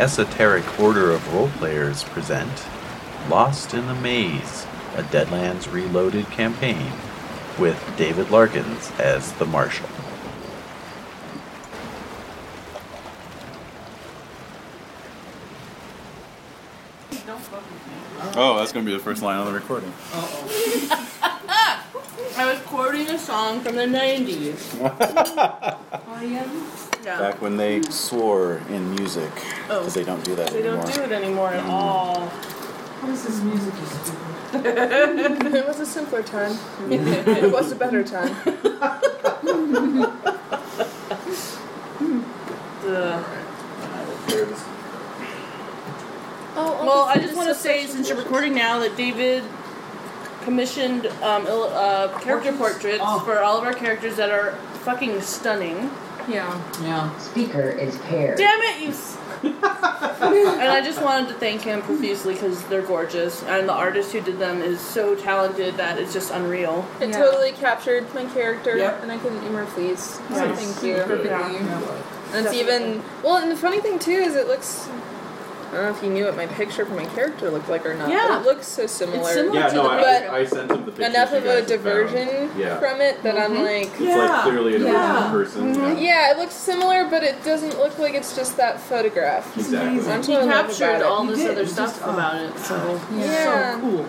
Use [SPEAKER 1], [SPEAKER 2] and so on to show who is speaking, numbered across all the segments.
[SPEAKER 1] esoteric order of roleplayers present Lost in the Maze, a Deadlands Reloaded campaign, with David Larkins as the Marshal.
[SPEAKER 2] Oh, that's gonna be the first line on the recording.
[SPEAKER 3] I was quoting a song from the 90s.
[SPEAKER 4] Oh,
[SPEAKER 3] Yeah.
[SPEAKER 2] Back when they swore in music, because they don't do that
[SPEAKER 3] Oh. They
[SPEAKER 2] anymore.
[SPEAKER 3] don't do it anymore at all.
[SPEAKER 4] What is this music you stupid?
[SPEAKER 5] It was a simpler time. it was a better time.
[SPEAKER 3] Ugh.
[SPEAKER 5] Oh,
[SPEAKER 3] Well, I just want to say, since you're recording now, that David commissioned um, il- uh, character portraits
[SPEAKER 4] Oh.
[SPEAKER 3] for all of our characters that are fucking stunning.
[SPEAKER 5] Yeah.
[SPEAKER 4] Yeah.
[SPEAKER 6] Speaker is paired.
[SPEAKER 3] Damn it, you! s- and I just wanted to thank him profusely because they're gorgeous, and the artist who did them is so talented that it's just unreal.
[SPEAKER 5] It
[SPEAKER 6] Yeah.
[SPEAKER 5] totally captured my character,
[SPEAKER 4] Yep.
[SPEAKER 5] and I couldn't be more pleased. So
[SPEAKER 3] Nice.
[SPEAKER 5] thank you.
[SPEAKER 4] yeah.
[SPEAKER 5] And it's even well, and the funny thing too is it looks. I don't know if you knew what my picture for my character looked like or not. but
[SPEAKER 3] Yeah.
[SPEAKER 5] it looks so similar.
[SPEAKER 3] It's similar
[SPEAKER 2] Yeah,
[SPEAKER 3] to
[SPEAKER 2] no,
[SPEAKER 3] the
[SPEAKER 5] But-
[SPEAKER 2] I, I sent them the pictures.
[SPEAKER 5] Enough
[SPEAKER 2] you
[SPEAKER 5] of
[SPEAKER 2] guys
[SPEAKER 5] a
[SPEAKER 2] had
[SPEAKER 5] diversion
[SPEAKER 2] found. Yeah.
[SPEAKER 5] from it that I'm like.
[SPEAKER 3] Mm-hmm.
[SPEAKER 2] It's like clearly an
[SPEAKER 4] Yeah.
[SPEAKER 2] original person. Yeah.
[SPEAKER 5] Yeah, it looks similar, but it doesn't look like it's just that photograph.
[SPEAKER 2] Exactly.
[SPEAKER 4] amazing.
[SPEAKER 5] That's
[SPEAKER 3] He
[SPEAKER 5] what I love about
[SPEAKER 3] captured
[SPEAKER 5] it.
[SPEAKER 3] all
[SPEAKER 4] He
[SPEAKER 3] this
[SPEAKER 4] did,
[SPEAKER 3] other
[SPEAKER 4] he
[SPEAKER 3] stuff
[SPEAKER 4] just- oh.
[SPEAKER 3] about it, so
[SPEAKER 5] Yeah.
[SPEAKER 3] so cool.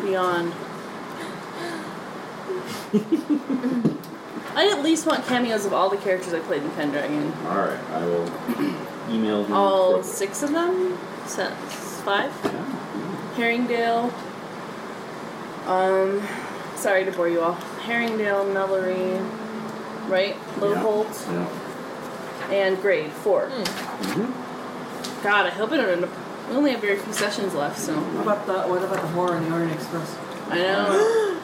[SPEAKER 3] Beyond. I at least want cameos of all the characters I played in Pendragon.
[SPEAKER 2] All right, I will email you.
[SPEAKER 3] All
[SPEAKER 2] appropriate-
[SPEAKER 3] six of them? Se- Five?
[SPEAKER 2] Yeah.
[SPEAKER 3] Herringdale. Um, sorry to bore you all. Herringdale, Mellory, right? Lowholt,
[SPEAKER 2] Yeah.
[SPEAKER 3] and Grade, four.
[SPEAKER 5] Hmm.
[SPEAKER 2] Mhm.
[SPEAKER 3] God, I hope I don't end up. We only have very few sessions left, so.
[SPEAKER 4] What about the what about the horror in the Orient Express?
[SPEAKER 3] I know.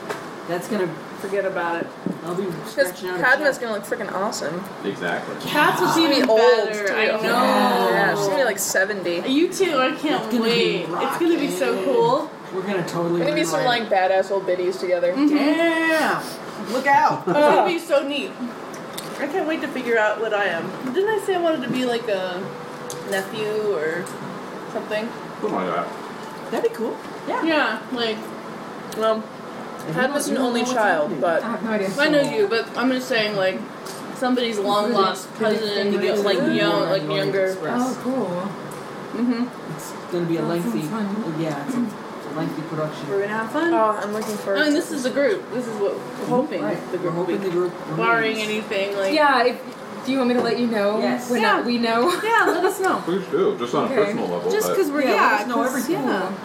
[SPEAKER 4] That's gonna
[SPEAKER 3] Forget about it.
[SPEAKER 4] I'll be
[SPEAKER 5] Because
[SPEAKER 4] scratching out. her
[SPEAKER 5] Padma's
[SPEAKER 4] chin.
[SPEAKER 5] gonna look freaking awesome.
[SPEAKER 2] Exactly.
[SPEAKER 3] Cats was
[SPEAKER 5] She's gonna
[SPEAKER 3] even
[SPEAKER 5] be old.
[SPEAKER 3] better.
[SPEAKER 5] too.
[SPEAKER 3] I know.
[SPEAKER 5] Yeah, she's gonna be like 70.
[SPEAKER 3] You too. I can't
[SPEAKER 4] It's gonna be
[SPEAKER 3] wait. It's gonna be so
[SPEAKER 4] rocking.
[SPEAKER 3] cool.
[SPEAKER 4] We're gonna totally.
[SPEAKER 5] We're gonna be
[SPEAKER 4] rewrite
[SPEAKER 5] some
[SPEAKER 4] it.
[SPEAKER 5] like badass old biddies together.
[SPEAKER 4] Damn! Look out!
[SPEAKER 3] It's gonna be so neat. I can't wait to figure out what I am. Didn't I say I wanted to be like a nephew or something?
[SPEAKER 2] Something like that.
[SPEAKER 4] That'd be cool.
[SPEAKER 3] Yeah, like
[SPEAKER 5] Well, Padma's an only child, but
[SPEAKER 7] have no idea.
[SPEAKER 3] I know you, but I'm just saying like somebody's long lost cousin who gets like young, like younger.
[SPEAKER 7] Oh, cool.
[SPEAKER 3] Mm-hmm.
[SPEAKER 4] Oh, It's gonna be a
[SPEAKER 7] That
[SPEAKER 4] lengthy.
[SPEAKER 7] sounds fun.
[SPEAKER 4] Yeah, it's a, it's a lengthy production.
[SPEAKER 3] We're gonna have fun.
[SPEAKER 5] oh, I'm looking forward.
[SPEAKER 3] I mean,
[SPEAKER 5] to
[SPEAKER 3] this is a group. This is what we're hoping
[SPEAKER 4] Mhm. Right.
[SPEAKER 3] the
[SPEAKER 4] We're
[SPEAKER 3] group will
[SPEAKER 4] hoping the
[SPEAKER 3] be.
[SPEAKER 4] group.
[SPEAKER 3] Barring anything like
[SPEAKER 7] Yeah. If, do you want me to let you know
[SPEAKER 4] Yes.
[SPEAKER 7] when
[SPEAKER 3] Yeah.
[SPEAKER 7] I- we know?
[SPEAKER 3] yeah, let us know.
[SPEAKER 2] Please do, just on
[SPEAKER 7] Okay.
[SPEAKER 2] a personal level. but-
[SPEAKER 7] we're
[SPEAKER 4] Yeah, let us know everything.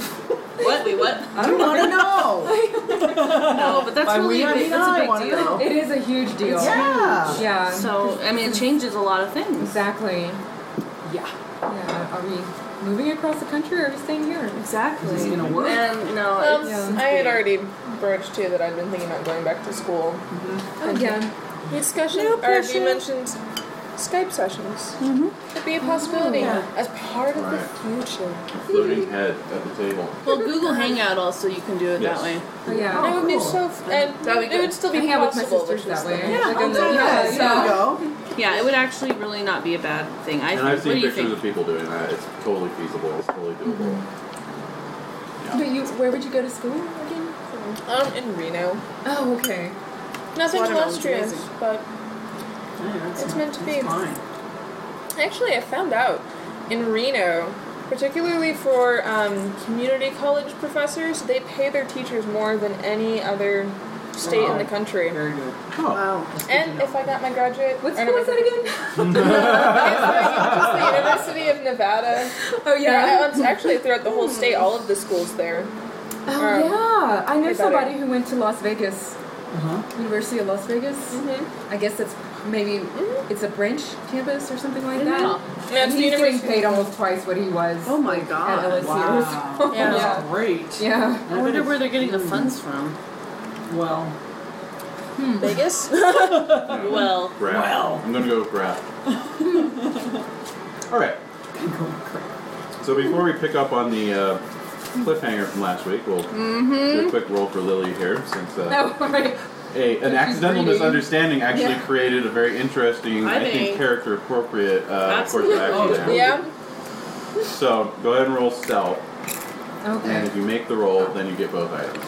[SPEAKER 3] What? Wait, what?
[SPEAKER 4] I don't want to know.
[SPEAKER 3] No, but that's
[SPEAKER 4] By
[SPEAKER 3] really
[SPEAKER 4] we, I
[SPEAKER 3] big.
[SPEAKER 4] mean,
[SPEAKER 3] that's
[SPEAKER 4] I
[SPEAKER 3] a big
[SPEAKER 4] wanna
[SPEAKER 3] deal.
[SPEAKER 4] know.
[SPEAKER 7] It is a huge deal.
[SPEAKER 4] Yeah.
[SPEAKER 7] Yeah.
[SPEAKER 3] So I mean, it changes a lot of things.
[SPEAKER 7] Um, exactly.
[SPEAKER 4] Yeah.
[SPEAKER 7] Yeah. Are we moving across the country or are we staying here?
[SPEAKER 3] Exactly.
[SPEAKER 4] Is it gonna work?
[SPEAKER 3] And you know,
[SPEAKER 5] Um,
[SPEAKER 3] it's,
[SPEAKER 7] Yeah.
[SPEAKER 5] I had already broached too that I'd been thinking about going back to school.
[SPEAKER 7] Oh, yeah.
[SPEAKER 5] We discussed,
[SPEAKER 3] No
[SPEAKER 5] or
[SPEAKER 3] pressure.
[SPEAKER 5] you mentioned Skype sessions. Mm-hmm. It'd be a possibility as part of
[SPEAKER 2] Right.
[SPEAKER 5] the future.
[SPEAKER 2] Floating head at the table.
[SPEAKER 3] well, Google Hangout also you can do it
[SPEAKER 2] Yes.
[SPEAKER 3] that way.
[SPEAKER 7] Oh, yeah.
[SPEAKER 5] That would be
[SPEAKER 4] cool.
[SPEAKER 5] so, f- and
[SPEAKER 3] That'd be
[SPEAKER 5] it
[SPEAKER 3] good.
[SPEAKER 5] would still be
[SPEAKER 7] Hang out with my
[SPEAKER 5] possible.
[SPEAKER 7] sisters
[SPEAKER 5] which was
[SPEAKER 7] that way.
[SPEAKER 5] the-
[SPEAKER 4] Oh,
[SPEAKER 7] Like, on the-
[SPEAKER 4] Yes, there
[SPEAKER 7] yeah.
[SPEAKER 4] you go.
[SPEAKER 3] Yeah, it would actually really not be a bad thing. I
[SPEAKER 2] And
[SPEAKER 3] think.
[SPEAKER 2] I've
[SPEAKER 3] what
[SPEAKER 2] seen
[SPEAKER 3] do you
[SPEAKER 2] pictures
[SPEAKER 3] think? Mm-hmm.
[SPEAKER 2] of people doing that. It's totally feasible. It's totally doable.
[SPEAKER 7] But you, where would you go to school again?
[SPEAKER 5] Um, in Reno.
[SPEAKER 7] Oh, okay.
[SPEAKER 5] Nothing
[SPEAKER 3] Watermelon's
[SPEAKER 5] illustrious,
[SPEAKER 3] amazing.
[SPEAKER 5] but
[SPEAKER 4] Yeah, that's-
[SPEAKER 5] It's meant to
[SPEAKER 4] that's
[SPEAKER 5] be.
[SPEAKER 4] Fine.
[SPEAKER 5] Actually, I found out in Reno, particularly for um, community college professors, they pay their teachers more than any other state in the country.
[SPEAKER 4] Very good.
[SPEAKER 2] Oh.
[SPEAKER 4] That's good to
[SPEAKER 5] And
[SPEAKER 4] know.
[SPEAKER 5] if I got my graduate,
[SPEAKER 7] What
[SPEAKER 5] or
[SPEAKER 7] school
[SPEAKER 5] no,
[SPEAKER 7] is that again?
[SPEAKER 5] my- it's the, University of Nevada. Yeah,
[SPEAKER 7] Oh
[SPEAKER 5] Um,
[SPEAKER 7] yeah.
[SPEAKER 5] it's actually throughout the whole state, all of the schools there.
[SPEAKER 7] Oh yeah. I know
[SPEAKER 5] better.
[SPEAKER 7] somebody who went to Las Vegas,
[SPEAKER 4] Uh-huh.
[SPEAKER 7] University of Las Vegas.
[SPEAKER 5] Mm-hmm.
[SPEAKER 7] I guess that's maybe it's a branch campus or something like that.
[SPEAKER 3] Mm-hmm.
[SPEAKER 5] Yeah,
[SPEAKER 7] And
[SPEAKER 5] it's the
[SPEAKER 7] he's getting
[SPEAKER 5] University.
[SPEAKER 7] paid almost twice what he was.
[SPEAKER 3] Oh my
[SPEAKER 7] At
[SPEAKER 3] god.
[SPEAKER 7] LSU.
[SPEAKER 4] Wow.
[SPEAKER 5] Yeah.
[SPEAKER 4] E That's great.
[SPEAKER 7] Yeah.
[SPEAKER 3] I wonder where they're getting the funds from.
[SPEAKER 4] Well,
[SPEAKER 5] Vegas.
[SPEAKER 2] Yeah.
[SPEAKER 3] Well,
[SPEAKER 2] Graph.
[SPEAKER 4] Well.
[SPEAKER 2] I'm gonna go with graph. All right. So before we pick up on the uh, cliffhanger from last week, we'll do
[SPEAKER 3] Mm-hmm.
[SPEAKER 2] a quick roll for Lily here, since uh,
[SPEAKER 7] Oh, right.
[SPEAKER 2] a, an accidental
[SPEAKER 7] reading.
[SPEAKER 2] misunderstanding actually
[SPEAKER 7] Yeah.
[SPEAKER 2] created a very interesting,
[SPEAKER 3] I
[SPEAKER 2] I, think,
[SPEAKER 3] think-
[SPEAKER 2] character appropriate uh, course of
[SPEAKER 3] Absolutely. Oh,
[SPEAKER 2] action. there.
[SPEAKER 5] yeah.
[SPEAKER 2] So go ahead and roll stealth, and
[SPEAKER 7] Okay.
[SPEAKER 2] if you make the roll, then you get both items.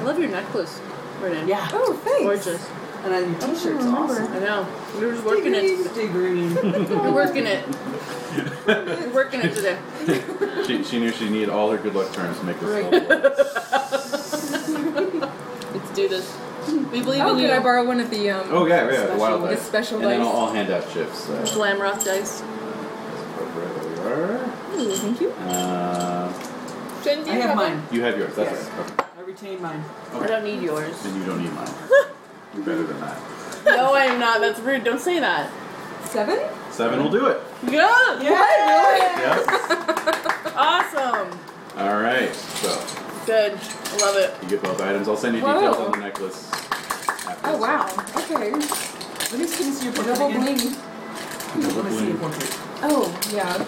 [SPEAKER 3] I love your necklace, Brennan.
[SPEAKER 4] Yeah.
[SPEAKER 7] Oh, thanks.
[SPEAKER 3] Gorgeous.
[SPEAKER 4] And then your t-shirt's awesome.
[SPEAKER 3] I know. We were just working it.
[SPEAKER 4] Stay green.
[SPEAKER 3] We We're working it. We We're working it today.
[SPEAKER 2] she, she knew she needed all her good luck turns to make this roll.
[SPEAKER 3] Let's do this. We believe
[SPEAKER 7] Oh,
[SPEAKER 3] in
[SPEAKER 7] could
[SPEAKER 3] you.
[SPEAKER 7] I borrow one of the um?
[SPEAKER 2] Oh yeah, yeah, the wild
[SPEAKER 7] The
[SPEAKER 2] dice.
[SPEAKER 7] special
[SPEAKER 2] and then I'll,
[SPEAKER 7] dice.
[SPEAKER 2] I'll hand out chips. Uh,
[SPEAKER 3] Glam rock dice.
[SPEAKER 2] there we are.
[SPEAKER 7] Ooh, thank you.
[SPEAKER 2] Uh,
[SPEAKER 5] Jen, do
[SPEAKER 4] I
[SPEAKER 5] you
[SPEAKER 4] have mine.
[SPEAKER 2] you have yours. That's
[SPEAKER 4] Yes.
[SPEAKER 2] right.
[SPEAKER 4] I retain mine.
[SPEAKER 2] Okay.
[SPEAKER 3] I
[SPEAKER 2] okay.
[SPEAKER 3] don't need yours.
[SPEAKER 2] Then you don't need mine. You're better than that.
[SPEAKER 3] no, I am not. That's rude. Don't say that.
[SPEAKER 7] Seven?
[SPEAKER 2] Seven will do it.
[SPEAKER 3] Yeah.
[SPEAKER 4] Yeah.
[SPEAKER 2] Yep.
[SPEAKER 3] Awesome.
[SPEAKER 2] all right. So
[SPEAKER 3] Good. I love it.
[SPEAKER 2] you get both items. I'll send you
[SPEAKER 7] Whoa.
[SPEAKER 2] details on the necklace. after
[SPEAKER 7] Oh
[SPEAKER 2] this.
[SPEAKER 7] wow. Okay.
[SPEAKER 4] Let me see let me see your portrait
[SPEAKER 7] Double
[SPEAKER 4] again.
[SPEAKER 7] bling.
[SPEAKER 4] Let me see your portrait.
[SPEAKER 7] Oh yeah.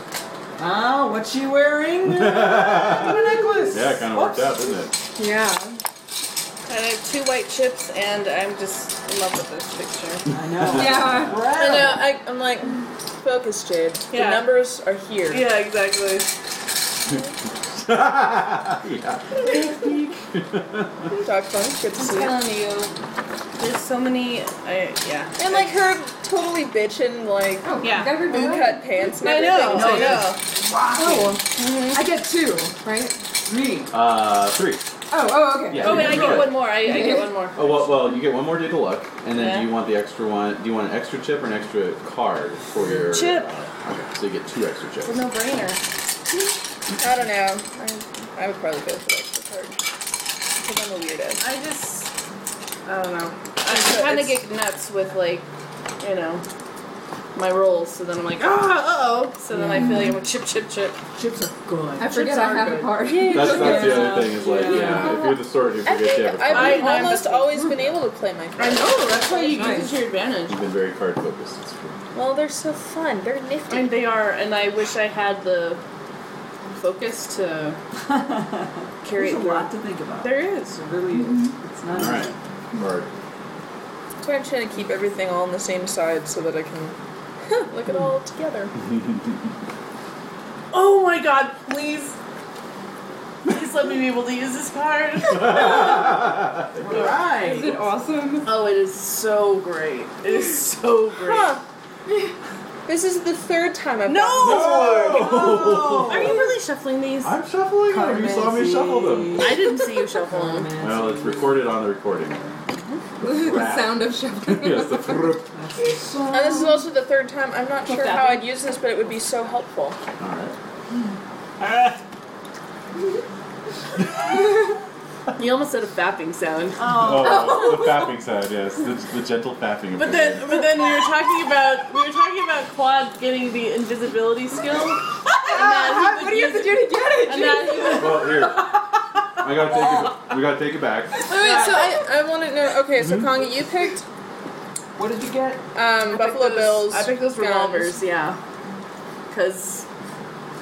[SPEAKER 4] Ah, what's she wearing?
[SPEAKER 2] yeah,
[SPEAKER 4] a necklace.
[SPEAKER 2] it kind of worked out, didn't it?
[SPEAKER 7] Yeah.
[SPEAKER 3] And I have two white chips, and I'm just in love with this picture.
[SPEAKER 4] I know.
[SPEAKER 7] Yeah.
[SPEAKER 5] I
[SPEAKER 4] Incredible.
[SPEAKER 5] know. I, I'm like, focus, Jade.
[SPEAKER 3] Yeah.
[SPEAKER 5] The numbers are here.
[SPEAKER 3] Yeah, exactly.
[SPEAKER 2] yeah.
[SPEAKER 5] Dog fun. Good to see. you.
[SPEAKER 3] you, there's so many. I yeah.
[SPEAKER 5] And like her totally bitchin' like
[SPEAKER 7] Oh
[SPEAKER 3] Yeah.
[SPEAKER 7] Got her
[SPEAKER 5] boot cut pants. And
[SPEAKER 3] I know.
[SPEAKER 5] everything,
[SPEAKER 3] I know.
[SPEAKER 7] Oh.
[SPEAKER 4] Wow.
[SPEAKER 7] I get two, right?
[SPEAKER 4] Three.
[SPEAKER 2] Uh, three.
[SPEAKER 7] Oh. Oh. Okay.
[SPEAKER 2] Yeah.
[SPEAKER 3] Oh wait, I get one more. I, I get one more.
[SPEAKER 2] Oh well, well, you get one more day to luck, and then
[SPEAKER 3] Yeah.
[SPEAKER 2] do you want the extra one? Do you want an extra chip or an extra card for your
[SPEAKER 3] Chip.
[SPEAKER 2] uh, okay, so you get two extra chips.
[SPEAKER 3] It's a no-brainer.
[SPEAKER 5] I don't know. I, I would probably go for the extra card because I'm a weirdo.
[SPEAKER 3] I just, I don't know. I kind of
[SPEAKER 5] it's-
[SPEAKER 3] get nuts with like, you know, my rolls. So then I'm like, ah, uh oh. So then I feel like I'm a chip, chip, chip.
[SPEAKER 4] Chips are good.
[SPEAKER 7] I forget I
[SPEAKER 3] are
[SPEAKER 7] have
[SPEAKER 3] good.
[SPEAKER 7] a part.
[SPEAKER 2] That's that's the
[SPEAKER 4] Yeah.
[SPEAKER 2] other thing is like yeah,
[SPEAKER 4] Yeah.
[SPEAKER 2] if you're the sort you
[SPEAKER 5] I
[SPEAKER 2] forget you
[SPEAKER 5] think
[SPEAKER 2] have a
[SPEAKER 5] I've
[SPEAKER 2] card.
[SPEAKER 3] I-
[SPEAKER 5] I've
[SPEAKER 3] I am
[SPEAKER 5] almost
[SPEAKER 3] the-
[SPEAKER 5] always been able to play my
[SPEAKER 3] I
[SPEAKER 5] cards.
[SPEAKER 3] know. That's why you use
[SPEAKER 7] Nice.
[SPEAKER 3] your advantage.
[SPEAKER 2] You've been very card focused. It's true.
[SPEAKER 5] Well, they're so fun. They're nifty.
[SPEAKER 3] And they are, and I wish I had the focus to carry
[SPEAKER 4] There's a
[SPEAKER 3] it through.
[SPEAKER 4] lot to think about.
[SPEAKER 3] There Mm-hmm. is.
[SPEAKER 4] It really is. It's not
[SPEAKER 2] All
[SPEAKER 4] easy.
[SPEAKER 2] right, card.
[SPEAKER 5] That's why I'm trying to keep everything all on the same side so that I can look at all together.
[SPEAKER 3] Oh my god, please. Please let me be able to use this card.
[SPEAKER 4] All
[SPEAKER 7] Is
[SPEAKER 4] right.
[SPEAKER 7] it awesome?
[SPEAKER 3] oh, it is so great. It is so great.
[SPEAKER 5] Huh. This is the third time I've
[SPEAKER 3] No!
[SPEAKER 2] No!
[SPEAKER 3] Are you really shuffling these?
[SPEAKER 2] Oh! I'm shuffling them. You saw me shuffle them.
[SPEAKER 3] I didn't see you shuffle them.
[SPEAKER 2] Well, it's recorded on the recording.
[SPEAKER 7] the sound of shuffling.
[SPEAKER 2] yes, the fruit.
[SPEAKER 5] And this is also the third time. I'm not sure how I'd use this, but it would be so helpful.
[SPEAKER 2] All right.
[SPEAKER 3] You almost said a fapping sound.
[SPEAKER 2] Oh, the fapping sound. Yes, the, the gentle fapping.
[SPEAKER 3] But then, but then we were talking about we were talking about Quad getting the invisibility skill. And that he
[SPEAKER 7] what
[SPEAKER 3] would
[SPEAKER 7] do you
[SPEAKER 3] use
[SPEAKER 7] have to do to get
[SPEAKER 3] And
[SPEAKER 7] it?
[SPEAKER 3] that he would,
[SPEAKER 2] Well, here. I gotta take it. We gotta take it back.
[SPEAKER 5] Wait, wait, so I, I want to know. Okay, so
[SPEAKER 2] Mm-hmm.
[SPEAKER 5] Kongi, you picked
[SPEAKER 4] What did you get?
[SPEAKER 5] um, Buffalo Bills.
[SPEAKER 3] I picked those
[SPEAKER 5] guns.
[SPEAKER 3] revolvers, yeah. Because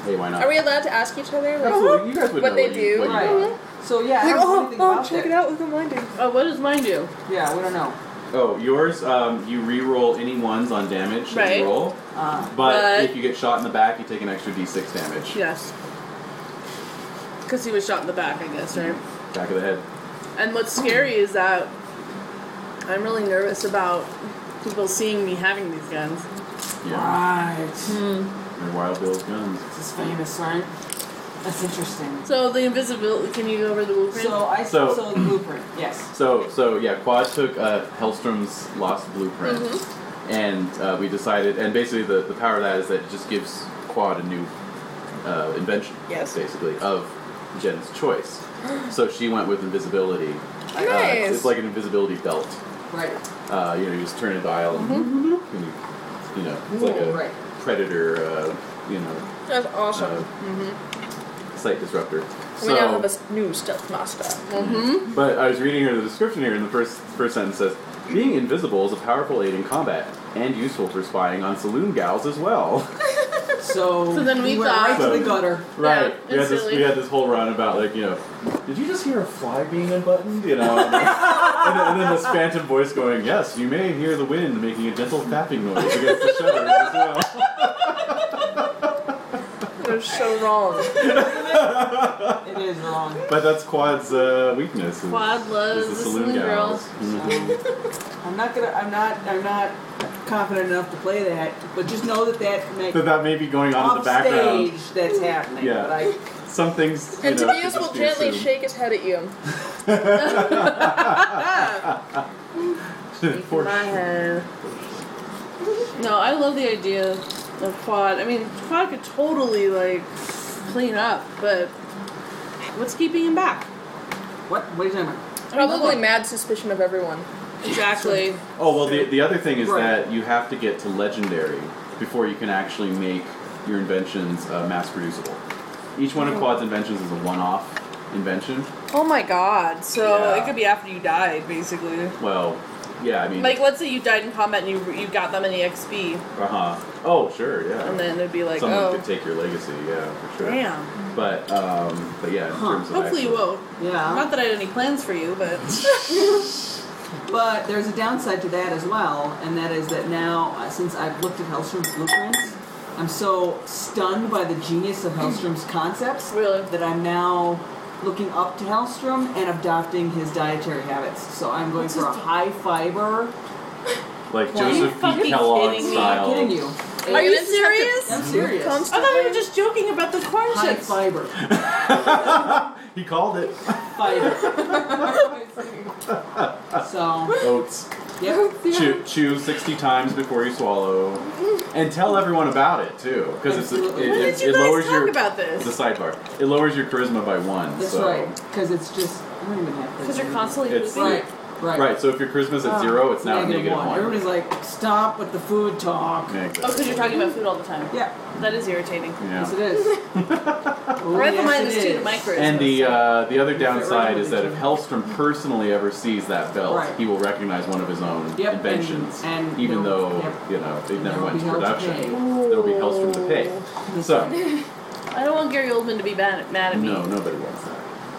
[SPEAKER 2] Hey, why not?
[SPEAKER 5] Are we allowed to ask each other? Like,
[SPEAKER 2] Absolutely. You guys would
[SPEAKER 5] What
[SPEAKER 2] know
[SPEAKER 5] they
[SPEAKER 2] what you-
[SPEAKER 5] do.
[SPEAKER 2] what you
[SPEAKER 4] Right.
[SPEAKER 2] got.
[SPEAKER 4] So yeah, I
[SPEAKER 5] like,
[SPEAKER 4] don't know
[SPEAKER 5] oh, oh,
[SPEAKER 4] anything
[SPEAKER 3] Uh-huh.
[SPEAKER 4] about
[SPEAKER 5] check it
[SPEAKER 4] that.
[SPEAKER 5] out. Look at mine. dude.
[SPEAKER 3] oh, what does mine do?
[SPEAKER 4] Yeah, we don't know.
[SPEAKER 2] Oh, yours, um, you re-roll any ones on damage that
[SPEAKER 3] Right.
[SPEAKER 2] you roll.
[SPEAKER 4] Uh,
[SPEAKER 2] But,
[SPEAKER 3] But-
[SPEAKER 2] if you get shot in the back, you take an extra d6 damage.
[SPEAKER 3] Yes. Because he was shot in the back, I guess, right?
[SPEAKER 2] Back of the head.
[SPEAKER 3] And what's scary is that I'm really nervous about people seeing me having these guns.
[SPEAKER 2] Yeah.
[SPEAKER 4] right.
[SPEAKER 2] They're Wild Bill's guns.
[SPEAKER 4] This is famous, right? That's interesting.
[SPEAKER 3] So the invisibility. Can you go over the blueprint?
[SPEAKER 4] So I
[SPEAKER 2] So-
[SPEAKER 4] so, the blueprint. Yes.
[SPEAKER 2] So, so yeah, Quad took uh, Hellstrom's lost blueprint,
[SPEAKER 5] Mm-hmm.
[SPEAKER 2] and uh, we decided, and basically the, the power of that is that it just gives Quad a new uh, invention,
[SPEAKER 5] Yes.
[SPEAKER 2] basically, of Jen's choice. so she went with invisibility. Uh,
[SPEAKER 5] Nice.
[SPEAKER 2] it's like an invisibility belt.
[SPEAKER 4] Right.
[SPEAKER 2] Uh, you know, you just turn a dial and,
[SPEAKER 5] Mm-hmm.
[SPEAKER 2] and you, you know, it's like a
[SPEAKER 4] Right.
[SPEAKER 2] predator, uh, you know,
[SPEAKER 5] That's
[SPEAKER 2] uh,
[SPEAKER 5] awesome.
[SPEAKER 2] site disruptor.
[SPEAKER 5] Mm-hmm. we now
[SPEAKER 2] So,
[SPEAKER 5] have a s- new stealth master.
[SPEAKER 2] but I was reading here the description here, and the first first sentence says, "Being invisible is a powerful aid in combat and useful for spying on saloon gals as well."
[SPEAKER 4] So,
[SPEAKER 3] So then we
[SPEAKER 4] went
[SPEAKER 3] thought-
[SPEAKER 4] right to
[SPEAKER 2] So-
[SPEAKER 4] the gutter.
[SPEAKER 3] Yeah,
[SPEAKER 2] right? we had
[SPEAKER 3] it's
[SPEAKER 2] this we
[SPEAKER 3] silly.
[SPEAKER 2] had this whole run about like you know, did you just hear a fly being unbuttoned? You know. and, then, and then this phantom voice going, "Yes, you may hear the wind making a gentle tapping noise against the shutters as well."
[SPEAKER 5] are so wrong.
[SPEAKER 4] It is wrong.
[SPEAKER 2] But that's Quad's uh, weakness. is-
[SPEAKER 3] Quad
[SPEAKER 2] is
[SPEAKER 3] loves the saloon
[SPEAKER 2] gals. Mhm.
[SPEAKER 4] So, Um, I'm not gonna. I'm not. I'm not confident enough to play that. But just know that that makes
[SPEAKER 2] But that may be going on in
[SPEAKER 4] off
[SPEAKER 2] the background.
[SPEAKER 4] stage that's happening.
[SPEAKER 2] Yeah.
[SPEAKER 4] But I
[SPEAKER 2] Some things. you
[SPEAKER 5] And
[SPEAKER 2] know,
[SPEAKER 5] Tobias
[SPEAKER 2] could
[SPEAKER 5] will
[SPEAKER 2] just be
[SPEAKER 5] gently
[SPEAKER 2] assumed.
[SPEAKER 5] shake his head at you.
[SPEAKER 2] Poor
[SPEAKER 3] My hair. No, I love the idea of Quad. I mean, Quad could totally like clean up, but what's keeping him back?
[SPEAKER 4] What? What are you talking about?
[SPEAKER 5] Probably mad suspicion of everyone.
[SPEAKER 3] Exactly.
[SPEAKER 2] Oh well, the, the other thing is
[SPEAKER 4] Right.
[SPEAKER 2] that you have to get to legendary before you can actually make your inventions uh, mass producible. Each one
[SPEAKER 3] Mm-hmm.
[SPEAKER 2] of Quad's inventions is a one-off invention.
[SPEAKER 3] Oh my god. So
[SPEAKER 2] Yeah.
[SPEAKER 3] it could be after you died, basically.
[SPEAKER 2] Well, yeah, I mean,
[SPEAKER 3] Like, let's say you died in combat and you, you got them in the XP,
[SPEAKER 2] uh huh. Oh sure, yeah.
[SPEAKER 3] and then it'd be like,
[SPEAKER 2] Someone
[SPEAKER 3] oh,
[SPEAKER 2] could take your legacy, yeah, for sure.
[SPEAKER 3] damn.
[SPEAKER 2] But um, but yeah, in
[SPEAKER 4] Huh.
[SPEAKER 2] terms of
[SPEAKER 3] Hopefully you
[SPEAKER 2] actual-
[SPEAKER 3] won't.
[SPEAKER 4] Yeah.
[SPEAKER 3] Not that I had any plans for you, but
[SPEAKER 4] But there's a downside to that as well, and that is that now, uh, since I've looked at Hellstrom's blueprints, I'm so stunned by the genius of Hellstrom's concepts
[SPEAKER 3] really.
[SPEAKER 4] that I'm now looking up to Hellstrom and adopting his dietary habits. So I'm going for a high fiber.
[SPEAKER 2] like
[SPEAKER 4] Are you
[SPEAKER 2] Joseph
[SPEAKER 3] fucking
[SPEAKER 2] P. Kellogg
[SPEAKER 3] kidding me?
[SPEAKER 4] I'm
[SPEAKER 2] style.
[SPEAKER 4] not kidding you.
[SPEAKER 5] Are you
[SPEAKER 3] Are you serious?
[SPEAKER 4] I'm serious.
[SPEAKER 3] I thought we were just joking about the corn
[SPEAKER 4] High
[SPEAKER 3] chips.
[SPEAKER 4] fiber.
[SPEAKER 2] He called it
[SPEAKER 4] Fiber. so,
[SPEAKER 2] oats.
[SPEAKER 4] yep.
[SPEAKER 2] Chew, chew sixty times before you swallow, and tell everyone about it too, because it's it,
[SPEAKER 4] Absolutely.
[SPEAKER 2] it,
[SPEAKER 3] When
[SPEAKER 2] it,
[SPEAKER 3] did you
[SPEAKER 2] it
[SPEAKER 3] guys
[SPEAKER 2] lowers
[SPEAKER 3] talk
[SPEAKER 2] your
[SPEAKER 3] about
[SPEAKER 2] it's a
[SPEAKER 3] this?
[SPEAKER 2] sidebar. It lowers your charisma by one.
[SPEAKER 4] That's
[SPEAKER 2] so.
[SPEAKER 4] right. Because it's just. I don't even have
[SPEAKER 3] Because you're
[SPEAKER 4] charisma.
[SPEAKER 3] constantly
[SPEAKER 2] It's-
[SPEAKER 3] pooping.
[SPEAKER 4] Right. Right.
[SPEAKER 2] Right. So if your charisma's at
[SPEAKER 4] Ah,
[SPEAKER 2] zero, it's now negative,
[SPEAKER 4] one. Everybody's like, stop with the food talk.
[SPEAKER 2] Yeah,
[SPEAKER 3] Oh, because
[SPEAKER 2] exactly.
[SPEAKER 3] you're talking about food all the time.
[SPEAKER 4] Yeah.
[SPEAKER 3] That is irritating.
[SPEAKER 4] Yes,
[SPEAKER 2] Yeah.
[SPEAKER 4] it is. oh,
[SPEAKER 3] Right
[SPEAKER 4] yes,
[SPEAKER 3] behind
[SPEAKER 4] it
[SPEAKER 3] the student
[SPEAKER 4] is.
[SPEAKER 3] micro.
[SPEAKER 2] And the uh, the other downside
[SPEAKER 4] right
[SPEAKER 2] is that if Hellstrom personally ever sees that belt,
[SPEAKER 4] Right.
[SPEAKER 2] he will recognize one of his own
[SPEAKER 4] Yep, and-
[SPEAKER 2] inventions,
[SPEAKER 4] and
[SPEAKER 2] even
[SPEAKER 4] he'll-
[SPEAKER 2] though
[SPEAKER 4] yep.
[SPEAKER 2] you know they
[SPEAKER 4] There
[SPEAKER 2] never
[SPEAKER 4] will
[SPEAKER 2] went
[SPEAKER 4] be
[SPEAKER 2] to
[SPEAKER 4] hell to
[SPEAKER 2] production.
[SPEAKER 4] pay.
[SPEAKER 2] There will be Hellstrom to pay. So
[SPEAKER 3] I don't want Gary Oldman to be mad, mad at me.
[SPEAKER 2] no, nobody wants that.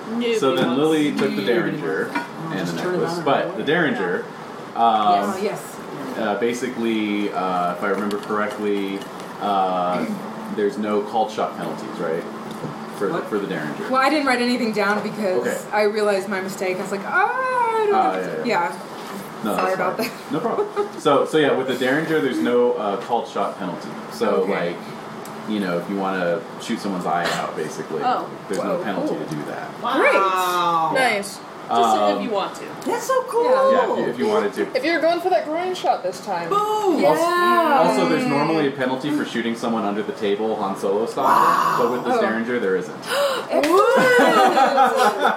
[SPEAKER 3] Nobody
[SPEAKER 2] So then
[SPEAKER 3] wants-
[SPEAKER 2] Lily took the
[SPEAKER 4] Nobody
[SPEAKER 2] Derringer
[SPEAKER 4] wants that.
[SPEAKER 2] and the
[SPEAKER 4] Just turn it on
[SPEAKER 2] necklace,
[SPEAKER 4] and
[SPEAKER 2] but
[SPEAKER 4] roll
[SPEAKER 2] the
[SPEAKER 4] it.
[SPEAKER 2] Derringer, um,
[SPEAKER 7] yes, yes.
[SPEAKER 2] uh, basically, uh, if I remember correctly, uh, there's no called shot penalties, right? For the,
[SPEAKER 4] What?
[SPEAKER 2] for the Derringer.
[SPEAKER 7] Well, I didn't write anything down because
[SPEAKER 2] Okay.
[SPEAKER 7] I realized my mistake. I was like, oh, I don't
[SPEAKER 2] Ah,
[SPEAKER 7] have to.
[SPEAKER 2] yeah,
[SPEAKER 7] Yeah.
[SPEAKER 2] No,
[SPEAKER 7] Sorry
[SPEAKER 2] that's
[SPEAKER 7] about
[SPEAKER 2] fine.
[SPEAKER 7] that.
[SPEAKER 2] No problem. So so yeah, with the Derringer, there's no uh, called shot penalty. So
[SPEAKER 7] Okay.
[SPEAKER 2] like, you know, if you want to shoot someone's eye out, basically,
[SPEAKER 3] Oh.
[SPEAKER 2] there's no
[SPEAKER 7] Whoa,
[SPEAKER 2] penalty
[SPEAKER 7] cool.
[SPEAKER 2] to do that.
[SPEAKER 4] Wow.
[SPEAKER 3] Just
[SPEAKER 5] Nice.
[SPEAKER 2] um,
[SPEAKER 3] if you want to.
[SPEAKER 4] That's so cool.
[SPEAKER 2] yeah, if you, if you wanted to.
[SPEAKER 5] If you're going for that groin shot this time.
[SPEAKER 4] Boom.
[SPEAKER 2] Also-
[SPEAKER 7] Yeah.
[SPEAKER 2] Also, there's normally a penalty for shooting someone under the table, Han Solo style, but with this
[SPEAKER 7] Mm. Oh.
[SPEAKER 2] Derringer, there isn't.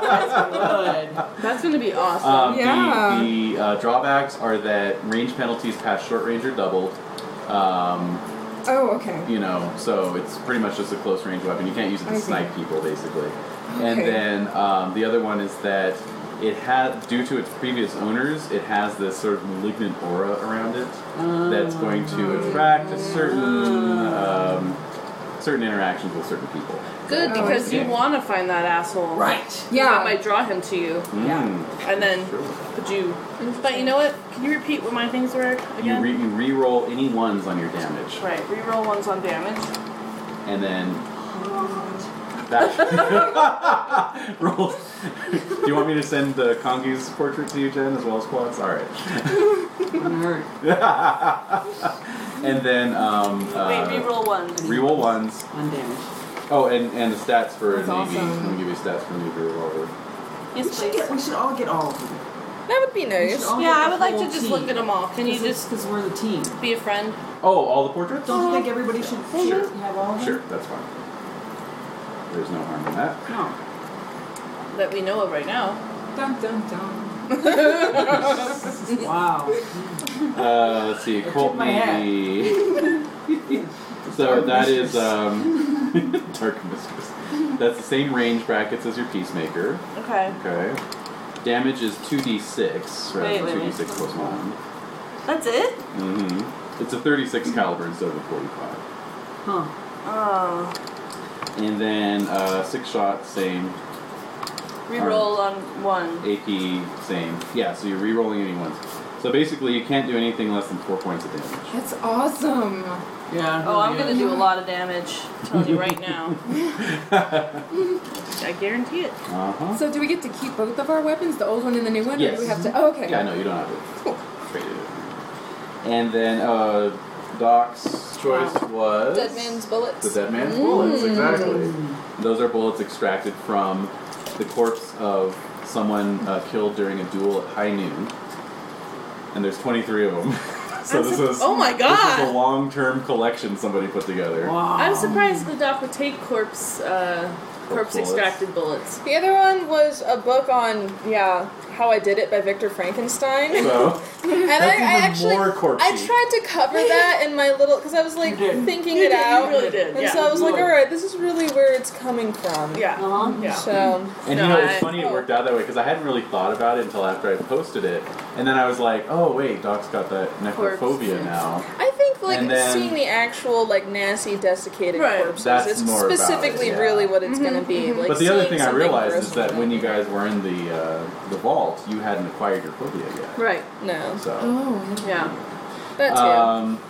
[SPEAKER 4] Good.
[SPEAKER 3] That's going to be awesome.
[SPEAKER 2] Um,
[SPEAKER 7] Yeah.
[SPEAKER 2] The, the uh, drawbacks are that range penalties past short range are doubled. Um,
[SPEAKER 7] oh, okay.
[SPEAKER 2] you know, so it's pretty much just a close range weapon. You can't use it to
[SPEAKER 7] I see.
[SPEAKER 2] snipe people, basically. And
[SPEAKER 7] Okay.
[SPEAKER 2] then um, the other one is that it had, due to its previous owners, it has this sort of malignant aura around it that's going
[SPEAKER 7] Oh.
[SPEAKER 2] to attract a certain
[SPEAKER 7] Ah.
[SPEAKER 2] um, certain interactions with certain people.
[SPEAKER 3] Good,
[SPEAKER 7] Oh,
[SPEAKER 3] because
[SPEAKER 2] okay.
[SPEAKER 3] you want to find that asshole.
[SPEAKER 4] Right.
[SPEAKER 3] That
[SPEAKER 7] Yeah.
[SPEAKER 3] might draw him to you.
[SPEAKER 2] Mm.
[SPEAKER 3] And then, could you. But you know what? Can you repeat what my things were
[SPEAKER 2] You,
[SPEAKER 3] again?
[SPEAKER 2] re- you re-roll any ones on your damage,
[SPEAKER 3] right. Reroll ones on damage.
[SPEAKER 2] and then that roll. Do you want me to send the Kongi's portrait to you, Jen, as well as Quad's? All right.
[SPEAKER 4] Nerd.
[SPEAKER 2] and then um, uh,
[SPEAKER 3] Wait, reroll one.
[SPEAKER 2] re-roll ones.
[SPEAKER 4] Undamaged.
[SPEAKER 2] Oh, and, and the stats for
[SPEAKER 7] That's
[SPEAKER 2] Navy.
[SPEAKER 7] awesome.
[SPEAKER 2] Let me give you stats for Navy revolver.
[SPEAKER 3] Yes,
[SPEAKER 4] We should,
[SPEAKER 3] please.
[SPEAKER 4] get, we should all get all of them.
[SPEAKER 5] That would be nice.
[SPEAKER 4] Oh,
[SPEAKER 3] Yeah, I
[SPEAKER 4] the
[SPEAKER 3] would like
[SPEAKER 4] whole
[SPEAKER 3] to just
[SPEAKER 4] team.
[SPEAKER 3] look at them all. Can you just
[SPEAKER 4] because we're the team.
[SPEAKER 3] be a friend?
[SPEAKER 2] Oh, all the portraits.
[SPEAKER 4] Don't you think everybody should
[SPEAKER 3] Uh-huh.
[SPEAKER 2] Sure.
[SPEAKER 4] have all of them?
[SPEAKER 2] Sure, that's fine. There's no harm in that.
[SPEAKER 4] No.
[SPEAKER 3] That we know of right now.
[SPEAKER 7] Dun, dun, dun.
[SPEAKER 4] Wow.
[SPEAKER 2] Uh, let's see,
[SPEAKER 4] took
[SPEAKER 2] Colt
[SPEAKER 4] my hat.
[SPEAKER 2] Navy. so
[SPEAKER 4] Dark
[SPEAKER 2] that is
[SPEAKER 4] Mistress.
[SPEAKER 2] um, dark mistress. That's the same range brackets as your peacemaker.
[SPEAKER 3] Okay.
[SPEAKER 2] Okay. Damage is two d six rather
[SPEAKER 3] Wait,
[SPEAKER 2] than
[SPEAKER 3] wait,
[SPEAKER 2] two d
[SPEAKER 3] wait.
[SPEAKER 2] six plus one.
[SPEAKER 3] That's it?
[SPEAKER 2] Mm-hmm. It's a thirty six caliber instead of a forty five.
[SPEAKER 4] Huh.
[SPEAKER 3] Oh.
[SPEAKER 2] And then uh, six shots, same.
[SPEAKER 3] Reroll on one.
[SPEAKER 2] AP, same. Yeah, so you're re-rolling any ones. So basically, you can't do anything less than four points of damage.
[SPEAKER 7] That's awesome.
[SPEAKER 4] Yeah.
[SPEAKER 3] Oh, I'm
[SPEAKER 4] yeah.
[SPEAKER 3] gonna do a lot of damage. I'm telling you right now. I guarantee it.
[SPEAKER 2] Uh huh.
[SPEAKER 7] So do we get to keep both of our weapons, the old one and the new one? Or
[SPEAKER 2] Yes.
[SPEAKER 7] do we have to? Oh, okay.
[SPEAKER 2] Yeah, no, you don't have it.
[SPEAKER 7] Cool.
[SPEAKER 2] Traded it. And then uh, Doc's choice was
[SPEAKER 5] Dead man's
[SPEAKER 2] the
[SPEAKER 5] bullets.
[SPEAKER 2] dead man's bullets. Exactly. Those are bullets extracted from the corpse of someone uh, killed during a duel at high noon. And there's 23 of them. so
[SPEAKER 3] I'm
[SPEAKER 2] this
[SPEAKER 3] su-
[SPEAKER 2] is
[SPEAKER 3] oh my
[SPEAKER 2] this is a
[SPEAKER 3] God.
[SPEAKER 2] long-term collection somebody put together.
[SPEAKER 4] Wow.
[SPEAKER 3] I'm surprised the doc would take corpse, uh, corpse
[SPEAKER 2] Corpse bullets.
[SPEAKER 3] extracted bullets.
[SPEAKER 5] The other one was a book on yeah how I did it by Victor Frankenstein.
[SPEAKER 2] So
[SPEAKER 5] And
[SPEAKER 2] That's
[SPEAKER 5] I,
[SPEAKER 2] even
[SPEAKER 5] I actually,
[SPEAKER 2] more corpsey.
[SPEAKER 5] I tried to cover that in my little, because I was like
[SPEAKER 4] You did.
[SPEAKER 5] thinking
[SPEAKER 3] You
[SPEAKER 5] it
[SPEAKER 3] did, you
[SPEAKER 5] out,
[SPEAKER 3] really did,
[SPEAKER 5] and
[SPEAKER 3] yeah.
[SPEAKER 5] so I was like,
[SPEAKER 4] Really.
[SPEAKER 5] all right, this is really where it's coming from.
[SPEAKER 3] Yeah.
[SPEAKER 4] Uh-huh.
[SPEAKER 3] Yeah.
[SPEAKER 5] So
[SPEAKER 2] And
[SPEAKER 3] No,
[SPEAKER 2] you know, it's
[SPEAKER 3] I-
[SPEAKER 2] funny it worked out that way because I hadn't really thought about it until after I posted it. And then I was like, oh, wait, Doc's got that necrophobia
[SPEAKER 4] Corpse.
[SPEAKER 2] now.
[SPEAKER 5] I think like
[SPEAKER 2] And then-
[SPEAKER 5] seeing the actual like nasty desiccated
[SPEAKER 3] Right. Mm-hmm,
[SPEAKER 5] corpses,
[SPEAKER 2] That's
[SPEAKER 5] it's
[SPEAKER 2] more about it,
[SPEAKER 5] specifically
[SPEAKER 2] yeah.
[SPEAKER 5] really what it's gonna be. Like,
[SPEAKER 2] but the other
[SPEAKER 5] seeing
[SPEAKER 2] thing I
[SPEAKER 5] something
[SPEAKER 2] realized
[SPEAKER 5] gross
[SPEAKER 2] is that
[SPEAKER 5] like
[SPEAKER 2] when you guys were in the uh, the vault, you hadn't acquired your phobia yet.
[SPEAKER 3] Right.
[SPEAKER 5] no,
[SPEAKER 2] So,
[SPEAKER 7] Oh.
[SPEAKER 3] Yeah.
[SPEAKER 5] that too.
[SPEAKER 2] um,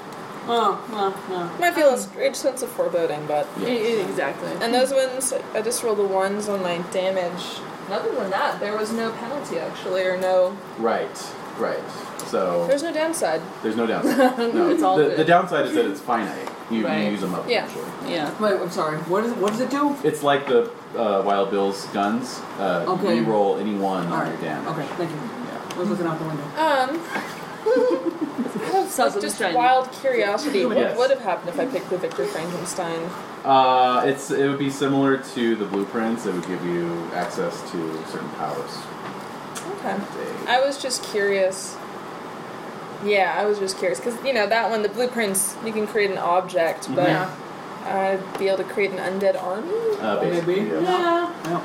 [SPEAKER 4] Oh, well, well.
[SPEAKER 5] Might feel a strange sense of foreboding, but
[SPEAKER 2] Yeah.
[SPEAKER 3] E- e- exactly.
[SPEAKER 5] and those ones I just rolled the ones on my damage. And other than that, there was no penalty actually, or no,
[SPEAKER 2] right, right. So
[SPEAKER 5] there's no downside.
[SPEAKER 2] there's no downside. No,
[SPEAKER 5] It's all
[SPEAKER 2] the,
[SPEAKER 5] good.
[SPEAKER 2] the downside is that it's finite. You, you
[SPEAKER 4] Right.
[SPEAKER 2] use them up
[SPEAKER 5] Yeah.
[SPEAKER 2] eventually.
[SPEAKER 3] Yeah.
[SPEAKER 4] Wait, I'm sorry. What, is, what does it do?
[SPEAKER 3] Oh,
[SPEAKER 2] It's like the uh, Wild Bill's guns. Uh,
[SPEAKER 4] Okay.
[SPEAKER 2] You roll any one
[SPEAKER 4] All
[SPEAKER 2] on
[SPEAKER 4] right.
[SPEAKER 2] your damage.
[SPEAKER 4] Okay, thank you.
[SPEAKER 2] Yeah.
[SPEAKER 4] I was looking out the window.
[SPEAKER 5] Um,
[SPEAKER 3] Sounds
[SPEAKER 5] just
[SPEAKER 3] like a
[SPEAKER 5] wild curiosity. What
[SPEAKER 2] Yes.
[SPEAKER 5] would have happened if I picked the Victor Frankenstein?
[SPEAKER 2] Uh, it's it would be similar to the blueprints. It would give you access to certain powers. Uh,
[SPEAKER 5] Okay.
[SPEAKER 2] They-
[SPEAKER 5] I was just curious. Yeah, I was just curious because you know that one, the blueprints, you can create an object,
[SPEAKER 2] Mm-hmm.
[SPEAKER 5] but
[SPEAKER 3] Yeah.
[SPEAKER 5] I'd be able to create an undead army.
[SPEAKER 2] Uh, basically,
[SPEAKER 4] Maybe.
[SPEAKER 2] yes.
[SPEAKER 3] Yeah.
[SPEAKER 4] No.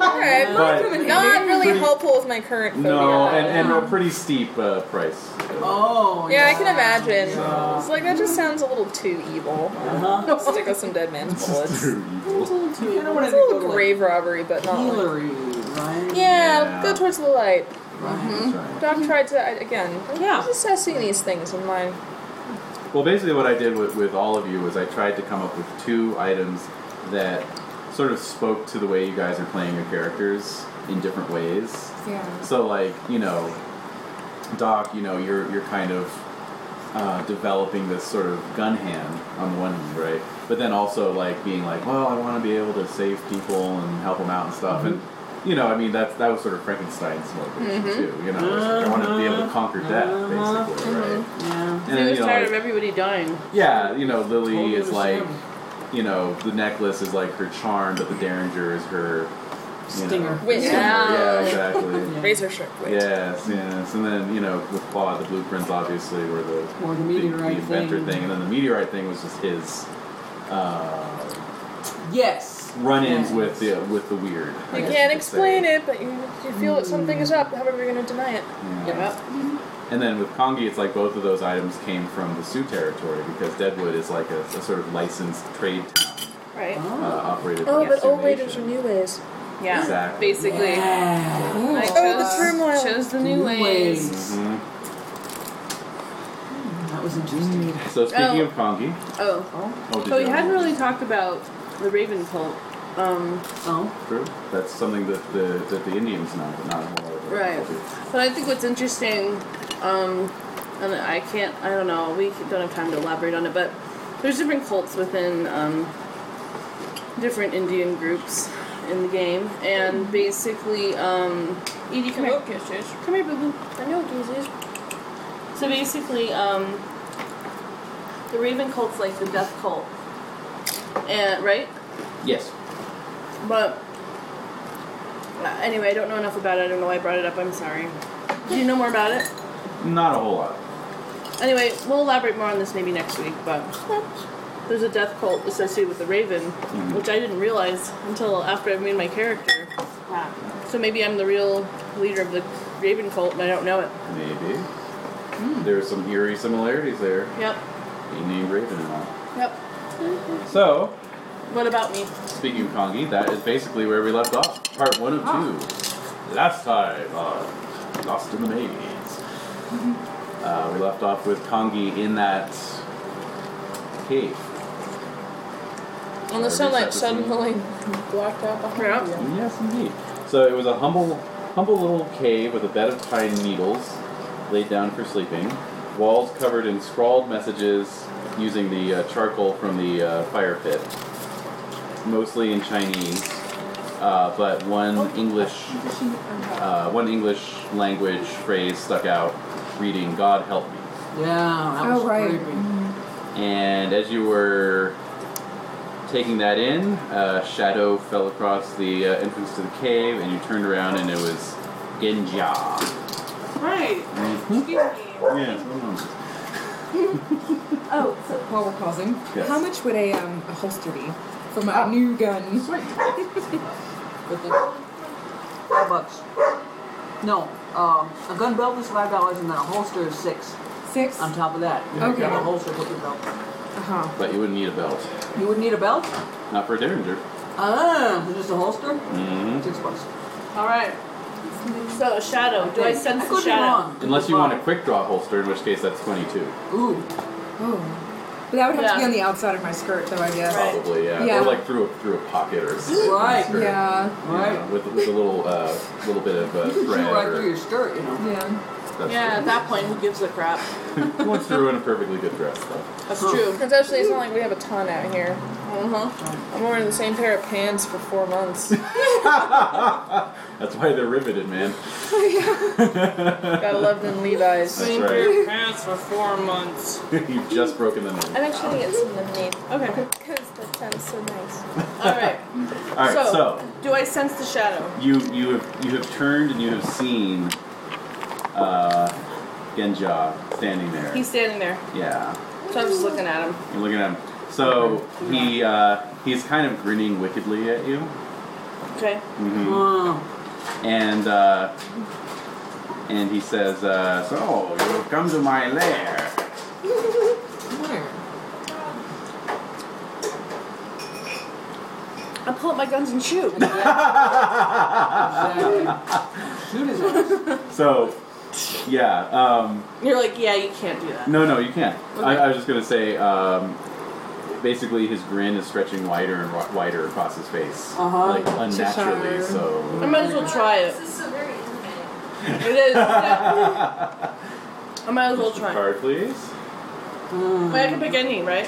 [SPEAKER 5] All right,
[SPEAKER 2] But-
[SPEAKER 5] welcome. Not really helpful with my current phobia.
[SPEAKER 2] No, and, and a pretty steep uh, price.
[SPEAKER 4] Oh,
[SPEAKER 5] yeah, I can imagine.
[SPEAKER 4] Yeah.
[SPEAKER 5] It's like that just sounds a little too evil.
[SPEAKER 4] Uh-huh.
[SPEAKER 5] Stick with some dead man's bullets.
[SPEAKER 2] Through evil.
[SPEAKER 4] You kind of want
[SPEAKER 5] It's
[SPEAKER 4] to
[SPEAKER 5] a little
[SPEAKER 4] go to
[SPEAKER 5] grave robbery, but
[SPEAKER 4] like
[SPEAKER 5] not. like-
[SPEAKER 4] Hillary, right?
[SPEAKER 5] Yeah,
[SPEAKER 2] Yeah.
[SPEAKER 5] go towards the light.
[SPEAKER 4] Right.
[SPEAKER 2] That's right.
[SPEAKER 5] Doc tried to I- again.
[SPEAKER 3] Yeah.
[SPEAKER 5] I'm just assessing these things in my.
[SPEAKER 2] Well, basically, what I did with, with all of you was I tried to come up with two items that sort of spoke to the way you guys are playing your characters in different ways.
[SPEAKER 7] Yeah.
[SPEAKER 2] So like you know, Doc, you know you're you're kind of uh, developing this sort of gun hand on the one hand, right? But then also like being like, well, I want to be able to save people and help them out and stuff.
[SPEAKER 4] Mm-hmm.
[SPEAKER 2] And you know, I mean that's that was sort of Frankenstein's motivation too. You know, it's like, I want to be able to conquer death
[SPEAKER 4] Mhm.
[SPEAKER 2] basically, right?
[SPEAKER 4] Yeah.
[SPEAKER 2] And
[SPEAKER 3] he
[SPEAKER 2] then,
[SPEAKER 3] was
[SPEAKER 2] you know,
[SPEAKER 3] tired of
[SPEAKER 2] like-
[SPEAKER 3] everybody dying.
[SPEAKER 2] yeah, you know, Lily
[SPEAKER 4] Totally
[SPEAKER 2] is like,
[SPEAKER 4] understand.
[SPEAKER 2] you know, the necklace is like her charm, but the Derringer is her you know,
[SPEAKER 4] Stinger.
[SPEAKER 5] Wait.
[SPEAKER 2] stinger. Yeah, exactly.
[SPEAKER 4] Yeah.
[SPEAKER 5] Razor sharp blade.
[SPEAKER 2] Yes, yes, and then you know the claw, the blueprints obviously were the
[SPEAKER 4] Or the
[SPEAKER 2] the,
[SPEAKER 4] meteorite
[SPEAKER 2] the inventor
[SPEAKER 4] thing.
[SPEAKER 2] thing. and then the meteorite thing was just his uh,
[SPEAKER 4] Yes.
[SPEAKER 2] run-ins
[SPEAKER 4] Yeah.
[SPEAKER 2] with the with the weird. I
[SPEAKER 5] You
[SPEAKER 2] guess
[SPEAKER 5] can't
[SPEAKER 2] could
[SPEAKER 5] explain
[SPEAKER 2] say.
[SPEAKER 5] it, but you, you feel that something is up. However, you're going to deny it.
[SPEAKER 2] Yeah.
[SPEAKER 3] Yep.
[SPEAKER 2] And then with Kongi, it's like both of those items came from the Sioux territory because Deadwood is like a, a sort of licensed trade town
[SPEAKER 5] Right.
[SPEAKER 2] uh,
[SPEAKER 4] Oh.
[SPEAKER 2] operated.
[SPEAKER 5] Oh,
[SPEAKER 2] by the
[SPEAKER 5] but
[SPEAKER 2] Sioux
[SPEAKER 5] old ways are
[SPEAKER 2] Nation.
[SPEAKER 5] new ways.
[SPEAKER 3] Yeah.
[SPEAKER 2] Exactly.
[SPEAKER 3] Basically.
[SPEAKER 4] Yeah.
[SPEAKER 7] Cool.
[SPEAKER 3] I chose,
[SPEAKER 5] Oh, the turmoil.
[SPEAKER 3] chose the new
[SPEAKER 4] New
[SPEAKER 3] ways.
[SPEAKER 4] ways.
[SPEAKER 2] Mhm.
[SPEAKER 4] That was interesting.
[SPEAKER 2] So speaking
[SPEAKER 3] Oh.
[SPEAKER 2] of Kongi,
[SPEAKER 3] Oh.
[SPEAKER 4] Oh.
[SPEAKER 2] oh, did
[SPEAKER 3] So we
[SPEAKER 2] you
[SPEAKER 3] hadn't really talked about the Raven cult. Um,
[SPEAKER 4] Oh.
[SPEAKER 2] True. That's something that the that the Indians know, but not a whole lot of other
[SPEAKER 3] Right.
[SPEAKER 2] cultures.
[SPEAKER 3] but I think what's interesting, um, and I can't, I don't know, we don't have time to elaborate on it, but there's different cults within um, different Indian groups in the game, and basically, um, Edie, come here. Come here, boo boo.
[SPEAKER 5] I know Jesus.
[SPEAKER 3] So basically, um, the Raven cult's like the death cult, and right?
[SPEAKER 2] Yes.
[SPEAKER 3] But uh, anyway, I don't know enough about it. I don't know why I brought it up. I'm sorry. Do you know more about it?
[SPEAKER 2] Not a whole lot.
[SPEAKER 3] Anyway, we'll elaborate more on this maybe next week. But there's a death cult associated with the Raven, which I didn't realize until after I made my character. So maybe I'm the real leader of the Raven cult, and I don't know it.
[SPEAKER 2] Maybe. There are some eerie similarities there.
[SPEAKER 3] Yep.
[SPEAKER 2] He named Raven and all.
[SPEAKER 3] Yep.
[SPEAKER 2] So,
[SPEAKER 3] What about me?
[SPEAKER 2] speaking of Kongi, that is basically where we left off. Part one of two. Last time on uh, Lost in the Maze. Uh, we left off with Kongi in that cave.
[SPEAKER 5] And the
[SPEAKER 2] Every
[SPEAKER 5] sunlight
[SPEAKER 2] second.
[SPEAKER 5] suddenly blocked out behind
[SPEAKER 3] Yeah.
[SPEAKER 5] you.
[SPEAKER 2] Yes, indeed. So it was a humble, humble little cave with a bed of pine needles laid down for sleeping, walls covered in scrawled messages using the uh, charcoal from the uh, fire pit, mostly in Chinese, uh, but one English, uh, one English language phrase stuck out, reading "God help me."
[SPEAKER 4] Yeah, that was
[SPEAKER 7] Oh, right.
[SPEAKER 4] creepy.
[SPEAKER 3] Mm.
[SPEAKER 2] And as you were taking that in, a shadow fell across the uh, entrance to the cave, and you turned around, and it was Genja.
[SPEAKER 3] Right.
[SPEAKER 2] Mm-hmm. Yeah.
[SPEAKER 7] Oh, so while we're pausing,
[SPEAKER 2] Yes.
[SPEAKER 7] how much would a um a holster be for my new gun?
[SPEAKER 4] With the five bucks. No, um, a gun belt is five dollars and then a holster is six.
[SPEAKER 7] Six.
[SPEAKER 4] On top of that, you
[SPEAKER 7] Okay.
[SPEAKER 4] have a holster with your belt.
[SPEAKER 7] Uh-huh.
[SPEAKER 2] But you wouldn't need a belt.
[SPEAKER 4] You would need a belt?
[SPEAKER 2] Not for a Derringer.
[SPEAKER 4] Ah, so just a holster?
[SPEAKER 2] Mm-hmm.
[SPEAKER 4] Six bucks.
[SPEAKER 3] All right. So shadow. Do I sense
[SPEAKER 4] I
[SPEAKER 3] the
[SPEAKER 4] could be
[SPEAKER 3] shadow?
[SPEAKER 4] wrong.
[SPEAKER 2] Unless you want a quick draw holster, in which case that's 22.
[SPEAKER 4] Ooh,
[SPEAKER 7] Oh. But that would have to be
[SPEAKER 3] Yeah.
[SPEAKER 7] on the outside of my skirt, though. I guess.
[SPEAKER 3] Right.
[SPEAKER 2] Probably, yeah.
[SPEAKER 7] Yeah.
[SPEAKER 2] Or like through a, through a pocket or something.
[SPEAKER 4] Right,
[SPEAKER 2] Skirt,
[SPEAKER 7] Yeah.
[SPEAKER 2] you know,
[SPEAKER 4] Right.
[SPEAKER 2] with, with a little uh, little bit of uh,
[SPEAKER 4] you could shoot
[SPEAKER 2] thread.
[SPEAKER 4] right
[SPEAKER 2] or,
[SPEAKER 4] through your skirt, you know.
[SPEAKER 7] Yeah.
[SPEAKER 2] that's
[SPEAKER 3] Yeah. At that point, who gives a crap?
[SPEAKER 2] true. Once through in a perfectly good dress, though.
[SPEAKER 3] That's true.
[SPEAKER 5] It's actually, it's not like we have a ton out here.
[SPEAKER 3] Uh huh.
[SPEAKER 5] I'm wearing the same pair of pants for four months.
[SPEAKER 2] That's why they're riveted, man.
[SPEAKER 5] Gotta love them Levi's.
[SPEAKER 2] That's right.
[SPEAKER 3] pants for four months.
[SPEAKER 2] You've just broken them in.
[SPEAKER 5] I'm actually get some lemonade
[SPEAKER 3] Okay.
[SPEAKER 5] because that sounds so nice.
[SPEAKER 3] All right.
[SPEAKER 2] All right,
[SPEAKER 3] So-
[SPEAKER 2] so
[SPEAKER 3] Do I sense the shadow?
[SPEAKER 2] you you have you have turned and you have seen uh, Genja standing there.
[SPEAKER 3] He's standing there,
[SPEAKER 2] yeah,
[SPEAKER 3] so I'm just looking at him.
[SPEAKER 2] you're looking at him. So he uh, he's kind of grinning wickedly at you,
[SPEAKER 3] Okay. Mm-hmm.
[SPEAKER 4] Oh,
[SPEAKER 2] and uh, and he says, uh, "So you've come to my lair."
[SPEAKER 4] where?
[SPEAKER 3] I pull up my guns and shoot.
[SPEAKER 4] Exactly. Shoot his ass.
[SPEAKER 2] So yeah, um,
[SPEAKER 3] You're like, yeah, you can't do that.
[SPEAKER 2] no, no, you can't. I, I was just gonna say. Um, Basically, his grin is stretching wider and wi- wider across his face,
[SPEAKER 4] Uh-huh.
[SPEAKER 2] like unnaturally. So
[SPEAKER 3] I might as well try it.
[SPEAKER 6] This is so very intimate.
[SPEAKER 3] It is. yeah. I might as well
[SPEAKER 2] Mr.
[SPEAKER 3] try.
[SPEAKER 2] Card, please.
[SPEAKER 3] Wait, I can pick any, right?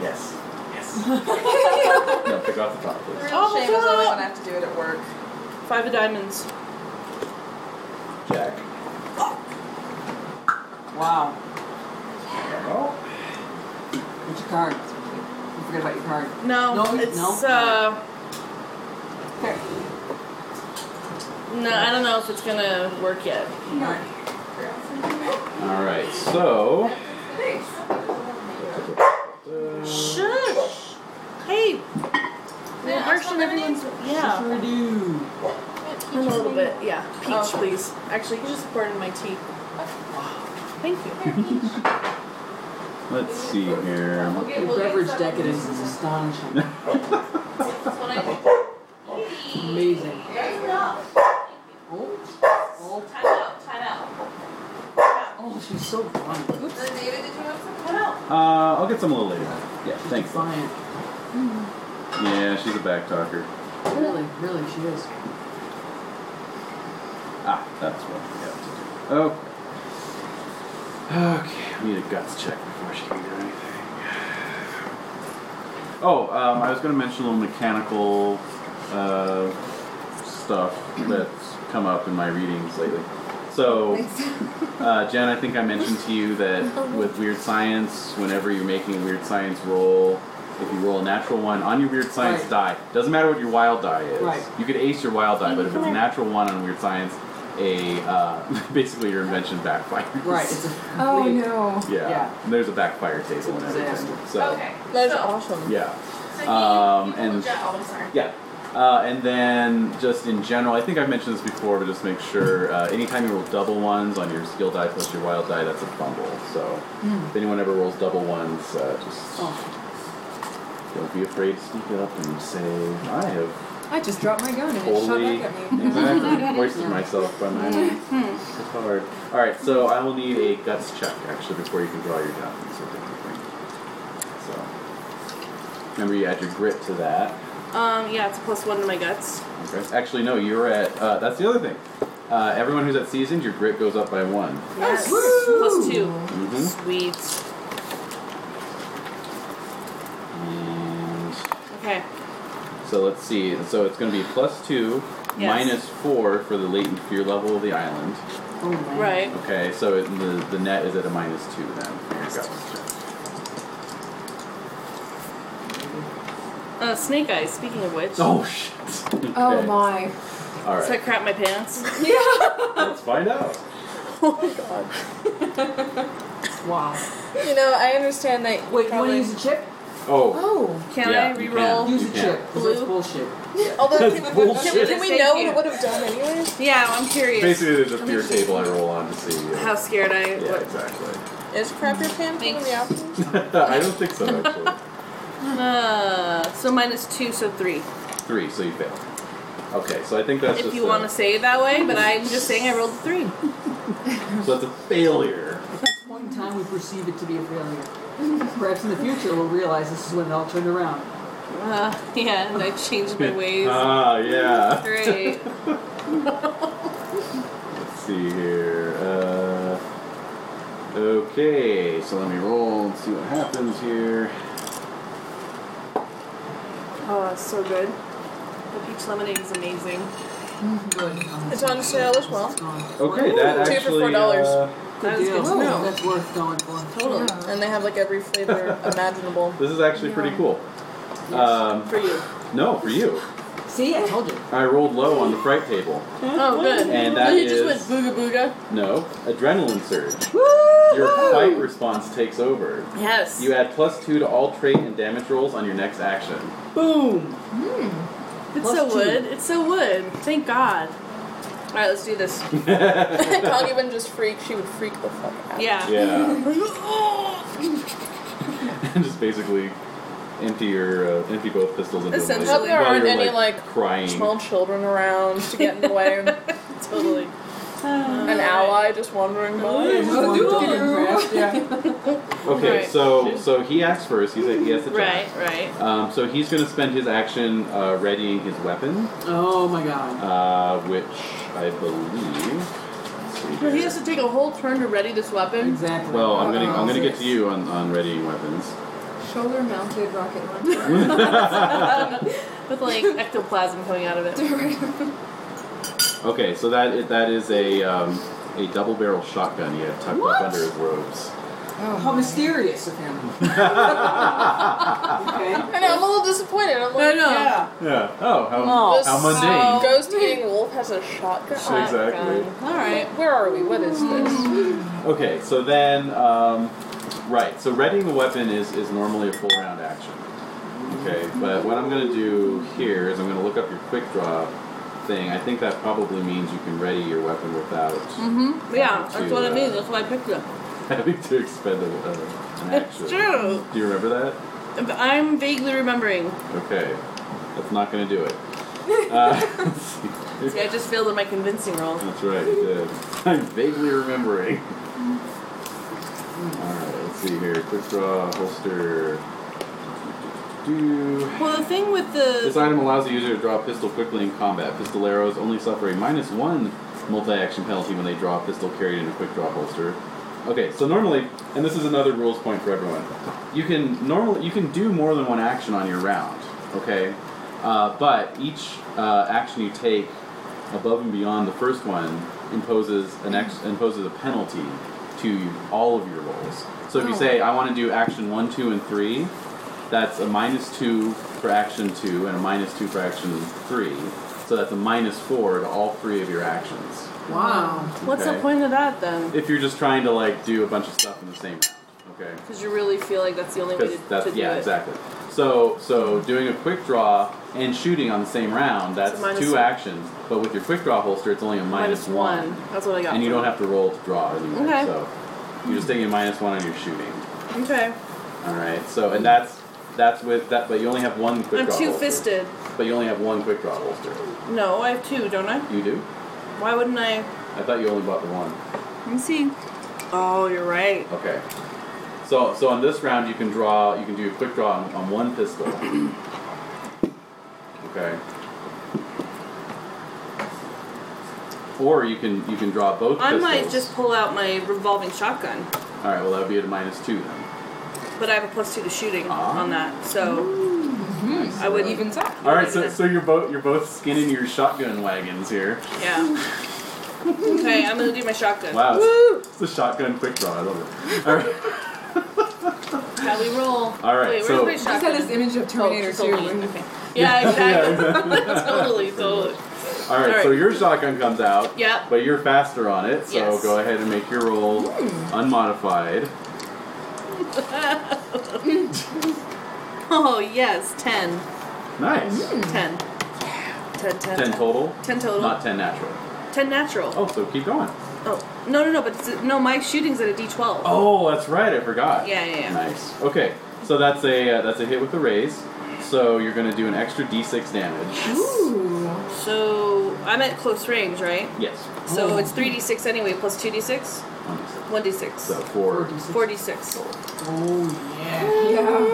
[SPEAKER 2] Yes. Yes. no, pick off the top, please.
[SPEAKER 7] Real
[SPEAKER 3] Oh,
[SPEAKER 7] shame is I
[SPEAKER 3] God.
[SPEAKER 7] want to have to do it at work.
[SPEAKER 3] Five of diamonds.
[SPEAKER 2] Jack.
[SPEAKER 4] Wow.
[SPEAKER 2] Oh.
[SPEAKER 4] What's your card? You forget about your card.
[SPEAKER 3] No,
[SPEAKER 4] No,
[SPEAKER 3] it's
[SPEAKER 4] no.
[SPEAKER 3] uh. No, I don't know if it's gonna work yet.
[SPEAKER 4] Alright.
[SPEAKER 2] All right. So.
[SPEAKER 3] Shush. Hey.
[SPEAKER 6] Yeah,
[SPEAKER 3] Yeah, actually, everyone's yeah.
[SPEAKER 4] Sure do.
[SPEAKER 3] A little bit, yeah. Peach, please. Actually, you just poured in my tea. Thank you.
[SPEAKER 2] Let's see here.
[SPEAKER 6] Okay,
[SPEAKER 4] Your
[SPEAKER 6] well,
[SPEAKER 4] beverage
[SPEAKER 6] it's-
[SPEAKER 4] decadence is astonishing.
[SPEAKER 6] That's what I think.
[SPEAKER 4] Amazing.
[SPEAKER 6] There's enough.
[SPEAKER 4] Oh, oh,
[SPEAKER 6] Time out, time out.
[SPEAKER 4] oh, she's so funny.
[SPEAKER 6] Uh, David, did you have some? Time out.
[SPEAKER 2] Uh, I'll get some a little later. Yeah. Thanks.
[SPEAKER 4] Defiant.
[SPEAKER 2] Yeah, she's a back talker.
[SPEAKER 4] Really, really, she is.
[SPEAKER 2] Ah, that's what we have to do. Okay. Okay, I need a guts check before she can do anything. Oh, um, I was going to mention a little mechanical uh, stuff that's come up in my readings lately. So, uh, Jen, I think I mentioned to you that with Weird Science, whenever you're making a Weird Science roll, if you roll a natural one on your Weird Science die, doesn't matter what your wild die is.
[SPEAKER 4] Right.
[SPEAKER 2] You could ace your wild die, but if it's a natural one on Weird Science, a uh, basically your invention backfires.
[SPEAKER 4] Right, it's a
[SPEAKER 7] Oh
[SPEAKER 4] complete-
[SPEAKER 7] no.
[SPEAKER 2] Yeah.
[SPEAKER 4] Yeah.
[SPEAKER 2] And there's a backfire table and everything.
[SPEAKER 4] Disaster.
[SPEAKER 2] So
[SPEAKER 6] Okay.
[SPEAKER 5] That's
[SPEAKER 6] so,
[SPEAKER 5] awesome.
[SPEAKER 2] yeah.
[SPEAKER 6] So he, he
[SPEAKER 2] Um,
[SPEAKER 6] pulled
[SPEAKER 2] and-
[SPEAKER 6] a jet- oh, I'm sorry.
[SPEAKER 2] Yeah. Uh, and then, just in general, I think I've mentioned this before, but just make sure uh, anytime you roll double ones on your skill die plus your wild die, that's a fumble. So if anyone ever rolls double ones, uh, just
[SPEAKER 4] Hmm. Oh,
[SPEAKER 2] don't be afraid to speak it up and say, I have
[SPEAKER 7] I just dropped my gun and it shot
[SPEAKER 2] Holy,
[SPEAKER 7] back at me.
[SPEAKER 2] exactly. Hoisted myself by my own. It's hard. All right, so I will need a guts check actually before you can draw your gun. So, different thing. so remember you add your grit to that.
[SPEAKER 3] Um, yeah, it's a plus one to my guts.
[SPEAKER 2] Okay. Actually, no, you're at. Uh, that's the other thing. Uh, everyone who's at seasoned, your grit goes up by one.
[SPEAKER 3] Yes.
[SPEAKER 4] woo!
[SPEAKER 3] Plus 2
[SPEAKER 2] Mhm.
[SPEAKER 3] Sweet.
[SPEAKER 2] And
[SPEAKER 3] Okay.
[SPEAKER 2] so let's see. So it's going to be plus two,
[SPEAKER 3] Yes.
[SPEAKER 2] minus four for the latent fear level of the island.
[SPEAKER 4] Oh, man.
[SPEAKER 3] Right.
[SPEAKER 2] Okay, so it, the, the net is at a minus two then. for your guts check.
[SPEAKER 3] Uh, snake eyes. Speaking of which,
[SPEAKER 2] Oh shit.
[SPEAKER 7] Oh
[SPEAKER 2] Okay.
[SPEAKER 7] my.
[SPEAKER 2] All
[SPEAKER 3] does
[SPEAKER 2] right.
[SPEAKER 3] that crap my pants?
[SPEAKER 2] Let's find out.
[SPEAKER 5] Oh my god.
[SPEAKER 4] Wow.
[SPEAKER 5] You know, I understand that.
[SPEAKER 4] Wait, you want to
[SPEAKER 5] probably,
[SPEAKER 4] use a chip?
[SPEAKER 2] Oh.
[SPEAKER 7] Oh.
[SPEAKER 3] Can
[SPEAKER 2] Yeah,
[SPEAKER 3] I
[SPEAKER 2] you
[SPEAKER 3] reroll?
[SPEAKER 4] Use
[SPEAKER 2] You
[SPEAKER 4] a
[SPEAKER 2] can.
[SPEAKER 4] chip. 'cause That's
[SPEAKER 3] Blue.
[SPEAKER 4] bullshit.
[SPEAKER 5] although,
[SPEAKER 2] That's
[SPEAKER 5] can, we-
[SPEAKER 2] bullshit.
[SPEAKER 5] can we, did we
[SPEAKER 3] Thank
[SPEAKER 5] know
[SPEAKER 3] you.
[SPEAKER 5] what it would have done anyway?
[SPEAKER 3] Yeah, I'm curious.
[SPEAKER 2] Basically, there's a fear table I roll on to see. uh,
[SPEAKER 3] how scared I.
[SPEAKER 2] yeah,
[SPEAKER 3] what-
[SPEAKER 2] exactly.
[SPEAKER 5] Is crap your pants one of the options?
[SPEAKER 2] I don't think so, actually.
[SPEAKER 3] Uh, so minus two, so three.
[SPEAKER 2] Three, so you fail. Okay, so I think that's
[SPEAKER 3] if
[SPEAKER 2] just
[SPEAKER 3] you
[SPEAKER 2] a,
[SPEAKER 3] want to say it that way, but I'm just saying I rolled a three.
[SPEAKER 2] So it's a failure.
[SPEAKER 4] At this point in time, we perceive it to be a failure. Perhaps in the future, we'll realize this is when it all turned around.
[SPEAKER 3] Uh, yeah, and I changed my ways.
[SPEAKER 2] Ah, yeah.
[SPEAKER 3] Great.
[SPEAKER 2] Let's see here. Uh, okay, so let me roll and see what happens here.
[SPEAKER 3] Oh, it's so good. The peach lemonade is amazing.
[SPEAKER 4] Good. Um,
[SPEAKER 5] It's on sale as well.
[SPEAKER 4] it's gone.
[SPEAKER 2] Okay, that
[SPEAKER 5] Ooh,
[SPEAKER 2] actually.
[SPEAKER 5] two for $4.
[SPEAKER 2] uh,
[SPEAKER 3] That
[SPEAKER 4] Good
[SPEAKER 3] was
[SPEAKER 4] deal.
[SPEAKER 3] good to know.
[SPEAKER 4] That's worth going for.
[SPEAKER 5] Totally.
[SPEAKER 7] Yeah.
[SPEAKER 5] And they have like every flavor imaginable.
[SPEAKER 2] this is actually pretty cool. Um,
[SPEAKER 3] For you.
[SPEAKER 2] no, for you.
[SPEAKER 4] See, I told you.
[SPEAKER 2] I rolled low on the fright table.
[SPEAKER 3] Oh, good.
[SPEAKER 2] And
[SPEAKER 3] Well,
[SPEAKER 2] that
[SPEAKER 3] you just
[SPEAKER 2] is-
[SPEAKER 3] went booga booga.
[SPEAKER 2] No, adrenaline surge. Your fight response takes over.
[SPEAKER 3] Yes.
[SPEAKER 2] You add plus two to all trait and damage rolls on your next action.
[SPEAKER 4] Boom.
[SPEAKER 3] it's
[SPEAKER 4] Plus
[SPEAKER 3] so
[SPEAKER 4] two.
[SPEAKER 3] wood. It's so wood. Thank God. All right, let's do this.
[SPEAKER 5] Can't even just freak, she would freak the fuck out.
[SPEAKER 3] Yeah.
[SPEAKER 2] Yeah. And just basically empty your uh, empty both pistols into
[SPEAKER 5] Essentially,
[SPEAKER 2] one.
[SPEAKER 5] there aren't any, like,
[SPEAKER 2] crying.
[SPEAKER 5] Small children around Um, to get in the way.
[SPEAKER 3] Totally. Uh,
[SPEAKER 5] An ally just wandering by.
[SPEAKER 4] One
[SPEAKER 7] do
[SPEAKER 4] dog
[SPEAKER 7] it.
[SPEAKER 4] crashed, yeah.
[SPEAKER 2] Okay,
[SPEAKER 3] Right.
[SPEAKER 2] so so he acts first. He's a, he has to
[SPEAKER 3] Right,
[SPEAKER 2] attack.
[SPEAKER 3] right.
[SPEAKER 2] Um, so he's going to spend his action uh, readying his weapon,
[SPEAKER 4] Oh my god.
[SPEAKER 2] uh, which I believe. let's see
[SPEAKER 3] Well, he
[SPEAKER 2] here.
[SPEAKER 3] has to take a whole turn to ready this weapon.
[SPEAKER 4] Exactly.
[SPEAKER 2] Well, I'm gonna I'm
[SPEAKER 7] Uh-oh.
[SPEAKER 2] gonna get to you on, on readying weapons.
[SPEAKER 7] Shoulder mounted rocket launcher.
[SPEAKER 3] With like ectoplasm coming out of it.
[SPEAKER 2] Okay, so that i- that is a um, a double barrel shotgun he had tucked
[SPEAKER 4] What?
[SPEAKER 2] up under his robes.
[SPEAKER 4] How mysterious of him. okay.
[SPEAKER 5] I know, I'm a little disappointed. I'm
[SPEAKER 3] No,
[SPEAKER 5] like,
[SPEAKER 3] no.
[SPEAKER 4] Yeah.
[SPEAKER 2] Yeah. Oh, how
[SPEAKER 5] this
[SPEAKER 2] how mundane.
[SPEAKER 5] Ghost eating wolf has a shotgun.
[SPEAKER 2] Exactly.
[SPEAKER 3] All right.
[SPEAKER 5] um, Where are we? What is this?
[SPEAKER 2] Okay, so then um, right, so readying a weapon is is normally a full round action. Okay, but what I'm gonna do here is I'm gonna look up your quick draw thing. I think that probably means you can ready your weapon without
[SPEAKER 3] Mm-hmm. Yeah, that's what I mean. That's why I picked it.
[SPEAKER 2] having to expend a, uh, an
[SPEAKER 3] It's
[SPEAKER 2] action.
[SPEAKER 3] true.
[SPEAKER 2] Do you remember that?
[SPEAKER 3] I'm vaguely remembering.
[SPEAKER 2] Okay, that's not going to do it. Uh,
[SPEAKER 3] See, I just failed in my convincing role.
[SPEAKER 2] that's right, you did. I'm vaguely remembering. Alright, let's see here. Quick draw, holster. Do.
[SPEAKER 3] Well, the thing with
[SPEAKER 2] This
[SPEAKER 3] the
[SPEAKER 2] item allows the user to draw a pistol quickly in combat. Pistol arrows only suffer a minus one multi-action penalty when they draw a pistol carried in a quick draw holster. Okay, so normally, and this is another rules point for everyone, you can normally you can do more than one action on your round. Okay, uh, but each uh, action you take above and beyond the first one imposes an ex- imposes a penalty to all of your rolls. So if you say I want to do action one, two, and three, that's a minus two for action two and a minus two for action three. So that's a minus four to all three of your actions.
[SPEAKER 4] Wow.
[SPEAKER 3] what's the
[SPEAKER 2] okay.
[SPEAKER 3] point of that then?
[SPEAKER 2] If you're just trying to like do a bunch of stuff in the same round, okay?
[SPEAKER 3] Because you really feel like that's the only way to,
[SPEAKER 2] Because that's
[SPEAKER 3] to do
[SPEAKER 2] yeah,
[SPEAKER 3] it.
[SPEAKER 2] exactly. So so doing a quick draw and shooting on the same round, that's
[SPEAKER 3] minus
[SPEAKER 2] two
[SPEAKER 3] one.
[SPEAKER 2] actions. But with your quick draw holster, it's only a minus
[SPEAKER 3] Minus one. That's what I got.
[SPEAKER 2] and you don't have to roll to draw anymore.
[SPEAKER 3] Okay.
[SPEAKER 2] So you're just taking a minus one on your shooting.
[SPEAKER 3] Okay.
[SPEAKER 2] All right. So and that's that's with that, but you only have one quick
[SPEAKER 3] I'm
[SPEAKER 2] draw.
[SPEAKER 3] two
[SPEAKER 2] holster.
[SPEAKER 3] fisted.
[SPEAKER 2] But you only have one quick draw holster.
[SPEAKER 3] No, I have two, don't I?
[SPEAKER 2] You do?
[SPEAKER 3] Why wouldn't I?
[SPEAKER 2] I thought you only bought the one.
[SPEAKER 3] Let me see. Oh, you're right.
[SPEAKER 2] Okay. So so on this round you can draw you can do a quick draw on, on one pistol. okay. Or you can you can draw both
[SPEAKER 3] I
[SPEAKER 2] pistols.
[SPEAKER 3] might just pull out my revolving shotgun,
[SPEAKER 2] Alright, well that would be at a minus two then.
[SPEAKER 3] but I have a plus two to shooting
[SPEAKER 2] Ah.
[SPEAKER 3] on that, so I would even.
[SPEAKER 7] Evens up.
[SPEAKER 2] Alright, so, so you're both you're both skinning your shotgun wagons here.
[SPEAKER 3] Yeah. okay, I'm gonna do my shotgun.
[SPEAKER 2] Wow. It's, it's a shotgun quick draw, I love it. Alright.
[SPEAKER 3] How we roll?
[SPEAKER 2] All right,
[SPEAKER 3] Wait, where's
[SPEAKER 2] so-
[SPEAKER 3] my
[SPEAKER 7] I just had this
[SPEAKER 3] shotgun?
[SPEAKER 7] image of
[SPEAKER 3] Oh,
[SPEAKER 7] Terminator
[SPEAKER 3] it's
[SPEAKER 7] 2.
[SPEAKER 3] a lean.
[SPEAKER 7] when-
[SPEAKER 3] Yeah, exactly.
[SPEAKER 2] exactly.
[SPEAKER 3] totally, totally.
[SPEAKER 2] Alright,
[SPEAKER 3] All right.
[SPEAKER 2] so your shotgun comes out.
[SPEAKER 3] Yep.
[SPEAKER 2] But you're faster on it, so
[SPEAKER 3] Yes.
[SPEAKER 2] go ahead and make your roll unmodified.
[SPEAKER 3] Oh yes, 10.
[SPEAKER 2] Nice.
[SPEAKER 3] 10. 10, 10,
[SPEAKER 2] 10 total?
[SPEAKER 3] 10 Mm. total.
[SPEAKER 2] Not 10 natural.
[SPEAKER 3] 10 natural.
[SPEAKER 2] Oh, so keep going.
[SPEAKER 3] Oh, no, no, no, but it's, no, my shooting's at a d12.
[SPEAKER 2] Oh, that's right. I forgot.
[SPEAKER 3] Yeah, yeah, yeah.
[SPEAKER 2] Nice. Okay, so that's a uh, that's a hit with the raise. So you're gonna do an extra d6 damage.
[SPEAKER 7] Ooh.
[SPEAKER 3] So I'm at close range, right?
[SPEAKER 2] Yes.
[SPEAKER 3] So it's 3d6 anyway, plus 2d6?
[SPEAKER 2] One d6.
[SPEAKER 3] 1d6.
[SPEAKER 2] So four.
[SPEAKER 3] 4d6.
[SPEAKER 4] Oh yeah.
[SPEAKER 7] Yeah.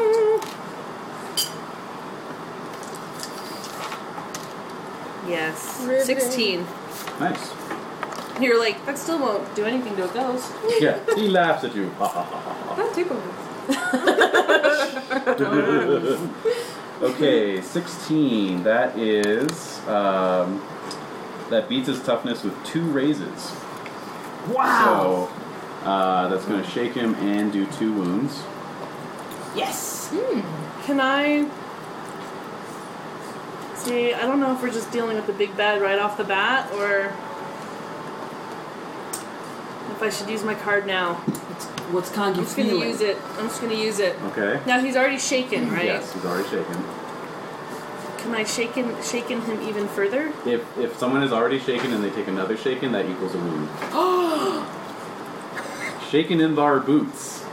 [SPEAKER 3] Yes.
[SPEAKER 5] Ribbon.
[SPEAKER 3] 16.
[SPEAKER 2] Nice.
[SPEAKER 3] You're like, that still won't do anything to a ghost.
[SPEAKER 2] Yeah. He laughs at you. Ha ha ha ha ha.
[SPEAKER 7] That tickled.
[SPEAKER 2] okay, 16. That is. Um, that beats his toughness with two raises.
[SPEAKER 4] Wow.
[SPEAKER 2] So uh, that's going to shake him and do two wounds.
[SPEAKER 4] yes.
[SPEAKER 3] Can I. See, I don't know if we're just dealing with the big bad right off the bat or. If I should use my card now.
[SPEAKER 4] What's Kangi
[SPEAKER 3] I'm just gonna
[SPEAKER 4] feeling?
[SPEAKER 3] use it. I'm just gonna use it.
[SPEAKER 2] Okay.
[SPEAKER 3] Now he's already shaken, right?
[SPEAKER 2] Yes, he's already shaken.
[SPEAKER 3] Can I shaken shaken him even further?
[SPEAKER 2] If if someone is already shaken and they take another shaken, that equals a wound. shaken in their boots.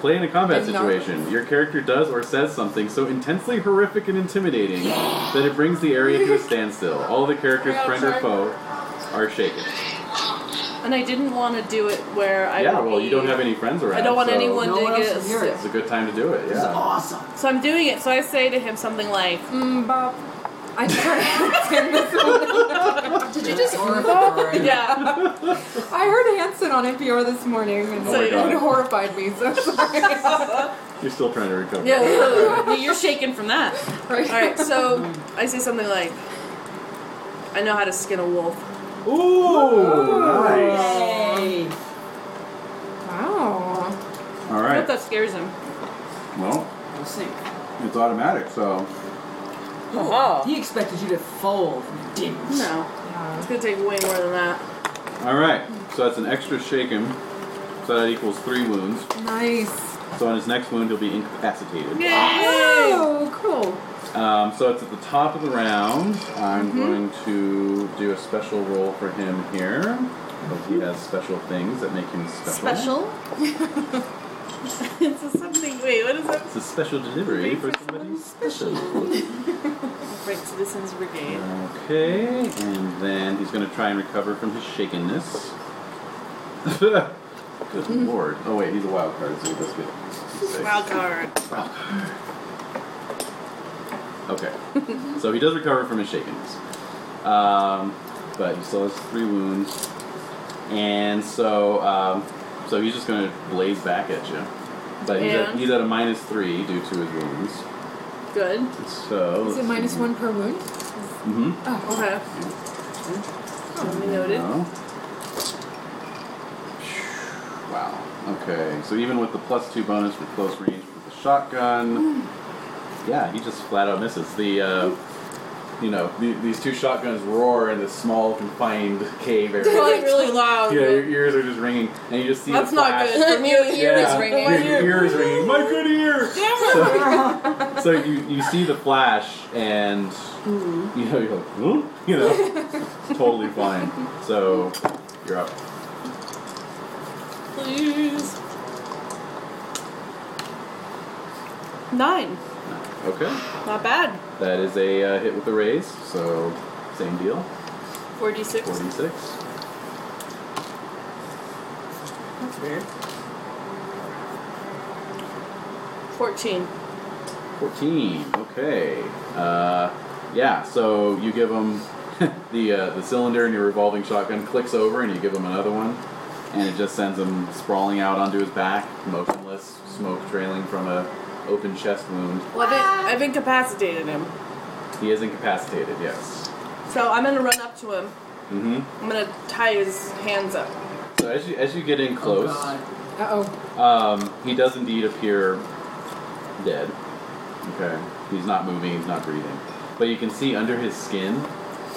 [SPEAKER 2] Play in a combat
[SPEAKER 7] In their
[SPEAKER 2] situation. Your character does or says something so intensely horrific and intimidating that it brings the area to a standstill. All the characters, friend or foe, are shaken.
[SPEAKER 3] And I didn't want to do it where I.
[SPEAKER 2] yeah,
[SPEAKER 3] would
[SPEAKER 2] well,
[SPEAKER 3] be-
[SPEAKER 2] you don't have any friends around.
[SPEAKER 3] I don't want
[SPEAKER 2] so
[SPEAKER 3] anyone
[SPEAKER 4] No
[SPEAKER 3] to
[SPEAKER 4] one else
[SPEAKER 3] get.
[SPEAKER 4] can hear
[SPEAKER 3] sick.
[SPEAKER 4] it.
[SPEAKER 2] It's a good time to do it.
[SPEAKER 4] This is
[SPEAKER 2] Yeah.
[SPEAKER 4] awesome.
[SPEAKER 3] So I'm doing it. So I say to him something like,
[SPEAKER 7] Mm, Bob. I tried to attend this one.
[SPEAKER 4] Did
[SPEAKER 7] you just-
[SPEAKER 3] "Yeah."
[SPEAKER 7] I heard Hanson on NPR this morning and
[SPEAKER 3] Oh my
[SPEAKER 7] it
[SPEAKER 2] God.
[SPEAKER 7] horrified me, so sorry.
[SPEAKER 2] You're still trying to recover.
[SPEAKER 3] Yeah, no, you're shaken from that.
[SPEAKER 7] Right.
[SPEAKER 3] All right, so I say something like, "I know how to skin a wolf."
[SPEAKER 2] Ooh, nice.
[SPEAKER 4] Yay.
[SPEAKER 7] Wow.
[SPEAKER 3] I
[SPEAKER 2] All
[SPEAKER 3] hope
[SPEAKER 2] right.
[SPEAKER 3] that scares him.
[SPEAKER 2] Well,
[SPEAKER 4] We'll see.
[SPEAKER 2] it's automatic, so
[SPEAKER 4] He expected you to fold. You didn't.
[SPEAKER 3] No, it's gonna take way more than that.
[SPEAKER 2] All right, so that's an extra shaken, so that equals three wounds.
[SPEAKER 7] Nice.
[SPEAKER 2] So on his next wound, he'll be incapacitated.
[SPEAKER 3] Yay!
[SPEAKER 7] Oh, cool.
[SPEAKER 2] Um, so it's at the top of the round. I'm
[SPEAKER 3] Mm-hmm.
[SPEAKER 2] going to do a special roll for him here. Because he has special things that make him special.
[SPEAKER 3] Special. it's a something. Wait, what is that?
[SPEAKER 2] It's a special delivery for somebody special.
[SPEAKER 3] Right, Citizens Brigade.
[SPEAKER 2] Okay, and then he's going to try and recover from his shakenness. Good lord. Oh, wait, he's a wild card, so that's good.
[SPEAKER 3] Mm-hmm. Wild card.
[SPEAKER 2] Okay. so he does recover from his shakenness. Um, but he still has three wounds. And so um, so he's just going to blaze back at you. But he's,
[SPEAKER 3] Yeah.
[SPEAKER 2] at, he's at a minus three due to his wounds.
[SPEAKER 3] Good.
[SPEAKER 2] So.
[SPEAKER 7] Is it
[SPEAKER 2] let's
[SPEAKER 7] minus
[SPEAKER 2] see.
[SPEAKER 7] one per wound?
[SPEAKER 2] Mhm.
[SPEAKER 7] Oh,
[SPEAKER 3] Okay. We noted.
[SPEAKER 2] No. Wow. Okay. So even with the plus two bonus for close range with the shotgun, yeah, he just flat out misses. The uh, you know the, these two shotguns roar in this small confined cave area.
[SPEAKER 3] Really, really loud.
[SPEAKER 2] yeah, your ears are just ringing, and you just see
[SPEAKER 3] That's
[SPEAKER 2] the
[SPEAKER 3] not
[SPEAKER 2] flash.
[SPEAKER 3] good for me.
[SPEAKER 2] Yeah,
[SPEAKER 7] is ringing.
[SPEAKER 2] Your, your ear is ringing. My good ear. So, so you, you see the flash, and
[SPEAKER 7] Mm-hmm.
[SPEAKER 2] you know you're like, huh? you know, totally fine. So you're up.
[SPEAKER 3] Please. Nine.
[SPEAKER 2] Okay.
[SPEAKER 3] Not bad.
[SPEAKER 2] That is a uh, hit with a raise, so same deal.
[SPEAKER 3] 46.
[SPEAKER 2] 46.
[SPEAKER 3] That's weird. 14.
[SPEAKER 2] 14. Okay. Uh, yeah, so you give him the, uh, the cylinder and your revolving shotgun clicks over and you give him another one. And it just sends him sprawling out onto his back, motionless, smoke trailing from a open chest wound.
[SPEAKER 3] Well, I've, I've incapacitated him.
[SPEAKER 2] He is incapacitated, yes.
[SPEAKER 3] So I'm gonna run up to him.
[SPEAKER 2] hmm
[SPEAKER 3] I'm gonna tie his hands up.
[SPEAKER 2] So as you, as you get in
[SPEAKER 4] Oh,
[SPEAKER 2] close,
[SPEAKER 4] God.
[SPEAKER 7] Uh oh.
[SPEAKER 2] Um, he does indeed appear dead. Okay. He's not moving, he's not breathing. But you can see under his skin,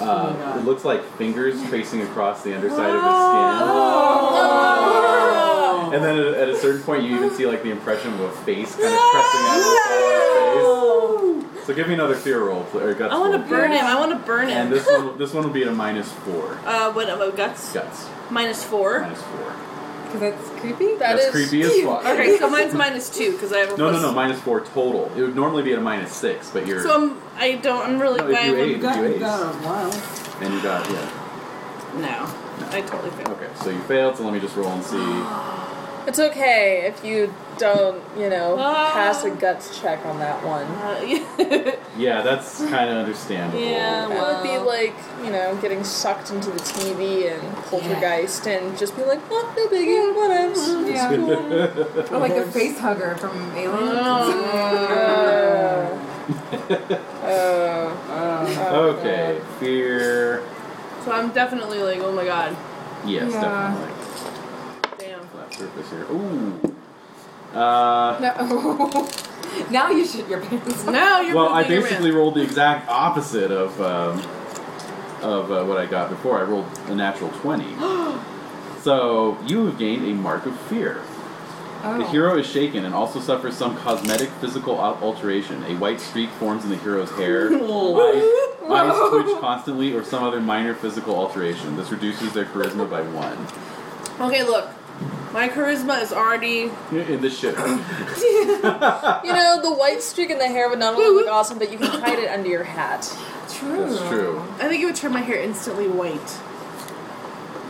[SPEAKER 4] Oh
[SPEAKER 2] uh,
[SPEAKER 4] my God.
[SPEAKER 2] it looks like fingers tracing across the underside
[SPEAKER 3] Oh.
[SPEAKER 5] Oh.
[SPEAKER 2] of his skin. And then at, at a certain point, you even see like the impression of a face kind of pressing out of the side of his face. So give me another fear roll, pl- or guts
[SPEAKER 3] I want to
[SPEAKER 2] roll,
[SPEAKER 3] burn
[SPEAKER 2] please.
[SPEAKER 3] him. I want to burn
[SPEAKER 2] And
[SPEAKER 3] him.
[SPEAKER 2] this one, will- this one will be at a minus four.
[SPEAKER 3] Uh, what about guts?
[SPEAKER 2] Guts.
[SPEAKER 3] Minus four.
[SPEAKER 2] Minus four.
[SPEAKER 7] Because that's creepy.
[SPEAKER 5] That
[SPEAKER 2] That's
[SPEAKER 5] is-
[SPEAKER 2] creepy as fuck.
[SPEAKER 3] Okay, so mine's minus two because I have a
[SPEAKER 2] No, no,
[SPEAKER 3] plus-
[SPEAKER 2] no, minus four total. It would normally be at a minus six, but you're
[SPEAKER 3] So I'm, I don't. I'm really.
[SPEAKER 2] No, if
[SPEAKER 3] I
[SPEAKER 2] you
[SPEAKER 3] would-
[SPEAKER 2] ate-
[SPEAKER 4] You got, you
[SPEAKER 2] Ace.
[SPEAKER 4] got a while.
[SPEAKER 2] and you got yeah.
[SPEAKER 3] no, I totally failed.
[SPEAKER 2] Okay, so you failed. So let me just roll and see.
[SPEAKER 5] It's okay if you don't, you know,
[SPEAKER 3] Ah.
[SPEAKER 5] pass a guts check on that one.
[SPEAKER 3] Uh, yeah.
[SPEAKER 2] Yeah, that's kind of understandable.
[SPEAKER 3] Yeah.
[SPEAKER 5] That would be
[SPEAKER 3] Wow.
[SPEAKER 5] like, you know, getting sucked into the TV and poltergeist and just be like, oh, no biggie, whatever.
[SPEAKER 7] Yeah. Or Oh, like the face hugger from
[SPEAKER 5] Uh,
[SPEAKER 7] Alien.
[SPEAKER 5] uh,
[SPEAKER 2] okay, fear.
[SPEAKER 3] so I'm definitely like, oh my god,
[SPEAKER 2] Yes,
[SPEAKER 7] Yeah.
[SPEAKER 2] definitely.
[SPEAKER 3] damn.
[SPEAKER 2] Flat surface here. Ooh. Uh,
[SPEAKER 7] No. now you shit your pants.
[SPEAKER 3] Now you're.
[SPEAKER 2] well, I
[SPEAKER 3] pooping your
[SPEAKER 2] basically rolled the exact opposite of um, of uh, what I got before. I rolled a natural twenty. so you have gained a mark of fear. The
[SPEAKER 7] Oh.
[SPEAKER 2] hero is shaken and also suffers some cosmetic physical al- alteration. A white streak forms in the hero's hair. eyes, eyes twitch constantly, or some other minor physical alteration. This reduces their charisma by one.
[SPEAKER 3] man. Okay, look, my charisma is already.
[SPEAKER 2] In this shit.
[SPEAKER 5] you know, the white streak in the hair would not only look awesome, but you can hide it under your hat.
[SPEAKER 7] True.
[SPEAKER 2] That's true.
[SPEAKER 3] I think it would turn my hair instantly white.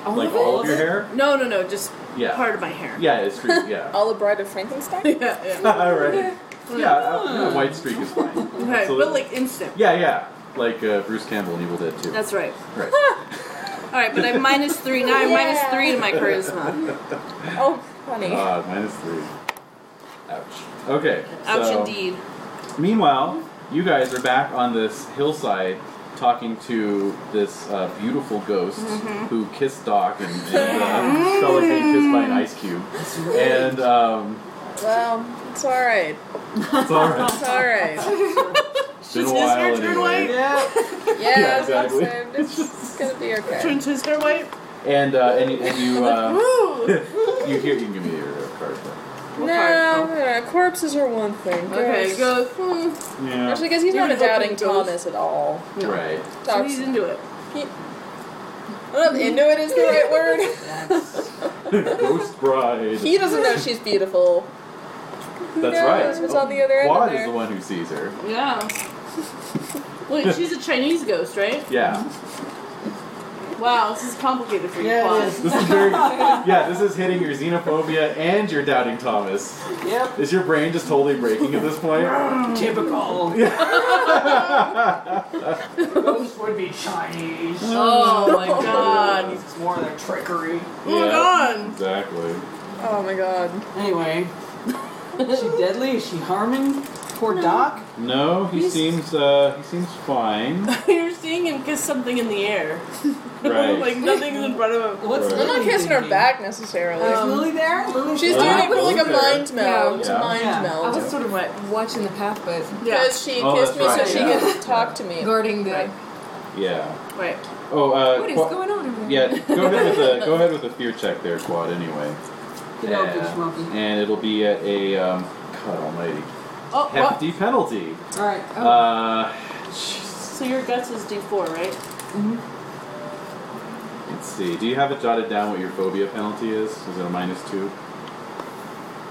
[SPEAKER 7] All
[SPEAKER 2] Like
[SPEAKER 7] of
[SPEAKER 2] all
[SPEAKER 7] it?
[SPEAKER 2] of your hair?
[SPEAKER 3] No, no, no, just
[SPEAKER 2] Yeah.
[SPEAKER 3] part of my hair.
[SPEAKER 2] Yeah, it's true. Yeah.
[SPEAKER 5] All the Bride of Frankenstein?
[SPEAKER 3] yeah, yeah.
[SPEAKER 2] Alright. Yeah, uh, a white streak is fine.
[SPEAKER 3] Okay,
[SPEAKER 2] So-
[SPEAKER 3] but like instant.
[SPEAKER 2] Yeah, yeah. Like uh, Bruce Campbell in Evil Dead 2.
[SPEAKER 3] That's right.
[SPEAKER 2] right.
[SPEAKER 3] All right, but I'm minus three now. I'm minus three to my charisma.
[SPEAKER 5] Oh, funny.
[SPEAKER 2] Uh, minus three. Ouch. Okay.
[SPEAKER 3] Ouch,
[SPEAKER 2] so-
[SPEAKER 3] indeed.
[SPEAKER 2] Meanwhile, you guys are back on this hillside talking to this uh, beautiful ghost
[SPEAKER 5] Mm-hmm.
[SPEAKER 2] who kissed Doc and, and uh, felt like being kissed by an ice cube. And um,
[SPEAKER 5] Well, it's alright.
[SPEAKER 2] it's all right.
[SPEAKER 5] It's alright.
[SPEAKER 2] It's been a
[SPEAKER 3] Just
[SPEAKER 2] while
[SPEAKER 3] his hair turn
[SPEAKER 2] anyway.
[SPEAKER 4] Yeah.
[SPEAKER 5] Yeah, it's
[SPEAKER 2] exactly.
[SPEAKER 5] awesome. It's, it's gonna be okay.
[SPEAKER 3] Turns his hair white.
[SPEAKER 2] And uh, and, and you uh,
[SPEAKER 3] Woo!
[SPEAKER 2] you hear you can give me your uh, card. but-
[SPEAKER 5] No,
[SPEAKER 4] What part?
[SPEAKER 5] no, corpses are one thing.
[SPEAKER 3] Okay,
[SPEAKER 5] Gross.
[SPEAKER 3] go. hmm.
[SPEAKER 2] Yeah.
[SPEAKER 5] Actually, because he's
[SPEAKER 3] You're
[SPEAKER 5] not a
[SPEAKER 3] an open
[SPEAKER 5] doubting
[SPEAKER 3] ghost.
[SPEAKER 5] Thomas at all.
[SPEAKER 3] No.
[SPEAKER 2] Right.
[SPEAKER 3] So
[SPEAKER 5] Doc's,
[SPEAKER 3] he's into it.
[SPEAKER 5] I don't know if into it is the right word.
[SPEAKER 2] ghost bride.
[SPEAKER 5] He doesn't know she's beautiful. Who
[SPEAKER 2] That's
[SPEAKER 5] knows
[SPEAKER 2] right.
[SPEAKER 5] what's on the other end
[SPEAKER 2] Quad
[SPEAKER 5] of
[SPEAKER 2] is
[SPEAKER 5] there?
[SPEAKER 2] the one who sees her.
[SPEAKER 3] Yeah. Wait, she's a Chinese ghost, right?
[SPEAKER 2] Yeah.
[SPEAKER 3] Wow, this is complicated for you,
[SPEAKER 4] Yeah, it
[SPEAKER 3] Quan.
[SPEAKER 4] is.
[SPEAKER 2] This is very. yeah. This is hitting your xenophobia and your doubting Thomas.
[SPEAKER 4] Yep.
[SPEAKER 2] Is your brain just totally breaking at this point?
[SPEAKER 4] Typical. Those would be Chinese.
[SPEAKER 3] Oh my
[SPEAKER 7] Oh
[SPEAKER 3] god.
[SPEAKER 4] It's more their trickery.
[SPEAKER 3] Oh my god.
[SPEAKER 2] Exactly.
[SPEAKER 5] Oh my god.
[SPEAKER 4] Anyway, is she deadly? Is she harming? Poor Doc.
[SPEAKER 2] No, he seems uh, he seems fine.
[SPEAKER 3] You're seeing him kiss something in the air.
[SPEAKER 2] Right.
[SPEAKER 3] like nothing's in front of him. Oh.
[SPEAKER 4] What's
[SPEAKER 2] Right.
[SPEAKER 5] I'm
[SPEAKER 4] Lily
[SPEAKER 5] not kissing her
[SPEAKER 4] thinking? Oh,
[SPEAKER 5] back necessarily.
[SPEAKER 4] Is Lily there? Lily.
[SPEAKER 5] she's
[SPEAKER 2] Oh,
[SPEAKER 5] doing it for like a
[SPEAKER 2] okay.
[SPEAKER 5] mind meld. It's a
[SPEAKER 2] Yeah.
[SPEAKER 5] mind
[SPEAKER 4] Yeah.
[SPEAKER 7] I
[SPEAKER 5] meld.
[SPEAKER 7] was sort of watching the path, but
[SPEAKER 3] Yeah.
[SPEAKER 5] Because she
[SPEAKER 2] Oh,
[SPEAKER 5] kissed me
[SPEAKER 2] that's
[SPEAKER 5] so
[SPEAKER 2] right,
[SPEAKER 5] she
[SPEAKER 2] yeah.
[SPEAKER 5] could talk to me.
[SPEAKER 7] guarding the.
[SPEAKER 3] Right.
[SPEAKER 2] Yeah.
[SPEAKER 3] Right.
[SPEAKER 2] Oh, uh,
[SPEAKER 7] What is
[SPEAKER 2] Qua-
[SPEAKER 7] going on over there?
[SPEAKER 2] yeah. Go ahead with the go ahead with the fear check there, Quad. Anyway.
[SPEAKER 4] Good old bitch monkey.
[SPEAKER 2] And it'll be at a um, God Almighty
[SPEAKER 3] Oh, what?
[SPEAKER 2] hefty penalty.
[SPEAKER 4] All right.
[SPEAKER 7] Oh.
[SPEAKER 2] Uh,
[SPEAKER 3] So your guts is D4, right?
[SPEAKER 2] let's see. Do you have it jotted down what your phobia penalty is? Is it a minus two?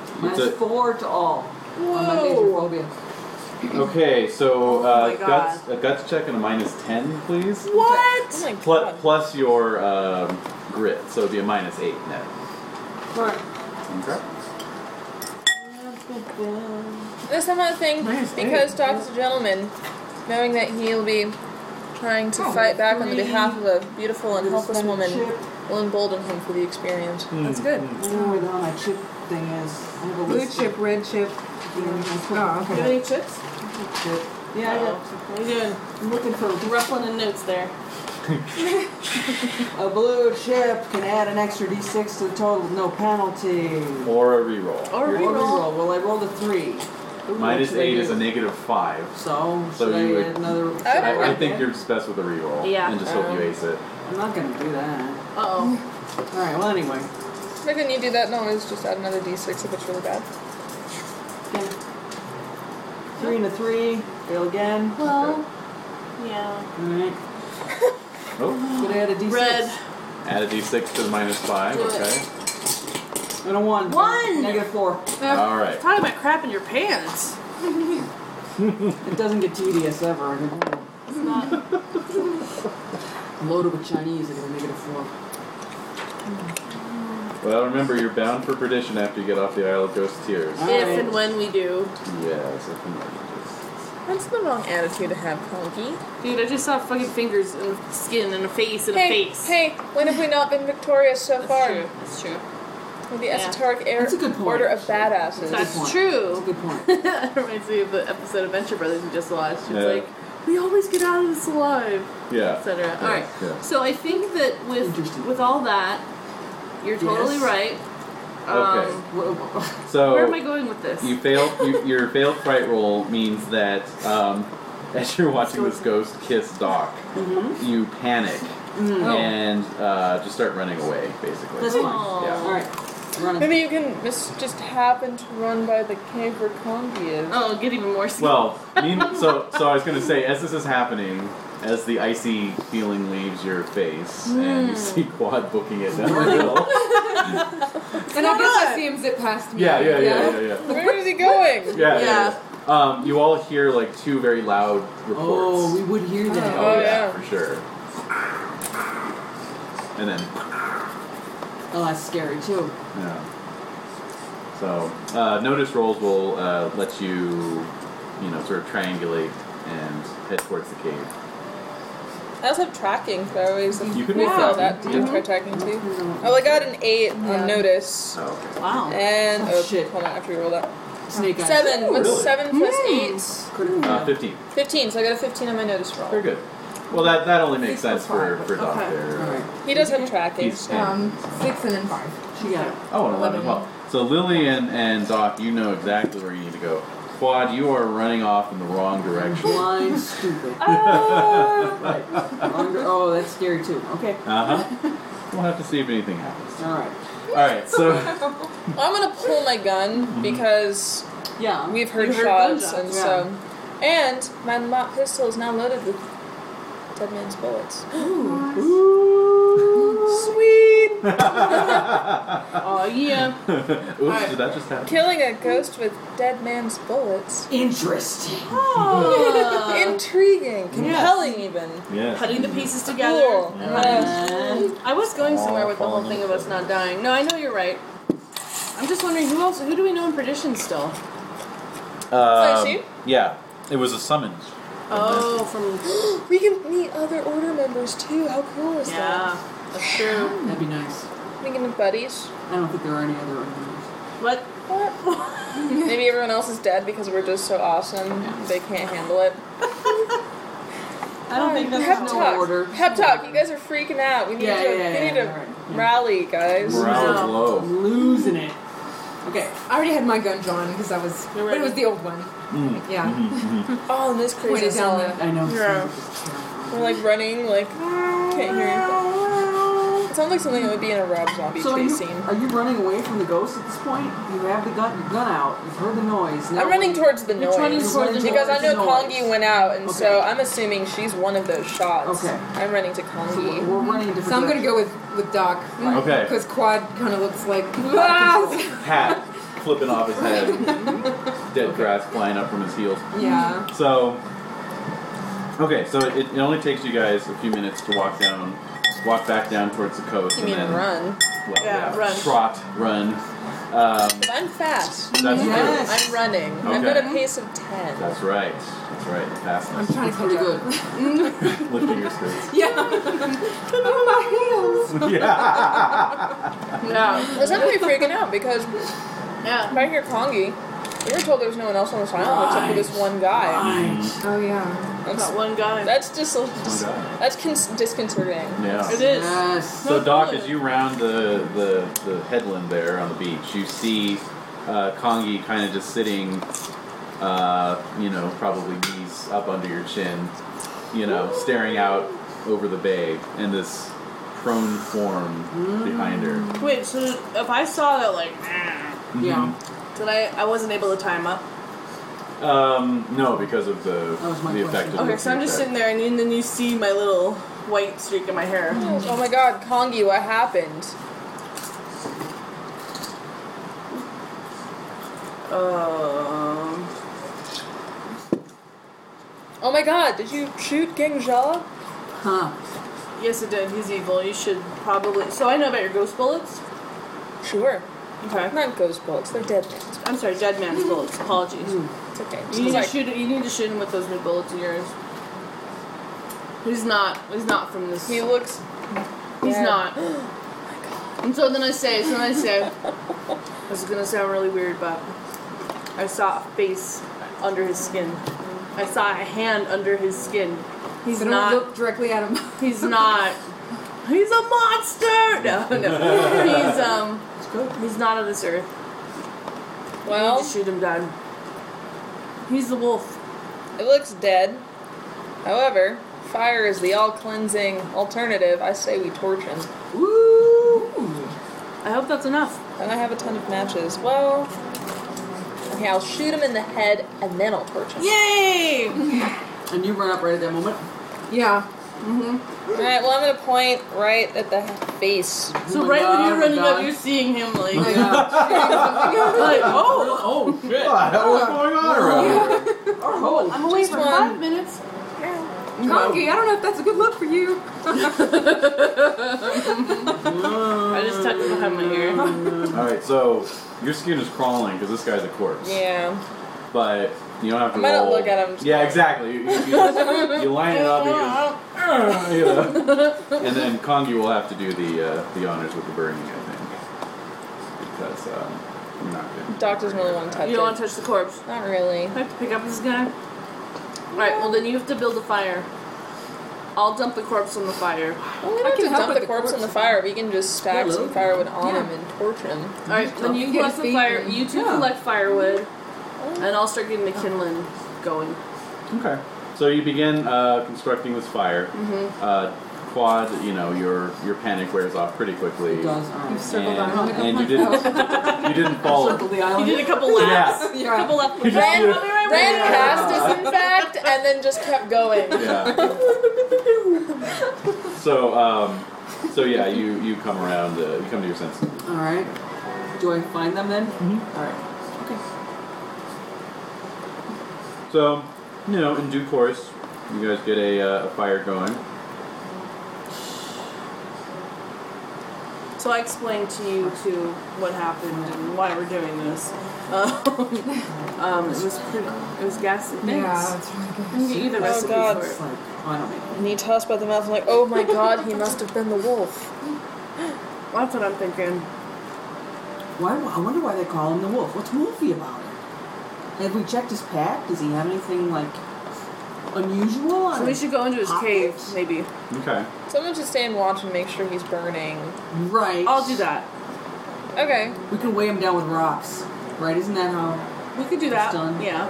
[SPEAKER 2] It's
[SPEAKER 4] Minus
[SPEAKER 2] a,
[SPEAKER 4] four to all. On my major phobia.
[SPEAKER 2] Okay, so
[SPEAKER 7] Oh
[SPEAKER 2] uh,
[SPEAKER 7] my
[SPEAKER 2] guts, a guts check and a minus ten, please.
[SPEAKER 5] Oh
[SPEAKER 3] What?
[SPEAKER 5] my
[SPEAKER 2] Pl-
[SPEAKER 5] god.
[SPEAKER 2] plus your um, grit, so it'd be a minus eight net.
[SPEAKER 7] Right.
[SPEAKER 2] Okay.
[SPEAKER 5] This time out thing,
[SPEAKER 7] Minus eight.
[SPEAKER 5] because Doc is a gentleman, knowing that he'll be trying to
[SPEAKER 7] Oh,
[SPEAKER 5] fight back on the
[SPEAKER 7] three.
[SPEAKER 5] behalf of a beautiful and helpless
[SPEAKER 4] Spend
[SPEAKER 5] woman
[SPEAKER 4] chip.
[SPEAKER 5] will embolden him for the experience.
[SPEAKER 7] That's good.
[SPEAKER 4] I don't know where the hell my chip thing is. I have a
[SPEAKER 7] Blue
[SPEAKER 4] list.
[SPEAKER 7] chip, red chip.
[SPEAKER 3] Do
[SPEAKER 4] Yeah,
[SPEAKER 7] Oh,
[SPEAKER 3] you
[SPEAKER 7] okay.
[SPEAKER 3] have any chips?
[SPEAKER 4] I got,
[SPEAKER 3] What are you doing?
[SPEAKER 4] I'm looking for
[SPEAKER 3] Ruffling in notes there.
[SPEAKER 4] a blue chip can add an extra d6 to the total, no penalty.
[SPEAKER 2] Or a reroll.
[SPEAKER 3] Or
[SPEAKER 4] Or
[SPEAKER 3] reroll.
[SPEAKER 4] reroll. Well, I rolled a three. Ooh, what
[SPEAKER 2] Minus
[SPEAKER 4] should I
[SPEAKER 2] eight is a
[SPEAKER 4] do?
[SPEAKER 2] negative five.
[SPEAKER 4] So,
[SPEAKER 2] So
[SPEAKER 4] should I
[SPEAKER 2] you would-
[SPEAKER 4] add another?
[SPEAKER 5] I don't
[SPEAKER 2] I, I
[SPEAKER 5] know.
[SPEAKER 2] think you're just best with a reroll.
[SPEAKER 3] Yeah.
[SPEAKER 2] And just hope you
[SPEAKER 5] Um,
[SPEAKER 2] ace it.
[SPEAKER 4] I'm not gonna do that.
[SPEAKER 3] Oh.
[SPEAKER 4] All right. Well, anyway.
[SPEAKER 5] Why couldn't you do that and always just add another d6 if it's really bad?
[SPEAKER 4] Three and a three. Fail again.
[SPEAKER 2] Well.
[SPEAKER 3] Yeah.
[SPEAKER 4] All right.
[SPEAKER 2] Oh,
[SPEAKER 4] Should I add a d6?
[SPEAKER 3] Red.
[SPEAKER 2] add a d6 to the minus five.
[SPEAKER 3] Do it.
[SPEAKER 2] Okay.
[SPEAKER 4] And a one.
[SPEAKER 3] One!
[SPEAKER 4] Negative four.
[SPEAKER 2] All right.
[SPEAKER 3] Talking about crap in your pants.
[SPEAKER 4] It doesn't get tedious ever. I can do it.
[SPEAKER 3] It's not.
[SPEAKER 4] I'm loaded with Chinese. I get a negative four.
[SPEAKER 2] Well, remember, you're bound for perdition after you get off the Isle of Ghost Tears.
[SPEAKER 4] All
[SPEAKER 3] if
[SPEAKER 4] right.
[SPEAKER 3] and when we do.
[SPEAKER 2] Yeah, so come on.
[SPEAKER 5] That's the wrong attitude to have, Conky.
[SPEAKER 3] Dude, I just saw fucking fingers and skin and a face and
[SPEAKER 5] Hey,
[SPEAKER 3] a face.
[SPEAKER 5] hey, when have we not been victorious so
[SPEAKER 3] That's
[SPEAKER 5] far?
[SPEAKER 3] true. That's true.
[SPEAKER 5] With the
[SPEAKER 3] Yeah.
[SPEAKER 5] esoteric air
[SPEAKER 4] That's a good point.
[SPEAKER 5] order of badasses.
[SPEAKER 4] That's a good
[SPEAKER 3] That's
[SPEAKER 4] point. That's a
[SPEAKER 3] true.
[SPEAKER 4] Oh, good point.
[SPEAKER 3] that reminds me of the episode of Venture Brothers we just watched. It's
[SPEAKER 2] Yeah.
[SPEAKER 3] like, we always get out of this alive,
[SPEAKER 2] Yeah.
[SPEAKER 3] etc. All right.
[SPEAKER 2] Yeah.
[SPEAKER 3] So I think that with
[SPEAKER 4] Interesting.
[SPEAKER 3] with all that, you're totally
[SPEAKER 4] Yes.
[SPEAKER 3] right.
[SPEAKER 2] Okay.
[SPEAKER 3] Um,
[SPEAKER 4] Wha- wha-
[SPEAKER 2] So.
[SPEAKER 3] Where am I going with this?
[SPEAKER 2] You failed. You, your failed fright roll means that um, as you're watching this ghost kiss Doc,
[SPEAKER 3] Mm-hmm.
[SPEAKER 2] you panic
[SPEAKER 3] Oh.
[SPEAKER 2] and uh, just start running away, basically.
[SPEAKER 4] That's fine. All
[SPEAKER 2] Yeah.
[SPEAKER 4] right. Running.
[SPEAKER 5] Maybe you can mis- just happen to run by the cave where Conky is.
[SPEAKER 3] oh, get even more. skin.
[SPEAKER 2] Well, mean, so so I was gonna say, as this is happening, as the icy feeling leaves your face,
[SPEAKER 3] Mm.
[SPEAKER 2] and you see Quad booking it down the hill.
[SPEAKER 7] And I guess I see him zip past me.
[SPEAKER 2] yeah, yeah, yeah, yeah, yeah.
[SPEAKER 5] Where is he going?
[SPEAKER 2] Yeah, yeah, yeah. Um, you all hear like two very loud reports.
[SPEAKER 4] Oh, we would hear that.
[SPEAKER 5] Oh,
[SPEAKER 2] Oh, yeah,
[SPEAKER 5] yeah.
[SPEAKER 2] for sure. And then,
[SPEAKER 4] Oh, that's scary too.
[SPEAKER 2] yeah. So, uh, notice rolls will uh, let you, you know, sort of triangulate and head towards the cave.
[SPEAKER 5] I also have tracking, so I always
[SPEAKER 2] You can
[SPEAKER 5] we
[SPEAKER 2] make
[SPEAKER 5] fail that.
[SPEAKER 2] tracking,
[SPEAKER 5] Did you
[SPEAKER 2] yeah.
[SPEAKER 5] try tracking too? Oh, I got an eight
[SPEAKER 7] Yeah.
[SPEAKER 5] on notice.
[SPEAKER 2] Oh, okay.
[SPEAKER 4] Wow.
[SPEAKER 5] And
[SPEAKER 4] Oh,
[SPEAKER 5] oh,
[SPEAKER 4] shit.
[SPEAKER 5] hold on, after you roll that.
[SPEAKER 4] Snake eyes.
[SPEAKER 5] Seven. What's
[SPEAKER 2] really?
[SPEAKER 5] seven plus
[SPEAKER 4] Mm. Critical.
[SPEAKER 2] Uh, 15.
[SPEAKER 5] eight? Fifteen. So I got a fifteen on my notice roll.
[SPEAKER 2] Very good. Well, that, that only makes
[SPEAKER 7] Six
[SPEAKER 2] sense for,
[SPEAKER 7] plus
[SPEAKER 2] for Doc
[SPEAKER 3] Okay.
[SPEAKER 4] All
[SPEAKER 2] there.
[SPEAKER 4] right.
[SPEAKER 5] He does have tracking.
[SPEAKER 2] He's-
[SPEAKER 7] Um, six and then five.
[SPEAKER 4] She got it.
[SPEAKER 2] Oh, and 11 as well. So Lily and, and Doc, you know exactly where you need to go. Quad, you are running off in the wrong direction.
[SPEAKER 4] Blind, stupid.
[SPEAKER 5] Ah.
[SPEAKER 4] Under- oh, that's scary too. Okay.
[SPEAKER 2] Uh huh. We'll have to see if anything happens.
[SPEAKER 4] All right.
[SPEAKER 2] All right, so
[SPEAKER 5] I'm gonna pull my gun because
[SPEAKER 4] Yeah.
[SPEAKER 5] we've heard,
[SPEAKER 3] We've heard
[SPEAKER 5] shots, and
[SPEAKER 4] gunshots,
[SPEAKER 5] so. And my mop pistol is now loaded with dead man's bullets. Sweet.
[SPEAKER 3] Oh yeah.
[SPEAKER 2] oops,
[SPEAKER 3] right.
[SPEAKER 2] did that just happen?
[SPEAKER 5] Killing a ghost with dead man's bullets.
[SPEAKER 4] Interesting.
[SPEAKER 3] Oh.
[SPEAKER 5] Intriguing, compelling, even.
[SPEAKER 2] Yeah.
[SPEAKER 3] Putting the pieces together.
[SPEAKER 5] Cool. Uh,
[SPEAKER 4] And
[SPEAKER 3] I was going somewhere
[SPEAKER 1] All
[SPEAKER 3] with the whole
[SPEAKER 1] falling
[SPEAKER 3] thing of us not dying. No, I know you're right. I'm just wondering who else. Who do we know in Perdition still?
[SPEAKER 5] I
[SPEAKER 2] Um,
[SPEAKER 5] see.
[SPEAKER 1] yeah, it was a summons.
[SPEAKER 3] Oh, from
[SPEAKER 5] we can meet other order members too. How cool is
[SPEAKER 3] yeah, that's true.
[SPEAKER 4] that'd be nice.
[SPEAKER 5] that? We can be buddies.
[SPEAKER 4] I don't think there are any other ornaments.
[SPEAKER 3] What?
[SPEAKER 5] Maybe everyone else is dead because we're just so awesome. They can't handle it.
[SPEAKER 4] I don't think
[SPEAKER 5] Pep
[SPEAKER 4] that's
[SPEAKER 5] talk.
[SPEAKER 4] no order.
[SPEAKER 5] Pep talk. You guys are freaking out. We need
[SPEAKER 4] Yeah,
[SPEAKER 5] to.
[SPEAKER 4] yeah,
[SPEAKER 5] we
[SPEAKER 4] yeah,
[SPEAKER 5] need to
[SPEAKER 4] alright, yeah.
[SPEAKER 5] rally, guys.
[SPEAKER 2] Morale is
[SPEAKER 3] No.
[SPEAKER 2] low.
[SPEAKER 4] I'm losing it.
[SPEAKER 7] Okay, I already had my gun drawn because I was,
[SPEAKER 3] You're
[SPEAKER 7] but it was
[SPEAKER 3] ready.
[SPEAKER 7] the old one.
[SPEAKER 2] Mm.
[SPEAKER 7] Yeah.
[SPEAKER 2] Mm-hmm.
[SPEAKER 5] Oh, and this crazy
[SPEAKER 7] Pointed down
[SPEAKER 5] song.
[SPEAKER 4] I know.
[SPEAKER 3] Yeah.
[SPEAKER 5] We're like running, like can't hear anything. It sounds like something that would be in a Rob Zombie
[SPEAKER 4] So are
[SPEAKER 5] chase
[SPEAKER 4] you,
[SPEAKER 5] scene.
[SPEAKER 4] are you running away from the ghost at this point? You have the gun, gun out. You've heard the noise. Now
[SPEAKER 5] I'm running towards the noise.
[SPEAKER 4] running toward the
[SPEAKER 5] because I
[SPEAKER 4] noise.
[SPEAKER 5] know
[SPEAKER 4] Noise.
[SPEAKER 5] Kongi went out, and so
[SPEAKER 4] Okay.
[SPEAKER 5] I'm assuming she's one of those shots.
[SPEAKER 4] Okay.
[SPEAKER 5] I'm running to
[SPEAKER 4] So we're,
[SPEAKER 5] Kongi.
[SPEAKER 4] we're running. in different
[SPEAKER 7] So I'm gonna
[SPEAKER 4] directions.
[SPEAKER 7] go with with Doc
[SPEAKER 2] Okay.
[SPEAKER 7] because Quad kind of looks like.
[SPEAKER 2] Hat. flipping off his head, dead grass flying up from his heels.
[SPEAKER 7] Yeah.
[SPEAKER 2] So, okay, so it, it only takes you guys a few minutes to walk down, walk back down towards the coast,
[SPEAKER 5] You
[SPEAKER 2] and
[SPEAKER 5] mean
[SPEAKER 2] then
[SPEAKER 5] run?
[SPEAKER 2] Well,
[SPEAKER 3] Yeah, run.
[SPEAKER 2] trot, run. Um,
[SPEAKER 5] But I'm fast.
[SPEAKER 2] that's
[SPEAKER 4] Yes.
[SPEAKER 2] good.
[SPEAKER 5] I'm running. I've
[SPEAKER 2] Okay.
[SPEAKER 5] got a pace of ten.
[SPEAKER 2] That's right. That's right.
[SPEAKER 7] I'm
[SPEAKER 2] Fastness.
[SPEAKER 7] trying to
[SPEAKER 4] Pretty
[SPEAKER 7] catch
[SPEAKER 4] good.
[SPEAKER 7] up.
[SPEAKER 2] Lifting your skirts.
[SPEAKER 7] Yeah. oh, my heels.
[SPEAKER 2] yeah.
[SPEAKER 3] Yeah.
[SPEAKER 5] Was everybody freaking out because
[SPEAKER 3] Yeah.
[SPEAKER 5] back here, Kongi, we were told there was no one else on this island except for this one guy.
[SPEAKER 4] Right.
[SPEAKER 7] Oh, yeah.
[SPEAKER 5] That's,
[SPEAKER 3] That one guy.
[SPEAKER 5] that's just
[SPEAKER 2] Oh, God.
[SPEAKER 5] that's cons- disconcerting.
[SPEAKER 3] it
[SPEAKER 2] Yeah.
[SPEAKER 3] is.
[SPEAKER 4] Yes.
[SPEAKER 2] So Doc, as you round the, the, the headland there on the beach, you see uh, Kongi kind of just sitting, uh, you know, probably knees up under your chin, you know, staring out over the bay, and this prone form behind her.
[SPEAKER 3] Wait, so if I saw that, like, ah,
[SPEAKER 4] Yeah.
[SPEAKER 3] did I? I wasn't able to time up.
[SPEAKER 2] Um, no, because of the
[SPEAKER 4] That was my
[SPEAKER 2] the effect
[SPEAKER 4] question.
[SPEAKER 2] of
[SPEAKER 3] Okay,
[SPEAKER 2] the
[SPEAKER 3] so I'm just
[SPEAKER 2] effect.
[SPEAKER 3] sitting there, and then- then you see my little white streak in my hair.
[SPEAKER 5] Oh my God, Kongi, what happened?
[SPEAKER 3] Um,
[SPEAKER 5] Oh my God, did you shoot Gengzha?
[SPEAKER 4] Huh.
[SPEAKER 3] yes, it did. He's evil. You should probably. So I know about your ghost bullets.
[SPEAKER 5] Sure.
[SPEAKER 3] Okay.
[SPEAKER 5] Not ghost bullets. They're dead things.
[SPEAKER 3] I'm sorry, dead man's bullets. Apologies.
[SPEAKER 5] It's okay.
[SPEAKER 3] You need,
[SPEAKER 5] Just like-
[SPEAKER 3] to shoot, you need to shoot him with those new bullets of yours. He's not. He's not from this.
[SPEAKER 5] He looks.
[SPEAKER 3] He's
[SPEAKER 5] Yeah.
[SPEAKER 3] not. And so then I say, so then I say, this is gonna sound really weird, but I saw a face under his skin. I saw a hand under his skin. He's
[SPEAKER 7] Gonna
[SPEAKER 3] not.
[SPEAKER 7] look directly at him.
[SPEAKER 3] He's not. He's a monster. No, no. He's um. He's not of this earth.
[SPEAKER 5] Well,
[SPEAKER 3] You need to shoot him down. He's the wolf.
[SPEAKER 5] it looks dead. However, fire is the all-cleansing alternative. I say we torch him.
[SPEAKER 4] Woo!
[SPEAKER 3] I hope that's enough.
[SPEAKER 5] And I have a ton of matches. Well, okay, I'll shoot him in the head and then I'll torch him.
[SPEAKER 3] Yay!
[SPEAKER 4] And you run up right at that moment.
[SPEAKER 7] Yeah.
[SPEAKER 5] All right. Well, I'm gonna point right at the face.
[SPEAKER 3] So
[SPEAKER 4] Oh my
[SPEAKER 3] right when
[SPEAKER 4] God, oh
[SPEAKER 3] you're
[SPEAKER 4] my
[SPEAKER 3] running up,
[SPEAKER 4] God.
[SPEAKER 3] you're seeing him like,
[SPEAKER 7] Like,
[SPEAKER 3] like
[SPEAKER 7] uh,
[SPEAKER 3] oh,
[SPEAKER 4] Oh shit!
[SPEAKER 2] What the hell is going on around here?
[SPEAKER 4] Oh.
[SPEAKER 3] I'm away
[SPEAKER 5] Just
[SPEAKER 3] for
[SPEAKER 5] one.
[SPEAKER 3] five minutes.
[SPEAKER 7] Conky, Um, I don't know if that's a good look for you.
[SPEAKER 3] I just tucked it behind my ear.
[SPEAKER 2] All right, so your skin is crawling because this guy's a corpse.
[SPEAKER 5] Yeah.
[SPEAKER 2] But you don't have to
[SPEAKER 5] I might not
[SPEAKER 2] roll.
[SPEAKER 5] look at him.
[SPEAKER 2] Yeah, exactly. You, you, you, just- you line it up, and, you just, you know. and then Kongi will have to do the uh, the honors with the burning, I think, because um, you're not good.
[SPEAKER 5] Doc doesn't really want to touch
[SPEAKER 3] You don't want
[SPEAKER 5] it.
[SPEAKER 3] to touch the corpse.
[SPEAKER 5] Not really.
[SPEAKER 3] I have to pick up this guy. Alright, well then you have to build a fire. I'll dump the corpse on the fire.
[SPEAKER 5] Well, we don't have
[SPEAKER 7] can
[SPEAKER 5] to
[SPEAKER 7] help
[SPEAKER 5] dump
[SPEAKER 7] with
[SPEAKER 5] the
[SPEAKER 7] the
[SPEAKER 5] corpse in the
[SPEAKER 7] corpse.
[SPEAKER 5] fire. We can just stack
[SPEAKER 4] Hello.
[SPEAKER 5] some firewood on
[SPEAKER 7] Yeah.
[SPEAKER 5] him and torch him.
[SPEAKER 3] Alright, then you
[SPEAKER 7] You get
[SPEAKER 3] collect
[SPEAKER 7] to
[SPEAKER 3] the
[SPEAKER 7] feed
[SPEAKER 3] fire.
[SPEAKER 7] him.
[SPEAKER 3] You two
[SPEAKER 4] Yeah.
[SPEAKER 3] collect firewood, and I'll start getting the kindling going.
[SPEAKER 2] Okay. So you begin uh, constructing this fire.
[SPEAKER 5] Mm-hmm.
[SPEAKER 2] Uh, quad, you know, your your panic wears off pretty quickly.
[SPEAKER 4] It does. alright.
[SPEAKER 7] You've circled
[SPEAKER 2] And,
[SPEAKER 7] around.
[SPEAKER 2] and you didn't you didn't fall.
[SPEAKER 4] Circle the
[SPEAKER 3] You
[SPEAKER 4] island.
[SPEAKER 3] did a couple laps.
[SPEAKER 2] Yeah.
[SPEAKER 3] You did A couple laps.
[SPEAKER 2] You just
[SPEAKER 3] Ran,
[SPEAKER 2] did-
[SPEAKER 3] I'll be right with
[SPEAKER 5] Ran
[SPEAKER 3] you.
[SPEAKER 5] past us, in fact, and then just kept going.
[SPEAKER 2] yeah. so, um, so yeah, you you come around, uh, you come to your senses.
[SPEAKER 4] All right. Do I find them then? Mm-hmm. All right.
[SPEAKER 2] So, you know, in due course, you guys get a, uh, a fire going.
[SPEAKER 3] So I explained to you two what happened and why
[SPEAKER 4] Oh
[SPEAKER 3] we're doing this. Um, um, it was pretty, it was ghastly. Thanks.
[SPEAKER 7] Yeah, it's really
[SPEAKER 3] I can get you the
[SPEAKER 5] Oh,
[SPEAKER 3] recipe
[SPEAKER 5] God.
[SPEAKER 3] for
[SPEAKER 4] It's
[SPEAKER 3] it.
[SPEAKER 4] like, oh, I don't make
[SPEAKER 5] And he tossed by the mouth, like, oh my god, he must have been the wolf.
[SPEAKER 3] That's what I'm thinking.
[SPEAKER 4] Why? I wonder why they call him the wolf. What's wolfy about him? Have we checked his pack? Does he have anything like unusual? on
[SPEAKER 3] So we
[SPEAKER 4] him?
[SPEAKER 3] should go into his cave,
[SPEAKER 4] Pockets?
[SPEAKER 3] maybe.
[SPEAKER 2] Okay.
[SPEAKER 5] Someone should stay and watch and make sure he's burning.
[SPEAKER 4] Right.
[SPEAKER 3] I'll do that.
[SPEAKER 5] Okay.
[SPEAKER 4] We can weigh him down with rocks. Right? Isn't that how
[SPEAKER 3] We could do
[SPEAKER 4] it's
[SPEAKER 3] that.
[SPEAKER 4] done?
[SPEAKER 3] Yeah.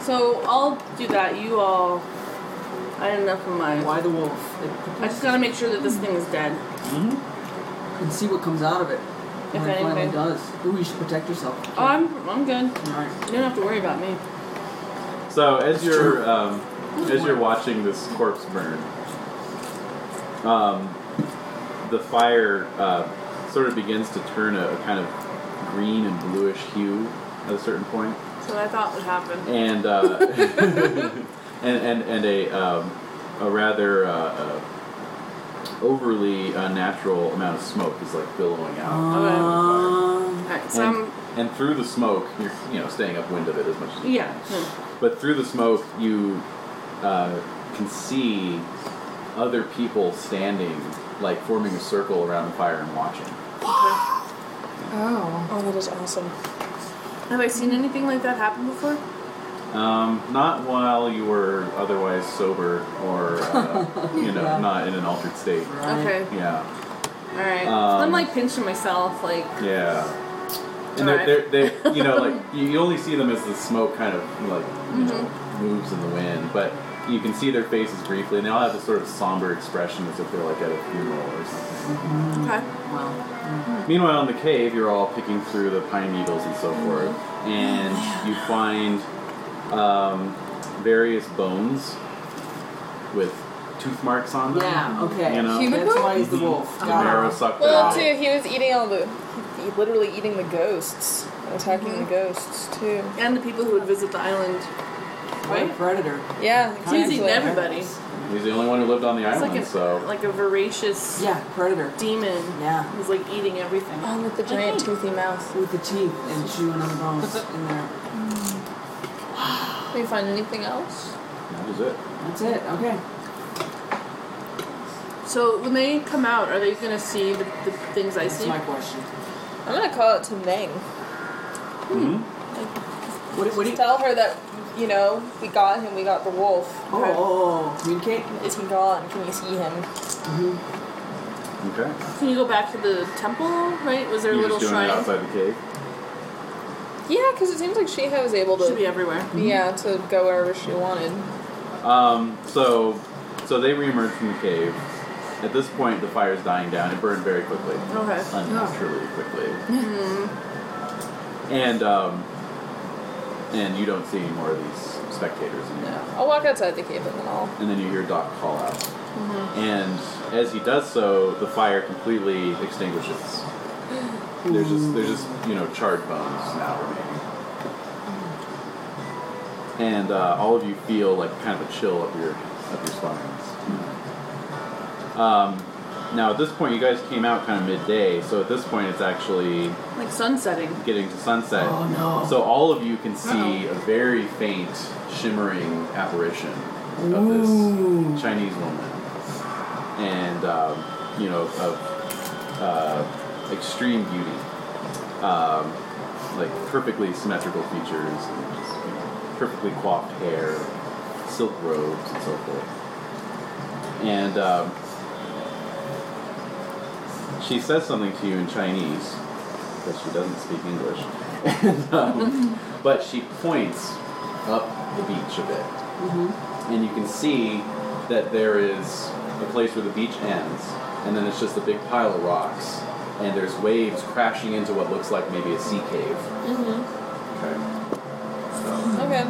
[SPEAKER 3] So I'll do that. You all. I had enough of
[SPEAKER 4] yeah.
[SPEAKER 3] mine.
[SPEAKER 4] Why the wolf? It-
[SPEAKER 3] I just gotta make sure that this thing is dead.
[SPEAKER 2] Mm-hmm.
[SPEAKER 4] and see what comes out of it.
[SPEAKER 3] If
[SPEAKER 4] when it finally
[SPEAKER 3] anything.
[SPEAKER 4] does. Ooh, you should protect yourself.
[SPEAKER 3] Oh, I'm I'm good.
[SPEAKER 4] All right.
[SPEAKER 3] You don't have to worry about me.
[SPEAKER 2] So as you're um, as you're watching this corpse burn, um, the fire uh, sort of begins to turn a, a kind of green and bluish hue at a certain point,
[SPEAKER 3] That's what I thought would happen.
[SPEAKER 2] and uh, and and and a um, a rather uh, uh, overly unnatural amount of smoke is like billowing out. from
[SPEAKER 3] Oh.
[SPEAKER 2] the fire.
[SPEAKER 4] Um,
[SPEAKER 3] Alright, so
[SPEAKER 2] And,
[SPEAKER 3] I'm.
[SPEAKER 2] and through the smoke, you're you know staying upwind of it as much as you
[SPEAKER 3] Yeah.
[SPEAKER 2] can.
[SPEAKER 3] hmm.
[SPEAKER 2] But through the smoke, you uh, can see other people standing, like forming a circle around the fire and watching.
[SPEAKER 7] Oh.
[SPEAKER 5] Oh, that is awesome.
[SPEAKER 3] Have I seen anything like that happen before?
[SPEAKER 2] Um, not while you were otherwise sober or uh, you know
[SPEAKER 4] Yeah.
[SPEAKER 2] not in an altered state.
[SPEAKER 4] right.
[SPEAKER 3] Okay.
[SPEAKER 2] Yeah,
[SPEAKER 3] Alright.
[SPEAKER 2] Um,
[SPEAKER 3] I'm like pinching myself, like.
[SPEAKER 2] yeah. And
[SPEAKER 3] Alright.
[SPEAKER 2] they're, they're, they're, you know, like, you, you only see them as the smoke kind of, like, you know, moves in the wind, but you can see their faces briefly, and they all have this sort of somber expression as if they're, like, at a funeral or something.
[SPEAKER 3] Okay.
[SPEAKER 7] Mm.
[SPEAKER 4] Well,
[SPEAKER 2] Meanwhile, in the cave, you're all picking through the pine needles and so forth, and you find um, various bones with tooth marks on them.
[SPEAKER 4] yeah, okay.
[SPEAKER 2] You know?
[SPEAKER 7] Human
[SPEAKER 4] That's
[SPEAKER 7] wolf?
[SPEAKER 4] why he's the wolf.
[SPEAKER 2] The
[SPEAKER 4] Got it.
[SPEAKER 2] marrow sucked
[SPEAKER 5] Well,
[SPEAKER 2] out.
[SPEAKER 5] too, he was eating all the, he literally eating the ghosts, attacking the ghosts too.
[SPEAKER 3] And the people who would visit the island.
[SPEAKER 4] What a
[SPEAKER 3] Right?
[SPEAKER 4] predator.
[SPEAKER 5] Yeah,
[SPEAKER 3] He's eating
[SPEAKER 5] exactly.
[SPEAKER 3] everybody. It's
[SPEAKER 2] He's the only one who lived on the island,
[SPEAKER 3] like a,
[SPEAKER 2] so
[SPEAKER 3] like a voracious
[SPEAKER 4] Yeah, predator.
[SPEAKER 3] demon
[SPEAKER 4] Yeah.
[SPEAKER 3] who's like eating everything.
[SPEAKER 5] Oh, with the giant toothy mouth.
[SPEAKER 4] With the teeth and chewing on the bones in there.
[SPEAKER 5] Did you find anything else?
[SPEAKER 2] that was it.
[SPEAKER 4] That's it. Okay.
[SPEAKER 3] So when they come out, are they gonna see the, the things I
[SPEAKER 4] That's
[SPEAKER 3] see?
[SPEAKER 4] my question.
[SPEAKER 5] I'm gonna call it to Meng.
[SPEAKER 2] Mm-hmm.
[SPEAKER 4] What, what do you?
[SPEAKER 5] Tell her that, you know, we got him, we got the wolf.
[SPEAKER 4] Oh, oh, oh, communicate.
[SPEAKER 5] Is he gone? Can you see him?
[SPEAKER 2] Okay.
[SPEAKER 3] Can you go back to the temple? Right? Was there a
[SPEAKER 2] You're
[SPEAKER 3] little
[SPEAKER 2] just doing
[SPEAKER 3] shrine?
[SPEAKER 2] it outside the cave.
[SPEAKER 5] Yeah, because it seems like Sheha was able
[SPEAKER 3] Should be
[SPEAKER 5] to,
[SPEAKER 3] everywhere.
[SPEAKER 5] yeah, to go wherever she wanted.
[SPEAKER 2] Um, so, so they reemerge from the cave. At this point, the fire's dying down. It burned very quickly.
[SPEAKER 3] Okay.
[SPEAKER 2] unnaturally quickly.
[SPEAKER 3] Mm-hmm.
[SPEAKER 2] And um, and you don't see any more of these spectators anymore.
[SPEAKER 5] No, I'll walk outside the cave and then I'll.
[SPEAKER 2] And then you hear Doc call out. And as he does so, the fire completely extinguishes. There's just there's just you know charred bones now remaining. And uh, all of you feel like kind of a chill up your up your spines. Um, now at this point, you guys came out kind of midday, so at this point it's actually
[SPEAKER 3] Like sun setting.
[SPEAKER 2] getting to sunset.
[SPEAKER 4] Oh, no.
[SPEAKER 2] So all of you can see a very faint shimmering apparition of
[SPEAKER 4] Ooh.
[SPEAKER 2] this Chinese woman, and um, you know of uh, extreme beauty, um, like perfectly symmetrical features, and just, you know, perfectly coiffed hair, silk robes, and so forth. And um, she says something to you in Chinese because she doesn't speak English. And, um, but she points up the beach a bit. And you can see that there is a place where the beach ends, and then it's just a big pile of rocks, and there's waves crashing into what looks like maybe a sea cave. Mm-hmm. Okay. So,
[SPEAKER 5] Okay.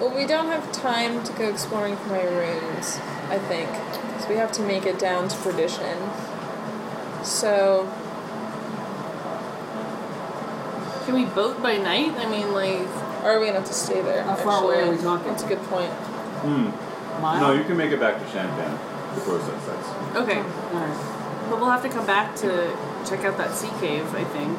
[SPEAKER 5] Well, we don't have time to go exploring for my runes, I think, because we have to make it down to perdition. So
[SPEAKER 3] Can we boat by night? I mean, like
[SPEAKER 5] Or are we gonna have to stay there?
[SPEAKER 4] How far away
[SPEAKER 5] actually?
[SPEAKER 4] are we talking?
[SPEAKER 5] That's a good point.
[SPEAKER 4] Mile?
[SPEAKER 2] hmm. no, you can make it back to Champagne before sunsets.
[SPEAKER 3] okay,
[SPEAKER 4] All right.
[SPEAKER 3] but we'll have to come back to check out that sea cave. I think.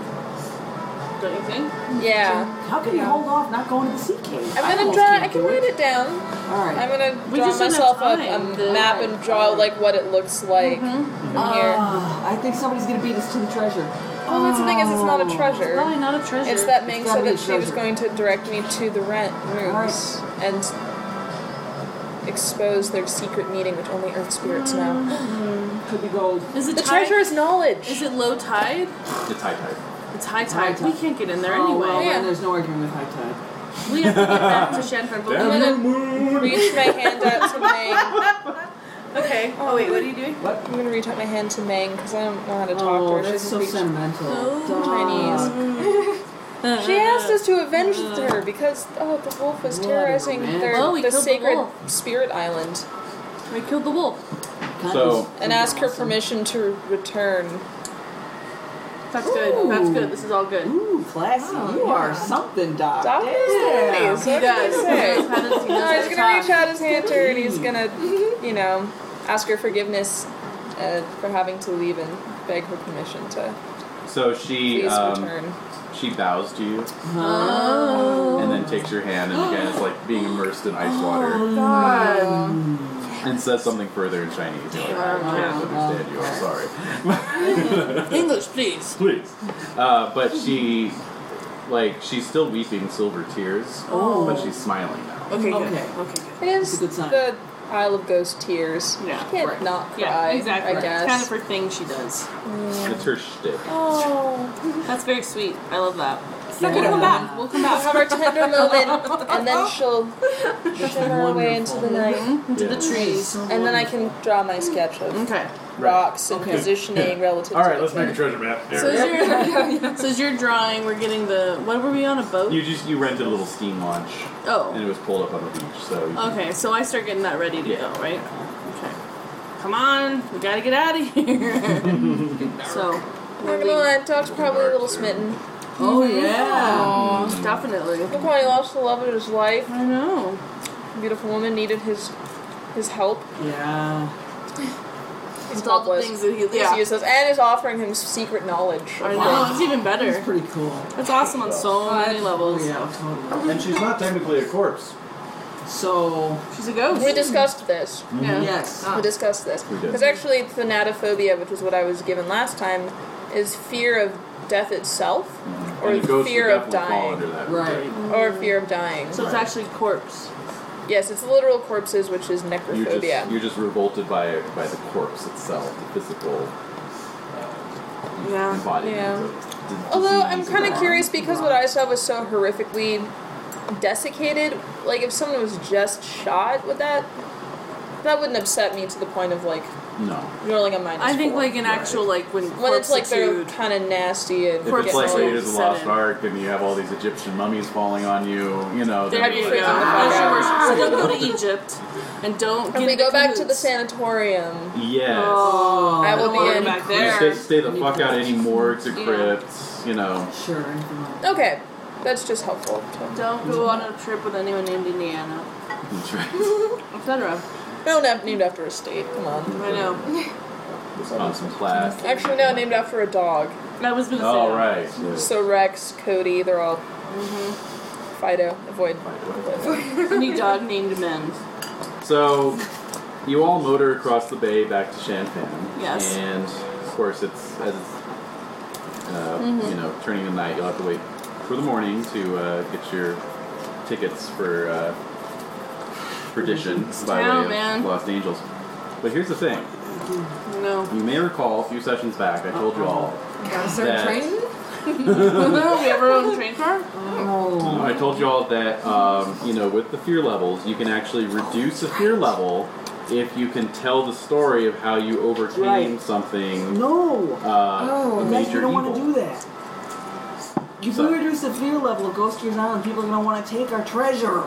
[SPEAKER 3] Don't you think?
[SPEAKER 5] Yeah.
[SPEAKER 4] How can you hold off not going to the sea cave?
[SPEAKER 5] I'm gonna
[SPEAKER 4] almost
[SPEAKER 5] draw.
[SPEAKER 4] can't
[SPEAKER 5] I can
[SPEAKER 4] do
[SPEAKER 5] write it down.
[SPEAKER 4] All right.
[SPEAKER 5] I'm gonna
[SPEAKER 3] We
[SPEAKER 5] draw
[SPEAKER 3] just don't have
[SPEAKER 5] myself up
[SPEAKER 3] time.
[SPEAKER 5] a
[SPEAKER 3] The-
[SPEAKER 5] map and draw like what it looks like from here.
[SPEAKER 4] Mm-hmm. Ah, I think somebody's gonna beat us to the treasure.
[SPEAKER 5] Well, that's the thing is, it's not a treasure.
[SPEAKER 3] Probably not a treasure.
[SPEAKER 5] It's that Ming
[SPEAKER 4] It's gotta
[SPEAKER 5] said
[SPEAKER 4] be
[SPEAKER 5] that she was
[SPEAKER 4] treasure.
[SPEAKER 5] going to direct me to the rent rooms and expose their secret meeting, which only Earth spirits
[SPEAKER 4] Mm.
[SPEAKER 5] know.
[SPEAKER 4] Could be gold.
[SPEAKER 3] Is it
[SPEAKER 5] The
[SPEAKER 3] tide?
[SPEAKER 5] treasure is knowledge.
[SPEAKER 3] Is it low tide?
[SPEAKER 2] It's high tide.
[SPEAKER 3] It's high tide.
[SPEAKER 4] tide.
[SPEAKER 3] We can't get in there
[SPEAKER 4] Oh,
[SPEAKER 3] anyway.
[SPEAKER 4] well,
[SPEAKER 5] Yeah.
[SPEAKER 4] then there's no arguing with high tide.
[SPEAKER 3] We have to get back to Shanghai. but
[SPEAKER 5] I'm
[SPEAKER 3] we-
[SPEAKER 5] gonna reach my hand out to Ming.
[SPEAKER 3] Okay. Oh wait, what are you doing?
[SPEAKER 5] I'm gonna reach out my hand to Meng because I don't know how to talk
[SPEAKER 4] Oh,
[SPEAKER 5] to her.
[SPEAKER 4] that's
[SPEAKER 5] She's
[SPEAKER 4] so sentimental.
[SPEAKER 3] Oh,
[SPEAKER 4] Dog. Uh,
[SPEAKER 5] She asked us to avenge her because oh, the wolf was
[SPEAKER 4] What a
[SPEAKER 5] terrorizing their,
[SPEAKER 3] romantic- Oh, we
[SPEAKER 5] the
[SPEAKER 3] killed the
[SPEAKER 5] sacred
[SPEAKER 3] wolf.
[SPEAKER 5] spirit island
[SPEAKER 3] We killed the wolf.
[SPEAKER 4] God,
[SPEAKER 2] So-
[SPEAKER 4] he's-
[SPEAKER 5] and
[SPEAKER 4] he's
[SPEAKER 5] ask her
[SPEAKER 4] awesome.
[SPEAKER 5] permission to return.
[SPEAKER 3] That's good. That's good. This is all good.
[SPEAKER 4] Ooh, classy.
[SPEAKER 7] Oh,
[SPEAKER 4] you are
[SPEAKER 7] yeah.
[SPEAKER 4] something, Doc.
[SPEAKER 5] Doc is
[SPEAKER 4] Damn.
[SPEAKER 5] the
[SPEAKER 3] He does. He knows
[SPEAKER 5] say?
[SPEAKER 3] how to- he knows
[SPEAKER 5] No,
[SPEAKER 3] how
[SPEAKER 5] he's
[SPEAKER 3] to
[SPEAKER 5] gonna
[SPEAKER 3] talk.
[SPEAKER 5] reach out his hand to her and he's gonna, you know, ask her forgiveness uh, for having to leave and beg her permission to
[SPEAKER 2] So she
[SPEAKER 5] please
[SPEAKER 2] um,
[SPEAKER 5] return.
[SPEAKER 2] she bows to you
[SPEAKER 3] Oh.
[SPEAKER 2] and then takes your hand and again it's like being immersed in ice water
[SPEAKER 3] Oh,
[SPEAKER 4] Um,
[SPEAKER 3] God.
[SPEAKER 2] and says something further in Chinese. You're like, I can't understand you. I'm sorry.
[SPEAKER 3] English, please.
[SPEAKER 2] please. Uh, but she, like, she's still weeping silver tears,
[SPEAKER 3] Oh.
[SPEAKER 2] but she's smiling now.
[SPEAKER 3] Okay, good.
[SPEAKER 4] Okay.
[SPEAKER 3] Okay, good.
[SPEAKER 5] It is
[SPEAKER 4] a good sign.
[SPEAKER 5] the Isle of Ghost tears.
[SPEAKER 3] Yeah,
[SPEAKER 5] She can't
[SPEAKER 4] right.
[SPEAKER 5] not cry.
[SPEAKER 3] Yeah, exactly.
[SPEAKER 5] I guess.
[SPEAKER 3] It's kind of her thing she does.
[SPEAKER 2] It's her shtick.
[SPEAKER 5] oh,
[SPEAKER 3] That's very sweet. I love that.
[SPEAKER 4] Yeah.
[SPEAKER 3] We'll come back. We'll come
[SPEAKER 5] we'll
[SPEAKER 3] back.
[SPEAKER 5] have our tender moment, and then she'll shimmer away into
[SPEAKER 4] wonderful.
[SPEAKER 5] the night,
[SPEAKER 3] Into the
[SPEAKER 2] Yeah.
[SPEAKER 3] trees.
[SPEAKER 5] and then I can draw my sketch of
[SPEAKER 3] Okay.
[SPEAKER 5] rocks and
[SPEAKER 4] Okay.
[SPEAKER 5] positioning relative.
[SPEAKER 2] All
[SPEAKER 5] to
[SPEAKER 2] right,
[SPEAKER 5] the
[SPEAKER 2] let's make a
[SPEAKER 5] thing.
[SPEAKER 2] treasure map.
[SPEAKER 3] So
[SPEAKER 2] There.
[SPEAKER 3] is your so is your drawing? We're getting the what were we on a boat?
[SPEAKER 2] You just you rented a little steam launch, and it
[SPEAKER 3] oh,
[SPEAKER 2] was pulled up on the beach. So you can-
[SPEAKER 3] okay. So I start getting that ready to
[SPEAKER 2] Yeah.
[SPEAKER 3] go, right? Okay. Come on, we gotta get out of here. so
[SPEAKER 5] Not gonna lie, Doc's probably a little smitten.
[SPEAKER 4] Oh yeah.
[SPEAKER 3] definitely.
[SPEAKER 5] Look how he lost the love of his life.
[SPEAKER 3] I know.
[SPEAKER 5] Beautiful woman needed his his help.
[SPEAKER 4] Yeah.
[SPEAKER 5] His
[SPEAKER 3] With all
[SPEAKER 5] help
[SPEAKER 3] the
[SPEAKER 5] was
[SPEAKER 3] things that he
[SPEAKER 5] was
[SPEAKER 3] yeah.
[SPEAKER 5] useless, and is offering him secret knowledge.
[SPEAKER 3] I know. It's even better.
[SPEAKER 4] It's pretty cool.
[SPEAKER 3] It's awesome on so many
[SPEAKER 4] Oh
[SPEAKER 3] levels.
[SPEAKER 4] yeah, totally.
[SPEAKER 2] And she's not technically a corpse.
[SPEAKER 4] So
[SPEAKER 3] She's a ghost.
[SPEAKER 5] We discussed this.
[SPEAKER 3] Yeah. Uh.
[SPEAKER 4] yes.
[SPEAKER 5] We discussed this
[SPEAKER 2] We did.
[SPEAKER 5] because actually, thanatophobia, which is what I was given last time, is fear of death itself, or
[SPEAKER 2] Mm-hmm. and the ghost
[SPEAKER 5] fear
[SPEAKER 2] would
[SPEAKER 5] of
[SPEAKER 2] definitely Fall
[SPEAKER 5] dying.
[SPEAKER 2] under that.
[SPEAKER 4] Right.
[SPEAKER 5] or fear of dying.
[SPEAKER 3] Mm. So it's actually corpse.
[SPEAKER 5] yes, it's literal corpses, which is
[SPEAKER 2] You're
[SPEAKER 5] necrophobia.
[SPEAKER 2] just you're just revolted by by the corpse itself, the physical. uh,
[SPEAKER 3] Yeah,
[SPEAKER 2] Embodiment
[SPEAKER 5] yeah.
[SPEAKER 2] Of d-
[SPEAKER 5] Although I'm
[SPEAKER 2] disease
[SPEAKER 5] kind
[SPEAKER 2] and
[SPEAKER 5] of curious because what I saw was so horrifically desiccated. Like if someone was just shot, would that that wouldn't upset me to the point of like
[SPEAKER 2] No.
[SPEAKER 5] rolling a minus.
[SPEAKER 3] I think
[SPEAKER 5] four.
[SPEAKER 3] like an actual like when
[SPEAKER 5] when it's like they're
[SPEAKER 3] corpsitude.
[SPEAKER 5] kind of nasty and
[SPEAKER 2] If it's
[SPEAKER 5] getting
[SPEAKER 2] like
[SPEAKER 5] all-
[SPEAKER 2] Raiders of the Lost
[SPEAKER 3] Seven.
[SPEAKER 2] Ark and you have all these Egyptian mummies falling on you, you know. then
[SPEAKER 5] That'd
[SPEAKER 2] it's
[SPEAKER 5] be
[SPEAKER 2] like,
[SPEAKER 5] freaking
[SPEAKER 2] ah.
[SPEAKER 3] So don't go to Egypt and don't get
[SPEAKER 5] If we
[SPEAKER 3] into
[SPEAKER 5] go back to the
[SPEAKER 3] cahoots.
[SPEAKER 5] sanatorium,
[SPEAKER 2] Yes.
[SPEAKER 3] Oh,
[SPEAKER 5] I will
[SPEAKER 3] don't wanna go
[SPEAKER 5] be in.
[SPEAKER 3] back
[SPEAKER 2] You stay,
[SPEAKER 3] there.
[SPEAKER 2] stay the fuck out of any morgues or
[SPEAKER 3] Yeah.
[SPEAKER 2] crypts, you know.
[SPEAKER 4] Sure. anything like
[SPEAKER 5] okay, that's just helpful. to-
[SPEAKER 3] Don't go on a trip with anyone named Indiana,
[SPEAKER 2] That's right.
[SPEAKER 3] etc.
[SPEAKER 5] No, not named after a state. Come on.
[SPEAKER 3] I know.
[SPEAKER 2] Wisconsin class.
[SPEAKER 5] Actually, no, named after a dog.
[SPEAKER 3] That was gonna say.
[SPEAKER 2] Oh, right.
[SPEAKER 5] So Rex, Cody, they're all Fido. Avoid.
[SPEAKER 3] Mm-hmm. Any dog named Mend.
[SPEAKER 2] So, you all motor across the bay back to Shanfan.
[SPEAKER 3] Yes.
[SPEAKER 2] And, of course, it's, as it's, uh,
[SPEAKER 3] Mm-hmm.
[SPEAKER 2] you know, turning the night, you'll have to wait for the morning to uh, get your tickets for uh, perdition
[SPEAKER 3] town,
[SPEAKER 2] by way of
[SPEAKER 3] Oh, man.
[SPEAKER 2] Lost Angels. But here's the thing.
[SPEAKER 3] No.
[SPEAKER 2] You may recall a few sessions back, I told you all.
[SPEAKER 7] Gotta start
[SPEAKER 2] That-
[SPEAKER 7] training.
[SPEAKER 5] Oh,
[SPEAKER 3] we have our own train car.
[SPEAKER 2] Um, I told you all that um, you know with the fear levels, you can actually reduce a fear level if you can tell the story of how you overcame
[SPEAKER 4] Right.
[SPEAKER 2] something.
[SPEAKER 4] that. No.
[SPEAKER 2] Uh,
[SPEAKER 7] Oh,
[SPEAKER 2] a
[SPEAKER 7] that's-
[SPEAKER 4] Guys,
[SPEAKER 2] major
[SPEAKER 4] you don't
[SPEAKER 2] evil.
[SPEAKER 4] want to do that. If
[SPEAKER 2] So-
[SPEAKER 4] we reduce the fear level of Ghost Gears Island, people are going to want to take our treasure.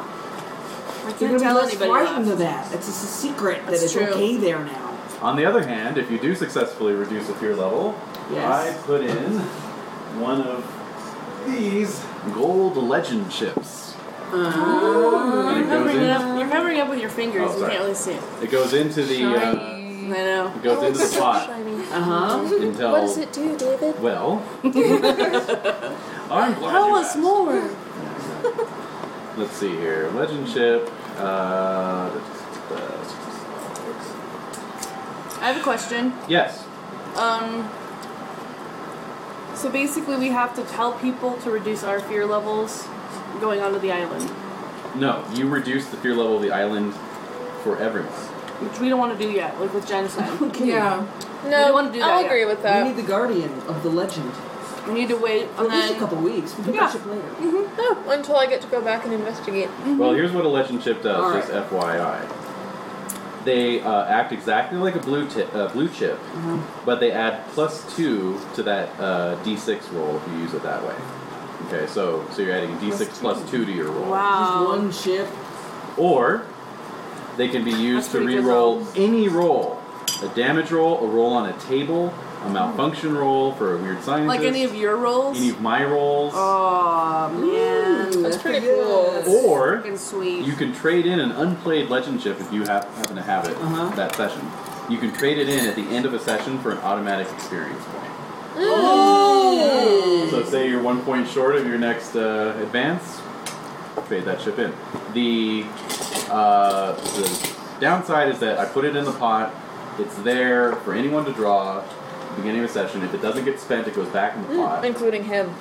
[SPEAKER 3] I
[SPEAKER 4] They're going
[SPEAKER 3] can't
[SPEAKER 4] to be
[SPEAKER 3] tell
[SPEAKER 4] less
[SPEAKER 3] anybody.
[SPEAKER 4] frightened
[SPEAKER 3] That.
[SPEAKER 4] of that. It's just a secret
[SPEAKER 3] That's
[SPEAKER 4] that it's
[SPEAKER 3] true.
[SPEAKER 4] okay there now.
[SPEAKER 2] On the other hand, if you do successfully reduce a fear level,
[SPEAKER 4] Yes.
[SPEAKER 2] I put in one of these gold legend chips.
[SPEAKER 4] Uh-huh.
[SPEAKER 2] And
[SPEAKER 3] You're
[SPEAKER 2] it goes
[SPEAKER 3] covering it
[SPEAKER 2] in.
[SPEAKER 3] up. You're covering up with your fingers.
[SPEAKER 2] Oh,
[SPEAKER 3] you
[SPEAKER 2] sorry.
[SPEAKER 3] can't really see it.
[SPEAKER 2] It goes into the. Uh,
[SPEAKER 3] I know.
[SPEAKER 2] it goes into the pot
[SPEAKER 5] Shiny.
[SPEAKER 4] Uh huh.
[SPEAKER 2] until.
[SPEAKER 5] What does it do, David?
[SPEAKER 2] Well, Oh, I'm glad you asked.
[SPEAKER 3] more.
[SPEAKER 2] Let's see here. Legend ship. Uh,
[SPEAKER 3] I have a question.
[SPEAKER 2] yes.
[SPEAKER 3] Um. So basically, we have to tell people to reduce our fear levels going onto the island,
[SPEAKER 2] No. You reduce the fear level of the island for everyone.
[SPEAKER 3] which we don't want to do yet, like with genocide.
[SPEAKER 4] Okay.
[SPEAKER 7] Yeah.
[SPEAKER 5] No,
[SPEAKER 3] don't wanna do that
[SPEAKER 5] I'll
[SPEAKER 3] yet.
[SPEAKER 5] agree with
[SPEAKER 4] We
[SPEAKER 5] that.
[SPEAKER 4] need the guardian of the legend.
[SPEAKER 3] we need to wait,
[SPEAKER 4] For
[SPEAKER 3] and
[SPEAKER 4] at least a
[SPEAKER 3] then
[SPEAKER 4] couple weeks. We can
[SPEAKER 3] Yeah.
[SPEAKER 4] push it later.
[SPEAKER 5] No, Mm-hmm. Oh, until I get to go back and investigate.
[SPEAKER 2] Well, here's what a legend ship does,
[SPEAKER 4] All
[SPEAKER 2] just FYI. They uh, act exactly like a blue tip, uh, blue chip,
[SPEAKER 3] Mm-hmm.
[SPEAKER 2] but they add plus two to that uh, D6 roll if you use it that way. Okay, so so you're adding a D6 plus two to your roll.
[SPEAKER 4] Just
[SPEAKER 3] wow,
[SPEAKER 4] one ship.
[SPEAKER 2] Or they can be used
[SPEAKER 3] That's
[SPEAKER 2] to
[SPEAKER 3] pretty good
[SPEAKER 2] re-roll any roll a damage roll, a roll on a table, a malfunction roll for a weird scientist.
[SPEAKER 3] Like any of your roles?
[SPEAKER 2] any of my rolls.
[SPEAKER 3] Oh man,
[SPEAKER 5] That's pretty cool.
[SPEAKER 2] Or-
[SPEAKER 3] fucking sweet.
[SPEAKER 2] You can trade in an unplayed legend chip if you have, happen to have it
[SPEAKER 4] Uh-huh.
[SPEAKER 2] that session. You can trade it in at the end of a session for an automatic experience point. So say you're one point short of your next uh, advance, trade that chip in. The, uh, the downside is that I put it in the pot. It's there for anyone to draw at the beginning of a session. If it doesn't get spent, it goes back
[SPEAKER 3] Hmm.
[SPEAKER 2] in the pot.
[SPEAKER 5] Including him.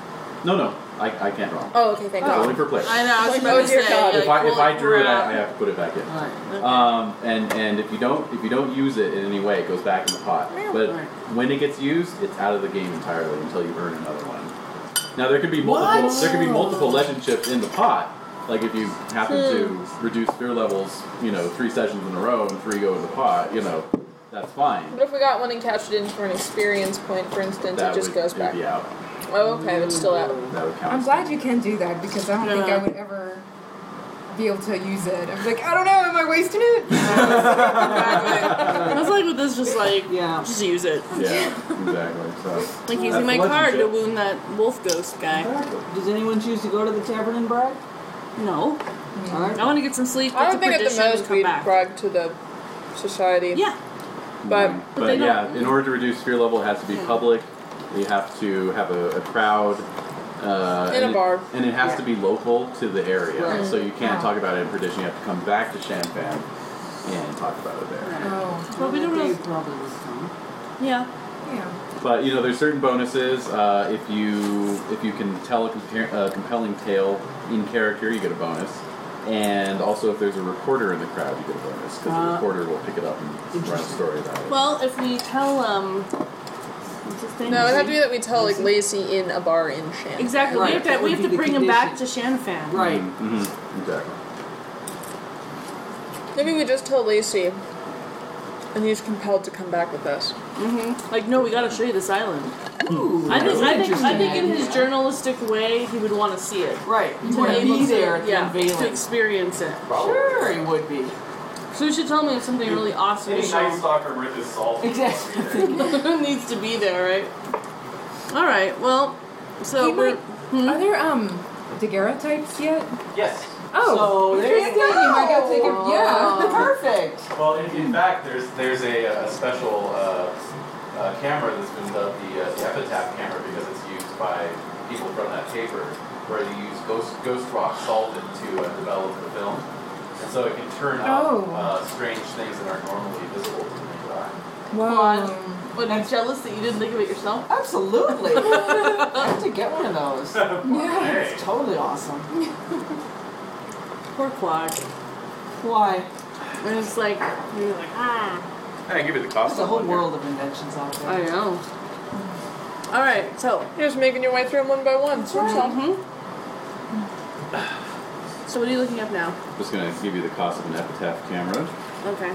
[SPEAKER 2] No, no, I, I can't draw.
[SPEAKER 5] Oh, okay, thank
[SPEAKER 2] It's
[SPEAKER 5] God.
[SPEAKER 2] only for players.
[SPEAKER 3] I know. I was
[SPEAKER 5] Like,
[SPEAKER 3] about
[SPEAKER 5] oh
[SPEAKER 3] to
[SPEAKER 5] dear
[SPEAKER 3] say,
[SPEAKER 5] God.
[SPEAKER 3] like,
[SPEAKER 2] If I, if I
[SPEAKER 3] holy
[SPEAKER 2] drew it, I, I
[SPEAKER 3] crap.
[SPEAKER 2] have to put it back in.
[SPEAKER 4] All right.
[SPEAKER 2] Um, and, and if you don't if you don't use it in any way, it goes back in the pot. But
[SPEAKER 4] Right.
[SPEAKER 2] when it gets used, it's out of the game entirely until you earn another one. Now there could be multiple
[SPEAKER 4] What?
[SPEAKER 2] there could be multiple legend chips in the pot. Like if you happen to reduce fear levels, you know, three sessions in a row and three go in the pot, you know, that's fine.
[SPEAKER 5] But Mm-hmm. if we got one and cashed it in for an experience point, for instance,
[SPEAKER 2] that
[SPEAKER 5] it just
[SPEAKER 2] would,
[SPEAKER 5] goes
[SPEAKER 2] it would
[SPEAKER 5] back.
[SPEAKER 2] be out.
[SPEAKER 5] Oh, okay, it's still out.
[SPEAKER 2] That would count.
[SPEAKER 7] I'm glad you can do that because I don't think I
[SPEAKER 3] Yeah.
[SPEAKER 7] would ever be able to use it. I'm like, I don't know, am I wasting it? Exactly.
[SPEAKER 3] I was like, with this, just like,
[SPEAKER 4] Yeah.
[SPEAKER 3] just use it.
[SPEAKER 2] Yeah, exactly. So
[SPEAKER 3] Like
[SPEAKER 2] That's
[SPEAKER 3] using my
[SPEAKER 2] what you
[SPEAKER 3] card to
[SPEAKER 2] get.
[SPEAKER 3] wound that wolf ghost guy.
[SPEAKER 4] Does anyone choose to go to the tavern and brag?
[SPEAKER 3] No,
[SPEAKER 4] All right.
[SPEAKER 3] I want to get some sleep.
[SPEAKER 5] I
[SPEAKER 3] get
[SPEAKER 5] would
[SPEAKER 3] to
[SPEAKER 5] think at the
[SPEAKER 3] perdition, and
[SPEAKER 5] most
[SPEAKER 3] come
[SPEAKER 5] we'd
[SPEAKER 3] back.
[SPEAKER 5] brag to the society.
[SPEAKER 3] Yeah,
[SPEAKER 5] But-
[SPEAKER 2] Mm.
[SPEAKER 3] but
[SPEAKER 2] but
[SPEAKER 3] they don't-
[SPEAKER 2] yeah, in order to reduce fear level, it has to be public. You have to have a, a crowd. Uh,
[SPEAKER 5] In a
[SPEAKER 2] and it-
[SPEAKER 5] bar.
[SPEAKER 2] and it has
[SPEAKER 7] Yeah.
[SPEAKER 2] to be local to the area,
[SPEAKER 4] Right.
[SPEAKER 2] so you can't
[SPEAKER 7] Wow.
[SPEAKER 2] talk about it in Perdition. You have to come back to Shanfan and talk about it there.
[SPEAKER 7] Oh,
[SPEAKER 3] Well, we don't
[SPEAKER 4] Dave
[SPEAKER 3] really-
[SPEAKER 4] probably would come.
[SPEAKER 3] yeah.
[SPEAKER 7] yeah.
[SPEAKER 2] But you know, there's certain bonuses. Uh, if you if you can tell a, compa- a compelling tale in character, you get a bonus. And also, if there's a reporter in the crowd, you get a bonus because the
[SPEAKER 4] Ah.
[SPEAKER 2] reporter will pick it up and write a story about it.
[SPEAKER 3] Well, if we tell um, what's his name?
[SPEAKER 5] No, it'd have to be that we tell like Lacey in a bar in Shan.
[SPEAKER 3] Exactly.
[SPEAKER 4] Right,
[SPEAKER 3] We have
[SPEAKER 4] that
[SPEAKER 3] to, we
[SPEAKER 4] would
[SPEAKER 3] have to
[SPEAKER 4] be the
[SPEAKER 3] bring him back to Shanfan.
[SPEAKER 4] Right.
[SPEAKER 2] Mhm, Exactly.
[SPEAKER 5] Maybe we just tell Lacey, and he's compelled to come back with us.
[SPEAKER 3] Like, no, we got to show you this island.
[SPEAKER 4] Ooh,
[SPEAKER 3] I think, I
[SPEAKER 4] that's
[SPEAKER 3] think, I
[SPEAKER 4] interesting.
[SPEAKER 3] think, in his
[SPEAKER 4] Yeah.
[SPEAKER 3] journalistic way, he would want to see it.
[SPEAKER 4] Right. You
[SPEAKER 3] To
[SPEAKER 4] want to
[SPEAKER 3] able
[SPEAKER 4] be
[SPEAKER 3] to-
[SPEAKER 4] there at the
[SPEAKER 3] yeah, to
[SPEAKER 4] unveiling.
[SPEAKER 3] experience it.
[SPEAKER 4] Sure, it would be.
[SPEAKER 3] So you should tell me if something really awesome
[SPEAKER 8] Any
[SPEAKER 3] is
[SPEAKER 8] Night
[SPEAKER 3] shown.
[SPEAKER 8] Stalker worth his salt.
[SPEAKER 4] Exactly.
[SPEAKER 3] needs to be there, right? All right. Well, so
[SPEAKER 7] He
[SPEAKER 3] we're
[SPEAKER 7] might- Are there um Daguerre types yet?
[SPEAKER 8] Yes.
[SPEAKER 7] Oh,
[SPEAKER 4] So, there you
[SPEAKER 7] interesting. You might go take a yeah.
[SPEAKER 4] Perfect.
[SPEAKER 8] Well, in, in fact, there's there's a, uh, a special uh, uh, camera that's been dubbed the, uh, the epitaph camera because it's used by people from that paper, where they use ghost ghost rock solvent to uh, develop the film, and so it can turn out
[SPEAKER 7] Oh.
[SPEAKER 8] uh, strange things that aren't normally visible to the naked eye.
[SPEAKER 5] um,
[SPEAKER 7] Whoa.
[SPEAKER 3] What, I'm jealous that you didn't think of it yourself.
[SPEAKER 4] Absolutely. I have to get one of those.
[SPEAKER 7] Yeah.
[SPEAKER 4] It's totally awesome.
[SPEAKER 3] Poor Quag.
[SPEAKER 4] Why?
[SPEAKER 3] And it's like, you're like, ah.
[SPEAKER 8] I give you the
[SPEAKER 4] There's
[SPEAKER 8] cost.
[SPEAKER 4] a whole world of inventions out there.
[SPEAKER 3] I know. All right. So,
[SPEAKER 5] You're just making your way through them one by one.
[SPEAKER 3] hmm so what are you looking up now?
[SPEAKER 2] Just gonna give you the cost of an epitaph camera. Uh,
[SPEAKER 3] Okay.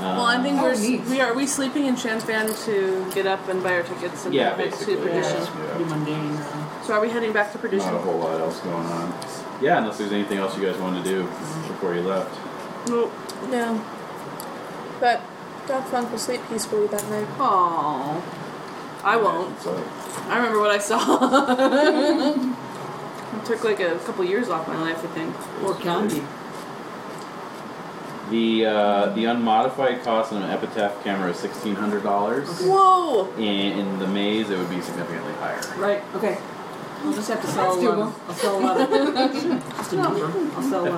[SPEAKER 2] Um,
[SPEAKER 3] Well, I think
[SPEAKER 7] Oh,
[SPEAKER 3] we're
[SPEAKER 7] neat.
[SPEAKER 3] we are we sleeping in Shanfan to get up and buy our tickets and
[SPEAKER 2] Yeah,
[SPEAKER 3] head back to
[SPEAKER 2] basically,
[SPEAKER 3] Perdition.
[SPEAKER 2] yeah.
[SPEAKER 4] Pretty mundane. uh,
[SPEAKER 3] So are we heading back to Perdition?
[SPEAKER 2] not a whole lot else going on. Yeah, unless there's anything else you guys wanted to do before you left.
[SPEAKER 3] Nope.
[SPEAKER 5] No. But Doc Funk will sleep peacefully that night.
[SPEAKER 3] Aw. I won't.
[SPEAKER 2] So,
[SPEAKER 3] I remember what I saw. it took like a couple years off my life, I think.
[SPEAKER 4] Or candy.
[SPEAKER 2] the uh, the unmodified cost on an epitaph camera is sixteen hundred dollars.
[SPEAKER 3] Whoa!
[SPEAKER 2] In, in the maze, it would be significantly higher.
[SPEAKER 4] Right. Okay. I'll just have to sell a lot. Of,
[SPEAKER 7] That's doable.
[SPEAKER 4] I'll sell a lot. Of, just a number. I'll sell a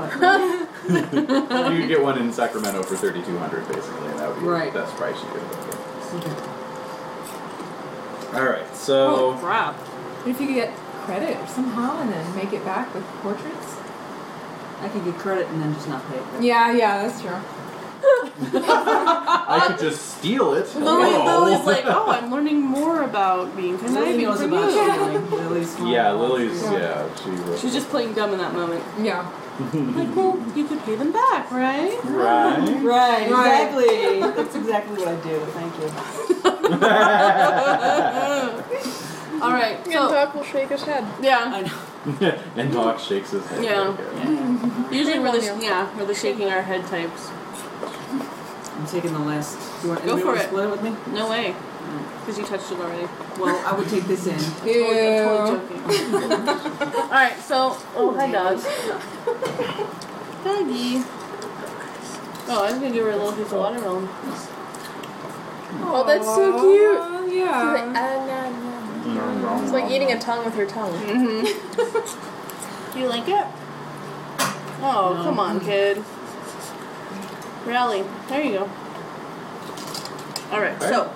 [SPEAKER 4] lot.
[SPEAKER 2] you could get one in Sacramento for thirty two hundred, basically, and that would be
[SPEAKER 4] Right.
[SPEAKER 2] the best price you could.
[SPEAKER 4] Okay.
[SPEAKER 2] All right,
[SPEAKER 3] Oh,
[SPEAKER 2] so
[SPEAKER 3] crap.
[SPEAKER 7] What if you could get credit somehow and then make it back with portraits?
[SPEAKER 4] I could get credit and then just not pay it. back.
[SPEAKER 7] Yeah, yeah, that's true.
[SPEAKER 2] I could just steal it.
[SPEAKER 3] Lily,
[SPEAKER 2] Hello.
[SPEAKER 3] Lily's like, oh, I'm learning more about being
[SPEAKER 4] Lily
[SPEAKER 3] conniving
[SPEAKER 4] knows
[SPEAKER 3] from
[SPEAKER 4] about
[SPEAKER 3] you.
[SPEAKER 4] stealing. Lily's fine.
[SPEAKER 2] yeah, Lily's.
[SPEAKER 7] Yeah.
[SPEAKER 2] Yeah, she. Was,
[SPEAKER 3] She's just playing dumb in that moment.
[SPEAKER 7] Yeah.
[SPEAKER 3] Like, well, you could pay them back, right?
[SPEAKER 2] right.
[SPEAKER 4] Right,
[SPEAKER 7] Right.
[SPEAKER 4] exactly. That's exactly what I do. Thank you.
[SPEAKER 3] All right.
[SPEAKER 5] And
[SPEAKER 3] So
[SPEAKER 5] Doc will shake his head.
[SPEAKER 3] yeah,
[SPEAKER 4] I know.
[SPEAKER 2] and Doc shakes his head.
[SPEAKER 3] Yeah.
[SPEAKER 2] Okay.
[SPEAKER 3] usually we're the
[SPEAKER 5] Cream
[SPEAKER 3] yeah we're the shaking our head types.
[SPEAKER 4] I'm taking the last. Do you want,
[SPEAKER 3] Go
[SPEAKER 4] anybody
[SPEAKER 3] for
[SPEAKER 4] wanna
[SPEAKER 3] it.
[SPEAKER 4] Split it with me.
[SPEAKER 3] No way. Because you touched it already.
[SPEAKER 4] Well, I would take this in.
[SPEAKER 7] Ew.
[SPEAKER 3] Alright, so. Oh, hi, dogs. Doggy. Oh, I was gonna give her a little piece of watermelon.
[SPEAKER 5] Oh, that's so cute.
[SPEAKER 7] Aw,
[SPEAKER 5] She's like,
[SPEAKER 7] Yeah.
[SPEAKER 5] "Ah, nah, nah."
[SPEAKER 2] It's
[SPEAKER 5] It's like eating a tongue with your tongue.
[SPEAKER 3] Mm-hmm.
[SPEAKER 4] Mm-hmm.
[SPEAKER 3] you like it? Oh, come on, kid. Rally. There you go. Alright, so.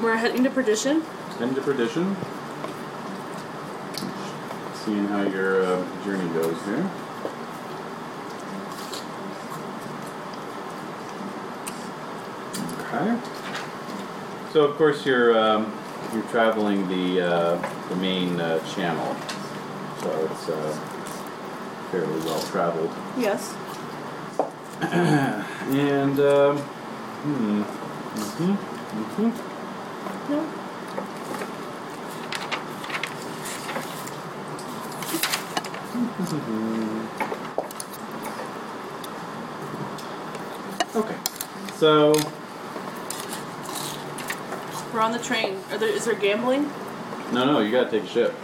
[SPEAKER 3] We're heading to Perdition.
[SPEAKER 2] End to perdition. Seeing how your uh, journey goes here. Okay. So of course you're um, you're traveling the uh, the main uh, channel, so it's uh, fairly well traveled.
[SPEAKER 3] Yes.
[SPEAKER 2] And um, hmm, hmm, hmm.
[SPEAKER 3] No.
[SPEAKER 7] Mm-hmm.
[SPEAKER 2] Okay. So,
[SPEAKER 3] We're on the train. Are there, is there gambling?
[SPEAKER 2] no, no, you gotta take a ship.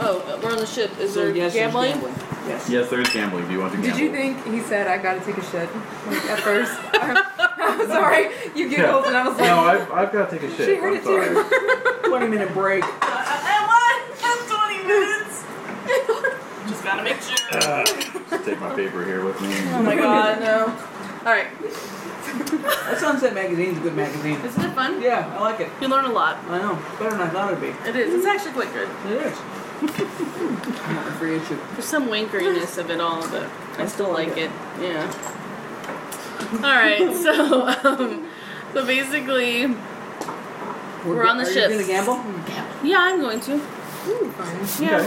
[SPEAKER 3] Oh, uh, we're on the ship. Is
[SPEAKER 4] So
[SPEAKER 3] there
[SPEAKER 4] yes, there's
[SPEAKER 3] gambling?
[SPEAKER 4] Yes.
[SPEAKER 2] Yes, there is gambling. Do you want to
[SPEAKER 7] Did
[SPEAKER 2] gamble?
[SPEAKER 7] you think he said I gotta take a shit like, at first? I'm sorry, you giggled and I was like,
[SPEAKER 2] No, I've, I've gotta take a ship.
[SPEAKER 7] She heard
[SPEAKER 2] I'm
[SPEAKER 7] it
[SPEAKER 2] sorry.
[SPEAKER 7] too.
[SPEAKER 4] 20 minute break.
[SPEAKER 3] Just gotta make sure.
[SPEAKER 2] Ah, just take my paper here with me.
[SPEAKER 3] Oh my god, no. Alright.
[SPEAKER 4] That Sunset magazine's a good magazine.
[SPEAKER 3] Isn't it fun?
[SPEAKER 4] Yeah, I like it.
[SPEAKER 3] You learn a lot.
[SPEAKER 4] I know. Better than I thought it'd be.
[SPEAKER 3] It is. It's actually quite good.
[SPEAKER 4] It is. I'm not afraid to.
[SPEAKER 3] There's some winkeriness of it all, but I still like it. Yeah. Alright, so, um, so basically, We're on the
[SPEAKER 4] are
[SPEAKER 3] ship.
[SPEAKER 4] You gonna gamble?
[SPEAKER 3] yeah, I'm going to.
[SPEAKER 7] Ooh, fine.
[SPEAKER 3] Yeah.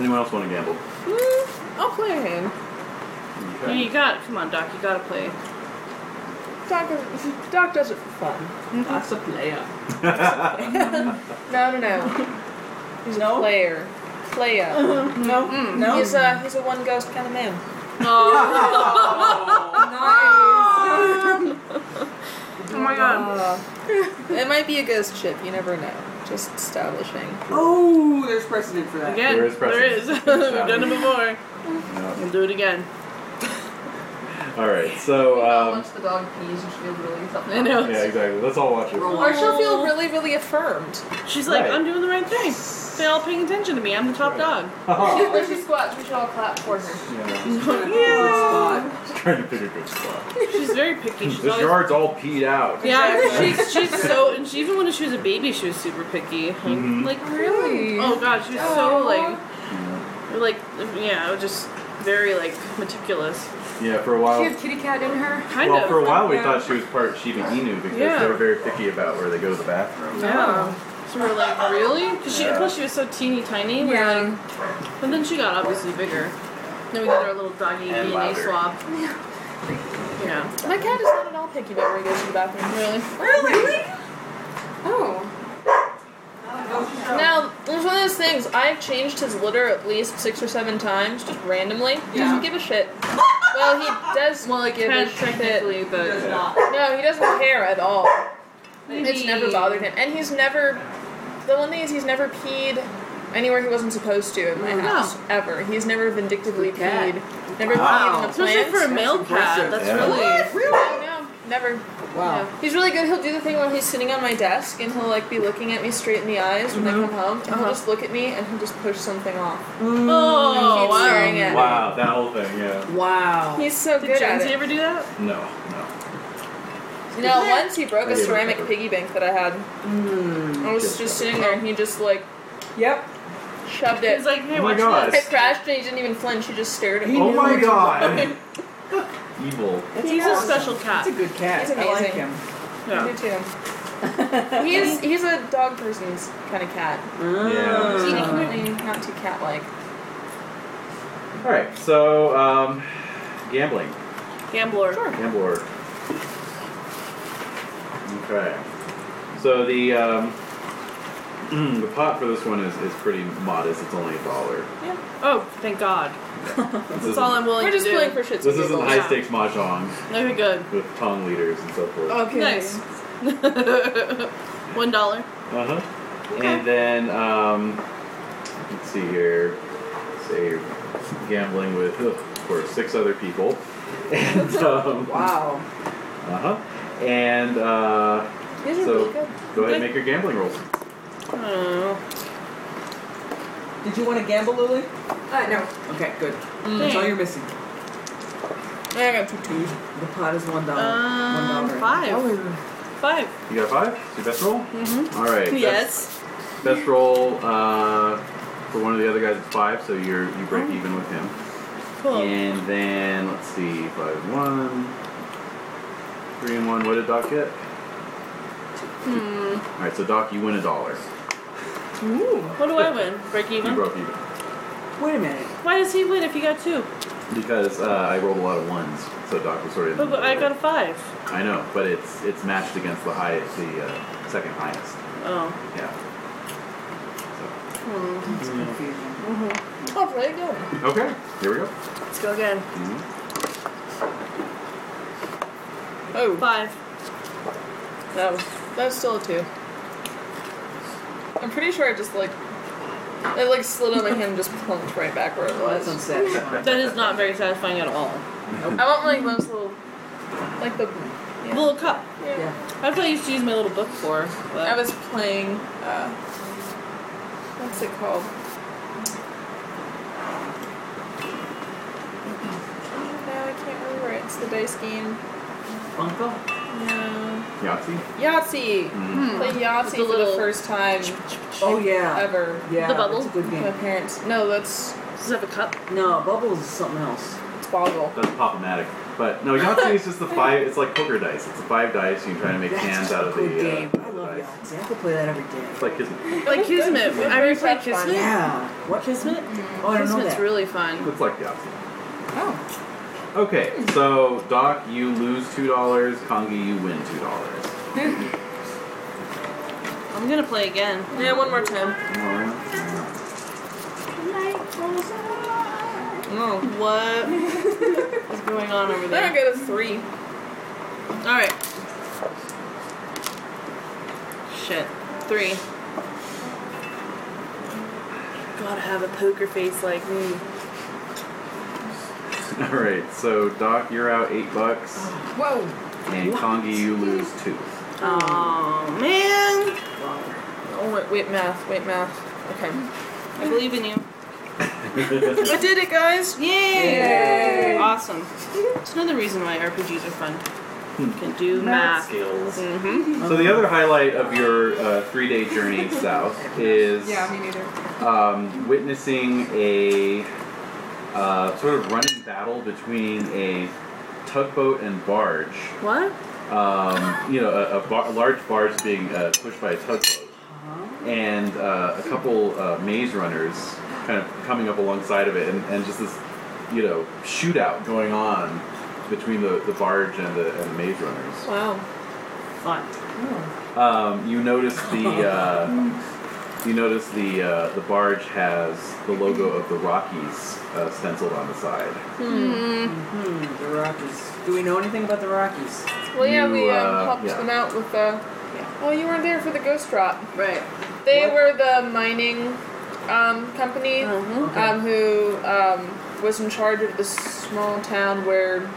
[SPEAKER 2] Anyone else want to gamble?
[SPEAKER 5] Mm, I'll play a hand.
[SPEAKER 3] Yeah,
[SPEAKER 2] Okay.
[SPEAKER 3] you got Come on, Doc, you gotta play.
[SPEAKER 5] Doc, is- Doc does it for fun.
[SPEAKER 4] That's a player.
[SPEAKER 5] No, no, no. He's a player. Player.
[SPEAKER 4] Uh-huh.
[SPEAKER 5] Mm-hmm.
[SPEAKER 4] No, no.
[SPEAKER 5] He's a he's a one ghost kind of man.
[SPEAKER 3] Oh,
[SPEAKER 7] Oh my god.
[SPEAKER 5] Uh, it might be a ghost ship. You never know. Just establishing.
[SPEAKER 4] Oh, there's precedent for that.
[SPEAKER 3] again.
[SPEAKER 2] There is
[SPEAKER 3] There is. We've
[SPEAKER 2] precedent.
[SPEAKER 3] done it before.
[SPEAKER 2] No.
[SPEAKER 3] We'll do it again.
[SPEAKER 2] All right. So, um,
[SPEAKER 7] the dog pees and she feels really something.
[SPEAKER 3] I know.
[SPEAKER 2] yeah, exactly. Let's all watch it.
[SPEAKER 5] Or she'll feel really, really affirmed.
[SPEAKER 3] She's like,
[SPEAKER 2] Right.
[SPEAKER 3] I'm doing the right thing. They're all paying attention to me. I'm the top dog.
[SPEAKER 2] Haha.
[SPEAKER 7] When she squats, we should all clap for her.
[SPEAKER 2] yeah.
[SPEAKER 4] Yeah.
[SPEAKER 2] Just trying to pick a good spot.
[SPEAKER 3] She's very picky. She's
[SPEAKER 2] This
[SPEAKER 3] always
[SPEAKER 2] yard's all peed out.
[SPEAKER 3] Yeah, she's she's so, and she, even when she was a baby, she was super picky. Like,
[SPEAKER 2] Mhm.
[SPEAKER 3] like, really? Oh god, she was so like, like yeah, just very like meticulous.
[SPEAKER 2] Yeah. For a
[SPEAKER 7] She
[SPEAKER 2] while.
[SPEAKER 7] had kitty cat in her.
[SPEAKER 3] Kind
[SPEAKER 2] well,
[SPEAKER 3] of.
[SPEAKER 2] for a while we
[SPEAKER 7] yeah.
[SPEAKER 2] thought she was part Shiba Inu because
[SPEAKER 3] Yeah.
[SPEAKER 2] they were very picky about where they go to the bathroom.
[SPEAKER 3] yeah. So we were like, really? 'Cause she,
[SPEAKER 2] Yeah.
[SPEAKER 3] plus she was so teeny tiny. we were like-
[SPEAKER 7] Yeah.
[SPEAKER 3] but then she got obviously bigger. Then we did our little doggy
[SPEAKER 1] And
[SPEAKER 3] DNA
[SPEAKER 1] louder.
[SPEAKER 3] swab. Yeah.
[SPEAKER 5] My cat is not at all picky about where he goes to the bathroom. Really.
[SPEAKER 7] Really? Oh.
[SPEAKER 5] Now, there's one of those things. I've changed his litter at least six or seven times, just randomly. He
[SPEAKER 4] Yeah.
[SPEAKER 5] doesn't give a shit. well, he does. Well, give a
[SPEAKER 3] Ted
[SPEAKER 5] shit.
[SPEAKER 3] technically, but
[SPEAKER 4] There's
[SPEAKER 2] Yeah.
[SPEAKER 4] not.
[SPEAKER 5] No, he doesn't care at all. It's
[SPEAKER 3] Maybe-
[SPEAKER 5] never bothered him, and he's never. The one thing is, he's never peed anywhere he wasn't supposed to in my
[SPEAKER 3] Oh, No.
[SPEAKER 5] house ever. He's never vindictively
[SPEAKER 4] Good cat.
[SPEAKER 5] peed. Never
[SPEAKER 4] Wow.
[SPEAKER 5] peed in the
[SPEAKER 3] especially
[SPEAKER 5] plants.
[SPEAKER 3] for a male cat,
[SPEAKER 4] impressive.
[SPEAKER 3] that's
[SPEAKER 2] Yeah.
[SPEAKER 3] really.
[SPEAKER 5] Really? No, never.
[SPEAKER 4] Wow.
[SPEAKER 5] No. He's really good. He'll do the thing where he's sitting on my desk and he'll like be looking at me straight in the eyes when
[SPEAKER 2] Mm-hmm.
[SPEAKER 5] I come home, and
[SPEAKER 2] Uh-huh.
[SPEAKER 5] he'll just look at me and he'll just push something off.
[SPEAKER 3] Oh
[SPEAKER 5] Keep staring
[SPEAKER 3] wow.
[SPEAKER 5] at me.
[SPEAKER 2] Mm. Wow, that whole thing, yeah.
[SPEAKER 4] Wow.
[SPEAKER 5] He's so
[SPEAKER 3] Did
[SPEAKER 5] good at
[SPEAKER 3] Jonesy
[SPEAKER 5] it.
[SPEAKER 3] ever do that?
[SPEAKER 2] No, no.
[SPEAKER 5] No, once he broke a
[SPEAKER 2] I gave it a
[SPEAKER 5] ceramic
[SPEAKER 2] cover.
[SPEAKER 5] piggy bank that I had.
[SPEAKER 2] Mm.
[SPEAKER 5] I was just sitting there and he just like
[SPEAKER 4] Yep.
[SPEAKER 5] shoved
[SPEAKER 3] He
[SPEAKER 5] it.
[SPEAKER 3] was like, hey,
[SPEAKER 2] Oh my
[SPEAKER 3] watch
[SPEAKER 2] God.
[SPEAKER 5] It crashed and he didn't even flinch. He just stared at me.
[SPEAKER 2] Oh my god! Evil.
[SPEAKER 3] this. He's a special cat.
[SPEAKER 4] That's a good cat.
[SPEAKER 5] He's
[SPEAKER 4] I like
[SPEAKER 5] amazing.
[SPEAKER 4] him.
[SPEAKER 5] I do too. he's he's a dog person's kind of
[SPEAKER 2] Mm.
[SPEAKER 5] cat.
[SPEAKER 3] Oh.
[SPEAKER 2] Yeah.
[SPEAKER 5] He's definitely not too cat like.
[SPEAKER 2] Alright, so, um, gambling.
[SPEAKER 3] Gambler.
[SPEAKER 2] Gambler. Okay. So the, um, the pot for this one is, is pretty modest. It's only a dollar.
[SPEAKER 3] Oh, thank God.
[SPEAKER 2] This
[SPEAKER 3] That's
[SPEAKER 2] isn't-
[SPEAKER 3] all I'm willing
[SPEAKER 5] We're
[SPEAKER 3] to
[SPEAKER 5] just
[SPEAKER 3] do.
[SPEAKER 5] playing for shits.
[SPEAKER 2] This
[SPEAKER 5] and
[SPEAKER 2] isn't
[SPEAKER 5] giggles.
[SPEAKER 2] high stakes mahjong
[SPEAKER 3] Okay, good.
[SPEAKER 2] with tongue leaders and so forth.
[SPEAKER 3] Oh.
[SPEAKER 7] Okay.
[SPEAKER 3] Nice. One dollar.
[SPEAKER 2] Uh huh. And then, um, let's see here. Say you're gambling with, ugh, of course, six other people. And, um,
[SPEAKER 7] Wow.
[SPEAKER 2] Uh huh. And uh,
[SPEAKER 5] These are
[SPEAKER 2] So-
[SPEAKER 5] really good.
[SPEAKER 2] go ahead and make your gambling rolls.
[SPEAKER 3] Oh,
[SPEAKER 4] Did you want to gamble, Lily?
[SPEAKER 7] Uh, no.
[SPEAKER 4] Okay, good. That's all you're missing.
[SPEAKER 3] I got two twos.
[SPEAKER 4] The pot is one dollar.
[SPEAKER 3] Um,
[SPEAKER 4] one dollar.
[SPEAKER 3] five. Five.
[SPEAKER 2] You got a five? It's your best roll? Mm-hmm. All right. Best,
[SPEAKER 3] Yes.
[SPEAKER 2] best roll uh, for one of the other guys is five, so you're you break even with him.
[SPEAKER 3] Oh. Cool.
[SPEAKER 2] And then let's see, five and one, three and one. What did Doc get?
[SPEAKER 3] Hmm.
[SPEAKER 2] All right, so Doc, you win a dollar.
[SPEAKER 3] What do I win? Break
[SPEAKER 2] You
[SPEAKER 3] even.
[SPEAKER 2] broke even
[SPEAKER 4] Wait a minute.
[SPEAKER 3] Why does he win if you got two?
[SPEAKER 2] because uh, I rolled a lot of ones, so Doc was sort of. in the
[SPEAKER 3] But but I
[SPEAKER 2] middle.
[SPEAKER 3] got a five.
[SPEAKER 2] I know, but it's it's matched against the highest, the uh, second highest.
[SPEAKER 3] Oh.
[SPEAKER 2] Yeah.
[SPEAKER 4] It's confusing.
[SPEAKER 5] Oh, really good.
[SPEAKER 2] Okay. Here we go.
[SPEAKER 3] Let's go again.
[SPEAKER 2] Mhm.
[SPEAKER 5] Oh,
[SPEAKER 3] Five.
[SPEAKER 5] that was that was still a two. I'm pretty sure I just like it like slid on my hand and just plunked right back where it
[SPEAKER 4] Well, that's
[SPEAKER 5] was.
[SPEAKER 4] unsatisfying.
[SPEAKER 3] That is not very satisfying at all.
[SPEAKER 5] I want like those little like the Yeah.
[SPEAKER 3] Little cup.
[SPEAKER 5] yeah.
[SPEAKER 4] yeah.
[SPEAKER 3] That's what I used to use my little book for. But
[SPEAKER 5] I was playing uh what's it called? No, I can't remember. It's the dice game.
[SPEAKER 4] Uncle?
[SPEAKER 5] No.
[SPEAKER 2] Yahtzee.
[SPEAKER 5] Yahtzee.
[SPEAKER 2] Mhm.
[SPEAKER 5] Play
[SPEAKER 3] the
[SPEAKER 5] Yahtzee for the
[SPEAKER 3] little-
[SPEAKER 5] first time
[SPEAKER 4] Oh, yeah.
[SPEAKER 5] ever.
[SPEAKER 4] Yeah.
[SPEAKER 3] Uh, The bubble?
[SPEAKER 4] That's a good
[SPEAKER 5] with My
[SPEAKER 4] game.
[SPEAKER 5] parents. No, that's
[SPEAKER 3] Does it have a cup?
[SPEAKER 4] No, bubbles is something else.
[SPEAKER 5] it's Boggle.
[SPEAKER 2] That's problematic. But no, Yahtzee is just the five. It's like poker dice. It's the five dice. You try to make
[SPEAKER 4] That's
[SPEAKER 2] hands
[SPEAKER 4] such
[SPEAKER 2] out
[SPEAKER 4] a
[SPEAKER 2] of the.
[SPEAKER 4] good game.
[SPEAKER 2] Uh,
[SPEAKER 4] I love
[SPEAKER 2] dice.
[SPEAKER 4] Yahtzee. I could play that every
[SPEAKER 2] It's
[SPEAKER 4] day.
[SPEAKER 2] like Kismet.
[SPEAKER 3] Like Kismet. I replayed Kismet.
[SPEAKER 4] Yeah. What?
[SPEAKER 3] Kismet?
[SPEAKER 4] Oh, I don't know
[SPEAKER 3] Kismet's
[SPEAKER 4] that. Oh,
[SPEAKER 3] really fun.
[SPEAKER 2] It's like Yahtzee. Okay, so Doc, you lose two dollars. Kongi, you win two dollars.
[SPEAKER 3] I'm gonna play again.
[SPEAKER 5] Yeah, one more time. No.
[SPEAKER 3] Oh, What is going on over
[SPEAKER 5] Then I
[SPEAKER 3] there?
[SPEAKER 5] got a three.
[SPEAKER 3] Alright. Shit. Three. Gotta have a poker face like me.
[SPEAKER 2] All right, so Doc, you're out eight bucks,
[SPEAKER 7] Whoa.
[SPEAKER 2] and Kongi, you lose two.
[SPEAKER 3] Oh man!
[SPEAKER 5] Oh wait, wait, math, wait, math. Okay.
[SPEAKER 3] I believe in you.
[SPEAKER 5] I did it, guys.
[SPEAKER 3] Yay! Awesome. It's another reason why RPGs are fun.
[SPEAKER 2] Hmm.
[SPEAKER 3] You can do math.
[SPEAKER 1] skills.
[SPEAKER 3] Mm-hmm.
[SPEAKER 2] So the other highlight of your uh, three-day journey south is
[SPEAKER 7] Yeah, me neither.
[SPEAKER 2] um, witnessing a uh, sort of running battle between a tugboat and barge.
[SPEAKER 3] What?
[SPEAKER 2] Um, you know, a, a, bar- a large barge being uh, pushed by a tugboat, and uh, a couple uh, maze runners kind of coming up alongside of it, and, and just this, you know, shootout going on between the, the barge and the, and the maze runners.
[SPEAKER 5] Wow.
[SPEAKER 3] Fun.
[SPEAKER 2] Um, you notice the uh, you notice the uh, the barge has the logo of the Rockies uh, stenciled on the side.
[SPEAKER 4] Hmm, the Rockies. Do we know anything about the Rockies?
[SPEAKER 5] Well, yeah,
[SPEAKER 2] You,
[SPEAKER 5] we um,
[SPEAKER 2] uh,
[SPEAKER 5] helped
[SPEAKER 2] yeah.
[SPEAKER 5] them out with the. Oh, you weren't there for the ghost drop.
[SPEAKER 4] Right.
[SPEAKER 5] They
[SPEAKER 4] What?
[SPEAKER 5] were the mining um, company
[SPEAKER 3] Uh-huh.
[SPEAKER 5] um, who um, was in charge of the small town where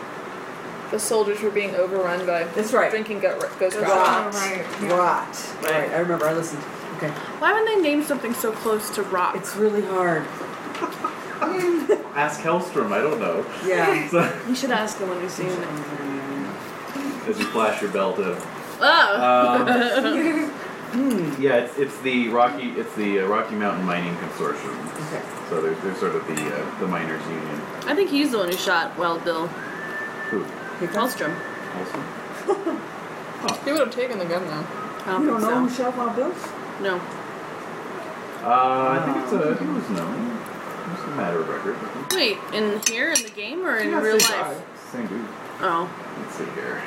[SPEAKER 5] the soldiers were being overrun by
[SPEAKER 4] That's right.
[SPEAKER 5] drinking gut, ghost
[SPEAKER 4] Ghost
[SPEAKER 5] drop.
[SPEAKER 4] Rot. Rot. Right. I remember. I listened. Okay.
[SPEAKER 3] Why would they name something so close to rock?
[SPEAKER 4] It's really hard.
[SPEAKER 2] Ask Hellstrom, I don't know.
[SPEAKER 4] Yeah.
[SPEAKER 2] So,
[SPEAKER 3] you should ask them when we see them.
[SPEAKER 2] as you flash your bell to.
[SPEAKER 3] Oh!
[SPEAKER 2] Um, hmm, yeah, it's, it's the Rocky it's the uh, Rocky Mountain Mining Consortium.
[SPEAKER 4] okay.
[SPEAKER 2] So they're, they're sort of the uh, the miners union.
[SPEAKER 3] I think he's the one who shot Wild Bill
[SPEAKER 2] Who?
[SPEAKER 3] Hellstrom.
[SPEAKER 2] Hellstrom?
[SPEAKER 5] He would have taken the gun though.
[SPEAKER 3] I don't
[SPEAKER 4] You don't know who
[SPEAKER 3] think
[SPEAKER 4] shot my bills?
[SPEAKER 3] so. No.
[SPEAKER 2] Uh, I think it's a I think it was known. It was a matter of record.
[SPEAKER 3] Wait, in here in the game or in
[SPEAKER 2] Yeah,
[SPEAKER 3] real
[SPEAKER 2] same
[SPEAKER 3] life?
[SPEAKER 2] guy. Same dude.
[SPEAKER 3] Oh.
[SPEAKER 2] Let's see here.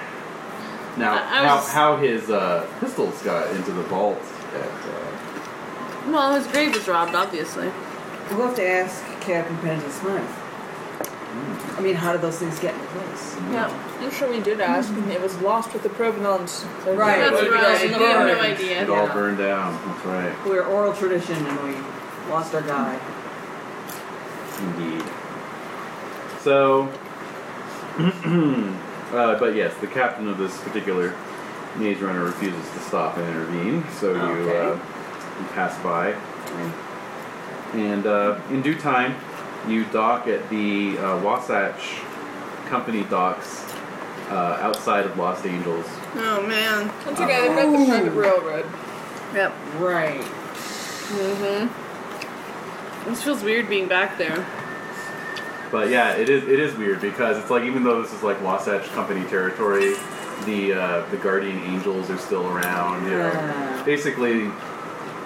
[SPEAKER 2] Now,
[SPEAKER 3] I- I
[SPEAKER 2] how,
[SPEAKER 3] was-
[SPEAKER 2] how his uh, pistols got into the vault at uh,
[SPEAKER 3] Well, his grave was robbed, obviously.
[SPEAKER 4] We'll have to ask Captain Benedict Smith. I mean, how did those things get into place?
[SPEAKER 3] Yeah.
[SPEAKER 5] I'm sure we did ask, and it was lost with the provenance. So
[SPEAKER 4] Right.
[SPEAKER 5] that's
[SPEAKER 3] That's
[SPEAKER 5] what
[SPEAKER 3] right.
[SPEAKER 5] you guys
[SPEAKER 3] You
[SPEAKER 5] know.
[SPEAKER 3] have no
[SPEAKER 2] It
[SPEAKER 3] idea.
[SPEAKER 2] all burned down. That's right.
[SPEAKER 4] We're oral tradition and we lost our guy.
[SPEAKER 2] Indeed. So, uh, but yes, the captain of this particular maze runner refuses to stop and intervene, so you,
[SPEAKER 4] Okay.
[SPEAKER 2] uh, you pass by. And uh, in due time, you dock at the uh, Wasatch Company docks uh, outside of Los Angeles.
[SPEAKER 3] Oh man.
[SPEAKER 5] That's okay. They've got the private railroad.
[SPEAKER 3] Yep.
[SPEAKER 4] Right.
[SPEAKER 3] Mm-hmm. This feels weird being back there.
[SPEAKER 2] But yeah, it is it is weird because it's like even though this is like Wasatch Company territory, the uh, the guardian angels are still around. You know,
[SPEAKER 4] Yeah.
[SPEAKER 2] basically,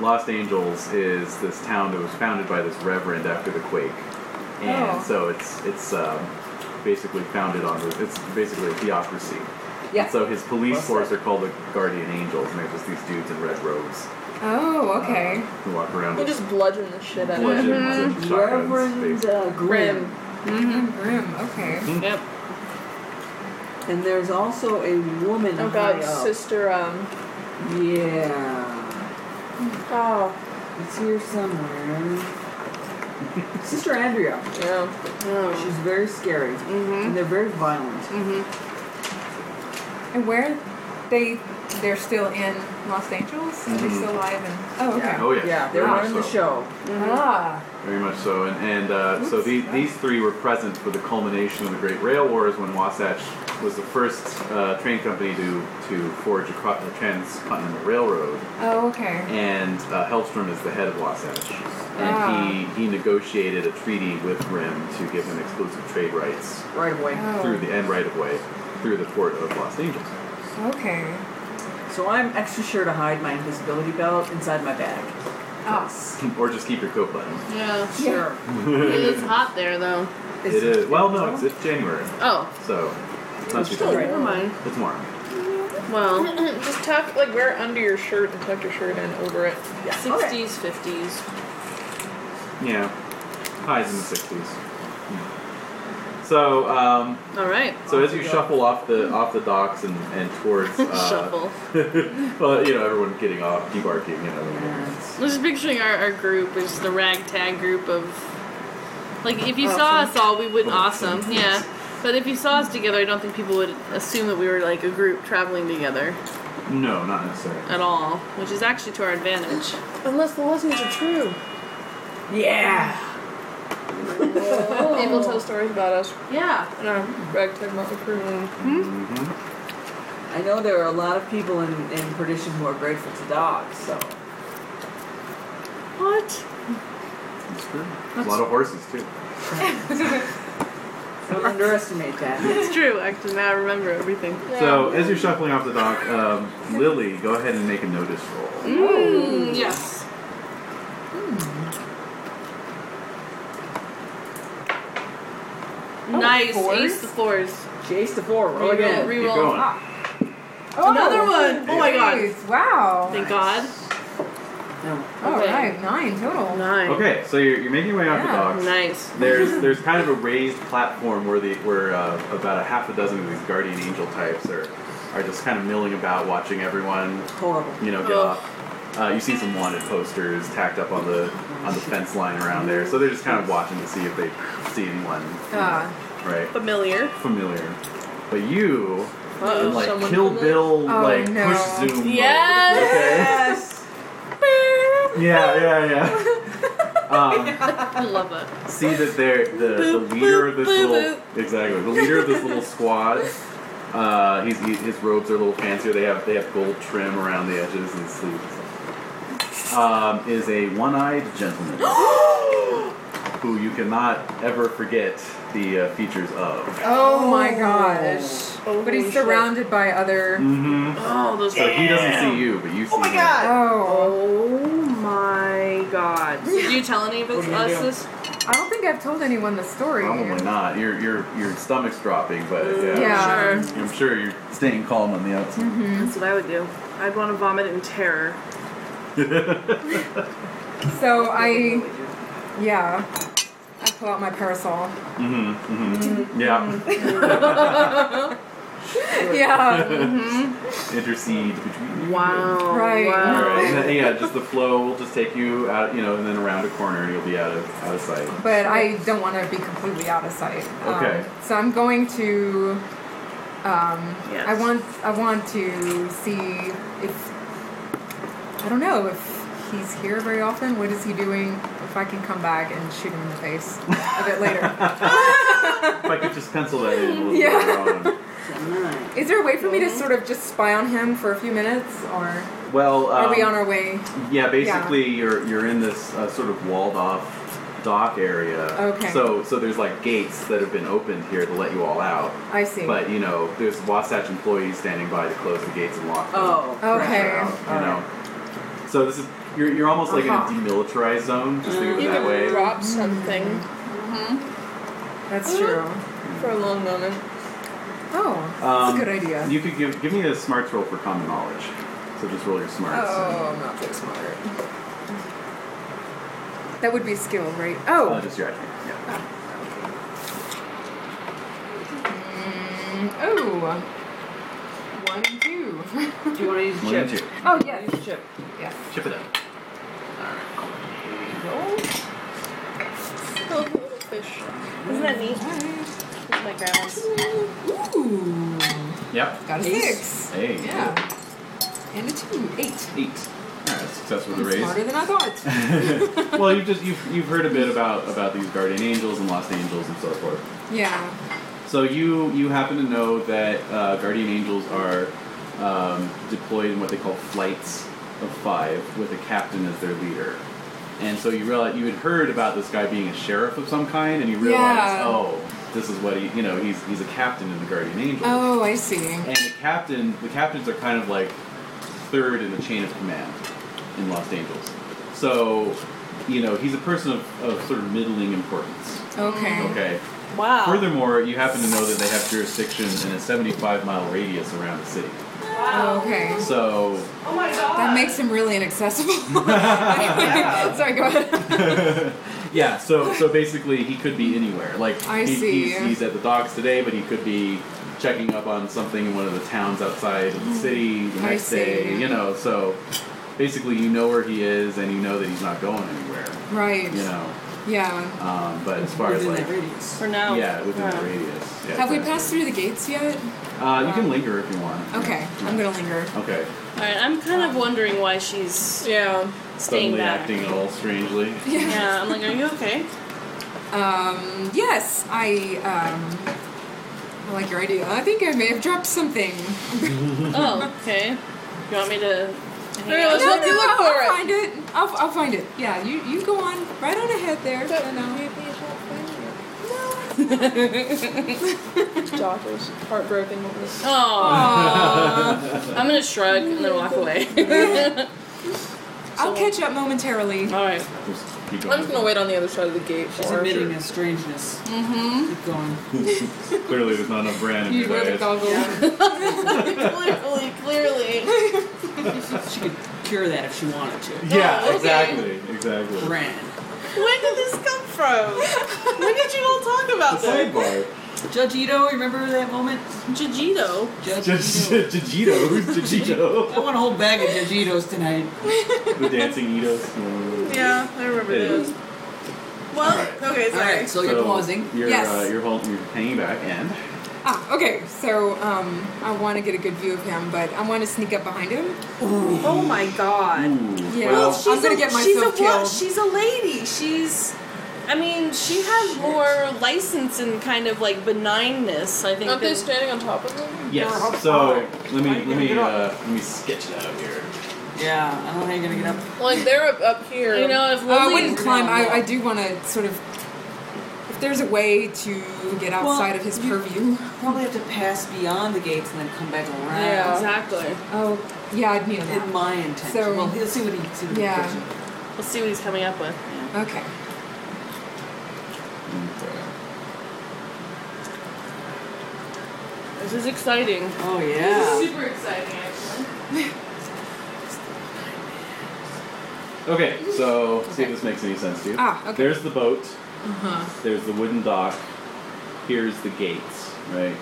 [SPEAKER 2] Lost Angels is this town that was founded by this reverend after the quake, and
[SPEAKER 5] Oh.
[SPEAKER 2] so it's it's um, basically founded on this. It's basically a theocracy.
[SPEAKER 7] Yeah.
[SPEAKER 2] And so his police
[SPEAKER 4] What's
[SPEAKER 2] force are called the guardian angels, and they're just these dudes in red robes
[SPEAKER 7] Oh, okay.
[SPEAKER 2] who walk around
[SPEAKER 5] They
[SPEAKER 2] with
[SPEAKER 5] just bludgeon the shit out of
[SPEAKER 2] bludgeons
[SPEAKER 5] it.
[SPEAKER 2] and shotguns.
[SPEAKER 4] Reverend
[SPEAKER 2] basically.
[SPEAKER 4] uh, Grimm.
[SPEAKER 3] Grim.
[SPEAKER 7] And grim. Okay.
[SPEAKER 3] Yep.
[SPEAKER 4] And there's also a woman.
[SPEAKER 5] Oh god,
[SPEAKER 4] high up.
[SPEAKER 5] sister, um.
[SPEAKER 4] Yeah.
[SPEAKER 5] Oh,
[SPEAKER 4] It's here somewhere. Sister Andrea.
[SPEAKER 5] yeah.
[SPEAKER 3] Oh.
[SPEAKER 4] She's very scary.
[SPEAKER 3] Mm-hmm.
[SPEAKER 4] And they're very violent.
[SPEAKER 3] Mm-hmm.
[SPEAKER 7] And where they they're still in Los Angeles? They're still alive and oh okay.
[SPEAKER 2] Oh yeah,
[SPEAKER 4] Yeah, they
[SPEAKER 2] very
[SPEAKER 4] were
[SPEAKER 2] much
[SPEAKER 4] in the
[SPEAKER 2] so.
[SPEAKER 4] show.
[SPEAKER 7] Ah.
[SPEAKER 2] Very much so, and, and uh, so these, these three were present for the culmination of the Great Rail Wars when Wasatch was the first uh, train company to, to forge a, cro- a transcontinental railroad,
[SPEAKER 7] Oh okay.
[SPEAKER 2] and uh, Hellstrom is the head of Wasatch, and
[SPEAKER 7] Ah.
[SPEAKER 2] he, he negotiated a treaty with Grimm to give him exclusive trade rights
[SPEAKER 4] Right away.
[SPEAKER 2] through
[SPEAKER 7] Oh,
[SPEAKER 2] the end right of way through the port of Los Angeles.
[SPEAKER 7] okay.
[SPEAKER 4] So I'm extra sure to hide my invisibility belt inside my bag.
[SPEAKER 7] Us.
[SPEAKER 2] or just keep your coat button.
[SPEAKER 3] Yeah.
[SPEAKER 4] Sure.
[SPEAKER 3] It is hot there though.
[SPEAKER 2] It is well, no, it's, it's January,
[SPEAKER 3] Oh.
[SPEAKER 2] so it's not too
[SPEAKER 3] Still,
[SPEAKER 2] bad.
[SPEAKER 3] never mind.
[SPEAKER 2] It's warm.
[SPEAKER 3] Well.
[SPEAKER 5] just tuck, like, wear it under your shirt and tuck your shirt in over it.
[SPEAKER 3] 60s, 50s.
[SPEAKER 2] Yeah, highs in the sixties. So, um,
[SPEAKER 3] All right.
[SPEAKER 2] so as you shuffle off the off the docks and, and towards uh,
[SPEAKER 3] Shuffle.
[SPEAKER 2] well, you know everyone getting off, debarking, you know.
[SPEAKER 3] I'm just picturing our, our group is the ragtag group of. Like, if you saw us all, we would.
[SPEAKER 2] Awesome.
[SPEAKER 3] Awesome, yeah. But if you saw us together, I don't think people would assume that we were like a group traveling together
[SPEAKER 2] No, not necessarily.
[SPEAKER 3] at all, which is actually to our advantage.
[SPEAKER 5] Unless the lessons are true.
[SPEAKER 4] Yeah.
[SPEAKER 5] People tell stories about us
[SPEAKER 3] Yeah.
[SPEAKER 5] and our ragtag motley crew. and-
[SPEAKER 4] I know there are a lot of people in, in perdition who are grateful to dogs, so.
[SPEAKER 3] What?
[SPEAKER 2] That's true. a lot of horses too.
[SPEAKER 4] Don't underestimate that.
[SPEAKER 3] It's true, actually, now I remember everything.
[SPEAKER 2] So as you're shuffling off the dock, um, Lily, go ahead and make a notice roll.
[SPEAKER 3] Mm, yes. Nice,
[SPEAKER 7] fours?
[SPEAKER 3] ace the fours.
[SPEAKER 4] Chase the four, roll
[SPEAKER 3] Reroll,
[SPEAKER 4] again.
[SPEAKER 2] Keep
[SPEAKER 3] reroll.
[SPEAKER 2] going.
[SPEAKER 7] Oh,
[SPEAKER 3] Another one! Oh my god.
[SPEAKER 7] jeez, Wow.
[SPEAKER 3] Thank God.
[SPEAKER 4] No.
[SPEAKER 7] All
[SPEAKER 3] Okay.
[SPEAKER 7] right, nine total.
[SPEAKER 3] Nine.
[SPEAKER 2] Okay, so you're, you're making your way off the
[SPEAKER 7] Yeah.
[SPEAKER 2] docks.
[SPEAKER 3] Nice.
[SPEAKER 2] There's there's kind of a raised platform where the where uh, about a half a dozen of these guardian angel types are are just kind of milling about, watching everyone,
[SPEAKER 4] Horrible.
[SPEAKER 2] you know, get
[SPEAKER 3] Oh.
[SPEAKER 2] off. Uh, you see some wanted posters tacked up on the on the fence line around there, so they're just kind of watching to see if they see anyone,
[SPEAKER 7] Ah.
[SPEAKER 2] right?
[SPEAKER 3] Familiar.
[SPEAKER 2] Familiar. But you, in
[SPEAKER 3] Uh-oh,
[SPEAKER 2] like
[SPEAKER 5] someone
[SPEAKER 2] Kill
[SPEAKER 5] familiar?
[SPEAKER 2] Bill,
[SPEAKER 7] Oh,
[SPEAKER 2] like
[SPEAKER 7] no.
[SPEAKER 2] push zoom. mode,
[SPEAKER 3] Yes!
[SPEAKER 2] Okay. Yeah, yeah, yeah. Um,
[SPEAKER 3] I love it.
[SPEAKER 2] see that they're the, the
[SPEAKER 3] Boop,
[SPEAKER 2] leader of this
[SPEAKER 3] boop,
[SPEAKER 2] little exactly the leader of this little squad. Uh, he's, he, his robes are a little fancier. They have they have gold trim around the edges and sleeves. and stuff. Um, is a one-eyed gentleman who you cannot ever forget the uh, features of.
[SPEAKER 7] Oh my gosh. But
[SPEAKER 3] Holy
[SPEAKER 7] he's
[SPEAKER 3] shit.
[SPEAKER 7] surrounded by other.
[SPEAKER 2] Mm-hmm.
[SPEAKER 3] Oh, those
[SPEAKER 2] So he doesn't see you, but you see. Oh my god!
[SPEAKER 7] Oh.
[SPEAKER 3] Oh my god. So did you tell any of
[SPEAKER 4] What
[SPEAKER 3] us
[SPEAKER 4] do you do?
[SPEAKER 3] us this?
[SPEAKER 7] I don't think I've told anyone the story.
[SPEAKER 2] Probably not. Your your your stomach's dropping, but yeah,
[SPEAKER 7] Yeah.
[SPEAKER 3] Sure.
[SPEAKER 2] I'm sure you're staying calm on the outside.
[SPEAKER 3] That's what I would do. I'd want to vomit in terror.
[SPEAKER 7] So I, yeah, I pull out my parasol.
[SPEAKER 2] Mm-hmm. Mm-hmm. Yeah.
[SPEAKER 7] Yeah. mhm.
[SPEAKER 2] Intercede between.
[SPEAKER 3] Wow.
[SPEAKER 7] Right.
[SPEAKER 2] All
[SPEAKER 3] Wow.
[SPEAKER 2] right. And then, yeah, just the flow will just take you out, you know, and then around a corner, and you'll be out of out of sight.
[SPEAKER 7] But I don't want to be completely out of sight. Um,
[SPEAKER 2] Okay.
[SPEAKER 7] So I'm going to. Um,
[SPEAKER 3] Yes.
[SPEAKER 7] I want. I want to see if. I don't know if he's here very often. What is he doing? If I can come back and shoot him in the face a bit later.
[SPEAKER 2] If I could just pencil that in a little
[SPEAKER 7] Yeah.
[SPEAKER 2] bit. more. um,
[SPEAKER 4] Tonight.
[SPEAKER 7] Is there a way for me to sort of just spy on him for a few minutes, or
[SPEAKER 2] Well, um,
[SPEAKER 7] are we on our way?
[SPEAKER 2] Yeah, basically you're you're in this uh, sort of walled off dock area.
[SPEAKER 7] Okay.
[SPEAKER 2] So so there's like gates that have been opened here to let you all out.
[SPEAKER 7] I see.
[SPEAKER 2] But you know, there's Wasatch employees standing by to close the gates and lock them.
[SPEAKER 4] Oh.
[SPEAKER 2] for
[SPEAKER 7] Okay.
[SPEAKER 2] extra out,
[SPEAKER 4] All
[SPEAKER 2] you know. So this is you're you're almost like
[SPEAKER 7] Uh-huh.
[SPEAKER 2] in a demilitarized zone. Just think of it
[SPEAKER 5] You
[SPEAKER 2] that
[SPEAKER 5] can
[SPEAKER 2] way.
[SPEAKER 5] drop something
[SPEAKER 7] That's true.
[SPEAKER 5] for a long moment.
[SPEAKER 7] Oh,
[SPEAKER 2] Um,
[SPEAKER 7] that's a good idea.
[SPEAKER 2] You could give give me a smarts roll for common knowledge. So just roll your smarts.
[SPEAKER 7] Oh, I'm not so smart. That would be a skill, right?
[SPEAKER 2] and, uh,
[SPEAKER 7] Oh,
[SPEAKER 2] just your action. Yeah.
[SPEAKER 7] mm, oh, one and two.
[SPEAKER 4] Do you want to use
[SPEAKER 2] One and
[SPEAKER 4] chip?
[SPEAKER 2] two.
[SPEAKER 7] oh yes,
[SPEAKER 3] Chip.
[SPEAKER 7] yes.
[SPEAKER 2] Chip it up.
[SPEAKER 5] Oh, little fish.
[SPEAKER 3] Isn't that neat? With my grandma's.
[SPEAKER 7] Ooh,
[SPEAKER 2] Yep.
[SPEAKER 7] got a
[SPEAKER 4] Ace.
[SPEAKER 7] six.
[SPEAKER 2] Hey.
[SPEAKER 7] Yeah, and a two, eight.
[SPEAKER 2] Eight. All right, success with
[SPEAKER 7] I'm
[SPEAKER 2] the raise.
[SPEAKER 7] smarter than I thought.
[SPEAKER 2] well, you've just you've, you've heard a bit about about these guardian angels and lost angels and so forth.
[SPEAKER 7] yeah.
[SPEAKER 2] So you you happen to know that uh, guardian angels are um, deployed in what they call flights of five, with a captain as their leader. And so you realize you had heard about this guy being a sheriff of some kind, and you realize,
[SPEAKER 7] Yeah.
[SPEAKER 2] oh, this is what he you know he's he's a captain in the guardian angels.
[SPEAKER 7] Oh, I see.
[SPEAKER 2] And the captain, the captains are kind of like third in the chain of command in Los Angeles. So, you know, he's a person of, of sort of middling importance.
[SPEAKER 7] Okay.
[SPEAKER 2] Okay.
[SPEAKER 3] Wow.
[SPEAKER 2] Furthermore, you happen to know that they have jurisdiction in a 75 mile radius around the city.
[SPEAKER 7] Okay.
[SPEAKER 2] So,
[SPEAKER 6] Oh my god.
[SPEAKER 7] That makes him really inaccessible. Sorry, go ahead.
[SPEAKER 2] yeah. So, so basically, he could be anywhere. Like,
[SPEAKER 7] I
[SPEAKER 2] he-
[SPEAKER 7] see.
[SPEAKER 2] He's, he's at the docks today, but he could be checking up on something in one of the towns outside of the city the
[SPEAKER 7] Hmm. I
[SPEAKER 2] next day.
[SPEAKER 7] see.
[SPEAKER 2] You know, so basically, you know where he is, and you know that he's not going anywhere.
[SPEAKER 7] Right.
[SPEAKER 2] you know.
[SPEAKER 7] Yeah.
[SPEAKER 2] Um, but as far as
[SPEAKER 4] Within
[SPEAKER 2] like,
[SPEAKER 4] that radius.
[SPEAKER 3] For now.
[SPEAKER 2] yeah, within
[SPEAKER 3] Wow.
[SPEAKER 2] the radius. Yeah,
[SPEAKER 7] Oh. Have we
[SPEAKER 2] exactly.
[SPEAKER 7] passed through the gates yet?
[SPEAKER 2] Uh, you can linger if you want.
[SPEAKER 7] Okay, I'm gonna linger.
[SPEAKER 2] Okay.
[SPEAKER 3] Alright, I'm kind of wondering why she's
[SPEAKER 5] Yeah.
[SPEAKER 3] staying
[SPEAKER 2] Suddenly
[SPEAKER 3] back.
[SPEAKER 2] acting at all strangely.
[SPEAKER 3] Yeah, I'm like, are you okay?
[SPEAKER 7] Um, yes, I, um, I like your idea. I think I may have dropped something.
[SPEAKER 3] oh, okay. You want me to hang
[SPEAKER 5] Yeah,
[SPEAKER 3] out?
[SPEAKER 5] let's
[SPEAKER 7] no,
[SPEAKER 5] hope
[SPEAKER 7] no,
[SPEAKER 5] you look for
[SPEAKER 7] I'll
[SPEAKER 5] it.
[SPEAKER 7] find it. I'll, I'll find it. Yeah, you, you go on right on ahead there. I know.
[SPEAKER 5] Doc is heartbroken with this.
[SPEAKER 7] Uh,
[SPEAKER 3] Aw. Oh, I'm gonna shrug and then walk away.
[SPEAKER 7] I'll catch up momentarily.
[SPEAKER 3] Alright.
[SPEAKER 2] Just keep going.
[SPEAKER 5] I'm just gonna wait on the other side of the gate.
[SPEAKER 4] She's
[SPEAKER 5] for-
[SPEAKER 4] admitting a strangeness.
[SPEAKER 7] Mm-hmm.
[SPEAKER 4] Keep going.
[SPEAKER 2] Clearly, there's not enough brand in
[SPEAKER 7] You
[SPEAKER 2] your
[SPEAKER 7] wear the
[SPEAKER 2] diet.
[SPEAKER 7] goggles.
[SPEAKER 3] clearly, clearly.
[SPEAKER 4] She could cure that if she wanted to.
[SPEAKER 2] Yeah,
[SPEAKER 3] Oh, okay.
[SPEAKER 2] exactly, exactly.
[SPEAKER 4] Bran.
[SPEAKER 3] Where did this come from? When did you all talk about
[SPEAKER 2] The
[SPEAKER 3] this?
[SPEAKER 2] sidebar.
[SPEAKER 4] Judge Ito, remember that moment?
[SPEAKER 3] Jujito.
[SPEAKER 4] Judge
[SPEAKER 2] Just
[SPEAKER 4] Ito.
[SPEAKER 2] Jajito. Who's
[SPEAKER 4] I
[SPEAKER 2] Jajito?
[SPEAKER 4] want a whole bag of Judge Itos tonight.
[SPEAKER 2] the dancing Itos.
[SPEAKER 3] Yeah, I remember
[SPEAKER 2] Hey.
[SPEAKER 3] those.
[SPEAKER 7] Oh,
[SPEAKER 3] Well,
[SPEAKER 2] Alright.
[SPEAKER 3] okay,
[SPEAKER 4] All right, so you're
[SPEAKER 2] So
[SPEAKER 4] pausing.
[SPEAKER 2] You're,
[SPEAKER 7] Yes.
[SPEAKER 2] uh, you're, holding, you're hanging back, and
[SPEAKER 7] Ah, okay. So, um, I want to get a good view of him, but I want to sneak up behind him.
[SPEAKER 3] Oh my god.
[SPEAKER 2] Ooh,
[SPEAKER 7] Yeah.
[SPEAKER 2] Mm. well,
[SPEAKER 7] I'm gonna get
[SPEAKER 3] she's a
[SPEAKER 7] myself
[SPEAKER 3] wo-
[SPEAKER 7] killed.
[SPEAKER 3] She's a lady. She's. I mean, she has more license and kind of like benignness. I think.
[SPEAKER 5] Aren't they
[SPEAKER 3] than-
[SPEAKER 5] standing on top of him?
[SPEAKER 2] yes. So let me let me uh, let me sketch it out here.
[SPEAKER 4] Yeah, I don't know how you're gonna get up.
[SPEAKER 5] Like they're up, up here.
[SPEAKER 3] you know, if
[SPEAKER 7] Oh, I
[SPEAKER 3] Lily,
[SPEAKER 7] wouldn't climb. I, I do want to sort of. If there's a way to get outside of his
[SPEAKER 4] you-
[SPEAKER 7] purview.
[SPEAKER 4] Probably have to pass beyond the gates and then come back around.
[SPEAKER 5] Yeah.
[SPEAKER 3] exactly.
[SPEAKER 7] Oh, yeah, I'd need a
[SPEAKER 4] In
[SPEAKER 7] map.
[SPEAKER 4] my intention.
[SPEAKER 7] So-
[SPEAKER 4] well, he'll see what he see what
[SPEAKER 7] Yeah.
[SPEAKER 4] he
[SPEAKER 3] Let's see what he's coming up with.
[SPEAKER 7] Okay.
[SPEAKER 3] This is exciting.
[SPEAKER 4] Oh yeah.
[SPEAKER 7] Oh,
[SPEAKER 3] super exciting, actually.
[SPEAKER 2] Okay, so see if this makes any sense to you.
[SPEAKER 7] Ah, okay. Uh-huh.
[SPEAKER 2] There's the boat. There's the wooden dock. Here's the gates, right?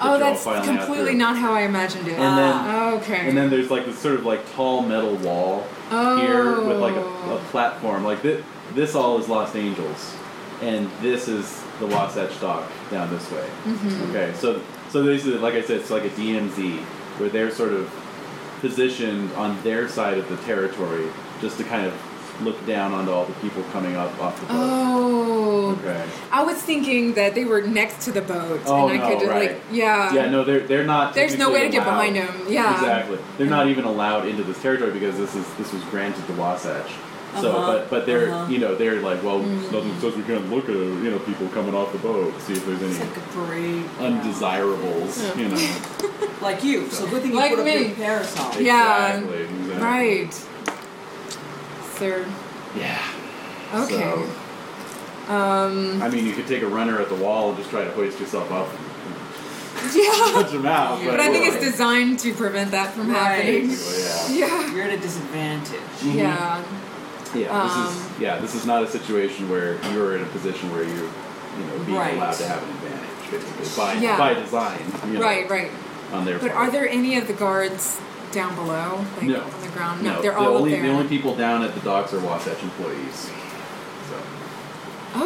[SPEAKER 7] Oh,
[SPEAKER 2] you're all
[SPEAKER 7] that's
[SPEAKER 2] filing out
[SPEAKER 7] completely
[SPEAKER 2] through.
[SPEAKER 7] not how I imagined it.
[SPEAKER 2] And then-
[SPEAKER 7] Ah, okay.
[SPEAKER 2] And then there's like this sort of like tall metal wall
[SPEAKER 7] oh.
[SPEAKER 2] here with like a, a platform. Like this, this all is Lost Angels, and this is the Wasatch Dock down this way. Okay, so so basically, like I said, it's like a DMZ where they're sort of positioned on their side of the territory, just to kind of look down onto all the people coming up off the boat.
[SPEAKER 7] Oh.
[SPEAKER 2] Okay.
[SPEAKER 7] I was thinking that they were next to the boat,
[SPEAKER 2] Oh,
[SPEAKER 7] and I
[SPEAKER 2] no,
[SPEAKER 7] could
[SPEAKER 2] right.
[SPEAKER 7] like, yeah.
[SPEAKER 2] Yeah, no, they're they're not.
[SPEAKER 7] Uh, There's no way to
[SPEAKER 2] typically
[SPEAKER 7] get
[SPEAKER 2] allowed-
[SPEAKER 7] behind them. Yeah.
[SPEAKER 2] Exactly. They're not even allowed into this territory because this is this was granted to Wasatch. So,
[SPEAKER 4] Uh-huh,
[SPEAKER 2] but but they're
[SPEAKER 4] uh-huh.
[SPEAKER 2] you know they're like well
[SPEAKER 7] Mm.
[SPEAKER 2] nothing says we can't look at you know people coming off the boat see if there's
[SPEAKER 4] It's
[SPEAKER 2] any
[SPEAKER 4] like a great.
[SPEAKER 2] undesirables you know
[SPEAKER 4] Like you. So good thing you
[SPEAKER 7] Like
[SPEAKER 4] put up
[SPEAKER 7] me.
[SPEAKER 4] your parasol.
[SPEAKER 7] Yeah.
[SPEAKER 2] exactly, exactly.
[SPEAKER 7] Right. Sir.
[SPEAKER 2] yeah
[SPEAKER 7] Okay.
[SPEAKER 2] So,
[SPEAKER 7] Um.
[SPEAKER 2] I mean you could take a runner at the wall and just try to hoist yourself up
[SPEAKER 7] Yeah.
[SPEAKER 2] punch them out but,
[SPEAKER 7] But I think
[SPEAKER 2] well,
[SPEAKER 7] it's designed to prevent that from
[SPEAKER 4] Right.
[SPEAKER 7] happening.
[SPEAKER 2] basically,
[SPEAKER 7] Yeah.
[SPEAKER 4] You're at a disadvantage.
[SPEAKER 2] Mhm.
[SPEAKER 7] Yeah.
[SPEAKER 2] yeah yeah this
[SPEAKER 7] Um,
[SPEAKER 2] is yeah this is not a situation where you're in a position where you're you know being
[SPEAKER 4] Right.
[SPEAKER 2] allowed to have an advantage basically by
[SPEAKER 7] Yeah.
[SPEAKER 2] by design you know,
[SPEAKER 7] Right. Right.
[SPEAKER 2] on their
[SPEAKER 7] But
[SPEAKER 2] part.
[SPEAKER 7] are there any of the guards down below, like
[SPEAKER 2] No.
[SPEAKER 7] on the ground?
[SPEAKER 2] No,
[SPEAKER 7] they're
[SPEAKER 2] the
[SPEAKER 7] all
[SPEAKER 2] only
[SPEAKER 7] up there.
[SPEAKER 2] the only people down at the docks are Wasatch employees. So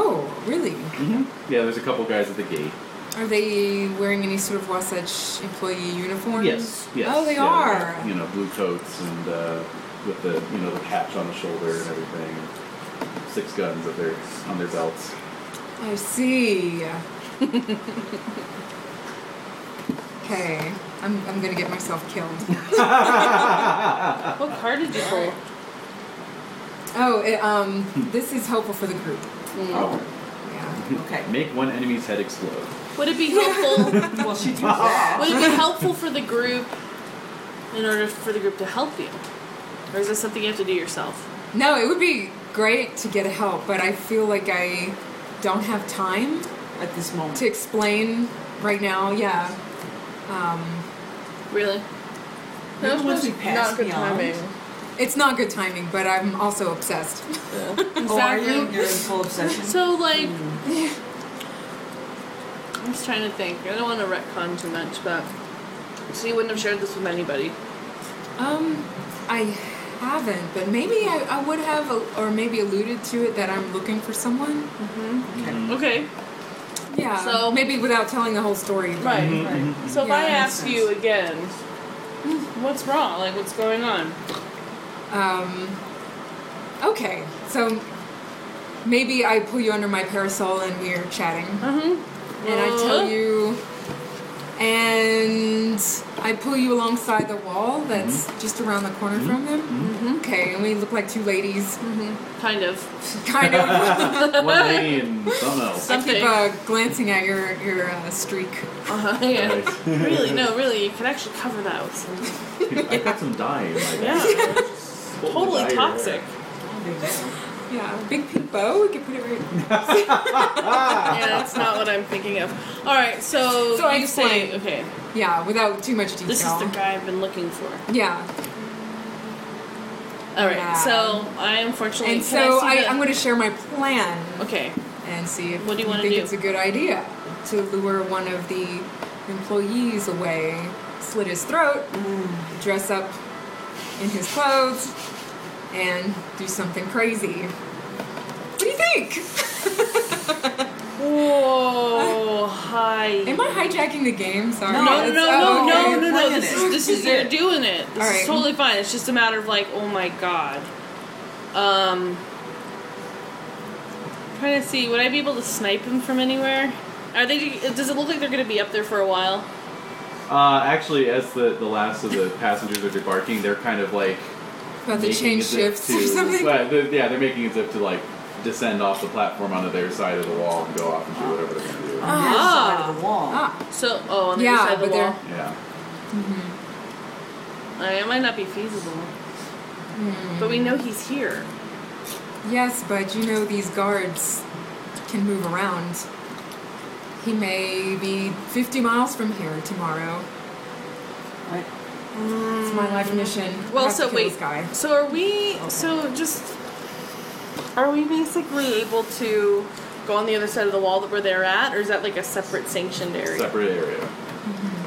[SPEAKER 7] oh, really?
[SPEAKER 2] Mm-hmm. yeah, there's a couple guys at the gate.
[SPEAKER 7] Are they wearing any sort of Wasatch employee uniforms?
[SPEAKER 2] Yes, yes.
[SPEAKER 7] Oh, they
[SPEAKER 2] yeah,
[SPEAKER 7] are.
[SPEAKER 2] got, You know, blue coats and uh, with the you know the patch on the shoulder and everything. And six guns at their on their belts.
[SPEAKER 7] I see. okay, I'm, I'm gonna get myself killed.
[SPEAKER 3] What card did you pull?
[SPEAKER 7] Oh, it, um, this is helpful for the group.
[SPEAKER 2] Oh.
[SPEAKER 7] Yeah.
[SPEAKER 4] Okay.
[SPEAKER 2] Make one enemy's head explode.
[SPEAKER 3] Would it be helpful?
[SPEAKER 4] Well, she did that.
[SPEAKER 3] would it be helpful for the group in order for the group to help you, or is this something you have to do yourself?
[SPEAKER 7] No, it would be great to get help, but I feel like I don't have time
[SPEAKER 4] At this moment.
[SPEAKER 7] to explain right now. Yeah.
[SPEAKER 3] Really?
[SPEAKER 4] Maybe once we pass
[SPEAKER 5] not good
[SPEAKER 4] beyond.
[SPEAKER 5] timing.
[SPEAKER 7] It's not good timing, but I'm also obsessed.
[SPEAKER 4] Oh, are you? You're in full obsession.
[SPEAKER 3] So like,
[SPEAKER 7] Hmm.
[SPEAKER 3] I'm just trying to think. I don't want to retcon too much, but so you wouldn't have shared this with anybody.
[SPEAKER 7] Um, I haven't, but maybe I, I would have, uh, or maybe alluded to it that I'm looking for someone.
[SPEAKER 3] Okay.
[SPEAKER 7] Mm-hmm, Yeah.
[SPEAKER 3] So-
[SPEAKER 7] maybe without telling the whole story. but-
[SPEAKER 3] Right. So if
[SPEAKER 7] mm-hmm. Yeah,
[SPEAKER 3] I
[SPEAKER 7] that makes
[SPEAKER 3] ask you again, what's wrong? Like, what's going on?
[SPEAKER 7] Um, okay, so maybe I pull you under my parasol and we're chatting.
[SPEAKER 3] Mm-hmm.
[SPEAKER 7] And I tell you, and I pull you alongside the wall that's just around the corner from him.
[SPEAKER 3] Mm-hmm.
[SPEAKER 7] Okay, and we look like two ladies,
[SPEAKER 3] Kind of.
[SPEAKER 7] kind of.
[SPEAKER 2] One lady and something else.
[SPEAKER 7] I keep
[SPEAKER 3] Something.
[SPEAKER 7] uh, glancing at your your uh, streak.
[SPEAKER 3] Uh, yeah.
[SPEAKER 2] Right.
[SPEAKER 3] really? No, really. You could actually cover that with something.
[SPEAKER 2] I got some dye in my bag.
[SPEAKER 3] Yeah.
[SPEAKER 2] Pull the
[SPEAKER 3] totally
[SPEAKER 2] dye
[SPEAKER 3] toxic.
[SPEAKER 7] Yeah, big pink bow. We could put it right.
[SPEAKER 3] yeah, that's not what I'm thinking of. All right. So.
[SPEAKER 7] So I
[SPEAKER 3] you say,
[SPEAKER 7] explain.
[SPEAKER 3] okay,
[SPEAKER 7] Yeah, without too much detail.
[SPEAKER 3] this is the guy I've been looking for.
[SPEAKER 7] yeah,
[SPEAKER 3] All right.
[SPEAKER 7] Yeah.
[SPEAKER 3] So I unfortunately.
[SPEAKER 7] and
[SPEAKER 3] can
[SPEAKER 7] so
[SPEAKER 3] I,
[SPEAKER 7] I,
[SPEAKER 3] see the-
[SPEAKER 7] I'm going to share my plan.
[SPEAKER 3] Okay.
[SPEAKER 7] and see if
[SPEAKER 3] What do you wanna
[SPEAKER 7] think
[SPEAKER 3] do?
[SPEAKER 7] it's a good idea to lure one of the employees away, slit his throat,
[SPEAKER 3] Mm.
[SPEAKER 7] dress up in his clothes, and do something crazy. What do you think?
[SPEAKER 3] Whoa. Hi.
[SPEAKER 7] Am I hijacking the game? Sorry.
[SPEAKER 4] No,
[SPEAKER 3] No, no,
[SPEAKER 4] It's-
[SPEAKER 3] no, no,
[SPEAKER 4] oh,
[SPEAKER 3] no,
[SPEAKER 4] okay.
[SPEAKER 3] no,
[SPEAKER 4] You're
[SPEAKER 3] no.
[SPEAKER 4] playing
[SPEAKER 3] This
[SPEAKER 4] it.
[SPEAKER 3] is this is
[SPEAKER 4] This is
[SPEAKER 3] you're
[SPEAKER 4] it.
[SPEAKER 3] doing it. This
[SPEAKER 7] All
[SPEAKER 3] is
[SPEAKER 7] right.
[SPEAKER 3] totally fine. It's just a matter of like, oh my god. Um, trying to see, would I be able to snipe him from anywhere? Are they? Does it look like they're going to be up there for a while?
[SPEAKER 2] Uh, actually, as the, the last of the passengers are debarking, they're kind of like
[SPEAKER 7] About to
[SPEAKER 2] making
[SPEAKER 7] change
[SPEAKER 2] as if
[SPEAKER 7] shifts
[SPEAKER 2] to-
[SPEAKER 7] or something.
[SPEAKER 2] Well, they're- yeah, they're making it as if to like descend off the platform onto their side of the wall and go off and do whatever they're gonna do.
[SPEAKER 4] on their side of the wall.
[SPEAKER 7] Ah,
[SPEAKER 3] So, oh, on the
[SPEAKER 7] Yeah,
[SPEAKER 3] other side of the
[SPEAKER 7] but they're-
[SPEAKER 3] wall.
[SPEAKER 2] Yeah.
[SPEAKER 3] I mean, it might not be feasible.
[SPEAKER 7] Hmm.
[SPEAKER 3] But we know he's here.
[SPEAKER 7] yes, but you know these guards can move around. He may be 50 miles from here tomorrow.
[SPEAKER 4] Right.
[SPEAKER 7] It's my life mission.
[SPEAKER 3] Well,
[SPEAKER 7] I have to
[SPEAKER 3] so
[SPEAKER 7] kill
[SPEAKER 3] wait.
[SPEAKER 7] This guy.
[SPEAKER 3] So are we? So just are we basically able to go on the other side of the wall that we're there at, or is that like a separate sanctioned area?
[SPEAKER 2] Separate area.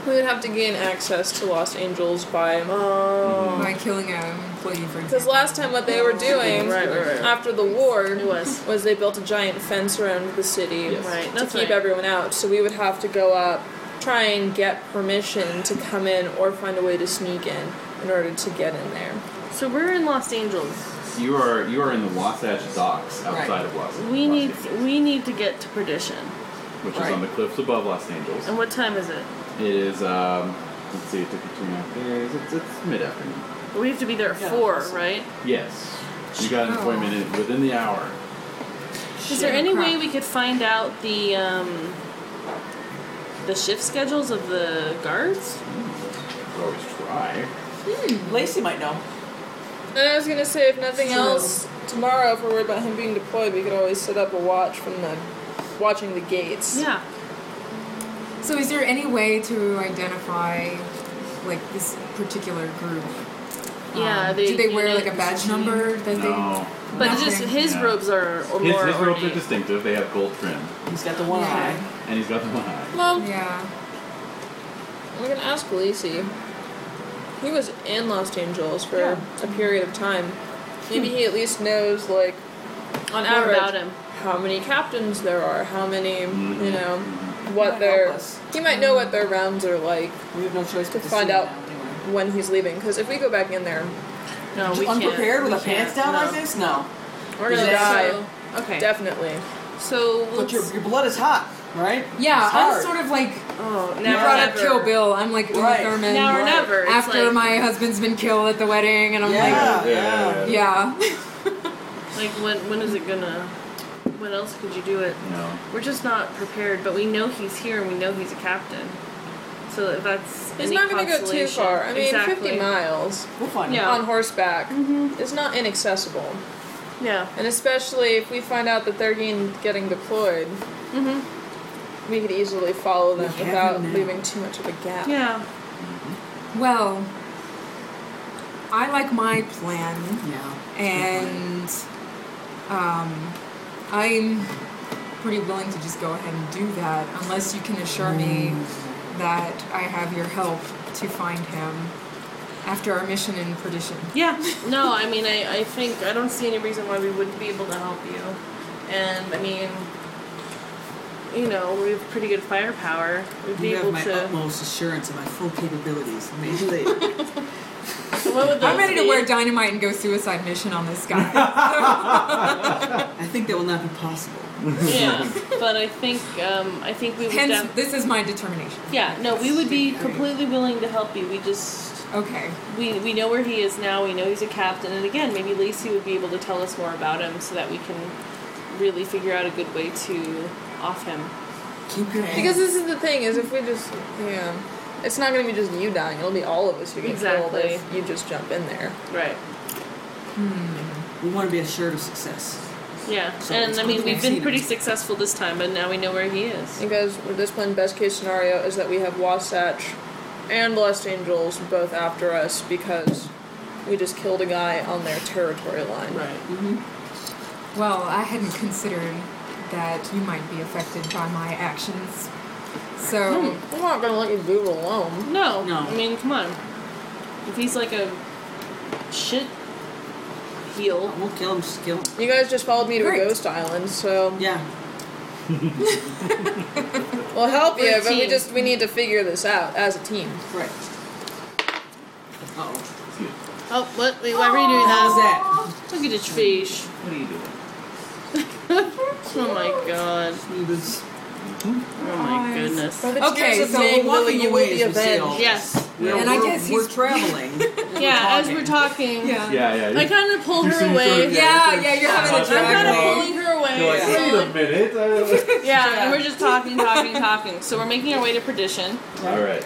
[SPEAKER 5] We would have to gain access to Lost Angels by.
[SPEAKER 3] Oh,
[SPEAKER 7] By killing an employee, for
[SPEAKER 5] Because
[SPEAKER 7] example.
[SPEAKER 5] last time, what they were doing
[SPEAKER 3] Right, right, right.
[SPEAKER 5] after the war
[SPEAKER 3] it was
[SPEAKER 5] was they built a giant fence around the city
[SPEAKER 2] Yes.
[SPEAKER 3] right.
[SPEAKER 5] to
[SPEAKER 3] That's
[SPEAKER 5] keep
[SPEAKER 3] right.
[SPEAKER 5] everyone out. So we would have to go up, try and get permission to come in, or find a way to sneak in in order to get in there.
[SPEAKER 3] so we're in Los Angeles.
[SPEAKER 2] You are you are in the Wasatch Docks outside
[SPEAKER 4] Right.
[SPEAKER 2] of Los
[SPEAKER 3] We
[SPEAKER 2] Los
[SPEAKER 3] need
[SPEAKER 2] Angeles,
[SPEAKER 3] we need to get to Perdition.
[SPEAKER 2] which
[SPEAKER 4] Right.
[SPEAKER 2] is on the cliffs above Los Angeles.
[SPEAKER 3] And what time is it?
[SPEAKER 2] It is um let's see, it took you two and a half days. It's, it's mid afternoon.
[SPEAKER 3] We have to be there at
[SPEAKER 4] Yeah,
[SPEAKER 3] four,
[SPEAKER 4] so-
[SPEAKER 3] right?
[SPEAKER 2] Yes. You got an
[SPEAKER 7] Oh.
[SPEAKER 2] appointment in, within the hour.
[SPEAKER 3] Is there any
[SPEAKER 7] crap.
[SPEAKER 3] way we could find out the um, the shift schedules of the guards?
[SPEAKER 2] You could always try.
[SPEAKER 4] Lacey might know.
[SPEAKER 5] And I was gonna say, if nothing
[SPEAKER 7] True.
[SPEAKER 5] else, tomorrow, if we're worried about him being deployed, we could always set up a watch from the watching the gates.
[SPEAKER 3] Yeah.
[SPEAKER 7] So, is there any way to identify, like, this particular group?
[SPEAKER 3] Yeah,
[SPEAKER 7] Um,
[SPEAKER 3] they-
[SPEAKER 7] do they
[SPEAKER 3] you
[SPEAKER 7] wear
[SPEAKER 3] know,
[SPEAKER 7] like a badge number that
[SPEAKER 2] No.
[SPEAKER 7] they?
[SPEAKER 3] But it's just
[SPEAKER 7] Nothing.
[SPEAKER 3] his
[SPEAKER 2] Yeah.
[SPEAKER 3] robes are or
[SPEAKER 2] His,
[SPEAKER 3] more
[SPEAKER 2] his robes are
[SPEAKER 3] ornate.
[SPEAKER 2] distinctive. They have gold trim,
[SPEAKER 4] He's got the one
[SPEAKER 7] Yeah.
[SPEAKER 2] and he's got the one eye.
[SPEAKER 5] Mom,
[SPEAKER 7] yeah.
[SPEAKER 5] I'm gonna ask Lacey. He was in Los Angeles for
[SPEAKER 4] Yeah.
[SPEAKER 5] a period of time. Maybe he at least knows, like, on
[SPEAKER 3] More
[SPEAKER 5] average,
[SPEAKER 3] about him.
[SPEAKER 5] how many captains there are, how many,
[SPEAKER 2] Mhm.
[SPEAKER 5] you know,
[SPEAKER 4] Might
[SPEAKER 5] what their.
[SPEAKER 4] help us.
[SPEAKER 5] He might know what their rounds are like
[SPEAKER 4] eye. We have no choice but
[SPEAKER 5] To
[SPEAKER 4] to,
[SPEAKER 5] find
[SPEAKER 4] see
[SPEAKER 5] out.
[SPEAKER 4] Now, do we?
[SPEAKER 5] when he's leaving. Because if we go back in there,
[SPEAKER 3] No, we can't.
[SPEAKER 4] Unprepared with
[SPEAKER 3] we
[SPEAKER 4] our pants
[SPEAKER 3] can't,
[SPEAKER 4] down
[SPEAKER 3] no.
[SPEAKER 4] like this? No.
[SPEAKER 5] we're gonna
[SPEAKER 4] Yeah.
[SPEAKER 5] die.
[SPEAKER 3] So, okay.
[SPEAKER 5] Definitely.
[SPEAKER 3] so
[SPEAKER 4] But
[SPEAKER 3] let's,
[SPEAKER 4] your, your blood is hot, right?
[SPEAKER 7] Yeah,
[SPEAKER 4] It's
[SPEAKER 7] I'm
[SPEAKER 4] hard.
[SPEAKER 7] sort of like
[SPEAKER 3] oh,
[SPEAKER 7] you
[SPEAKER 3] now
[SPEAKER 7] brought
[SPEAKER 3] or
[SPEAKER 7] up
[SPEAKER 3] never.
[SPEAKER 7] Kill Bill. I'm like Uma
[SPEAKER 4] Right.
[SPEAKER 7] Thurman.
[SPEAKER 3] Now or
[SPEAKER 4] Right.
[SPEAKER 3] never. It's
[SPEAKER 7] After
[SPEAKER 3] like,
[SPEAKER 7] my husband's been killed at the wedding, and I'm
[SPEAKER 4] Oh, Yeah,
[SPEAKER 2] yeah.
[SPEAKER 4] yeah.
[SPEAKER 7] like, yeah.
[SPEAKER 3] like when when is it gonna? When else could you do it?
[SPEAKER 2] No.
[SPEAKER 3] We're just not prepared, but we know he's here and we know he's a captain. So if that's
[SPEAKER 5] He's
[SPEAKER 3] any
[SPEAKER 5] not gonna go too
[SPEAKER 3] consolation-
[SPEAKER 5] far. I mean,
[SPEAKER 3] exactly.
[SPEAKER 5] 50 miles
[SPEAKER 4] We'll find
[SPEAKER 3] Yeah.
[SPEAKER 4] out.
[SPEAKER 5] on horseback
[SPEAKER 4] Mm-hmm.
[SPEAKER 5] is not inaccessible.
[SPEAKER 3] Yeah.
[SPEAKER 5] And especially if we find out that they're getting, getting deployed, we could easily follow them
[SPEAKER 4] Mm-hmm. We have
[SPEAKER 5] without
[SPEAKER 4] them now.
[SPEAKER 5] leaving too much of a gap.
[SPEAKER 3] Yeah.
[SPEAKER 7] Well, I like my plan.
[SPEAKER 4] Yeah.
[SPEAKER 7] and um, I'm pretty willing to just go ahead and do that unless you can assure me that I have your help to find him after our mission in perdition.
[SPEAKER 3] Yeah. No, I mean, I, I think I don't see any reason why we wouldn't be able to help you. And I mean, you know, we have pretty good firepower. We'd be
[SPEAKER 4] You have
[SPEAKER 3] able
[SPEAKER 4] my
[SPEAKER 3] to.
[SPEAKER 4] utmost assurance of my full capabilities. Maybe later.
[SPEAKER 3] So what would those
[SPEAKER 7] I'm ready to
[SPEAKER 3] be?
[SPEAKER 7] wear dynamite and go suicide mission on this guy.
[SPEAKER 4] I think that will not be possible.
[SPEAKER 3] Yeah, but I think um, I think we would.
[SPEAKER 7] Hence,
[SPEAKER 3] def-
[SPEAKER 7] this is my determination.
[SPEAKER 3] yeah, no, we would be completely willing to help you. We just
[SPEAKER 7] Okay.
[SPEAKER 3] we we know where he is now. We know he's a captain, and again, maybe Lacey would be able to tell us more about him so that we can really figure out a good way to off him.
[SPEAKER 4] Keep your head.
[SPEAKER 5] Because this is the thing is if we just yeah, it's not gonna be just you dying. It'll be all of us who get
[SPEAKER 3] Exactly.
[SPEAKER 5] killed if you just jump in there.
[SPEAKER 3] Right.
[SPEAKER 4] We want to be assured of success.
[SPEAKER 3] Yeah,
[SPEAKER 4] So
[SPEAKER 3] and
[SPEAKER 4] it's
[SPEAKER 3] I mean
[SPEAKER 4] good
[SPEAKER 3] we've
[SPEAKER 4] we've
[SPEAKER 3] been
[SPEAKER 4] seen
[SPEAKER 3] pretty
[SPEAKER 4] him.
[SPEAKER 3] successful this time, but now we know where he is.
[SPEAKER 5] Because with this plan, best case scenario is that we have Wasatch and Lost Angels both after us because we just killed a guy on their territory line.
[SPEAKER 3] Right.
[SPEAKER 7] Well, I hadn't considered that you might be affected by my actions. So,
[SPEAKER 5] We're not gonna let you do it alone.
[SPEAKER 3] No.
[SPEAKER 4] No.
[SPEAKER 3] I mean, come on. If he's like a shit heel,
[SPEAKER 4] We'll kill him. Just kill him.
[SPEAKER 5] You guys just followed me to
[SPEAKER 7] Great.
[SPEAKER 5] a ghost island, so
[SPEAKER 4] Yeah.
[SPEAKER 5] we'll help
[SPEAKER 3] We're
[SPEAKER 5] you,
[SPEAKER 3] a
[SPEAKER 5] but we
[SPEAKER 3] team.
[SPEAKER 5] just we need to figure this out as a team.
[SPEAKER 4] Right. Uh-oh.
[SPEAKER 2] Excuse me.
[SPEAKER 3] Oh, what? Wait, why were you doing
[SPEAKER 4] How's
[SPEAKER 3] that?
[SPEAKER 4] that?
[SPEAKER 3] Look at his fish.
[SPEAKER 2] What are you doing?
[SPEAKER 3] Oh my god.
[SPEAKER 4] He was-
[SPEAKER 3] Oh my
[SPEAKER 7] Eyes.
[SPEAKER 3] goodness.
[SPEAKER 5] By the
[SPEAKER 7] Okay,
[SPEAKER 5] tears of
[SPEAKER 7] so
[SPEAKER 5] May,
[SPEAKER 4] we're walking
[SPEAKER 5] Lily, you
[SPEAKER 4] away
[SPEAKER 5] will be
[SPEAKER 4] as we see
[SPEAKER 5] avenged.
[SPEAKER 4] all
[SPEAKER 3] Yes.
[SPEAKER 4] We're-
[SPEAKER 7] And I
[SPEAKER 4] we're-
[SPEAKER 7] guess
[SPEAKER 4] we're
[SPEAKER 7] he's-
[SPEAKER 4] traveling.
[SPEAKER 3] Yeah, as
[SPEAKER 4] talking.
[SPEAKER 3] we're talking.
[SPEAKER 7] Um,
[SPEAKER 2] Yeah, yeah.
[SPEAKER 3] I kind of pull
[SPEAKER 2] You're
[SPEAKER 3] her
[SPEAKER 2] saying
[SPEAKER 3] away.
[SPEAKER 2] sorry.
[SPEAKER 7] yeah, yeah, you're having a
[SPEAKER 2] I'm
[SPEAKER 3] I'm kind
[SPEAKER 7] drag
[SPEAKER 3] of
[SPEAKER 7] race.
[SPEAKER 3] pulling her away.
[SPEAKER 2] You're like,
[SPEAKER 3] Yeah.
[SPEAKER 2] wait a minute. I-
[SPEAKER 3] yeah, and we're just talking, talking, talking. So we're making our way to perdition.
[SPEAKER 2] All right.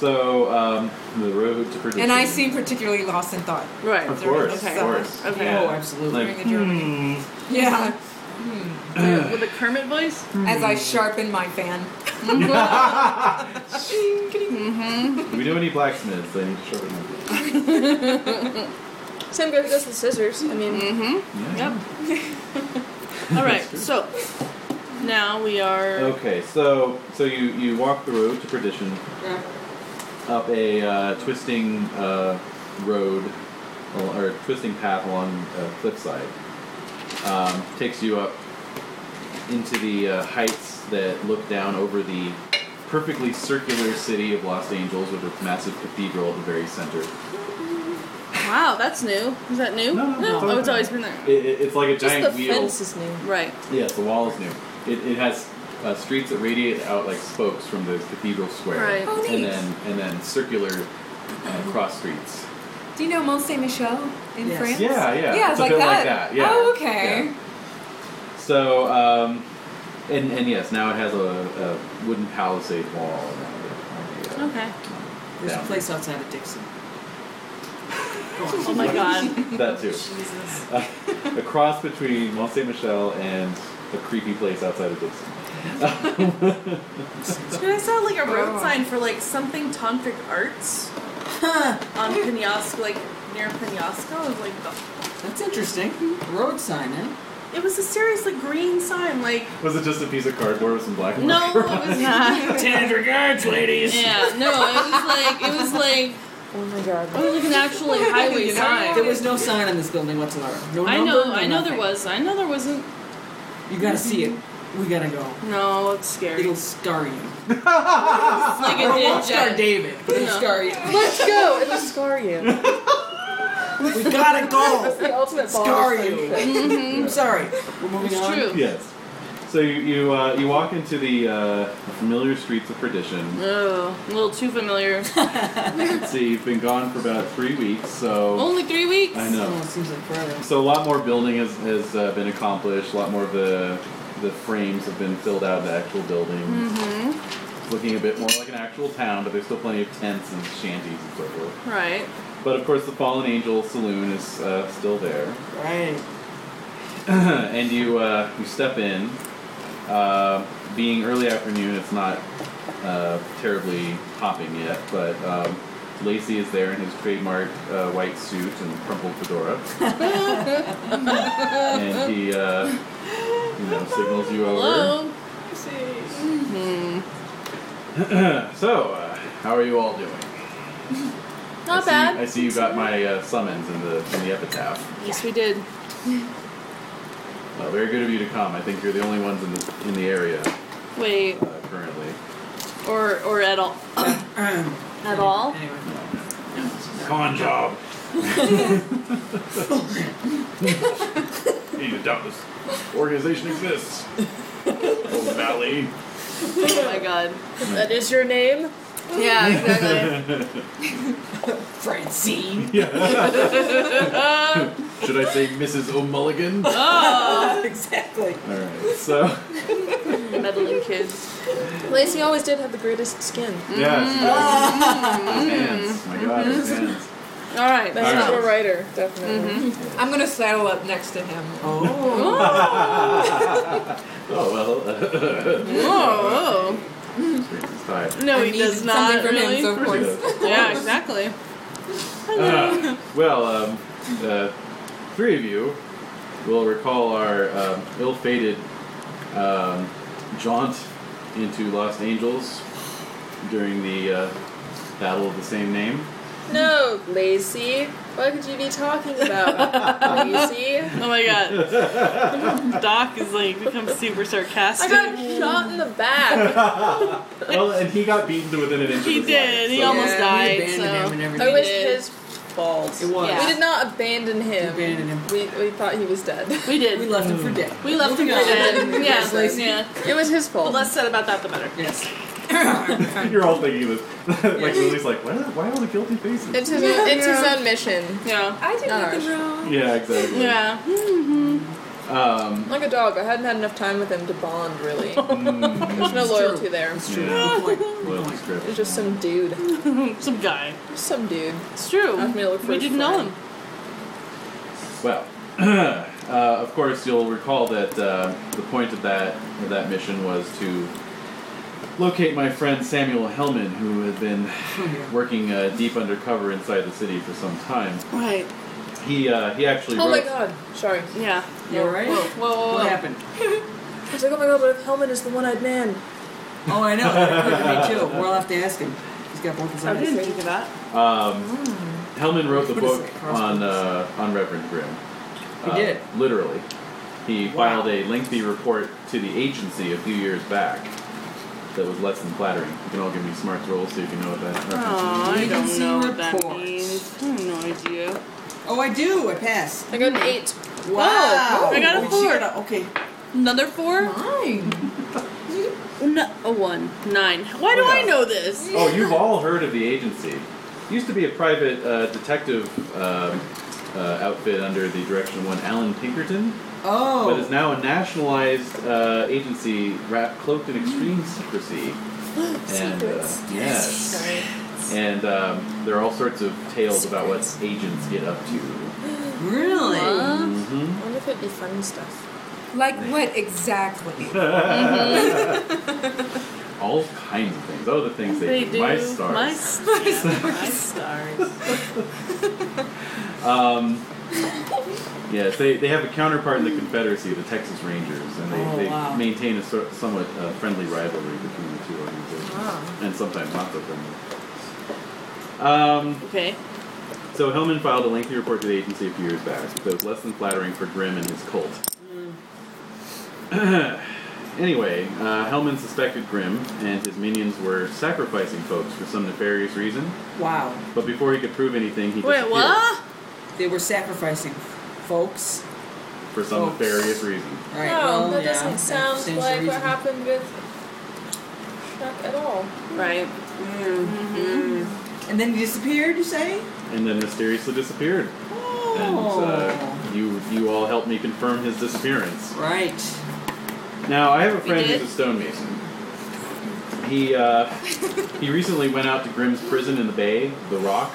[SPEAKER 2] So um, the road to perdition.
[SPEAKER 7] And I seem particularly lost in thought
[SPEAKER 3] Right.
[SPEAKER 2] Of course,
[SPEAKER 3] Okay.
[SPEAKER 2] of course.
[SPEAKER 3] Okay.
[SPEAKER 4] Oh,
[SPEAKER 2] Yeah.
[SPEAKER 4] absolutely.
[SPEAKER 2] Like,
[SPEAKER 7] during the journey.
[SPEAKER 2] hmm,
[SPEAKER 7] Yeah,
[SPEAKER 3] With a Kermit voice?
[SPEAKER 2] Hmm.
[SPEAKER 7] as I sharpen my fan.
[SPEAKER 2] Do we know any blacksmiths? They need to sharpen their blades.
[SPEAKER 5] Same goes with the scissors. I mean,
[SPEAKER 3] Mm-hmm.
[SPEAKER 2] Yeah.
[SPEAKER 3] All right, so now we are.
[SPEAKER 2] Okay, so so you you walk the road to perdition
[SPEAKER 4] Yeah.
[SPEAKER 5] Mm-hmm.
[SPEAKER 2] up a uh, twisting uh, road al- or twisting path along a cliffside. Um, takes you up into the uh, heights that look down over the perfectly circular city of Los Angeles with its massive cathedral at the very center.
[SPEAKER 3] Wow, that's new. Is that new?
[SPEAKER 2] No, no,
[SPEAKER 3] oh, it's
[SPEAKER 2] it's always been
[SPEAKER 3] always
[SPEAKER 2] there.
[SPEAKER 3] been there.
[SPEAKER 2] It, it, it's like a
[SPEAKER 5] just
[SPEAKER 2] giant
[SPEAKER 5] the
[SPEAKER 2] wheel.
[SPEAKER 5] fence is new.
[SPEAKER 3] Right.
[SPEAKER 2] Yes, the wall is new. It, it has uh, streets that radiate out like spokes from the cathedral square,
[SPEAKER 3] Right.
[SPEAKER 7] Oh,
[SPEAKER 2] and
[SPEAKER 7] neat.
[SPEAKER 2] then and then circular uh, cross streets.
[SPEAKER 7] Do you know Mont Saint Michel in
[SPEAKER 4] Yes.
[SPEAKER 7] France?
[SPEAKER 2] Yeah, yeah, it's
[SPEAKER 7] Yeah, it's
[SPEAKER 2] a
[SPEAKER 7] like
[SPEAKER 2] bit
[SPEAKER 7] that.
[SPEAKER 2] like that, yeah,
[SPEAKER 7] Oh, okay.
[SPEAKER 2] So, um, and and yes, now it has a, a wooden palisade wall around it. on the, uh,
[SPEAKER 3] Okay.
[SPEAKER 4] There's
[SPEAKER 2] Yeah.
[SPEAKER 4] a place outside of Dixon. Go on.
[SPEAKER 3] Oh my god.
[SPEAKER 2] That too.
[SPEAKER 7] Jesus.
[SPEAKER 2] Uh, a cross between Mont Saint Michel and a creepy place outside of Dixon.
[SPEAKER 3] Dude, I saw like a road
[SPEAKER 7] Oh.
[SPEAKER 3] sign for like something tantric arts on Penyask, like near Penyaska. I was like, the-
[SPEAKER 4] That's interesting. Road sign, eh?
[SPEAKER 3] it was a seriously green sign. Like,
[SPEAKER 2] Was it just a piece of cardboard with some black?
[SPEAKER 3] no, it
[SPEAKER 2] marker on
[SPEAKER 3] was not.
[SPEAKER 4] Tend regards, ladies.
[SPEAKER 3] Yeah, no, it was like it was like
[SPEAKER 5] Oh my god.
[SPEAKER 3] it was like an actual like highway
[SPEAKER 4] You know,
[SPEAKER 3] sign.
[SPEAKER 4] There was no sign on this building whatsoever. No
[SPEAKER 3] I
[SPEAKER 4] number,
[SPEAKER 3] know,
[SPEAKER 4] no
[SPEAKER 3] I know there
[SPEAKER 4] nothing.
[SPEAKER 3] was. I know there wasn't.
[SPEAKER 4] You gotta see it. We gotta go.
[SPEAKER 3] No, it's scary.
[SPEAKER 4] It'll scar you.
[SPEAKER 3] It's like
[SPEAKER 4] It
[SPEAKER 3] a
[SPEAKER 4] won't scar
[SPEAKER 3] ninja.
[SPEAKER 4] David, but it'll
[SPEAKER 3] No.
[SPEAKER 4] scar you.
[SPEAKER 5] Let's go. It'll scar you.
[SPEAKER 4] We gotta go.
[SPEAKER 5] The ultimate ball.
[SPEAKER 4] Scar you.
[SPEAKER 2] it.
[SPEAKER 4] I'm sorry. We're
[SPEAKER 3] Mm-hmm.
[SPEAKER 4] moving
[SPEAKER 3] It's
[SPEAKER 4] on.
[SPEAKER 3] true.
[SPEAKER 2] Yes. So you you, uh, you walk into the uh, familiar streets of perdition.
[SPEAKER 3] Oh, a little too familiar.
[SPEAKER 2] Let's see, you've been gone for about three weeks, so
[SPEAKER 3] Only three weeks.
[SPEAKER 2] I know.
[SPEAKER 4] Oh, it seems like forever.
[SPEAKER 2] So a lot more building has, has uh, been accomplished. A lot more of the the frames have been filled out into actual buildings. It's Looking a bit more like an actual town, but there's still plenty of tents and shanties and so forth.
[SPEAKER 3] Right.
[SPEAKER 2] But of course, the Fallen Angel Saloon is uh, still there.
[SPEAKER 4] Right.
[SPEAKER 2] and you uh, you step in. Uh, being early afternoon, it's not uh, terribly hopping yet, but um, Lacey is there in his trademark uh, white suit and crumpled fedora, and he uh, you know signals you over.
[SPEAKER 3] Hello.
[SPEAKER 2] so, uh, how are you all doing? I
[SPEAKER 3] Not
[SPEAKER 2] see,
[SPEAKER 3] bad.
[SPEAKER 2] I see you got my uh, summons in the in the epitaph.
[SPEAKER 3] Yes, we did.
[SPEAKER 2] Uh, very good of you to come. I think you're the only ones in the in the area
[SPEAKER 3] Wait,
[SPEAKER 2] uh, currently.
[SPEAKER 3] or or at all? at all?
[SPEAKER 4] Anyway.
[SPEAKER 2] Con job. Need to doubt this organization exists. Old Valley.
[SPEAKER 3] Oh my god.
[SPEAKER 5] That is your name.
[SPEAKER 3] Yeah, exactly.
[SPEAKER 4] Francine.
[SPEAKER 2] Should I say Mrs. O'Mulligan?
[SPEAKER 4] exactly.
[SPEAKER 2] Alright, so.
[SPEAKER 3] Meddling kids.
[SPEAKER 5] Lacey always did have the greatest skin.
[SPEAKER 2] Yeah. Hands. My god, his hands.
[SPEAKER 3] All right.
[SPEAKER 5] That's
[SPEAKER 2] Alright.
[SPEAKER 5] not a writer, definitely.
[SPEAKER 7] I'm gonna saddle up next to him.
[SPEAKER 4] Oh.
[SPEAKER 2] Oh, well.
[SPEAKER 3] Whoa.
[SPEAKER 2] It's tied.
[SPEAKER 3] No,
[SPEAKER 7] I
[SPEAKER 3] he
[SPEAKER 7] need
[SPEAKER 3] does
[SPEAKER 7] something
[SPEAKER 3] not
[SPEAKER 7] from
[SPEAKER 3] really.
[SPEAKER 7] him, so of
[SPEAKER 2] Of course he
[SPEAKER 7] course.
[SPEAKER 2] does.
[SPEAKER 3] yeah, exactly.
[SPEAKER 2] Uh, well, um, uh, three of you will recall our um ill-fated um, jaunt into Los Angeles during the uh, battle of the same name.
[SPEAKER 5] No, Lacey. What could you be talking about, Lacey?
[SPEAKER 3] Oh my god. Doc is like become super sarcastic.
[SPEAKER 5] I got shot in the back.
[SPEAKER 2] Well, and he got beaten to within an inch.
[SPEAKER 3] he
[SPEAKER 2] of his life,
[SPEAKER 3] did. He
[SPEAKER 2] so-
[SPEAKER 3] almost
[SPEAKER 4] yeah,
[SPEAKER 3] died.
[SPEAKER 4] We abandoned him and
[SPEAKER 3] so.
[SPEAKER 5] I
[SPEAKER 4] everything.
[SPEAKER 5] was
[SPEAKER 3] did.
[SPEAKER 5] his fault.
[SPEAKER 4] It was.
[SPEAKER 5] We did not abandon him.
[SPEAKER 4] We abandoned him.
[SPEAKER 5] We, we thought he was dead.
[SPEAKER 3] We did.
[SPEAKER 4] We left him for dead.
[SPEAKER 3] Mm. We left him for dead.
[SPEAKER 4] Yes,
[SPEAKER 3] Yeah,
[SPEAKER 4] Lacey.
[SPEAKER 3] yeah.
[SPEAKER 5] It was his
[SPEAKER 3] The
[SPEAKER 5] fault.
[SPEAKER 3] less said about that, the better.
[SPEAKER 4] Yes.
[SPEAKER 2] You're all thinking this. like Lily's like, why, why all the guilty faces?
[SPEAKER 5] It's his, it's his own mission.
[SPEAKER 3] Yeah.
[SPEAKER 7] I did
[SPEAKER 5] Not
[SPEAKER 7] nothing
[SPEAKER 5] ours.
[SPEAKER 7] wrong.
[SPEAKER 2] yeah, exactly.
[SPEAKER 3] Yeah.
[SPEAKER 2] Um,
[SPEAKER 5] Like a dog, I hadn't had enough time with him to bond, really. There's no loyalty there.
[SPEAKER 4] It's true.
[SPEAKER 2] Yeah.
[SPEAKER 4] Good point. Good
[SPEAKER 2] well,
[SPEAKER 4] point.
[SPEAKER 2] it's great.
[SPEAKER 5] It's just some dude.
[SPEAKER 3] Some guy.
[SPEAKER 5] Just some dude.
[SPEAKER 3] It's true.
[SPEAKER 5] I'm gonna look for
[SPEAKER 3] we
[SPEAKER 5] his
[SPEAKER 3] didn't know
[SPEAKER 5] friend.
[SPEAKER 3] him.
[SPEAKER 2] Well, uh, of course, you'll recall that uh, the point of that of that mission was to locate my friend Samuel Hellman, who has been working uh, deep undercover inside the city for some time.
[SPEAKER 3] Right.
[SPEAKER 2] He uh, he actually
[SPEAKER 5] Oh my
[SPEAKER 2] wrote
[SPEAKER 5] god. Sorry.
[SPEAKER 3] Yeah.
[SPEAKER 4] You alright?
[SPEAKER 5] Whoa, whoa, whoa.
[SPEAKER 4] What happened?
[SPEAKER 5] I was like, oh my god, what if Hellman is the one-eyed man?
[SPEAKER 4] Oh, I know. That occurred to me too. We'll have to ask him. He's got both his
[SPEAKER 3] I didn't
[SPEAKER 4] eyes.
[SPEAKER 3] think of that.
[SPEAKER 2] Um, Hellman wrote the
[SPEAKER 4] What is
[SPEAKER 2] book
[SPEAKER 4] it?
[SPEAKER 2] on uh, on Reverend Grimm.
[SPEAKER 4] He
[SPEAKER 2] Uh,
[SPEAKER 4] did.
[SPEAKER 2] literally. He filed a lengthy report to the agency a few years back that was less than flattering. You can all give me smarts rolls so you can know what that reference
[SPEAKER 3] Oh, I don't
[SPEAKER 4] Agency
[SPEAKER 3] know what that
[SPEAKER 4] report.
[SPEAKER 3] means. I have no idea.
[SPEAKER 4] Oh, I do. I passed.
[SPEAKER 5] I got an eight.
[SPEAKER 4] Wow.
[SPEAKER 3] I got a
[SPEAKER 4] But
[SPEAKER 3] four.
[SPEAKER 4] you got a- okay.
[SPEAKER 3] Another four?
[SPEAKER 7] Fine.
[SPEAKER 3] No, a one. Nine. Why do
[SPEAKER 2] Oh, yeah.
[SPEAKER 3] I know this?
[SPEAKER 2] is. Oh, you've all heard of the agency. Used to be a private uh, detective um uh, outfit under the direction of one Alan Pinkerton, but is
[SPEAKER 4] Oh.
[SPEAKER 2] now a nationalized uh, agency wrapped cloaked in extreme secrecy. And, uh,
[SPEAKER 5] Secrets.
[SPEAKER 2] yes.
[SPEAKER 5] Sorry.
[SPEAKER 2] And um, there are all sorts of tales about what agents get up to.
[SPEAKER 4] Really?
[SPEAKER 2] Mm-hmm.
[SPEAKER 5] I wonder if it'd be fun stuff.
[SPEAKER 7] Like what exactly?
[SPEAKER 3] Mm-hmm.
[SPEAKER 2] all kinds of things. Oh, the things they,
[SPEAKER 3] They do.
[SPEAKER 2] My stars.
[SPEAKER 3] My stars. My stars.
[SPEAKER 2] Um, yes, they, they have a counterpart in the Confederacy, the Texas Rangers, and they,
[SPEAKER 4] Oh,
[SPEAKER 2] they
[SPEAKER 4] wow.
[SPEAKER 2] maintain a sort, somewhat uh, friendly rivalry between the two organizations,
[SPEAKER 7] Wow.
[SPEAKER 2] and sometimes not so friendly. Um,
[SPEAKER 3] Okay.
[SPEAKER 2] so Hellman filed a lengthy report to the agency a few years back that was less than flattering for Grimm and his cult. anyway, uh, Hellman suspected Grimm and his minions were sacrificing folks for some nefarious reason,
[SPEAKER 4] Wow.
[SPEAKER 2] but before he could prove anything, he
[SPEAKER 3] Wait,
[SPEAKER 2] disappeared.
[SPEAKER 3] what?
[SPEAKER 4] They were sacrificing folks.
[SPEAKER 2] for some
[SPEAKER 4] Folks.
[SPEAKER 2] nefarious reason.
[SPEAKER 4] All right.
[SPEAKER 5] no,
[SPEAKER 4] well,
[SPEAKER 5] that
[SPEAKER 4] yeah,
[SPEAKER 5] doesn't
[SPEAKER 4] that stands
[SPEAKER 5] sound
[SPEAKER 4] to
[SPEAKER 5] like what
[SPEAKER 4] reason.
[SPEAKER 5] happened with Chuck at all.
[SPEAKER 3] Right.
[SPEAKER 4] And then he disappeared. You say?
[SPEAKER 2] And then mysteriously disappeared. And
[SPEAKER 4] Oh.
[SPEAKER 2] uh, you you all helped me confirm his disappearance.
[SPEAKER 4] Right.
[SPEAKER 2] Now I have a
[SPEAKER 3] We
[SPEAKER 2] friend
[SPEAKER 3] did?
[SPEAKER 2] who's a stonemason. He uh, he recently went out to Grimm's prison in the Bay, The Rock,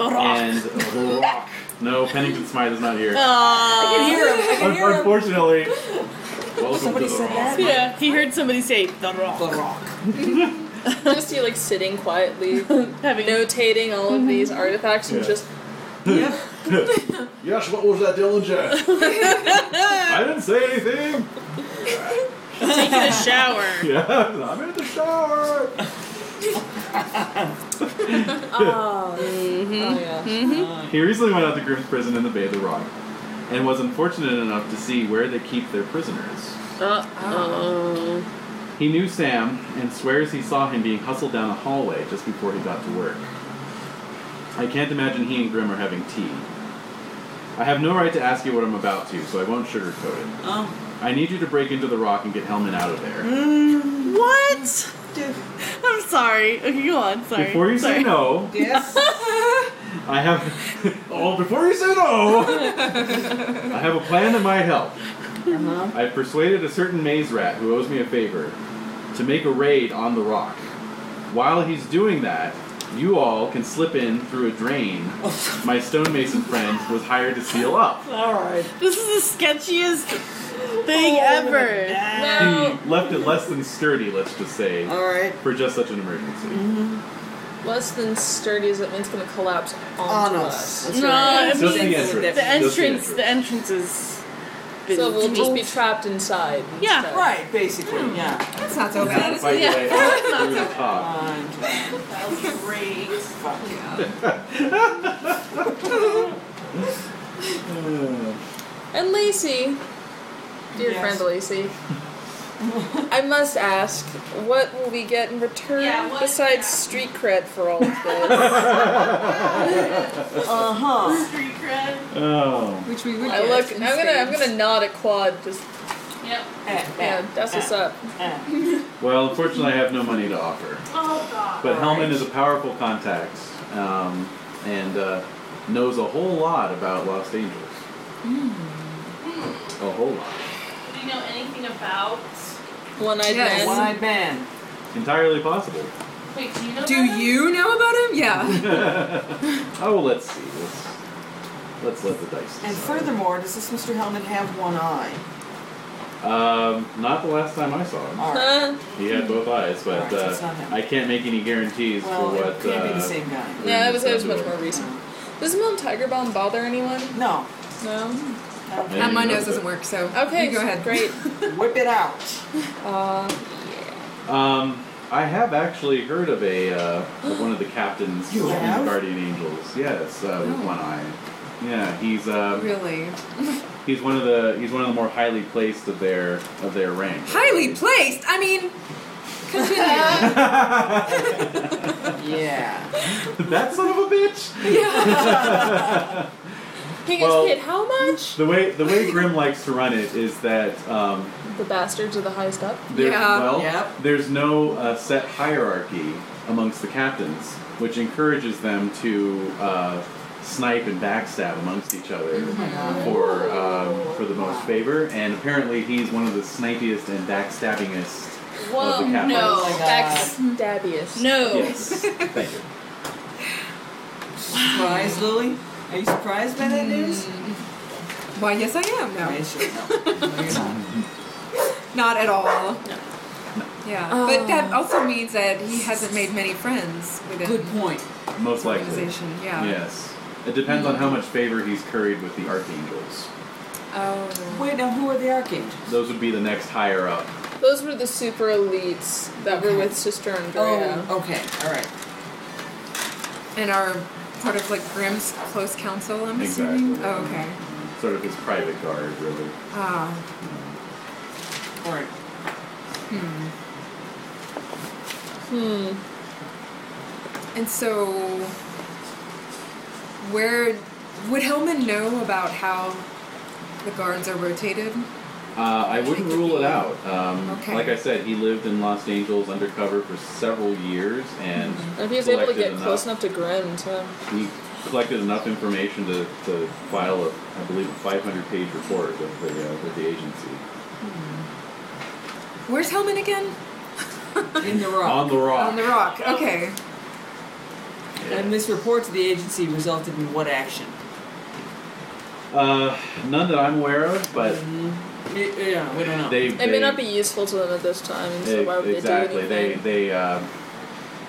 [SPEAKER 2] and The Rock. No, Pennington Smythe is not here.
[SPEAKER 3] Aw.
[SPEAKER 4] Oh, I can hear him.
[SPEAKER 2] Unfortunately, welcome
[SPEAKER 4] Somebody
[SPEAKER 2] to The
[SPEAKER 4] said
[SPEAKER 2] Rock.
[SPEAKER 4] that.
[SPEAKER 3] Yeah, he heard somebody say the
[SPEAKER 4] The
[SPEAKER 3] rock.
[SPEAKER 4] rock.
[SPEAKER 5] just you like sitting quietly,
[SPEAKER 3] Having Mm-hmm.
[SPEAKER 5] notating all of these artifacts and
[SPEAKER 2] Yeah.
[SPEAKER 5] just
[SPEAKER 4] Yep.
[SPEAKER 2] Yes, what was that, Dillinger? I didn't say anything.
[SPEAKER 3] taking a shower.
[SPEAKER 2] Yeah, I'm in the shower.
[SPEAKER 5] oh, oh yeah.
[SPEAKER 2] He recently went out to Grimm's prison in the Bay of the Rock, and was unfortunate enough to see where they keep their prisoners.
[SPEAKER 3] Uh oh.
[SPEAKER 2] He knew Sam and swears he saw him being hustled down a hallway just before he got to work. I can't imagine he and Grimm are having tea. I have no right to ask you what I'm about to, so I won't sugarcoat it.
[SPEAKER 4] Oh.
[SPEAKER 2] I need you to break into the rock and get Hellman out of
[SPEAKER 5] Mm.
[SPEAKER 2] there.
[SPEAKER 3] What? I'm sorry. Okay, go on. Sorry.
[SPEAKER 2] Before you
[SPEAKER 3] sorry.
[SPEAKER 2] say no,
[SPEAKER 4] Yes.
[SPEAKER 2] I have. oh, before you say no, I have a plan that might help.
[SPEAKER 4] Uh-huh.
[SPEAKER 2] I persuaded a certain maze rat who owes me a favor to make a raid on the rock. While he's doing that, you all can slip in through a drain my stonemason friend was hired to seal up.
[SPEAKER 4] All right.
[SPEAKER 3] This is the sketchiest thing
[SPEAKER 5] Oh,
[SPEAKER 3] ever.
[SPEAKER 5] No,
[SPEAKER 2] He left it less than sturdy, let's just say,
[SPEAKER 4] All right.
[SPEAKER 2] for just such an emergency.
[SPEAKER 5] less than sturdy is that means gonna collapse
[SPEAKER 4] On
[SPEAKER 5] onto us.
[SPEAKER 4] us. That's
[SPEAKER 3] No,
[SPEAKER 4] right.
[SPEAKER 3] it
[SPEAKER 2] Just the
[SPEAKER 4] means that-
[SPEAKER 2] entrance.
[SPEAKER 3] The
[SPEAKER 2] Just the
[SPEAKER 3] entrance. The entrance is.
[SPEAKER 5] So we'll just be trapped inside.
[SPEAKER 3] Yeah,
[SPEAKER 5] instead.
[SPEAKER 4] Right. Basically. Yeah.
[SPEAKER 7] That's not so
[SPEAKER 2] Not
[SPEAKER 7] bad.
[SPEAKER 2] fight your way out through the top.
[SPEAKER 4] Fine.
[SPEAKER 6] That was great.
[SPEAKER 5] And Lacey, dear
[SPEAKER 4] Yes.
[SPEAKER 5] friend Lacey, I must ask, what will we get in return
[SPEAKER 6] Yeah, what-
[SPEAKER 5] besides
[SPEAKER 6] yeah.
[SPEAKER 5] street cred for all of this?
[SPEAKER 4] Uh huh.
[SPEAKER 5] Uh-huh.
[SPEAKER 6] Street cred.
[SPEAKER 2] Oh.
[SPEAKER 7] Which we would
[SPEAKER 5] I
[SPEAKER 7] get
[SPEAKER 5] look. I'm
[SPEAKER 7] in
[SPEAKER 5] gonna. I'm
[SPEAKER 7] spades.
[SPEAKER 5] gonna nod at Quad. Just
[SPEAKER 6] Yep.
[SPEAKER 4] Eh,
[SPEAKER 5] yeah, that's what's up.
[SPEAKER 2] Well, unfortunately, I have no money to offer.
[SPEAKER 6] Oh god.
[SPEAKER 2] But Hellman is a powerful contact um, and uh, knows a whole lot about Lost Angels.
[SPEAKER 9] Hmm.
[SPEAKER 2] A whole lot.
[SPEAKER 6] Do you know anything about?
[SPEAKER 5] One-eyed
[SPEAKER 7] Yes.
[SPEAKER 5] man.
[SPEAKER 4] One eyed man.
[SPEAKER 2] Entirely possible.
[SPEAKER 6] Wait, do you know?
[SPEAKER 7] Do
[SPEAKER 6] about
[SPEAKER 7] you know about him? Yeah.
[SPEAKER 2] oh, let's see. Let's, let's let the dice.
[SPEAKER 4] And
[SPEAKER 2] decide.
[SPEAKER 4] furthermore, does this Mr. Hellman have one eye?
[SPEAKER 6] that?
[SPEAKER 2] Um, not the last time I saw him.
[SPEAKER 9] All right.
[SPEAKER 3] Huh?
[SPEAKER 2] He had both eyes, but
[SPEAKER 9] Alright, so it's
[SPEAKER 2] uh,
[SPEAKER 9] not him.
[SPEAKER 2] I can't make any guarantees
[SPEAKER 9] Well,
[SPEAKER 2] for what.
[SPEAKER 9] it can't
[SPEAKER 2] uh,
[SPEAKER 9] be the same guy.
[SPEAKER 3] No, that was, that was
[SPEAKER 2] Remember.
[SPEAKER 3] much more recent. Does Mount Tiger Balm bother anyone?
[SPEAKER 9] No.
[SPEAKER 3] No?
[SPEAKER 9] Um,
[SPEAKER 2] Yeah,
[SPEAKER 7] And my
[SPEAKER 2] you know,
[SPEAKER 7] nose
[SPEAKER 2] but-
[SPEAKER 7] doesn't work, so
[SPEAKER 3] Okay,
[SPEAKER 7] you go ahead.
[SPEAKER 3] Great.
[SPEAKER 9] Whip it out.
[SPEAKER 3] Uh,
[SPEAKER 2] Um, I have actually heard of a uh, of one of the captains
[SPEAKER 9] You
[SPEAKER 2] of the
[SPEAKER 9] have?
[SPEAKER 2] Guardian Angels. Yes, uh, with
[SPEAKER 7] Oh.
[SPEAKER 2] one eye. Yeah, he's uh,
[SPEAKER 7] Really?
[SPEAKER 2] he's one of the he's one of the more highly placed of their of their rank.
[SPEAKER 7] Highly placed! I mean, continue.
[SPEAKER 9] Yeah.
[SPEAKER 2] that son of a bitch.
[SPEAKER 3] he gets
[SPEAKER 2] Well-
[SPEAKER 3] paid how much?
[SPEAKER 2] The way the way Grim likes to run it is that um,
[SPEAKER 3] The bastards are the highest up.
[SPEAKER 2] There,
[SPEAKER 7] Yeah.
[SPEAKER 2] well,
[SPEAKER 9] Yep.
[SPEAKER 2] there's no uh, set hierarchy amongst the captains, which encourages them to uh, snipe and backstab amongst each other for um, for the most favor. And apparently, he's one of the snipiest and backstabbingest of the captains.
[SPEAKER 9] Oh my
[SPEAKER 10] no.
[SPEAKER 9] God.
[SPEAKER 3] Ex dabbiest.
[SPEAKER 10] No.
[SPEAKER 2] Yes, thank you.
[SPEAKER 4] Surprised, Lily? Are you surprised by that news?
[SPEAKER 7] Why, yes, I am. No.
[SPEAKER 4] Yes, you- no. No, you're not.
[SPEAKER 7] Not at all. Yeah,
[SPEAKER 3] Oh.
[SPEAKER 7] but that also means that he hasn't made many friends within
[SPEAKER 4] Good point.
[SPEAKER 2] Most
[SPEAKER 7] the
[SPEAKER 2] likely,
[SPEAKER 7] organization. Yeah.
[SPEAKER 2] yes. It depends on how much favor he's curried with the archangels.
[SPEAKER 7] Oh.
[SPEAKER 4] Wait, now who are the archangels?
[SPEAKER 2] Those would be the next higher up.
[SPEAKER 3] Those were the super elites that were with Sister Andrea.
[SPEAKER 4] Oh, okay. All right.
[SPEAKER 7] And are part of like Grimm's close council, I'm
[SPEAKER 2] Exactly.
[SPEAKER 7] assuming? Oh, okay.
[SPEAKER 2] Sort of his private guard, really.
[SPEAKER 7] Ah.
[SPEAKER 4] All right.
[SPEAKER 3] Hmm.
[SPEAKER 7] And so, where would Hellman know about how the guards are rotated?
[SPEAKER 2] Uh, I wouldn't rule it out. Um,
[SPEAKER 7] Okay.
[SPEAKER 2] Like I said, he lived in Los Angeles undercover for several years, and
[SPEAKER 3] If he was able to
[SPEAKER 2] collected
[SPEAKER 3] get
[SPEAKER 2] enough,
[SPEAKER 3] close enough to Grim to.
[SPEAKER 2] he collected enough information to, to file a, I believe, a 500-page report with the uh, with the agency
[SPEAKER 7] Where's Hellman again?
[SPEAKER 4] In the
[SPEAKER 2] on
[SPEAKER 4] rock.
[SPEAKER 2] the rock.
[SPEAKER 7] On the rock. Okay.
[SPEAKER 4] And this report to the agency resulted in what action?
[SPEAKER 2] Uh, none that I'm aware of, but
[SPEAKER 4] Y- Yeah, we don't know.
[SPEAKER 2] they,
[SPEAKER 3] It may not be useful to them at this time, and so
[SPEAKER 2] they-
[SPEAKER 3] why would
[SPEAKER 2] exactly.
[SPEAKER 3] they do anything?
[SPEAKER 2] They they um,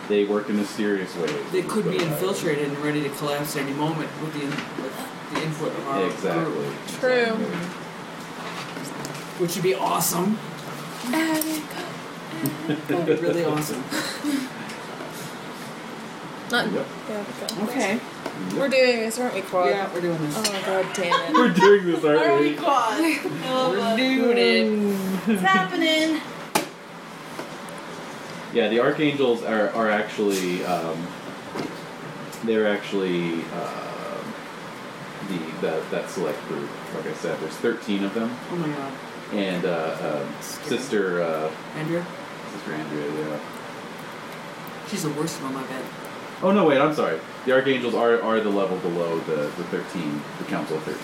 [SPEAKER 2] they work in mysterious ways.
[SPEAKER 4] They could be
[SPEAKER 2] But, uh,
[SPEAKER 4] infiltrated and ready to collapse any moment with the in, with the input of our
[SPEAKER 2] Exactly.
[SPEAKER 4] group,
[SPEAKER 3] True.
[SPEAKER 2] Exactly.
[SPEAKER 4] which would be awesome. That'd be really awesome.
[SPEAKER 3] Not.
[SPEAKER 2] Yep.
[SPEAKER 3] Yeah, okay.
[SPEAKER 4] Okay.
[SPEAKER 3] We're doing this, aren't we, Quad?
[SPEAKER 4] Yeah, we're doing
[SPEAKER 3] Oh
[SPEAKER 4] this.
[SPEAKER 3] my god, damn it.
[SPEAKER 2] We're doing this, aren't we?
[SPEAKER 4] We're
[SPEAKER 3] uh,
[SPEAKER 4] doing it.
[SPEAKER 10] It's happening.
[SPEAKER 2] Yeah, the archangels are are actually um, they're actually uh, the that that select group. Like I said, there's 13 of them,
[SPEAKER 4] Oh my god,
[SPEAKER 2] and uh, uh, sister uh,
[SPEAKER 4] Andrea,
[SPEAKER 2] sister Andrea. Yeah.
[SPEAKER 4] she's the worst one, I bet.
[SPEAKER 2] Oh no, wait, I'm sorry. The archangels are are the level below the the 13, the council of 13.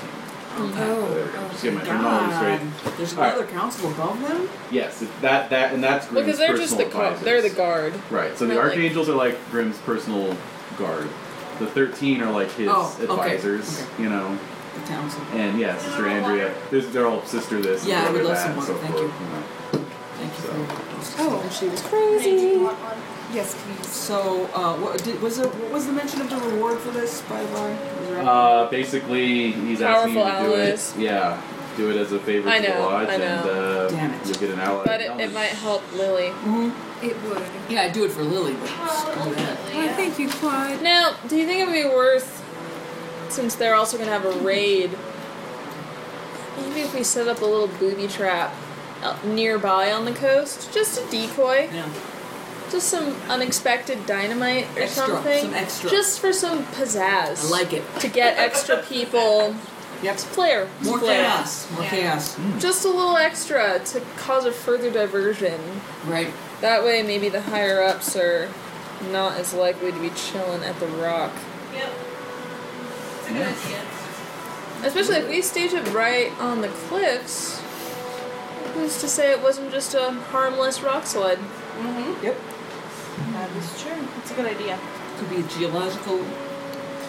[SPEAKER 7] Oh.
[SPEAKER 2] So there we go. Just get my terminology straight.
[SPEAKER 4] God. There's
[SPEAKER 2] All right.
[SPEAKER 4] another council above them.
[SPEAKER 2] Yes, it, that that and that's Grimm's
[SPEAKER 3] Because they're just the
[SPEAKER 2] personal
[SPEAKER 3] co-
[SPEAKER 2] advisors.
[SPEAKER 3] they're the guard.
[SPEAKER 2] Right. So the
[SPEAKER 3] Not like-
[SPEAKER 2] archangels are like Grimm's personal guard. The thirteen are like his
[SPEAKER 4] Oh, okay,
[SPEAKER 2] advisors, you know.
[SPEAKER 4] The council.
[SPEAKER 2] And yeah, Sister Andrea. There's, they're all sister this. and
[SPEAKER 4] Yeah, I
[SPEAKER 2] brother
[SPEAKER 4] would love
[SPEAKER 2] that and
[SPEAKER 4] some
[SPEAKER 2] so
[SPEAKER 4] water, thank
[SPEAKER 2] forth,
[SPEAKER 4] you.
[SPEAKER 2] know.
[SPEAKER 4] Thank you.
[SPEAKER 2] So-
[SPEAKER 4] For
[SPEAKER 7] Oh,
[SPEAKER 3] And she was
[SPEAKER 10] Hey, do you
[SPEAKER 3] crazy.
[SPEAKER 10] want one?
[SPEAKER 7] yes, please.
[SPEAKER 4] So, uh, what did, was there, what was the mention of the reward for this? By the way, Was there-
[SPEAKER 2] Uh, basically, he's asking you to
[SPEAKER 3] Powerful
[SPEAKER 2] do
[SPEAKER 3] allies.
[SPEAKER 2] it. Yeah, do it as a favor
[SPEAKER 3] I
[SPEAKER 2] to
[SPEAKER 3] know,
[SPEAKER 2] the lodge,
[SPEAKER 3] I know.
[SPEAKER 2] and uh,
[SPEAKER 4] Damn it.
[SPEAKER 2] you'll get an ally.
[SPEAKER 3] But it, it might help Lily.
[SPEAKER 7] It would.
[SPEAKER 4] yeah, I do it for Lily, but
[SPEAKER 10] Oh,
[SPEAKER 4] screw that.
[SPEAKER 7] Oh,
[SPEAKER 10] yeah.
[SPEAKER 7] thank you, Claude.
[SPEAKER 3] Now, do you think it would be worth, since they're also going to have a raid, maybe if we set up a little booby trap out nearby on the coast, just a decoy,
[SPEAKER 4] Yeah.
[SPEAKER 3] just some unexpected dynamite or
[SPEAKER 4] Extra,
[SPEAKER 3] something,
[SPEAKER 4] some extra.
[SPEAKER 3] just for some pizzazz,
[SPEAKER 4] I like it.
[SPEAKER 3] to get extra people.
[SPEAKER 4] Yep. Hmm.
[SPEAKER 3] Flair,
[SPEAKER 4] More
[SPEAKER 3] flair.
[SPEAKER 4] chaos. More
[SPEAKER 9] Yeah.
[SPEAKER 4] chaos.
[SPEAKER 2] Mm.
[SPEAKER 3] Just a little extra to cause a further diversion.
[SPEAKER 4] Right.
[SPEAKER 3] That way, maybe the higher ups are not as likely to be chilling at the rock.
[SPEAKER 10] Yep. It's a good idea.
[SPEAKER 3] Especially if we stage it right on the cliffs, who's to say it wasn't just a harmless rock slide?
[SPEAKER 4] Yep.
[SPEAKER 10] That is true. It's a good idea.
[SPEAKER 4] Could be a geological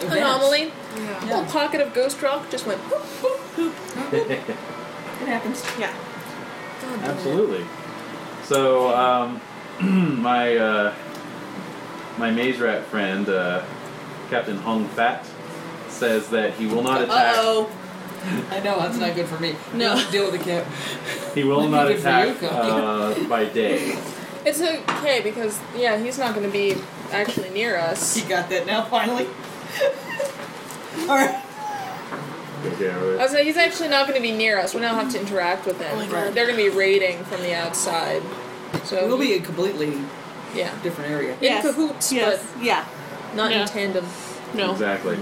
[SPEAKER 4] event.
[SPEAKER 3] Anomaly.
[SPEAKER 7] Yeah.
[SPEAKER 3] A little pocket of ghost rock just went. Boop, boop, boop.
[SPEAKER 4] It happens.
[SPEAKER 10] Yeah.
[SPEAKER 7] God damn it.
[SPEAKER 2] Absolutely. So um, my uh, my maze rat friend, uh, Captain Hung Fat, says that he will not attack.
[SPEAKER 3] oh.
[SPEAKER 4] I know that's not good for me.
[SPEAKER 3] No.
[SPEAKER 4] deal with the cat.
[SPEAKER 2] He will not
[SPEAKER 4] Good for you,
[SPEAKER 2] attack
[SPEAKER 4] Captain.
[SPEAKER 2] uh, by day.
[SPEAKER 5] It's okay because yeah, he's not going to be actually near us.
[SPEAKER 4] You got that now, finally. All right.
[SPEAKER 5] I was like, he's actually not going to be near us. We don't have to interact with
[SPEAKER 3] Oh
[SPEAKER 5] him.
[SPEAKER 4] God.
[SPEAKER 5] They're going to be raiding from the outside. So
[SPEAKER 4] We'll be in a completely
[SPEAKER 5] yeah,
[SPEAKER 4] different area.
[SPEAKER 5] in
[SPEAKER 6] Yes.
[SPEAKER 5] cahoots,
[SPEAKER 6] Yes. Yeah.
[SPEAKER 5] but not
[SPEAKER 3] Yeah.
[SPEAKER 5] in tandem.
[SPEAKER 3] No.
[SPEAKER 2] Exactly.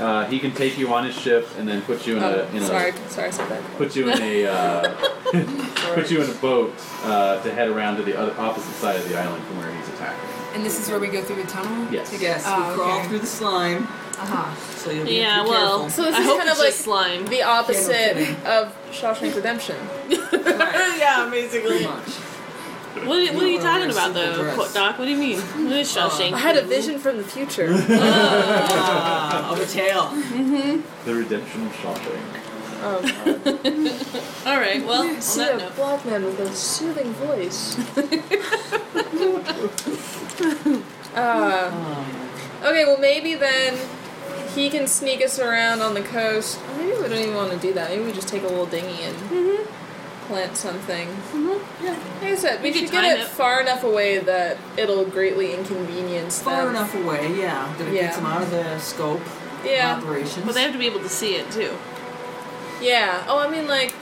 [SPEAKER 2] Uh, he can take you on his ship and then put uh, you in
[SPEAKER 5] Oh,
[SPEAKER 2] a in
[SPEAKER 5] sorry,
[SPEAKER 2] a
[SPEAKER 5] sorry, I said that.
[SPEAKER 2] put you in a uh, put you in a boat uh, to head around to the other opposite side of the island from where he's attacking.
[SPEAKER 7] And this is where we go through a tunnel?
[SPEAKER 2] Yes.
[SPEAKER 4] Yes,
[SPEAKER 7] Oh,
[SPEAKER 4] we crawl
[SPEAKER 7] okay.
[SPEAKER 4] through the slime,
[SPEAKER 7] Uh-huh.
[SPEAKER 4] so you'll be,
[SPEAKER 3] Yeah,
[SPEAKER 4] be
[SPEAKER 3] well,
[SPEAKER 5] So
[SPEAKER 4] careful.
[SPEAKER 5] this
[SPEAKER 3] I
[SPEAKER 5] is
[SPEAKER 3] hope
[SPEAKER 5] kind
[SPEAKER 3] it's
[SPEAKER 5] of like
[SPEAKER 3] just slime.
[SPEAKER 5] the opposite
[SPEAKER 4] kidding.
[SPEAKER 5] of Shawshank Redemption.
[SPEAKER 4] Right.
[SPEAKER 3] yeah,
[SPEAKER 4] Pretty
[SPEAKER 3] basically.
[SPEAKER 4] much.
[SPEAKER 3] What, what are Oh. you
[SPEAKER 4] We're
[SPEAKER 3] talking
[SPEAKER 4] wearing
[SPEAKER 3] about,
[SPEAKER 4] simple
[SPEAKER 3] though,
[SPEAKER 4] dress.
[SPEAKER 3] Qu- Doc? What do you mean? What is Shawshank?
[SPEAKER 5] I had a vision from the future.
[SPEAKER 4] Ah, of a tail.
[SPEAKER 2] The redemption of Shawshank.
[SPEAKER 5] um,
[SPEAKER 3] All right. Well, on
[SPEAKER 5] see
[SPEAKER 3] that
[SPEAKER 5] a
[SPEAKER 3] note,
[SPEAKER 5] black man with a soothing voice. uh, Okay, well maybe then he can sneak us around on the coast. Maybe we don't even want to do that. Maybe we just take a little dinghy and plant something. Like I said, we,
[SPEAKER 3] We
[SPEAKER 5] should
[SPEAKER 3] could
[SPEAKER 5] get
[SPEAKER 3] time
[SPEAKER 5] it,
[SPEAKER 3] it.
[SPEAKER 5] far enough away that it'll greatly inconvenience
[SPEAKER 4] Far
[SPEAKER 5] them.
[SPEAKER 4] enough away, yeah, that it
[SPEAKER 5] Yeah.
[SPEAKER 4] gets them out of the scope of
[SPEAKER 5] Yeah.
[SPEAKER 4] operations.
[SPEAKER 3] but they have to be able to see it too.
[SPEAKER 5] Yeah. Oh, I mean like,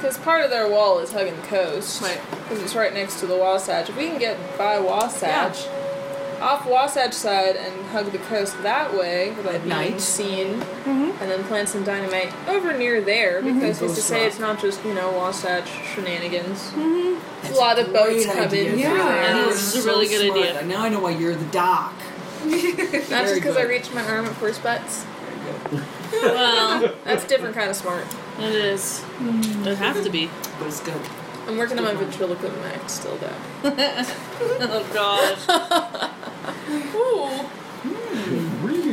[SPEAKER 5] because part of their wall is hugging the coast.
[SPEAKER 3] Right.
[SPEAKER 5] Because it's right next to the Wasatch. If we can get by Wasatch, off Wasatch side and hug the coast that way without being
[SPEAKER 4] night.
[SPEAKER 5] seen, and then plant some dynamite over near there because who's to
[SPEAKER 4] Those
[SPEAKER 5] say
[SPEAKER 4] rocks.
[SPEAKER 5] it's not just you know Wasatch shenanigans. A lot of boats
[SPEAKER 4] Great
[SPEAKER 5] come
[SPEAKER 4] idea.
[SPEAKER 5] in
[SPEAKER 7] Yeah.
[SPEAKER 5] through
[SPEAKER 7] Yeah.
[SPEAKER 5] there.
[SPEAKER 4] You are
[SPEAKER 3] This is a
[SPEAKER 4] so
[SPEAKER 3] really good
[SPEAKER 4] smart.
[SPEAKER 3] idea.
[SPEAKER 4] Now I know why you're the doc.
[SPEAKER 5] Not just
[SPEAKER 4] Very
[SPEAKER 5] because I
[SPEAKER 4] good.
[SPEAKER 5] reached my arm at first butts.
[SPEAKER 3] Well,
[SPEAKER 5] That's different kind of smart.
[SPEAKER 3] it is. It have to be.
[SPEAKER 4] But it's good.
[SPEAKER 5] I'm working on my ventriloquism act still though.
[SPEAKER 3] Oh gosh.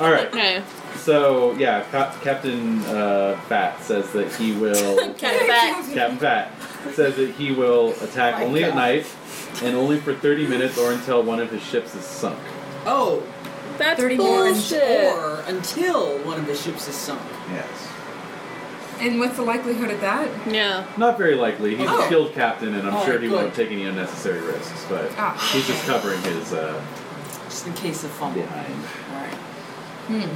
[SPEAKER 2] All right.
[SPEAKER 3] Okay.
[SPEAKER 2] So yeah, Cap- Captain uh, Fat says that he will.
[SPEAKER 5] Kind of fat.
[SPEAKER 2] Captain Fat says that he will attack
[SPEAKER 4] My
[SPEAKER 2] only at
[SPEAKER 4] God.
[SPEAKER 2] night and only for 30 minutes or until one of his ships is sunk.
[SPEAKER 4] Oh,
[SPEAKER 5] That's
[SPEAKER 7] 30 more and
[SPEAKER 5] bullshit.
[SPEAKER 4] or until one of the ships is sunk.
[SPEAKER 2] Yes.
[SPEAKER 7] And what's the likelihood of that?
[SPEAKER 3] Yeah.
[SPEAKER 2] Not very likely. He's
[SPEAKER 4] Oh.
[SPEAKER 2] a skilled captain, and I'm
[SPEAKER 4] Oh,
[SPEAKER 2] sure he
[SPEAKER 4] good.
[SPEAKER 2] won't take any unnecessary risks. But
[SPEAKER 7] Ah.
[SPEAKER 2] he's just covering his uh,
[SPEAKER 4] Just in case of fumble.
[SPEAKER 2] behind.
[SPEAKER 4] Alright.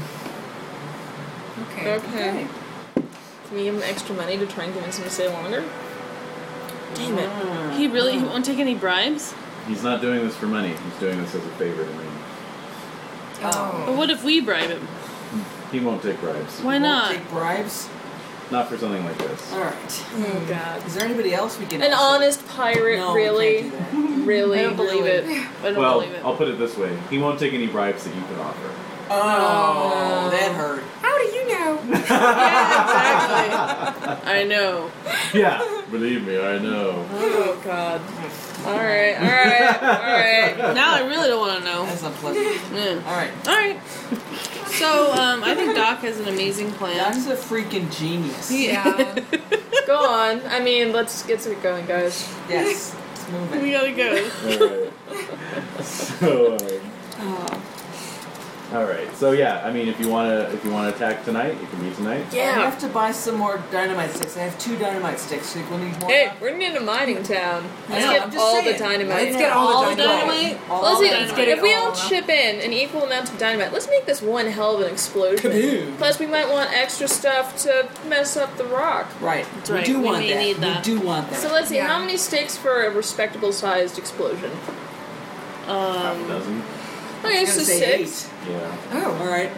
[SPEAKER 7] Okay.
[SPEAKER 5] Okay. Can we give him extra money to try and convince him to stay longer? Damn it.
[SPEAKER 4] Ah.
[SPEAKER 3] He really he won't take any bribes.
[SPEAKER 2] He's not doing this for money. He's doing this as a favor to me.
[SPEAKER 3] But
[SPEAKER 7] Oh.
[SPEAKER 3] what if we bribe him?
[SPEAKER 2] He won't take bribes.
[SPEAKER 3] Why not?
[SPEAKER 4] Take bribes.
[SPEAKER 2] Not for something like this.
[SPEAKER 4] Alright.
[SPEAKER 5] Oh god.
[SPEAKER 4] Is there anybody else we can
[SPEAKER 5] An
[SPEAKER 4] also-
[SPEAKER 5] honest pirate,
[SPEAKER 4] No, we
[SPEAKER 5] really?
[SPEAKER 4] can't do that.
[SPEAKER 5] Really?
[SPEAKER 3] I don't believe
[SPEAKER 5] really?
[SPEAKER 3] it. I don't
[SPEAKER 2] well,
[SPEAKER 3] believe it.
[SPEAKER 2] I'll put it this way: he won't take any bribes that you can offer.
[SPEAKER 4] Oh, that hurt.
[SPEAKER 7] How do you know?
[SPEAKER 3] yeah, exactly. I know.
[SPEAKER 2] Yeah, believe me, I know.
[SPEAKER 5] Oh god. Alright, alright, alright.
[SPEAKER 3] Now I really don't want to know.
[SPEAKER 4] That's unpleasant.
[SPEAKER 3] Yeah.
[SPEAKER 4] Alright.
[SPEAKER 3] All right. So um, I think Doc has an amazing plan.
[SPEAKER 4] That's a freaking genius.
[SPEAKER 7] Yeah.
[SPEAKER 5] Go on. I mean, let's get it going, guys.
[SPEAKER 4] Yes. It's moving.
[SPEAKER 3] We gotta go.
[SPEAKER 2] Alright. so, um, all right. So yeah, I mean, if you wanna, if you wanna attack tonight, you can be tonight.
[SPEAKER 4] I have to buy some more dynamite sticks. I have two dynamite sticks. So we'll need more.
[SPEAKER 5] Hey, we're in a mining town.
[SPEAKER 4] I
[SPEAKER 5] Let's
[SPEAKER 4] know,
[SPEAKER 5] get
[SPEAKER 4] I'm just
[SPEAKER 5] all the
[SPEAKER 4] saying.
[SPEAKER 5] dynamite.
[SPEAKER 7] Let's get all,
[SPEAKER 4] All
[SPEAKER 7] the
[SPEAKER 4] the
[SPEAKER 7] dynamite.
[SPEAKER 4] dynamite. All
[SPEAKER 5] Let's,
[SPEAKER 4] the
[SPEAKER 5] do-
[SPEAKER 4] dynamite.
[SPEAKER 5] if we
[SPEAKER 7] all
[SPEAKER 5] all
[SPEAKER 7] out.
[SPEAKER 5] chip in an equal amount of dynamite, let's make this one hell of an explosion.
[SPEAKER 4] Kaboom.
[SPEAKER 5] Plus, we might want extra stuff to mess up the rock.
[SPEAKER 4] Right.
[SPEAKER 3] right.
[SPEAKER 4] We do
[SPEAKER 3] We
[SPEAKER 4] want
[SPEAKER 3] may
[SPEAKER 4] that.
[SPEAKER 3] need that.
[SPEAKER 4] We do want that.
[SPEAKER 5] So let's see
[SPEAKER 7] Yeah.
[SPEAKER 5] how many sticks for a respectable sized explosion.
[SPEAKER 2] Half
[SPEAKER 3] Um,
[SPEAKER 2] a dozen.
[SPEAKER 5] Okay,
[SPEAKER 4] I'm
[SPEAKER 5] so
[SPEAKER 4] gonna say
[SPEAKER 5] six.
[SPEAKER 4] eight.
[SPEAKER 2] Yeah.
[SPEAKER 4] All
[SPEAKER 7] Oh.
[SPEAKER 4] right.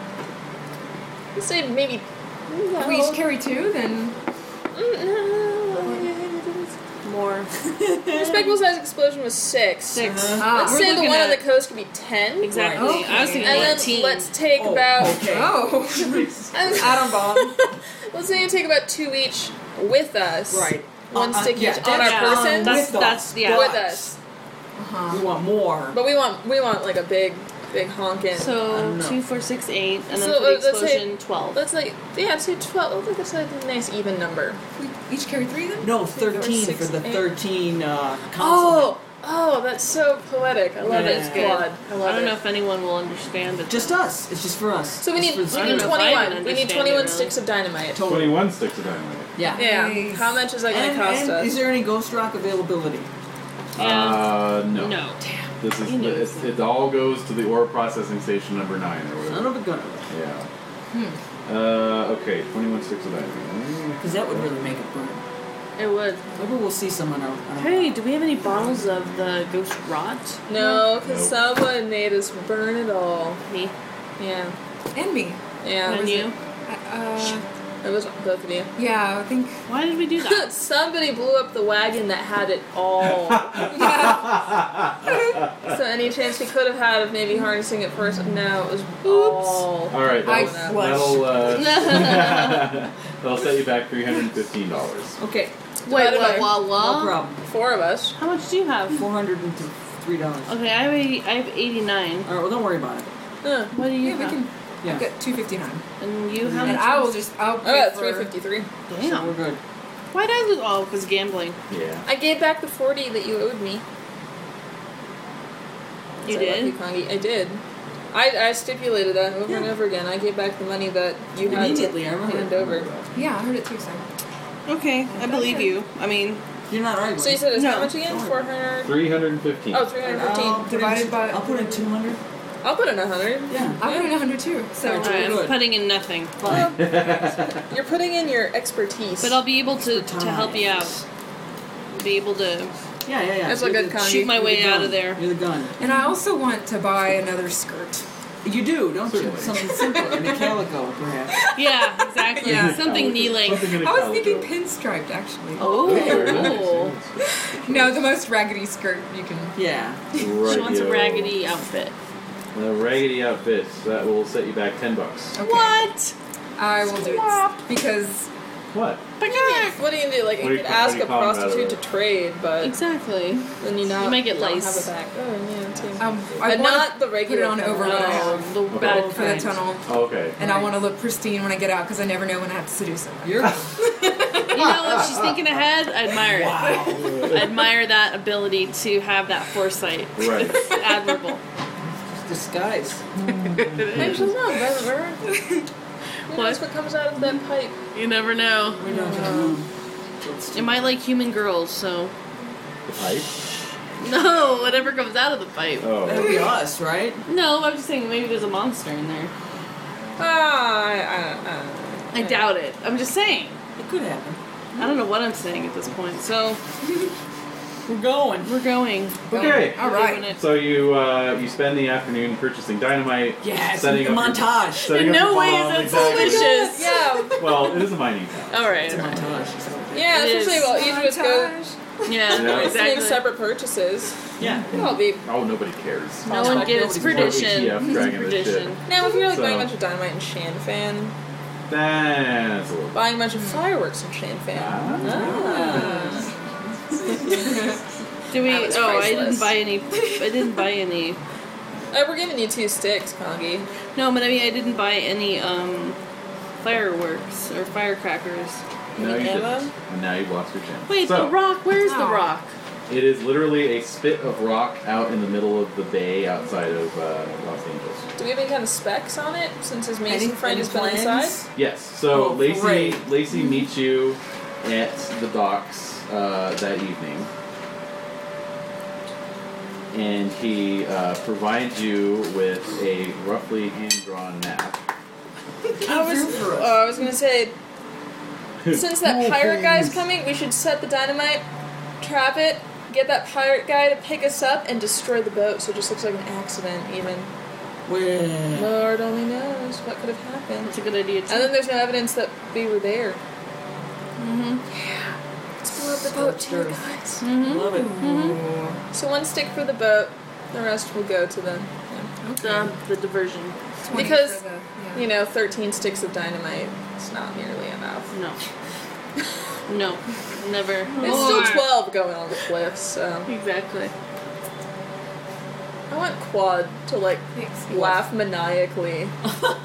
[SPEAKER 5] Let's say maybe.
[SPEAKER 7] If we each carry two, then
[SPEAKER 5] Mm,
[SPEAKER 3] More.
[SPEAKER 5] Respectable sized explosion was six.
[SPEAKER 3] 6
[SPEAKER 7] Ah.
[SPEAKER 5] Let's
[SPEAKER 3] We're
[SPEAKER 5] say the
[SPEAKER 3] looking
[SPEAKER 5] one on the
[SPEAKER 3] at-
[SPEAKER 5] coast could be ten.
[SPEAKER 3] Exactly.
[SPEAKER 7] Right.
[SPEAKER 3] I was thinking
[SPEAKER 5] And then
[SPEAKER 3] 18.
[SPEAKER 5] let's take
[SPEAKER 4] Oh,
[SPEAKER 5] about.
[SPEAKER 4] okay.
[SPEAKER 7] oh,
[SPEAKER 5] and-
[SPEAKER 7] atom bomb.
[SPEAKER 5] let's say you take about two each with us.
[SPEAKER 4] Right.
[SPEAKER 5] One
[SPEAKER 4] Uh, uh,
[SPEAKER 5] stick
[SPEAKER 4] yeah,
[SPEAKER 5] each on our
[SPEAKER 4] yeah,
[SPEAKER 5] person.
[SPEAKER 4] um,
[SPEAKER 3] That's
[SPEAKER 4] With
[SPEAKER 3] that's
[SPEAKER 4] us.
[SPEAKER 3] yeah.
[SPEAKER 7] Uh-huh.
[SPEAKER 5] with us.
[SPEAKER 4] We want more.
[SPEAKER 5] But we want we want like a big big honking.
[SPEAKER 4] I don't
[SPEAKER 3] So
[SPEAKER 4] know.
[SPEAKER 3] two, four, six, eight, and then
[SPEAKER 5] So,
[SPEAKER 3] for the
[SPEAKER 5] uh, let's say-
[SPEAKER 3] explosion, twelve.
[SPEAKER 5] That's like yeah, say twelve. Like that's a nice even number.
[SPEAKER 7] We each carry three of them?
[SPEAKER 4] No,
[SPEAKER 5] Three, four,
[SPEAKER 4] 13
[SPEAKER 5] six,
[SPEAKER 4] for the
[SPEAKER 5] eight.
[SPEAKER 4] 13 uh, consonant.
[SPEAKER 5] Oh, oh, that's so poetic. I love
[SPEAKER 4] Yeah.
[SPEAKER 5] it. Quad. I love
[SPEAKER 3] I don't
[SPEAKER 5] it.
[SPEAKER 3] know if anyone will understand it.
[SPEAKER 4] Just us. It's just for us.
[SPEAKER 5] So we
[SPEAKER 4] It's
[SPEAKER 5] need
[SPEAKER 4] for
[SPEAKER 5] we
[SPEAKER 4] the
[SPEAKER 3] I
[SPEAKER 5] need
[SPEAKER 3] don't
[SPEAKER 4] students.
[SPEAKER 3] know if I
[SPEAKER 5] twenty one.
[SPEAKER 3] even
[SPEAKER 5] We need
[SPEAKER 3] understand it,
[SPEAKER 5] totally.
[SPEAKER 3] really.
[SPEAKER 5] sticks of dynamite.
[SPEAKER 3] oh.
[SPEAKER 4] Totally.
[SPEAKER 2] 21 sticks of dynamite.
[SPEAKER 4] Yeah.
[SPEAKER 5] Yeah.
[SPEAKER 7] Nice.
[SPEAKER 5] How much is that going to
[SPEAKER 4] And,
[SPEAKER 5] cost
[SPEAKER 4] and
[SPEAKER 5] us?
[SPEAKER 4] is there any ghost rock availability?
[SPEAKER 3] Yeah.
[SPEAKER 2] Uh, no.
[SPEAKER 3] no.
[SPEAKER 2] This is
[SPEAKER 3] You knew
[SPEAKER 2] the, it's, it all goes to the ore processing station number nine
[SPEAKER 4] Son
[SPEAKER 2] or
[SPEAKER 3] Oh.
[SPEAKER 2] whatever.
[SPEAKER 4] of a gun.
[SPEAKER 2] Yeah. Uh, okay, 21 sticks of dynamite.
[SPEAKER 4] Because that would really make it burn.
[SPEAKER 3] It would.
[SPEAKER 4] Maybe we'll see some on our. on our-
[SPEAKER 3] Hey, do we have any bottles of the ghost rot?
[SPEAKER 5] no, because
[SPEAKER 2] Nope.
[SPEAKER 5] someone made us burn it all.
[SPEAKER 3] Me.
[SPEAKER 5] Yeah,
[SPEAKER 7] And me.
[SPEAKER 5] yeah.
[SPEAKER 3] And
[SPEAKER 5] was
[SPEAKER 3] you?
[SPEAKER 7] Uh,
[SPEAKER 5] It? it was both of you.
[SPEAKER 7] yeah, I think.
[SPEAKER 3] Why did we do that?
[SPEAKER 5] Somebody blew up the wagon that had it all. so any chance we could have had of maybe harnessing it first? No, it was all.
[SPEAKER 2] Alright,
[SPEAKER 7] I
[SPEAKER 2] that'll,
[SPEAKER 7] flushed.
[SPEAKER 2] that'll, uh, that'll set you back $315.
[SPEAKER 4] Okay.
[SPEAKER 3] Wait,
[SPEAKER 5] Divided
[SPEAKER 3] what?
[SPEAKER 5] by
[SPEAKER 3] Wah
[SPEAKER 5] Um,
[SPEAKER 4] No
[SPEAKER 3] wah.
[SPEAKER 4] problem.
[SPEAKER 5] Four of us.
[SPEAKER 3] How much do you have?
[SPEAKER 4] Four hundred and three dollars. All
[SPEAKER 3] Okay, I have eighty. I have eighty-nine.
[SPEAKER 4] right. Well, don't worry about it.
[SPEAKER 5] Huh.
[SPEAKER 3] What do you
[SPEAKER 7] Yeah, we
[SPEAKER 3] have?
[SPEAKER 7] can.
[SPEAKER 4] Yeah.
[SPEAKER 7] I've got 259.
[SPEAKER 3] And you how
[SPEAKER 7] And
[SPEAKER 3] much?
[SPEAKER 7] I will just. I'll
[SPEAKER 5] I got
[SPEAKER 7] pay
[SPEAKER 5] Oh, three
[SPEAKER 7] for-
[SPEAKER 5] fifty three.
[SPEAKER 4] So we're good.
[SPEAKER 3] Why did I lose? Oh, because gambling.
[SPEAKER 2] Yeah.
[SPEAKER 5] I gave back the forty that you owed me.
[SPEAKER 3] You
[SPEAKER 5] So I left
[SPEAKER 3] did?
[SPEAKER 5] Congi. I did. I, I stipulated that over and
[SPEAKER 4] Yeah.
[SPEAKER 5] over again. I gave back the money that you had
[SPEAKER 4] Immediately, I remember.
[SPEAKER 5] hand over.
[SPEAKER 7] Yeah, I heard it too, so.
[SPEAKER 3] Okay, I believe you. I mean,
[SPEAKER 4] You're not right.
[SPEAKER 5] So you said it's
[SPEAKER 3] No.
[SPEAKER 5] how much again? Four hundred.
[SPEAKER 2] 315
[SPEAKER 5] Oh, 315.
[SPEAKER 7] Divided by-
[SPEAKER 4] I'll put in two hundred.
[SPEAKER 5] I'll put in 100.
[SPEAKER 4] Yeah.
[SPEAKER 7] I put in 100 too, so.
[SPEAKER 4] Alright.
[SPEAKER 3] I'm
[SPEAKER 4] good.
[SPEAKER 3] putting in nothing,
[SPEAKER 4] Fine.
[SPEAKER 5] You're putting in your expertise.
[SPEAKER 3] but I'll be able to to help you out. Be able to
[SPEAKER 4] Yeah, yeah, yeah.
[SPEAKER 5] That's
[SPEAKER 4] You're
[SPEAKER 5] a good
[SPEAKER 4] the-
[SPEAKER 5] con-
[SPEAKER 3] shoot my
[SPEAKER 4] you're the
[SPEAKER 3] way out
[SPEAKER 4] gun.
[SPEAKER 3] of there.
[SPEAKER 4] You're the gun.
[SPEAKER 7] And I also want to buy another skirt.
[SPEAKER 4] You do, don't you?
[SPEAKER 2] Certainly.
[SPEAKER 4] Something simple, and a calico, perhaps.
[SPEAKER 3] Yeah, exactly.
[SPEAKER 7] Yeah.
[SPEAKER 3] Something knee length.
[SPEAKER 2] Something in a
[SPEAKER 7] I was thinking
[SPEAKER 2] calico.
[SPEAKER 7] pinstriped, actually.
[SPEAKER 3] Oh,
[SPEAKER 2] Very
[SPEAKER 3] cool.
[SPEAKER 2] nice,
[SPEAKER 7] No, the most raggedy skirt you can.
[SPEAKER 4] Yeah.
[SPEAKER 2] yes.
[SPEAKER 3] She wants a
[SPEAKER 2] Rightio.
[SPEAKER 3] raggedy outfit.
[SPEAKER 2] The raggedy outfit that will set you back 10 bucks.
[SPEAKER 7] Okay.
[SPEAKER 3] What?
[SPEAKER 7] I will do it because
[SPEAKER 2] What?
[SPEAKER 5] What do you do? Like,
[SPEAKER 2] What
[SPEAKER 5] you
[SPEAKER 2] do you-
[SPEAKER 5] could
[SPEAKER 2] what do
[SPEAKER 5] ask
[SPEAKER 2] you
[SPEAKER 5] a
[SPEAKER 2] call it,
[SPEAKER 5] prostitute
[SPEAKER 2] rather?
[SPEAKER 5] to trade, but
[SPEAKER 3] Exactly.
[SPEAKER 5] then you not
[SPEAKER 3] You make it
[SPEAKER 5] don't
[SPEAKER 3] lace.
[SPEAKER 5] have it back. Oh, yeah, too.
[SPEAKER 7] um, I
[SPEAKER 5] but
[SPEAKER 7] want
[SPEAKER 5] not the
[SPEAKER 7] put it
[SPEAKER 5] regular.
[SPEAKER 7] on
[SPEAKER 5] kind.
[SPEAKER 7] over
[SPEAKER 3] No, the
[SPEAKER 2] Okay.
[SPEAKER 3] bad
[SPEAKER 7] for the
[SPEAKER 3] kind.
[SPEAKER 7] tunnel,
[SPEAKER 2] Oh, okay.
[SPEAKER 7] and I want to look pristine when I get out because I never know when I have to seduce someone.
[SPEAKER 4] You're.
[SPEAKER 3] You know what? She's thinking ahead. I admire it. I admire that ability to have that foresight.
[SPEAKER 2] Right.
[SPEAKER 3] It's admirable.
[SPEAKER 4] disguise.
[SPEAKER 5] Actually, no, it doesn't work. Who
[SPEAKER 3] What?
[SPEAKER 5] knows what comes out of that pipe?
[SPEAKER 3] You never know.
[SPEAKER 4] We don't know. Let's
[SPEAKER 3] Am I like human girls? So
[SPEAKER 2] The pipe?
[SPEAKER 3] no, whatever comes out of the pipe.
[SPEAKER 4] That'd
[SPEAKER 2] Oh.
[SPEAKER 4] be us, right?
[SPEAKER 3] No, I'm just saying maybe there's a monster in there.
[SPEAKER 5] Ah, I, I, don't, I don't know.
[SPEAKER 3] I doubt it. I'm just saying.
[SPEAKER 4] It could happen.
[SPEAKER 3] I don't know what I'm saying at this point. So
[SPEAKER 4] We're going.
[SPEAKER 3] we're going.
[SPEAKER 2] Okay.
[SPEAKER 7] All
[SPEAKER 3] We're doing
[SPEAKER 7] right.
[SPEAKER 3] it.
[SPEAKER 2] So you uh, you spend the afternoon purchasing dynamite.
[SPEAKER 4] Yes.
[SPEAKER 2] Setting
[SPEAKER 4] a
[SPEAKER 2] up your-
[SPEAKER 4] montage.
[SPEAKER 2] setting
[SPEAKER 3] In
[SPEAKER 2] up
[SPEAKER 3] no
[SPEAKER 2] the
[SPEAKER 3] way
[SPEAKER 2] bomb,
[SPEAKER 3] is that
[SPEAKER 2] exactly.
[SPEAKER 3] delicious.
[SPEAKER 5] Yeah,
[SPEAKER 2] Well, it is a mining town.
[SPEAKER 3] All right. all right.
[SPEAKER 4] montage.
[SPEAKER 5] yeah.
[SPEAKER 3] It
[SPEAKER 5] Especially
[SPEAKER 3] is.
[SPEAKER 5] well, usually with go
[SPEAKER 7] Montage.
[SPEAKER 3] Yeah,
[SPEAKER 2] Yeah.
[SPEAKER 5] make
[SPEAKER 3] exactly.
[SPEAKER 5] separate purchases.
[SPEAKER 4] Yeah.
[SPEAKER 5] That'll be
[SPEAKER 2] Oh, nobody cares. E
[SPEAKER 3] No one gets
[SPEAKER 4] Nobody's
[SPEAKER 3] perdition.
[SPEAKER 2] watching. Yeah, dragging this shit.
[SPEAKER 3] Perdition.
[SPEAKER 5] now if you're like
[SPEAKER 2] So-
[SPEAKER 5] buying a bunch of dynamite and Shan fan,
[SPEAKER 2] That's a little.
[SPEAKER 5] buying a bunch
[SPEAKER 3] Hmm.
[SPEAKER 5] of fireworks and Shan fan.
[SPEAKER 2] Ah.
[SPEAKER 3] Do we?
[SPEAKER 5] That was
[SPEAKER 3] Oh, I didn't
[SPEAKER 5] priceless.
[SPEAKER 3] buy any. I didn't buy any.
[SPEAKER 5] Oh, we're giving you two sticks, Kongi.
[SPEAKER 3] No, but I mean I didn't buy any um, fireworks or firecrackers.
[SPEAKER 2] Now you
[SPEAKER 5] Emma?
[SPEAKER 2] didn't. And now you've lost your chance.
[SPEAKER 3] Wait,
[SPEAKER 2] so,
[SPEAKER 3] the rock. Where's the
[SPEAKER 5] Oh.
[SPEAKER 7] Aw.
[SPEAKER 3] rock?
[SPEAKER 2] It is literally a spit of rock out in the middle of the bay outside of uh, Los Angeles.
[SPEAKER 5] Do we have any kind of specs on it since his Mason
[SPEAKER 4] Any-
[SPEAKER 5] friend
[SPEAKER 4] any
[SPEAKER 5] has been
[SPEAKER 4] plans?
[SPEAKER 5] inside?
[SPEAKER 2] Yes. So
[SPEAKER 4] Oh,
[SPEAKER 2] Lacey,
[SPEAKER 4] great.
[SPEAKER 2] Lacey meets you at the docks uh, that evening, and he uh, provides you with a roughly hand-drawn map.
[SPEAKER 5] I was,
[SPEAKER 4] Through for us.
[SPEAKER 5] oh, I was gonna say, since that pirate guy's coming, we should set the dynamite, trap it, get that pirate guy to pick us up, and destroy the boat so it just looks like an accident, even.
[SPEAKER 4] Well,
[SPEAKER 5] Lord only knows what could have happened. Uh,
[SPEAKER 3] That's a good idea.
[SPEAKER 5] And then
[SPEAKER 3] Too.
[SPEAKER 5] there's no evidence that we were there. Mm-hmm. Yeah. Let's blow up the boat too,
[SPEAKER 4] Sure.
[SPEAKER 5] guys.
[SPEAKER 4] love it.
[SPEAKER 5] So one stick for the boat, the rest will go to them. Yeah.
[SPEAKER 3] The, the diversion.
[SPEAKER 7] 20
[SPEAKER 5] Because,
[SPEAKER 7] for the- yeah.
[SPEAKER 5] You know, 13 sticks of dynamite is not nearly enough.
[SPEAKER 3] No. No. Never.
[SPEAKER 5] It's still 12 going on the cliff, so.
[SPEAKER 3] Exactly.
[SPEAKER 5] I want Quad to like
[SPEAKER 7] Thanks.
[SPEAKER 5] laugh maniacally,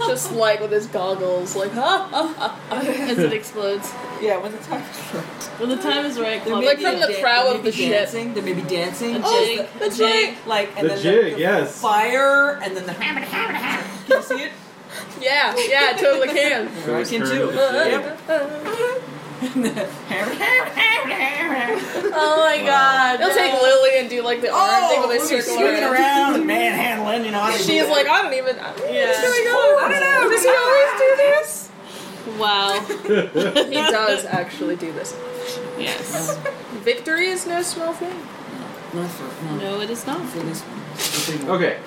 [SPEAKER 5] just like with his goggles, like ha ha ha,
[SPEAKER 3] as it explodes.
[SPEAKER 4] Yeah, when the time is right.
[SPEAKER 3] When the time is right,
[SPEAKER 4] There
[SPEAKER 3] Club.
[SPEAKER 4] may
[SPEAKER 5] Like
[SPEAKER 4] be
[SPEAKER 5] from
[SPEAKER 4] a
[SPEAKER 5] the
[SPEAKER 4] dan-
[SPEAKER 5] prow
[SPEAKER 4] there
[SPEAKER 5] of
[SPEAKER 4] may be
[SPEAKER 5] the ship.
[SPEAKER 4] dancing, There may be dancing.
[SPEAKER 3] A
[SPEAKER 4] just
[SPEAKER 3] jig.
[SPEAKER 4] the,
[SPEAKER 5] Oh, The jig.
[SPEAKER 4] Like and
[SPEAKER 2] The
[SPEAKER 4] then
[SPEAKER 2] jig,
[SPEAKER 4] the,
[SPEAKER 2] yes.
[SPEAKER 4] fire, and then the hammer, hammer, hammer. Can you see it?
[SPEAKER 5] yeah, yeah, I totally can.
[SPEAKER 4] I
[SPEAKER 2] it's
[SPEAKER 4] can
[SPEAKER 2] curved
[SPEAKER 4] too.
[SPEAKER 2] and shaped.
[SPEAKER 4] Yep. And the hammer, hammer, hammer, hammer.
[SPEAKER 3] Oh my god.
[SPEAKER 5] They'll take Lily and do like the arm thing
[SPEAKER 4] Oh,
[SPEAKER 5] where they
[SPEAKER 4] look, he's
[SPEAKER 5] circle
[SPEAKER 4] swinging
[SPEAKER 5] around.
[SPEAKER 4] around and manhandling. You know, I can do
[SPEAKER 5] She's
[SPEAKER 4] that.
[SPEAKER 5] like, I don't even. I don't even know what's
[SPEAKER 3] Yeah.
[SPEAKER 5] going on. I don't know. Does he always do this?
[SPEAKER 3] Wow.
[SPEAKER 5] He does actually do this.
[SPEAKER 3] Yes.
[SPEAKER 5] Victory is no small thing.
[SPEAKER 4] No, for, no,
[SPEAKER 3] No, it is not.
[SPEAKER 4] for this one. The big one.
[SPEAKER 2] Okay.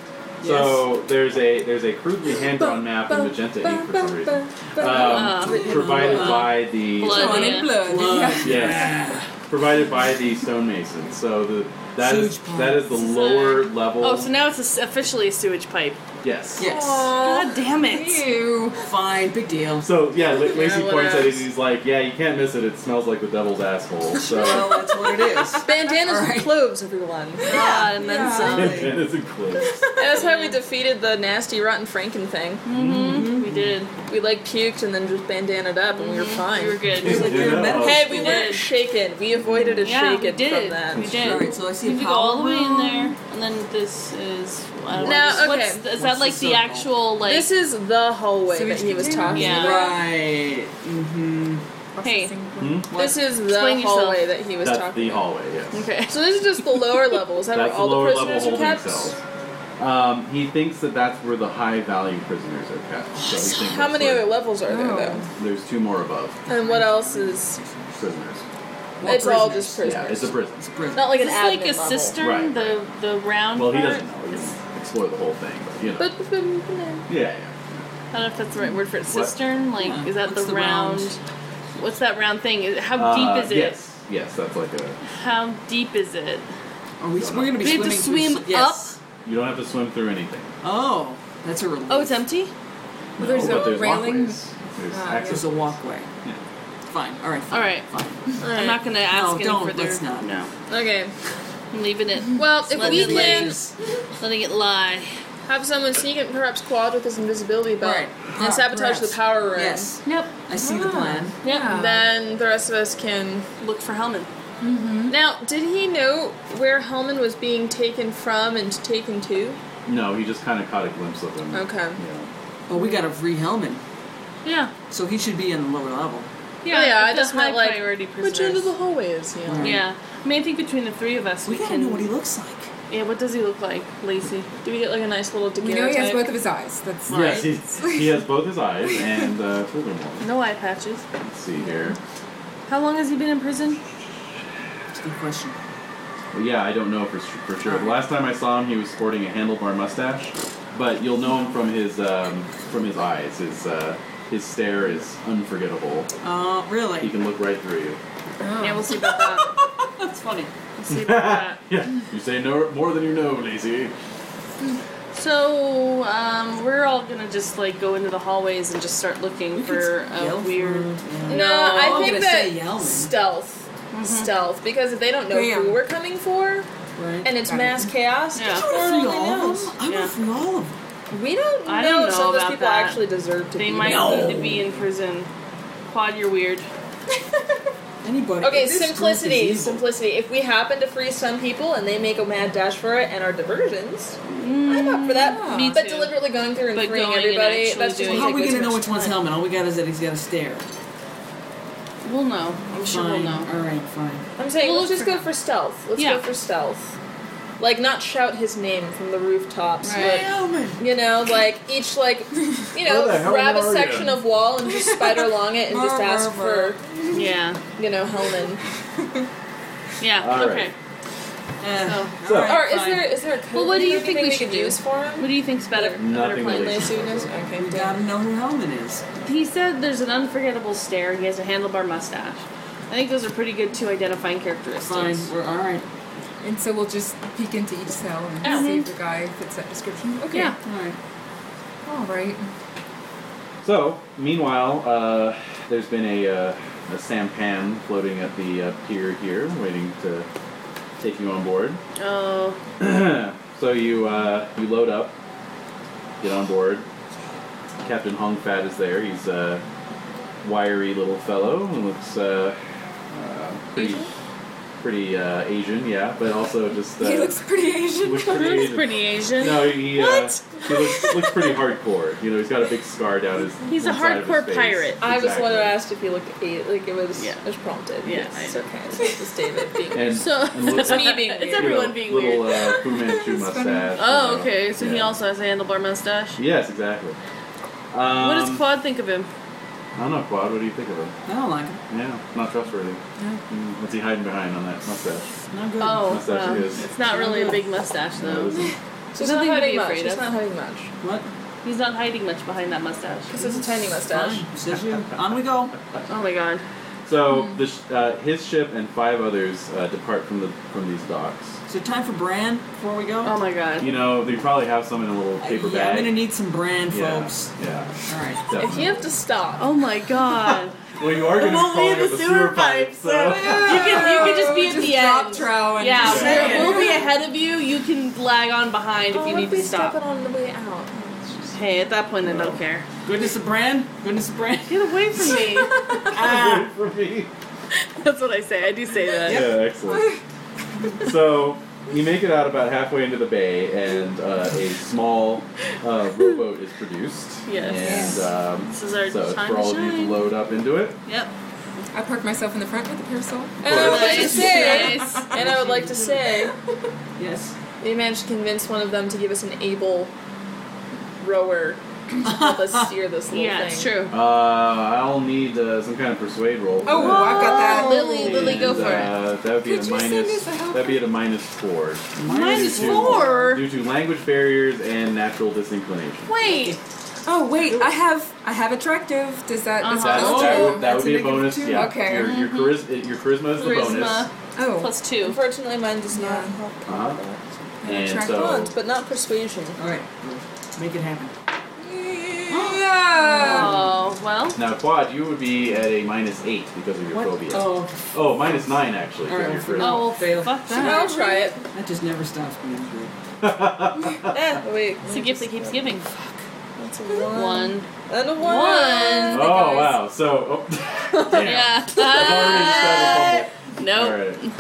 [SPEAKER 2] So there's a there's a crudely hand drawn map in magenta ink for some reason.
[SPEAKER 3] Uh,
[SPEAKER 2] Um, provided by the
[SPEAKER 3] Blood.
[SPEAKER 7] Drawn in
[SPEAKER 3] Yeah.
[SPEAKER 7] blood.
[SPEAKER 4] Blood.
[SPEAKER 2] yes, provided by the stonemasons. So the that is
[SPEAKER 4] Sewage
[SPEAKER 2] that is the lower level.
[SPEAKER 3] Oh, so now it's a, officially a sewage pipe.
[SPEAKER 2] yes.
[SPEAKER 4] Yes.
[SPEAKER 5] Oh,
[SPEAKER 3] God damn it.
[SPEAKER 7] Ew.
[SPEAKER 4] Fine. Big deal.
[SPEAKER 2] So yeah, L- Lacey
[SPEAKER 5] what
[SPEAKER 2] points at it.
[SPEAKER 5] else?
[SPEAKER 2] He's like, yeah, you can't miss it. It smells like the devil's asshole.
[SPEAKER 4] Well,
[SPEAKER 2] So
[SPEAKER 4] that's what it is.
[SPEAKER 5] Bandanas with
[SPEAKER 4] Alright.
[SPEAKER 5] cloves, everyone. And
[SPEAKER 3] God, and then
[SPEAKER 7] Yeah.
[SPEAKER 3] some.
[SPEAKER 2] and it's a close.
[SPEAKER 5] That's how we defeated the nasty rotten Franken thing. Mm-hmm.
[SPEAKER 3] We did.
[SPEAKER 5] We like puked and then just bandanaed up and we were fine.
[SPEAKER 3] Mhm. We were good.
[SPEAKER 4] It's like you're a medical
[SPEAKER 5] Hey, we
[SPEAKER 4] school.
[SPEAKER 5] weren't shaken. We avoided a
[SPEAKER 3] Oh, Yeah, we
[SPEAKER 5] shaken
[SPEAKER 3] did.
[SPEAKER 5] from that.
[SPEAKER 3] We did.
[SPEAKER 4] All right, so I see
[SPEAKER 3] If
[SPEAKER 4] a
[SPEAKER 3] you go
[SPEAKER 4] power
[SPEAKER 3] all the way in
[SPEAKER 4] room.
[SPEAKER 3] there, and then this is. I don't
[SPEAKER 5] Now,
[SPEAKER 3] know, what's-
[SPEAKER 5] okay.
[SPEAKER 3] is that
[SPEAKER 4] What's
[SPEAKER 3] like
[SPEAKER 4] the
[SPEAKER 3] the,
[SPEAKER 4] circle?
[SPEAKER 3] actual like?
[SPEAKER 5] This is the hallway
[SPEAKER 7] Sewage
[SPEAKER 5] that he was
[SPEAKER 7] container.
[SPEAKER 5] talking
[SPEAKER 3] Yeah.
[SPEAKER 5] about.
[SPEAKER 4] Right. Mm-hmm.
[SPEAKER 3] Hey.
[SPEAKER 2] Hmm?
[SPEAKER 5] This is the
[SPEAKER 3] Explain yourself.
[SPEAKER 5] hallway that he was
[SPEAKER 2] That's
[SPEAKER 5] talking
[SPEAKER 2] the
[SPEAKER 5] about.
[SPEAKER 2] hallway. Yes.
[SPEAKER 3] okay.
[SPEAKER 5] So this is just the lower level. Is that
[SPEAKER 2] That's
[SPEAKER 5] where all
[SPEAKER 2] the lower
[SPEAKER 5] the
[SPEAKER 2] level
[SPEAKER 5] prisoners are
[SPEAKER 2] holding
[SPEAKER 5] kept?
[SPEAKER 2] cells. Um, he thinks that that's where the high value prisoners are kept. So he thinks
[SPEAKER 5] How
[SPEAKER 2] that's
[SPEAKER 5] many
[SPEAKER 2] where-
[SPEAKER 5] other levels are there though?
[SPEAKER 2] There's two more above
[SPEAKER 5] And what else is?
[SPEAKER 2] prisoners.
[SPEAKER 4] Well,
[SPEAKER 5] it's all
[SPEAKER 4] prisoners.
[SPEAKER 5] just
[SPEAKER 2] Yeah,
[SPEAKER 5] prisoners.
[SPEAKER 2] it's a prison.
[SPEAKER 4] It's prison.
[SPEAKER 5] Not like
[SPEAKER 3] Is
[SPEAKER 5] an
[SPEAKER 3] this
[SPEAKER 5] admin
[SPEAKER 3] like a
[SPEAKER 5] level.
[SPEAKER 3] cistern?
[SPEAKER 2] Right.
[SPEAKER 3] The the round
[SPEAKER 2] Well, he
[SPEAKER 3] part?
[SPEAKER 2] doesn't know. He doesn't explore the whole thing, but you know.
[SPEAKER 5] But, but, no.
[SPEAKER 2] yeah,
[SPEAKER 3] I don't know if that's the right word for it. Cistern? Like,
[SPEAKER 4] Yeah.
[SPEAKER 3] is that
[SPEAKER 4] What's
[SPEAKER 3] the
[SPEAKER 4] the
[SPEAKER 3] round?
[SPEAKER 4] round?
[SPEAKER 3] What's that round thing? Is-
[SPEAKER 2] yeah.
[SPEAKER 3] How
[SPEAKER 2] Uh,
[SPEAKER 3] deep is it?
[SPEAKER 2] Yes, yes, that's like a.
[SPEAKER 3] How deep is it?
[SPEAKER 4] Are we, we're going to be
[SPEAKER 3] We have to
[SPEAKER 4] swimming. through-
[SPEAKER 3] swim
[SPEAKER 4] yes.
[SPEAKER 2] You don't have to swim through anything.
[SPEAKER 4] Oh, that's a relief.
[SPEAKER 3] Oh, it's empty.
[SPEAKER 2] No,
[SPEAKER 7] there's
[SPEAKER 2] but
[SPEAKER 7] a
[SPEAKER 2] there's
[SPEAKER 7] railing.
[SPEAKER 2] walkways. There's
[SPEAKER 7] Ah,
[SPEAKER 4] There's
[SPEAKER 2] access.
[SPEAKER 4] a walkway.
[SPEAKER 2] Yeah.
[SPEAKER 4] Fine. All right. Fine.
[SPEAKER 3] All right.
[SPEAKER 4] Fine.
[SPEAKER 3] I'm not gonna
[SPEAKER 4] No,
[SPEAKER 3] ask
[SPEAKER 4] don't.
[SPEAKER 3] any further.
[SPEAKER 4] Let's not.
[SPEAKER 3] No,
[SPEAKER 5] Okay.
[SPEAKER 3] I'm leaving it.
[SPEAKER 5] Well,
[SPEAKER 3] Just
[SPEAKER 5] if
[SPEAKER 3] let
[SPEAKER 5] we
[SPEAKER 3] it lay.
[SPEAKER 5] can
[SPEAKER 3] Letting it lie.
[SPEAKER 5] have someone sneak in, perhaps Quad with his invisibility belt,
[SPEAKER 4] Right.
[SPEAKER 5] and sabotage
[SPEAKER 4] Perhaps.
[SPEAKER 5] the power room.
[SPEAKER 4] Yes.
[SPEAKER 3] Nope.
[SPEAKER 4] I see
[SPEAKER 3] Ah.
[SPEAKER 4] the plan.
[SPEAKER 3] Yeah.
[SPEAKER 5] Then the rest of us can.
[SPEAKER 3] Look for Hellman. Hmm?
[SPEAKER 5] Now, did he know where Hellman was being taken from and taken to?
[SPEAKER 2] No, he just kind of caught a glimpse of them.
[SPEAKER 5] Okay.
[SPEAKER 2] Yeah.
[SPEAKER 4] Well, we got to free Hellman,
[SPEAKER 3] Yeah.
[SPEAKER 4] so he should be in the lower level.
[SPEAKER 3] Yeah.
[SPEAKER 5] Oh, yeah, I
[SPEAKER 3] it's a
[SPEAKER 5] just meant
[SPEAKER 3] high
[SPEAKER 5] like
[SPEAKER 3] priority
[SPEAKER 5] which end of
[SPEAKER 3] prisoners.
[SPEAKER 5] the hallway is he on?
[SPEAKER 3] Yeah. I mean, I think between the three of us,
[SPEAKER 4] We
[SPEAKER 3] we,
[SPEAKER 4] got to
[SPEAKER 3] can.
[SPEAKER 4] know what he looks like.
[SPEAKER 3] yeah. What does he look like, Lacey?
[SPEAKER 5] Do we get like a nice little
[SPEAKER 7] We know he has
[SPEAKER 5] daguerreotype?
[SPEAKER 7] both of his eyes. That's
[SPEAKER 2] Yes, he's, he has both his eyes and uh, furthermore.
[SPEAKER 3] No eye patches.
[SPEAKER 2] Let's see here.
[SPEAKER 3] How long has he been in prison?
[SPEAKER 4] It's a good question.
[SPEAKER 2] Well, yeah, I don't know for, su- for sure. The last time I saw him, he was sporting a handlebar mustache, but you'll know him from his um, from his eyes. His uh, his stare is unforgettable.
[SPEAKER 4] Uh,
[SPEAKER 2] He
[SPEAKER 4] really?
[SPEAKER 2] can look right through you.
[SPEAKER 3] Yeah, we'll see about that.
[SPEAKER 4] That's funny.
[SPEAKER 3] We'll see about
[SPEAKER 2] Yeah, you say no more than you know, Lacey.
[SPEAKER 3] that. So, um, we're all gonna just like go into the hallways and just start looking
[SPEAKER 4] We could
[SPEAKER 3] for
[SPEAKER 4] yell
[SPEAKER 3] a weird.
[SPEAKER 4] for-
[SPEAKER 5] No,
[SPEAKER 4] yeah.
[SPEAKER 5] I
[SPEAKER 4] I'm
[SPEAKER 5] think
[SPEAKER 4] gonna
[SPEAKER 5] that
[SPEAKER 4] say Yelman.
[SPEAKER 5] stealth, stealth, because if they don't know
[SPEAKER 7] Damn.
[SPEAKER 5] who we're coming for,
[SPEAKER 4] Right.
[SPEAKER 5] and it's
[SPEAKER 7] Right.
[SPEAKER 5] mass chaos,
[SPEAKER 3] Yeah.
[SPEAKER 5] yeah.
[SPEAKER 4] I want to free all of
[SPEAKER 5] knows?
[SPEAKER 4] them. I want
[SPEAKER 3] Yeah.
[SPEAKER 4] to free all of them.
[SPEAKER 5] we don't know,
[SPEAKER 3] I don't know
[SPEAKER 5] if some of those
[SPEAKER 3] about
[SPEAKER 5] people
[SPEAKER 3] that.
[SPEAKER 5] actually deserve to
[SPEAKER 3] They
[SPEAKER 5] be.
[SPEAKER 3] might
[SPEAKER 5] there.
[SPEAKER 3] need to be in prison. Quad, you're weird.
[SPEAKER 4] Anybody?
[SPEAKER 5] Okay,
[SPEAKER 4] This group is
[SPEAKER 5] simplicity,
[SPEAKER 4] evil.
[SPEAKER 5] simplicity. If we happen to free some people and they make a mad dash for it and are diversions, I'm up for that.
[SPEAKER 3] Mm, Me
[SPEAKER 5] but
[SPEAKER 3] too.
[SPEAKER 5] deliberately going through and
[SPEAKER 3] But
[SPEAKER 5] freeing
[SPEAKER 3] going and
[SPEAKER 5] everybody,
[SPEAKER 3] actually
[SPEAKER 5] that's just
[SPEAKER 3] doing
[SPEAKER 4] Well, how are we
[SPEAKER 5] going to
[SPEAKER 4] gonna know which one's Hellman? All we got is that he's got a stare.
[SPEAKER 3] We'll know. I'm sure
[SPEAKER 4] Fine.
[SPEAKER 3] we'll know.
[SPEAKER 4] All right, fine.
[SPEAKER 5] I'm saying
[SPEAKER 3] We'll
[SPEAKER 5] let's
[SPEAKER 3] look
[SPEAKER 5] just
[SPEAKER 3] for
[SPEAKER 5] go for stealth. Let's
[SPEAKER 3] Yeah.
[SPEAKER 5] go for stealth. Like not shout his name from the rooftops,
[SPEAKER 3] Right.
[SPEAKER 4] Hellman.
[SPEAKER 5] but you know, like each like you know,
[SPEAKER 2] Where the hell
[SPEAKER 5] grab a
[SPEAKER 2] are
[SPEAKER 5] section
[SPEAKER 2] you?
[SPEAKER 5] of wall and just spider along it and just
[SPEAKER 7] Brr,
[SPEAKER 5] ask
[SPEAKER 7] brr,
[SPEAKER 5] for
[SPEAKER 3] Yeah.
[SPEAKER 5] you know Hellman.
[SPEAKER 3] Yeah.
[SPEAKER 2] All
[SPEAKER 3] okay.
[SPEAKER 2] right.
[SPEAKER 4] Eh,
[SPEAKER 3] So,
[SPEAKER 4] all right,
[SPEAKER 5] Or is
[SPEAKER 4] fine.
[SPEAKER 5] there is there a code
[SPEAKER 3] Well, what do you
[SPEAKER 5] that
[SPEAKER 3] think we should
[SPEAKER 5] could
[SPEAKER 3] do?
[SPEAKER 5] use for him?
[SPEAKER 3] what do you think's better? a better
[SPEAKER 2] Nothing
[SPEAKER 3] plan?
[SPEAKER 2] really.
[SPEAKER 5] Unless you know- okay,
[SPEAKER 4] We
[SPEAKER 5] damn.
[SPEAKER 4] gotta know who Hellman is.
[SPEAKER 3] He said there's an unforgettable stare. He has a handlebar mustache. I think those are pretty good two identifying
[SPEAKER 4] Fine,
[SPEAKER 3] characteristics.
[SPEAKER 4] we're all right.
[SPEAKER 7] And so we'll just peek into each cell and
[SPEAKER 5] Oh.
[SPEAKER 3] Yeah.
[SPEAKER 7] see if the guy fits that description. Okay.
[SPEAKER 3] Yeah.
[SPEAKER 4] All right.
[SPEAKER 7] All right.
[SPEAKER 2] So, meanwhile, uh, there's been a, uh, a sampan floating at the uh, pier here, waiting to take you on board.
[SPEAKER 3] Oh,
[SPEAKER 2] so So you uh, you load up, get on board. Captain Hong Fat is there. He's a wiry little fellow and looks uh, uh, pretty pretty uh, Asian, yeah, but also just uh,
[SPEAKER 7] he looks pretty Asian.
[SPEAKER 2] looks
[SPEAKER 3] He
[SPEAKER 2] pretty
[SPEAKER 3] looks
[SPEAKER 2] Asian.
[SPEAKER 3] pretty Asian.
[SPEAKER 2] No, he uh, he looks, looks pretty hardcore. You know, he's got a big scar down his.
[SPEAKER 3] He's a
[SPEAKER 2] one side of his
[SPEAKER 3] hardcore
[SPEAKER 2] face.
[SPEAKER 3] pirate.
[SPEAKER 5] I was the one who
[SPEAKER 2] Exactly.
[SPEAKER 5] asked if you looked eight. Like it was,
[SPEAKER 3] Yeah.
[SPEAKER 5] it was prompted.
[SPEAKER 3] Yeah, I
[SPEAKER 5] it's
[SPEAKER 3] know.
[SPEAKER 5] okay. It's just David being.
[SPEAKER 2] And,
[SPEAKER 3] So
[SPEAKER 2] and look-
[SPEAKER 3] it's
[SPEAKER 5] me being
[SPEAKER 3] It's
[SPEAKER 5] weird.
[SPEAKER 3] everyone
[SPEAKER 2] little,
[SPEAKER 3] being
[SPEAKER 2] little,
[SPEAKER 3] weird.
[SPEAKER 2] uh, Fu Manchu mustache. you
[SPEAKER 3] Oh,
[SPEAKER 2] know.
[SPEAKER 3] okay. So he
[SPEAKER 2] Yeah.
[SPEAKER 3] also has a handlebar mustache.
[SPEAKER 2] Yes, exactly. Um,
[SPEAKER 3] What does Quad think of him?
[SPEAKER 2] I don't know, Quad. What do you think of him?
[SPEAKER 4] I don't like him.
[SPEAKER 2] Yeah, not trustworthy. Mm, what's he hiding behind on that mustache?
[SPEAKER 4] Not good.
[SPEAKER 3] Oh,
[SPEAKER 2] Mustache
[SPEAKER 3] well,
[SPEAKER 2] it is.
[SPEAKER 3] it's not really a big mustache
[SPEAKER 2] No, it
[SPEAKER 3] though.
[SPEAKER 2] isn't.
[SPEAKER 5] So it's not
[SPEAKER 3] Nothing to
[SPEAKER 5] hiding
[SPEAKER 3] be
[SPEAKER 5] much.
[SPEAKER 3] afraid
[SPEAKER 5] It's
[SPEAKER 3] of.
[SPEAKER 5] not hiding much.
[SPEAKER 4] What?
[SPEAKER 3] He's not hiding much behind that mustache.
[SPEAKER 5] Because it's a tiny mustache.
[SPEAKER 4] Fine. Says you. On we go.
[SPEAKER 3] Oh my god.
[SPEAKER 2] so the sh- uh, his ship and five others uh, depart from the from these docks.
[SPEAKER 4] Is there time for brand before we go?
[SPEAKER 3] Oh my god.
[SPEAKER 2] You know, they probably have some in a little paper
[SPEAKER 4] yeah, I'm
[SPEAKER 2] bag.
[SPEAKER 4] gonna need some brand,
[SPEAKER 2] yeah,
[SPEAKER 4] folks.
[SPEAKER 2] yeah.
[SPEAKER 4] All right.
[SPEAKER 5] If you have to stop,
[SPEAKER 3] Oh my god.
[SPEAKER 2] Well, you are going to be
[SPEAKER 3] won't leave
[SPEAKER 2] crawling up
[SPEAKER 3] the
[SPEAKER 2] a
[SPEAKER 3] sewer
[SPEAKER 2] sewer pipe,
[SPEAKER 3] pipe,
[SPEAKER 2] so.
[SPEAKER 3] You can you can just be at
[SPEAKER 7] Just
[SPEAKER 3] the
[SPEAKER 7] drop
[SPEAKER 3] end.
[SPEAKER 7] trow and
[SPEAKER 3] Yeah,
[SPEAKER 7] just-
[SPEAKER 4] saying.
[SPEAKER 3] we'll, we'll be ahead of you. You can lag on behind if
[SPEAKER 5] Oh,
[SPEAKER 3] you
[SPEAKER 5] what
[SPEAKER 3] need to
[SPEAKER 5] we stop it
[SPEAKER 3] stop.
[SPEAKER 5] on the way out.
[SPEAKER 3] Hey, at that point I don't care.
[SPEAKER 4] Goodness of brand. Goodness of brand.
[SPEAKER 3] Get away from me.
[SPEAKER 4] ah.
[SPEAKER 2] for me.
[SPEAKER 3] That's what I say. I do say that.
[SPEAKER 2] Yeah, excellent. so you make it out about halfway into the bay, and uh, a small uh, rowboat is produced.
[SPEAKER 3] Yes.
[SPEAKER 2] And um,
[SPEAKER 3] This is our
[SPEAKER 2] so it's
[SPEAKER 3] time
[SPEAKER 2] for
[SPEAKER 3] to
[SPEAKER 2] all of you
[SPEAKER 3] shine.
[SPEAKER 2] to load up into it.
[SPEAKER 3] Yep.
[SPEAKER 7] I parked myself in the front with a parasol.
[SPEAKER 5] And I would like to
[SPEAKER 3] Nice,
[SPEAKER 5] say,
[SPEAKER 3] nice.
[SPEAKER 5] and I would like to say,
[SPEAKER 4] Yes.
[SPEAKER 5] we managed to convince one of them to give us an able rower to help us steer this little
[SPEAKER 3] Yeah,
[SPEAKER 5] thing.
[SPEAKER 3] it's true.
[SPEAKER 2] Uh, I'll need uh, some kind of persuade roll. for
[SPEAKER 7] Oh,
[SPEAKER 2] that.
[SPEAKER 7] I've got that.
[SPEAKER 3] Lily, Lily,
[SPEAKER 2] And,
[SPEAKER 3] go for it.
[SPEAKER 2] uh, That would be
[SPEAKER 7] Could
[SPEAKER 2] a
[SPEAKER 7] you send
[SPEAKER 2] minus.
[SPEAKER 7] us a helper?
[SPEAKER 2] That'd be at a minus four.
[SPEAKER 3] Minus
[SPEAKER 2] Due to-
[SPEAKER 3] four.
[SPEAKER 2] Due to language barriers and natural disinclination.
[SPEAKER 3] Wait.
[SPEAKER 7] Oh wait, I have I have attractive. Does that
[SPEAKER 3] Uh-huh.
[SPEAKER 7] that's
[SPEAKER 2] That,
[SPEAKER 7] plus
[SPEAKER 2] that
[SPEAKER 7] two?
[SPEAKER 2] would, that would
[SPEAKER 7] That's
[SPEAKER 2] be a
[SPEAKER 7] negative
[SPEAKER 2] bonus.
[SPEAKER 7] two?
[SPEAKER 2] Yeah.
[SPEAKER 7] Okay.
[SPEAKER 2] Your, your, charis- your charisma is the
[SPEAKER 3] Mm-hmm. Charisma.
[SPEAKER 2] bonus.
[SPEAKER 7] oh.
[SPEAKER 3] Plus two.
[SPEAKER 5] Unfortunately, mine does not
[SPEAKER 7] Yeah.
[SPEAKER 5] help.
[SPEAKER 2] Uh-huh. And
[SPEAKER 7] Attract
[SPEAKER 2] so,
[SPEAKER 5] Bond, but not persuasion.
[SPEAKER 4] All right. Make it happen.
[SPEAKER 7] Yeah.
[SPEAKER 3] Oh well.
[SPEAKER 2] Now, Quad, you would be at a minus eight because of your
[SPEAKER 4] What?
[SPEAKER 2] phobia.
[SPEAKER 4] Oh,
[SPEAKER 2] Oh, minus nine actually.
[SPEAKER 4] All right,
[SPEAKER 2] because
[SPEAKER 4] we'll
[SPEAKER 2] of
[SPEAKER 3] Oh well,
[SPEAKER 4] Fail.
[SPEAKER 3] fuck that.
[SPEAKER 5] I'll try it.
[SPEAKER 4] that just never stops being true.
[SPEAKER 2] your charisma.
[SPEAKER 5] Eh, wait.
[SPEAKER 3] It's a gift that keeps giving.
[SPEAKER 5] That's a one.
[SPEAKER 3] One.
[SPEAKER 5] And a one.
[SPEAKER 3] One.
[SPEAKER 2] oh, wow. So, oh, damn.
[SPEAKER 3] Yeah.
[SPEAKER 2] I've already
[SPEAKER 3] nope.
[SPEAKER 2] started a fumble. All right.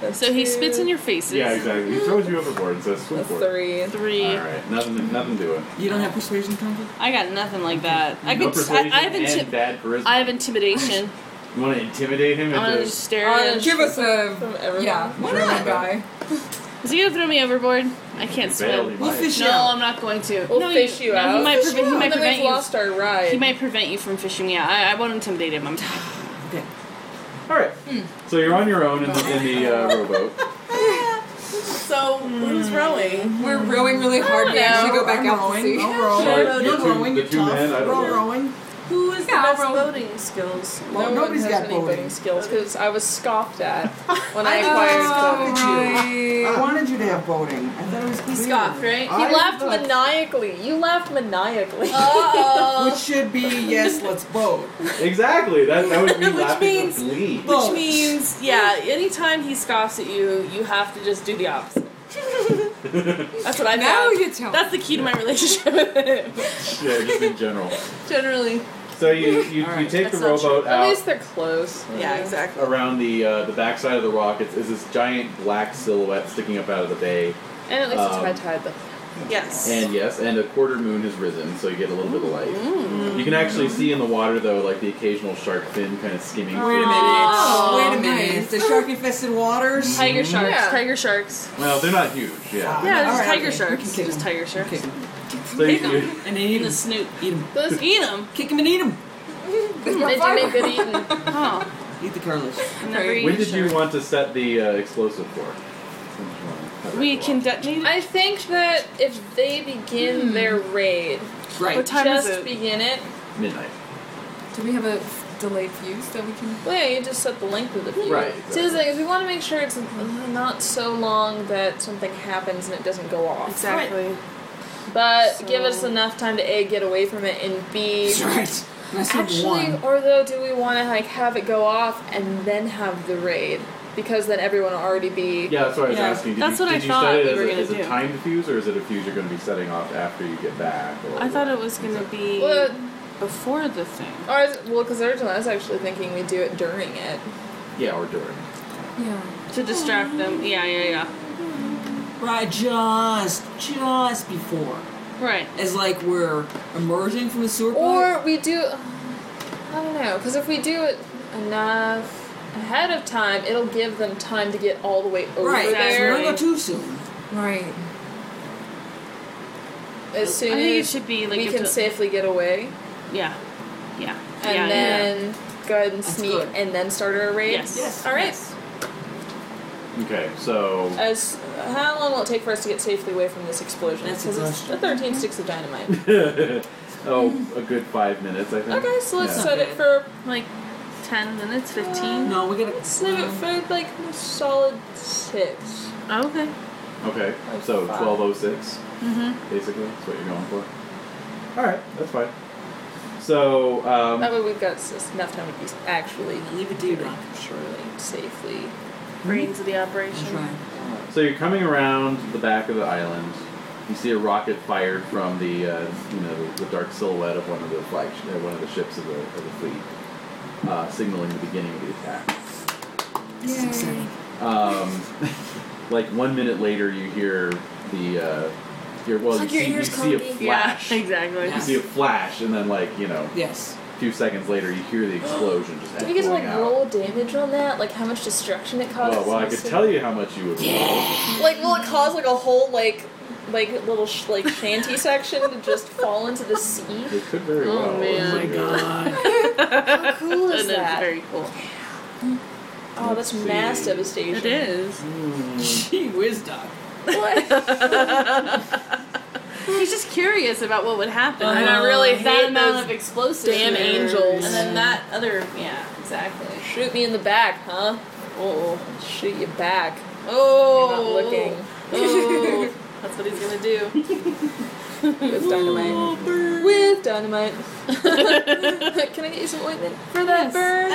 [SPEAKER 5] That's
[SPEAKER 3] So he
[SPEAKER 5] two.
[SPEAKER 3] spits in your faces.
[SPEAKER 2] Yeah, exactly. He throws you overboard, so swim
[SPEAKER 5] That's
[SPEAKER 2] for it.
[SPEAKER 5] three.
[SPEAKER 3] Three.
[SPEAKER 2] All right, nothing, nothing doing.
[SPEAKER 4] You don't have persuasion, Comfort?
[SPEAKER 3] I got nothing like that. I
[SPEAKER 2] no
[SPEAKER 3] could.
[SPEAKER 2] persuasion
[SPEAKER 3] I, I have
[SPEAKER 2] and
[SPEAKER 3] inti-
[SPEAKER 2] bad charisma.
[SPEAKER 3] I have intimidation.
[SPEAKER 2] you want to intimidate him?
[SPEAKER 3] I'm gonna
[SPEAKER 2] into-
[SPEAKER 3] just stare
[SPEAKER 5] Oh,
[SPEAKER 3] at
[SPEAKER 5] yeah.
[SPEAKER 3] him.
[SPEAKER 7] Give us
[SPEAKER 5] From
[SPEAKER 7] a
[SPEAKER 5] everyone.
[SPEAKER 7] yeah. Why
[SPEAKER 2] Sure.
[SPEAKER 7] not, guy?
[SPEAKER 3] Is he gonna throw me overboard? I can't
[SPEAKER 2] He failed, he
[SPEAKER 3] swim.
[SPEAKER 4] We'll
[SPEAKER 2] might.
[SPEAKER 4] fish you
[SPEAKER 3] No,
[SPEAKER 4] out.
[SPEAKER 3] I'm not going to.
[SPEAKER 5] We'll
[SPEAKER 3] no,
[SPEAKER 5] fish
[SPEAKER 3] he,
[SPEAKER 5] you
[SPEAKER 3] no,
[SPEAKER 5] out.
[SPEAKER 3] He might,
[SPEAKER 5] Fish
[SPEAKER 3] preve- he
[SPEAKER 5] And
[SPEAKER 3] might
[SPEAKER 5] then
[SPEAKER 3] prevent
[SPEAKER 5] we've
[SPEAKER 3] you.
[SPEAKER 5] lost our ride.
[SPEAKER 3] He might prevent you from fishing me out. I, I won't intimidate him. I'm
[SPEAKER 4] Okay.
[SPEAKER 2] All right. Hmm. So you're on your own in the, in the uh, rowboat.
[SPEAKER 5] So who's
[SPEAKER 3] Hmm.
[SPEAKER 5] rowing?
[SPEAKER 7] We're rowing really
[SPEAKER 3] Oh,
[SPEAKER 7] hard. We
[SPEAKER 5] know.
[SPEAKER 7] actually go back
[SPEAKER 4] I'm
[SPEAKER 7] out to
[SPEAKER 4] rowing.
[SPEAKER 7] sea.
[SPEAKER 4] I'm rowing.
[SPEAKER 2] Sorry,
[SPEAKER 4] You're
[SPEAKER 2] you two-
[SPEAKER 4] rowing.
[SPEAKER 2] the
[SPEAKER 4] You're
[SPEAKER 2] two
[SPEAKER 4] tough.
[SPEAKER 2] men, I don't
[SPEAKER 4] Row
[SPEAKER 2] know.
[SPEAKER 4] rowing.
[SPEAKER 5] Who is
[SPEAKER 7] Yeah,
[SPEAKER 5] the best
[SPEAKER 7] I'll row.
[SPEAKER 5] boating skills? no
[SPEAKER 4] Well,
[SPEAKER 5] one
[SPEAKER 4] nobody's
[SPEAKER 5] has
[SPEAKER 4] got
[SPEAKER 5] any
[SPEAKER 4] boating.
[SPEAKER 5] boating skills because I was scoffed at when I
[SPEAKER 4] I
[SPEAKER 5] acquired boating.
[SPEAKER 4] I wanted you to have boating. I thought it was clear.
[SPEAKER 3] scoffed, right?
[SPEAKER 5] He
[SPEAKER 4] I
[SPEAKER 5] laughed
[SPEAKER 4] thought-
[SPEAKER 5] maniacally. You laughed maniacally.
[SPEAKER 4] Which should be yes, let's boat.
[SPEAKER 2] Exactly. That that would be
[SPEAKER 3] Which
[SPEAKER 2] laughing
[SPEAKER 3] means-
[SPEAKER 2] with glee.
[SPEAKER 4] Boat.
[SPEAKER 3] Which means, yeah, anytime he scoffs at you, you have to just do the opposite. That's what I
[SPEAKER 7] Now
[SPEAKER 3] found.
[SPEAKER 7] you tell.
[SPEAKER 3] That's the key to my relationship with him.
[SPEAKER 2] Yeah, just in general.
[SPEAKER 3] Generally.
[SPEAKER 2] So you you, you
[SPEAKER 4] Alright,
[SPEAKER 2] take the
[SPEAKER 3] that's not
[SPEAKER 2] rowboat
[SPEAKER 5] At
[SPEAKER 2] out
[SPEAKER 5] least they're close.
[SPEAKER 3] Yeah, exactly.
[SPEAKER 2] around the uh, the backside of the rock. It's, it's this giant black silhouette sticking up out of the bay,
[SPEAKER 5] And at least it's
[SPEAKER 2] Um,
[SPEAKER 5] high tide though.
[SPEAKER 3] Yes.
[SPEAKER 2] and yes, and a quarter moon has risen, so you get a little bit of light. You can actually see in the water though, like the occasional shark fin kind of skimming.
[SPEAKER 4] Wait a minute.
[SPEAKER 3] Oh,
[SPEAKER 4] Wait a minute.
[SPEAKER 7] nice.
[SPEAKER 4] The shark infested waters.
[SPEAKER 3] tiger sharks.
[SPEAKER 5] Yeah.
[SPEAKER 3] Tiger sharks.
[SPEAKER 2] Well, they're not huge. Yeah.
[SPEAKER 3] Yeah,
[SPEAKER 4] All
[SPEAKER 3] just
[SPEAKER 4] right,
[SPEAKER 3] tiger
[SPEAKER 4] okay. We
[SPEAKER 3] sharks.
[SPEAKER 4] can kick
[SPEAKER 3] Just
[SPEAKER 4] him.
[SPEAKER 3] tiger sharks.
[SPEAKER 4] Kick 'em.
[SPEAKER 2] So you, you,
[SPEAKER 4] And then eat
[SPEAKER 3] In the
[SPEAKER 4] them.
[SPEAKER 3] snoot.
[SPEAKER 4] Eat them.
[SPEAKER 5] Those
[SPEAKER 3] Eat them.
[SPEAKER 4] Kick them and eat them.
[SPEAKER 5] they do make good eating.
[SPEAKER 3] Oh,
[SPEAKER 4] Eat the cartilage.
[SPEAKER 3] I've never eaten
[SPEAKER 2] when did you
[SPEAKER 3] shark.
[SPEAKER 2] want to set the uh, explosive for?
[SPEAKER 3] We can detonate it.
[SPEAKER 5] I think that if they begin their raid,
[SPEAKER 3] What
[SPEAKER 4] Right.
[SPEAKER 3] time is
[SPEAKER 5] just
[SPEAKER 3] it?
[SPEAKER 5] begin it.
[SPEAKER 2] midnight.
[SPEAKER 7] Do we have a delayed fuse that we can?
[SPEAKER 5] Well, yeah, you just set the length of the fuse.
[SPEAKER 2] Right,
[SPEAKER 5] See, the thing is, we want to make sure it's not so long that something happens and it doesn't go off.
[SPEAKER 3] Exactly.
[SPEAKER 5] But
[SPEAKER 3] So-
[SPEAKER 5] give us enough time to a get away from it and b
[SPEAKER 4] That's right. And I said
[SPEAKER 5] actually,
[SPEAKER 4] one.
[SPEAKER 5] or though, do we want to like have it go off and then have the raid? because then everyone will already be.
[SPEAKER 2] Yeah, that's what I was
[SPEAKER 4] Yeah,
[SPEAKER 2] asking. Did
[SPEAKER 3] that's
[SPEAKER 2] you,
[SPEAKER 3] what I
[SPEAKER 2] did you
[SPEAKER 3] thought
[SPEAKER 2] set it
[SPEAKER 3] you
[SPEAKER 2] as,
[SPEAKER 3] were
[SPEAKER 2] a,
[SPEAKER 3] gonna
[SPEAKER 2] as a
[SPEAKER 3] do.
[SPEAKER 2] time fuse, or is it a fuse you're going to be setting off after you get back? Or
[SPEAKER 3] I thought it was gonna be
[SPEAKER 5] Well,
[SPEAKER 3] before the thing.
[SPEAKER 5] I was, well, because originally I was actually thinking we do it during it.
[SPEAKER 2] Yeah, or during.
[SPEAKER 7] Yeah.
[SPEAKER 3] To distract them. Yeah, yeah,
[SPEAKER 4] Right, just, just before.
[SPEAKER 3] yeah. Right.
[SPEAKER 4] As like we're emerging from the sewer
[SPEAKER 5] Or we do. I don't know, because if we do it enough ahead of time, it'll give them time to get all the way over
[SPEAKER 4] Right,
[SPEAKER 3] that's
[SPEAKER 5] there
[SPEAKER 4] we don't go too soon.
[SPEAKER 7] Right.
[SPEAKER 5] as
[SPEAKER 3] I
[SPEAKER 5] soon
[SPEAKER 3] think it
[SPEAKER 5] as
[SPEAKER 3] should be like
[SPEAKER 5] we
[SPEAKER 3] if
[SPEAKER 5] can
[SPEAKER 3] the-
[SPEAKER 5] safely get away,
[SPEAKER 3] Yeah. Yeah.
[SPEAKER 5] and
[SPEAKER 3] yeah,
[SPEAKER 5] then go ahead and
[SPEAKER 4] That's
[SPEAKER 5] sneak,
[SPEAKER 4] good.
[SPEAKER 5] and then start our raid.
[SPEAKER 3] Yes. Yes.
[SPEAKER 5] All right.
[SPEAKER 2] Okay, so
[SPEAKER 5] As how long will it take for us to get safely away from this explosion?
[SPEAKER 4] That's a
[SPEAKER 5] Because it's
[SPEAKER 4] question.
[SPEAKER 5] the
[SPEAKER 3] Mm-hmm.
[SPEAKER 5] 13 sticks of dynamite.
[SPEAKER 2] oh, a good five minutes, I think.
[SPEAKER 5] okay, so let's
[SPEAKER 2] Yeah.
[SPEAKER 5] set it for
[SPEAKER 3] yeah. like ten minutes, fifteen.
[SPEAKER 4] No, we gotta.
[SPEAKER 5] let's leave it for like a solid six.
[SPEAKER 3] okay.
[SPEAKER 2] Okay, so
[SPEAKER 5] Five.
[SPEAKER 2] twelve oh six,
[SPEAKER 3] Mm-hmm.
[SPEAKER 2] basically. That's what you're going for. All right, that's fine. So
[SPEAKER 5] That
[SPEAKER 2] um,
[SPEAKER 5] way we've got s- enough time to be actually
[SPEAKER 4] Leave it to you, Doc.
[SPEAKER 5] surely safely.
[SPEAKER 3] Brains of the operation.
[SPEAKER 4] That's right.
[SPEAKER 2] so you're coming around the back of the island. You see a rocket fired from the uh, you know the, the dark silhouette of one of the flag uh, one of the ships of the, of the fleet, uh, signaling the beginning of the attack.
[SPEAKER 4] This is exciting.
[SPEAKER 2] Um, like one minute later, you hear the uh, your well,
[SPEAKER 5] like
[SPEAKER 2] you
[SPEAKER 5] your
[SPEAKER 2] see,
[SPEAKER 5] ears
[SPEAKER 2] you see a
[SPEAKER 5] clogging.
[SPEAKER 3] Yeah,
[SPEAKER 2] flash.
[SPEAKER 3] exactly.
[SPEAKER 2] You see a flash, and then like you know,
[SPEAKER 4] Yes.
[SPEAKER 2] a few seconds later, you hear the explosion just
[SPEAKER 5] Do we get to like
[SPEAKER 2] echoing out.
[SPEAKER 5] roll damage on that? Like how much destruction it causes?
[SPEAKER 2] Well, well, I could tell you how much you would roll.
[SPEAKER 5] Like, will it cause like a whole like like little sh- like shanty section to just fall into the sea?
[SPEAKER 2] It could very
[SPEAKER 3] Oh,
[SPEAKER 2] well.
[SPEAKER 3] man.
[SPEAKER 4] Oh my god.
[SPEAKER 5] How cool
[SPEAKER 3] That
[SPEAKER 5] is
[SPEAKER 3] is
[SPEAKER 5] that?
[SPEAKER 3] very cool.
[SPEAKER 5] Oh, that's
[SPEAKER 2] Let's
[SPEAKER 5] mass
[SPEAKER 2] see.
[SPEAKER 5] devastation.
[SPEAKER 3] It is.
[SPEAKER 4] Gee whiz, Doc.
[SPEAKER 5] What?
[SPEAKER 3] He's just curious about what would happen.
[SPEAKER 5] And I really hate
[SPEAKER 3] that amount
[SPEAKER 5] those
[SPEAKER 3] of explosives.
[SPEAKER 5] damn
[SPEAKER 3] there.
[SPEAKER 5] angels.
[SPEAKER 3] Uh-huh. And then that other, yeah, exactly.
[SPEAKER 5] Shoot me in the back, huh? Oh, shoot you back.
[SPEAKER 3] Oh,
[SPEAKER 5] You're not looking.
[SPEAKER 3] Oh, that's what he's gonna do.
[SPEAKER 5] With dynamite. With dynamite. Can I get you some ointment for that bird?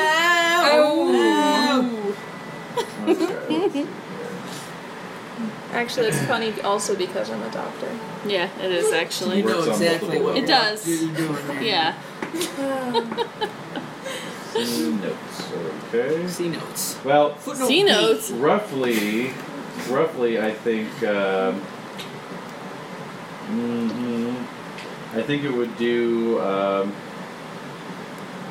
[SPEAKER 4] Ow.
[SPEAKER 2] Okay.
[SPEAKER 5] Actually, it's funny also because I'm a doctor.
[SPEAKER 3] Yeah, it is
[SPEAKER 4] You
[SPEAKER 3] actually.
[SPEAKER 2] Works
[SPEAKER 4] know
[SPEAKER 2] on
[SPEAKER 4] exactly
[SPEAKER 2] multiple
[SPEAKER 4] what
[SPEAKER 3] It
[SPEAKER 2] levels.
[SPEAKER 3] does.
[SPEAKER 4] you're doing there.
[SPEAKER 3] Yeah.
[SPEAKER 2] See notes. Okay.
[SPEAKER 4] See notes.
[SPEAKER 2] Well,
[SPEAKER 4] Footnote
[SPEAKER 3] See
[SPEAKER 4] B.
[SPEAKER 3] notes.
[SPEAKER 2] roughly, roughly, I think. Um, mhm. I think it would do. Um,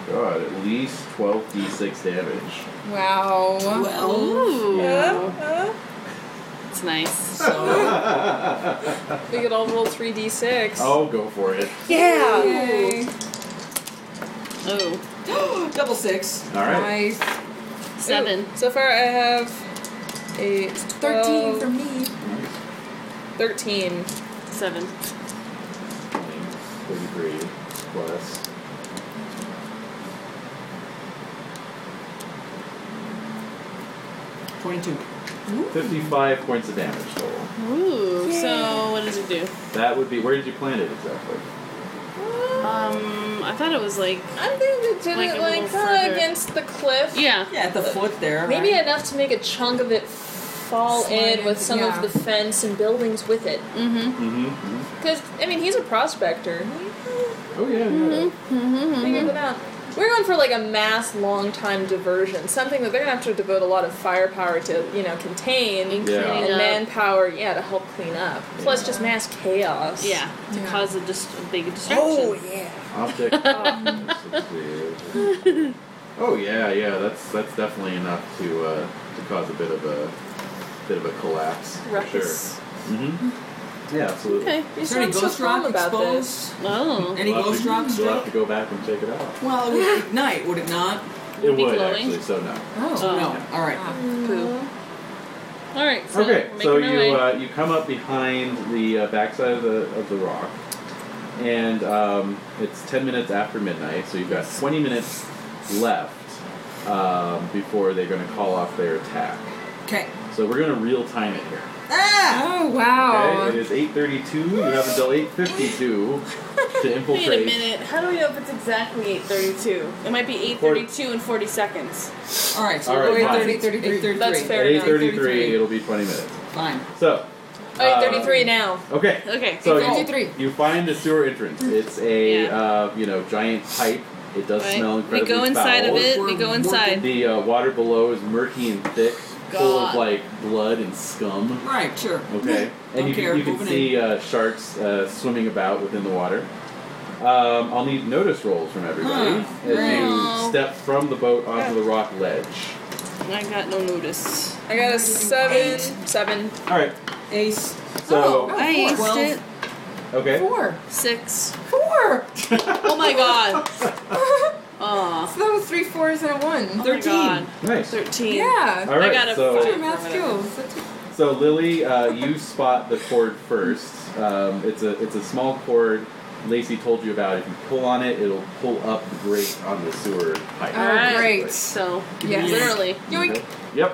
[SPEAKER 2] God, at least twelve d6 damage.
[SPEAKER 7] Wow.
[SPEAKER 4] Well,
[SPEAKER 3] Ooh,
[SPEAKER 5] Uh,
[SPEAKER 3] it's nice.
[SPEAKER 4] so
[SPEAKER 5] uh, we could all roll 3d6.
[SPEAKER 2] oh, go for it!
[SPEAKER 5] Yeah!
[SPEAKER 7] Yay.
[SPEAKER 3] Oh,
[SPEAKER 4] double six.
[SPEAKER 2] All right.
[SPEAKER 7] Nice.
[SPEAKER 3] seven.
[SPEAKER 5] Ooh, So far, I have a
[SPEAKER 7] 13
[SPEAKER 5] 12,
[SPEAKER 7] for me.
[SPEAKER 5] 13.
[SPEAKER 3] Seven.
[SPEAKER 2] 33 plus.
[SPEAKER 4] Twenty-two.
[SPEAKER 2] 55 points of damage total.
[SPEAKER 3] Ooh, so what does it do?
[SPEAKER 2] That would be. Where did you plant it exactly?
[SPEAKER 3] Um, I thought it was like.
[SPEAKER 5] I'm thinking they did
[SPEAKER 3] Like
[SPEAKER 5] it
[SPEAKER 3] a
[SPEAKER 5] like
[SPEAKER 3] little
[SPEAKER 5] uh,
[SPEAKER 3] further.
[SPEAKER 5] against the cliff.
[SPEAKER 3] Yeah.
[SPEAKER 4] Yeah, at the foot there.
[SPEAKER 5] Maybe
[SPEAKER 4] right?
[SPEAKER 5] enough to make a chunk of it fall
[SPEAKER 7] Slide
[SPEAKER 5] in with
[SPEAKER 7] in,
[SPEAKER 5] some
[SPEAKER 7] yeah.
[SPEAKER 5] of the fence and buildings with it.
[SPEAKER 3] Mm-hmm.
[SPEAKER 2] Mm-hmm.
[SPEAKER 5] Because, I mean, he's a prospector.
[SPEAKER 2] Oh, yeah, yeah.
[SPEAKER 4] Mm-hmm.
[SPEAKER 5] Figure it out. We're going for like a mass long time diversion, something that they're gonna have to devote a lot of firepower to, you know, contain
[SPEAKER 2] Yeah.
[SPEAKER 5] and manpower, yeah, to help clean up. Plus just mass chaos.
[SPEAKER 3] Yeah, to
[SPEAKER 7] Yeah.
[SPEAKER 3] cause a, dist- a big distraction.
[SPEAKER 5] Oh yeah.
[SPEAKER 3] Mm-hmm.
[SPEAKER 2] Object. Let's see. oh, yeah, yeah. That's that's definitely enough to uh, to cause a bit of a bit of a collapse. for
[SPEAKER 5] Ruckus.
[SPEAKER 2] Sure. Mm-hmm. Yeah, absolutely.
[SPEAKER 3] Okay.
[SPEAKER 5] You
[SPEAKER 4] Is there any
[SPEAKER 5] sound so
[SPEAKER 4] ghost rock
[SPEAKER 5] calm about
[SPEAKER 4] exposed?
[SPEAKER 5] this.
[SPEAKER 3] Oh.
[SPEAKER 4] Any
[SPEAKER 2] We'll
[SPEAKER 4] ghost
[SPEAKER 2] have to-
[SPEAKER 4] rock
[SPEAKER 2] You'll have
[SPEAKER 4] still?
[SPEAKER 2] to go back and check it out.
[SPEAKER 4] Well, it would ignite, would it not?
[SPEAKER 2] It
[SPEAKER 3] Be
[SPEAKER 2] would
[SPEAKER 3] glowing?
[SPEAKER 2] actually. So no.
[SPEAKER 7] Oh.
[SPEAKER 3] Oh.
[SPEAKER 4] No. All right.
[SPEAKER 7] Ah.
[SPEAKER 3] Poo. Mm-hmm. All right. So
[SPEAKER 2] okay,
[SPEAKER 3] we're
[SPEAKER 2] so
[SPEAKER 3] making our
[SPEAKER 2] you
[SPEAKER 3] way.
[SPEAKER 2] uh, you come up behind the uh, backside of the of the rock, and um, it's ten minutes after midnight, so you've got twenty minutes left um, before they're going to call off their attack.
[SPEAKER 4] Okay.
[SPEAKER 2] So we're going to real time it here.
[SPEAKER 4] Ah!
[SPEAKER 7] Oh,
[SPEAKER 2] Okay,
[SPEAKER 7] wow.
[SPEAKER 2] it is eight thirty two. You have until eight fifty two to
[SPEAKER 3] Wait
[SPEAKER 2] infiltrate.
[SPEAKER 3] a minute. How do we know if it's exactly 8:32? It might be 8:32 and 40 seconds.
[SPEAKER 4] All right, so
[SPEAKER 2] All
[SPEAKER 4] we're
[SPEAKER 2] right,
[SPEAKER 4] going
[SPEAKER 2] fine.
[SPEAKER 4] 30, 33,
[SPEAKER 5] That's fair.
[SPEAKER 2] At
[SPEAKER 5] enough.
[SPEAKER 2] 8:33, it'll be 20 minutes.
[SPEAKER 4] Fine.
[SPEAKER 2] So,
[SPEAKER 5] Oh, 33 now.
[SPEAKER 2] okay.
[SPEAKER 3] Okay.
[SPEAKER 2] So
[SPEAKER 7] Eight
[SPEAKER 2] you,
[SPEAKER 7] fifty-three.
[SPEAKER 2] you find the sewer entrance. It's a
[SPEAKER 3] Yeah.
[SPEAKER 2] uh, you know giant pipe. It does
[SPEAKER 3] Right.
[SPEAKER 2] smell
[SPEAKER 3] We
[SPEAKER 2] incredibly
[SPEAKER 3] go inside
[SPEAKER 2] foul.
[SPEAKER 3] of it. We go inside.
[SPEAKER 2] The uh, water below is murky and thick, full of
[SPEAKER 3] God.
[SPEAKER 2] like blood and scum.
[SPEAKER 4] Right, sure.
[SPEAKER 2] Okay,
[SPEAKER 4] Don't
[SPEAKER 2] and you,
[SPEAKER 4] care,
[SPEAKER 2] can, you can
[SPEAKER 4] moving
[SPEAKER 2] see uh, sharks uh, swimming about within the water. Um, I'll need notice rolls from everybody
[SPEAKER 4] Huh.
[SPEAKER 2] as
[SPEAKER 3] Wow.
[SPEAKER 2] you step from the boat onto the rock ledge.
[SPEAKER 3] I got no notice.
[SPEAKER 5] I got a 7. 7.
[SPEAKER 2] All right,
[SPEAKER 4] Ace.
[SPEAKER 2] so
[SPEAKER 3] I aced
[SPEAKER 4] Twelve.
[SPEAKER 3] it.
[SPEAKER 2] okay,
[SPEAKER 7] Four.
[SPEAKER 3] Six.
[SPEAKER 7] Four.
[SPEAKER 3] Oh my god.
[SPEAKER 7] so
[SPEAKER 3] Aw.
[SPEAKER 7] that was three fours and a one.
[SPEAKER 3] Oh my god.
[SPEAKER 2] nice.
[SPEAKER 3] Thirteen.
[SPEAKER 7] Yeah.
[SPEAKER 2] All right,
[SPEAKER 3] I got a
[SPEAKER 2] so-
[SPEAKER 7] That's
[SPEAKER 3] five.
[SPEAKER 7] your math skills. That's your-
[SPEAKER 2] So Lily, uh, you spot the cord first. Um, it's a it's a small cord. Lacey told you about. If you pull on it, it'll pull up the grate on the sewer pipe.
[SPEAKER 7] Oh,
[SPEAKER 3] Alright.
[SPEAKER 7] great.
[SPEAKER 3] So
[SPEAKER 7] Yeah.
[SPEAKER 3] literally.
[SPEAKER 7] Yoink.
[SPEAKER 2] Yep.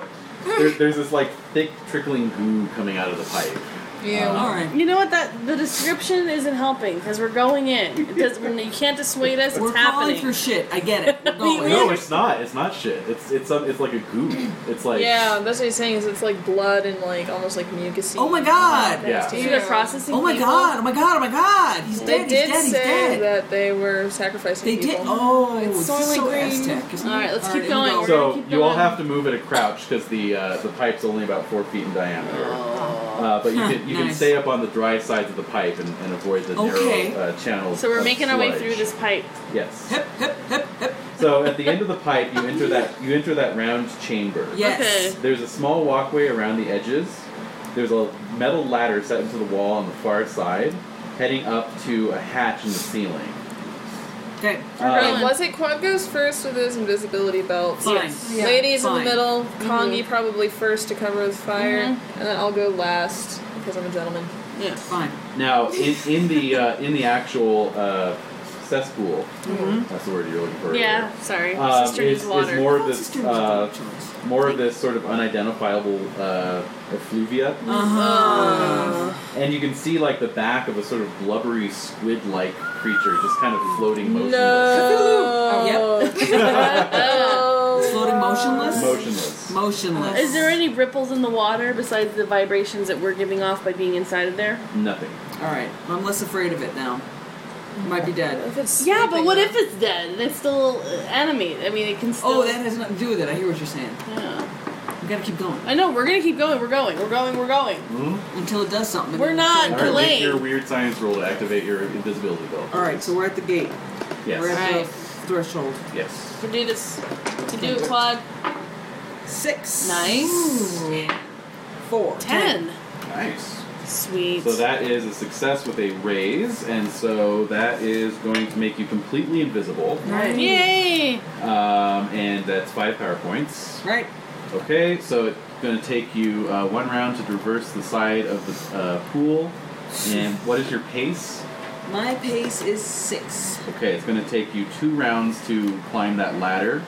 [SPEAKER 2] There, there's this like thick trickling goo coming out of the pipe.
[SPEAKER 7] Yeah.
[SPEAKER 4] All right.
[SPEAKER 3] You know what? That the description isn't helping because we're going in. It does, you can't dissuade us. It's
[SPEAKER 4] We're
[SPEAKER 3] happening.
[SPEAKER 4] falling through shit. I get it. We're going.
[SPEAKER 2] No, it's not. It's not shit. It's it's some. It's like a goo. It's like
[SPEAKER 5] yeah, that's what he's saying is it's like blood and like almost like mucusy.
[SPEAKER 4] Oh my god.
[SPEAKER 2] Yeah.
[SPEAKER 3] See, they're processing
[SPEAKER 4] Oh my
[SPEAKER 3] people.
[SPEAKER 4] god. Oh my god. Oh my god. He's
[SPEAKER 5] They
[SPEAKER 4] dead.
[SPEAKER 5] did say
[SPEAKER 4] he's dead. he's dead.
[SPEAKER 5] that they were sacrificing
[SPEAKER 4] they did.
[SPEAKER 5] people.
[SPEAKER 4] Oh,
[SPEAKER 5] It's
[SPEAKER 4] this
[SPEAKER 5] soiling
[SPEAKER 4] is so
[SPEAKER 5] green.
[SPEAKER 4] Aztec, isn't it?
[SPEAKER 3] All right, let's keep
[SPEAKER 4] here we
[SPEAKER 3] going.
[SPEAKER 4] go.
[SPEAKER 2] So
[SPEAKER 3] keep
[SPEAKER 2] you all
[SPEAKER 3] going.
[SPEAKER 2] have to move at a crouch because the uh, the pipe's only about four feet in diameter.
[SPEAKER 3] Oh.
[SPEAKER 2] Uh, but you
[SPEAKER 4] Huh,
[SPEAKER 2] can you can
[SPEAKER 4] nice.
[SPEAKER 2] stay up on the dry sides of the pipe and, and avoid the
[SPEAKER 4] Okay.
[SPEAKER 2] narrow uh, channels.
[SPEAKER 3] So we're
[SPEAKER 2] of
[SPEAKER 3] making our way
[SPEAKER 2] sludge.
[SPEAKER 3] through this pipe.
[SPEAKER 2] Yes.
[SPEAKER 4] Hip, hip, hip, hip.
[SPEAKER 2] So at the end of the pipe, you enter that you enter that round chamber.
[SPEAKER 4] Yes.
[SPEAKER 2] There's a small walkway around the edges. There's a metal ladder set into the wall on the far side, heading up to a hatch in the ceiling.
[SPEAKER 4] Okay.
[SPEAKER 5] Wait,
[SPEAKER 2] Um,
[SPEAKER 5] was it Quad goes first with his invisibility belts?
[SPEAKER 4] Fine. Mm-hmm. Yeah,
[SPEAKER 5] Ladies
[SPEAKER 4] fine.
[SPEAKER 5] in the middle, Kongi probably first to cover with fire,
[SPEAKER 4] Mm-hmm.
[SPEAKER 5] and then I'll go last because I'm a gentleman.
[SPEAKER 3] Yeah.
[SPEAKER 4] Fine.
[SPEAKER 2] Now, in, in the uh, in the actual uh, cesspool, that's the word you're looking for.
[SPEAKER 3] Mm-hmm. Yeah. Sorry.
[SPEAKER 2] earlier, um,
[SPEAKER 3] Sister
[SPEAKER 2] is,
[SPEAKER 3] needs
[SPEAKER 2] is
[SPEAKER 3] water.
[SPEAKER 2] more of
[SPEAKER 4] What's
[SPEAKER 2] this
[SPEAKER 4] his name?
[SPEAKER 2] uh, more of this sort of unidentifiable uh, effluvia,
[SPEAKER 4] Uh-huh.
[SPEAKER 2] and you can see like the back of a sort of blubbery squid-like creature just kind of floating motionless.
[SPEAKER 5] Uh,
[SPEAKER 3] Oh.
[SPEAKER 5] No.
[SPEAKER 4] Floating motionless?
[SPEAKER 2] Motionless.
[SPEAKER 4] Motionless.
[SPEAKER 3] Is there any ripples in the water besides the vibrations that we're giving off by being inside of there?
[SPEAKER 2] Nothing.
[SPEAKER 4] All right. I'm less afraid of it now. It might be dead.
[SPEAKER 5] If it's
[SPEAKER 3] Yeah, but
[SPEAKER 5] sleeping,
[SPEAKER 3] what
[SPEAKER 5] though.
[SPEAKER 3] if it's dead? It's still uh, animated. I mean, it can still.
[SPEAKER 4] Oh, that has nothing to do with it. I hear what you're saying.
[SPEAKER 3] Yeah.
[SPEAKER 4] We gotta keep going
[SPEAKER 3] I know. We're gonna keep going. We're going. We're going. We're going.
[SPEAKER 4] until it does something.
[SPEAKER 3] We're not
[SPEAKER 4] All
[SPEAKER 2] All right,
[SPEAKER 4] right.
[SPEAKER 3] delayed.
[SPEAKER 2] make
[SPEAKER 3] Delaying.
[SPEAKER 2] your weird science roll to activate your invisibility belt.
[SPEAKER 4] so we're at the gate.
[SPEAKER 2] Yes.
[SPEAKER 4] We're at
[SPEAKER 3] Right.
[SPEAKER 4] the threshold.
[SPEAKER 2] Yes.
[SPEAKER 3] We do this. We do it, Quad.
[SPEAKER 4] Six.
[SPEAKER 3] Nice.
[SPEAKER 4] Four.
[SPEAKER 3] Ten.
[SPEAKER 2] Nice.
[SPEAKER 3] Sweet.
[SPEAKER 2] So that is a success with a raise, and so that is going to make you completely invisible.
[SPEAKER 4] Right.
[SPEAKER 3] Yay!
[SPEAKER 2] Um, and that's five power points.
[SPEAKER 4] Right.
[SPEAKER 2] Okay, so it's going to take you uh, one round to traverse the side of the uh, pool. And what is your pace?
[SPEAKER 4] My pace is six.
[SPEAKER 2] Okay, it's going to take you two rounds to climb that ladder.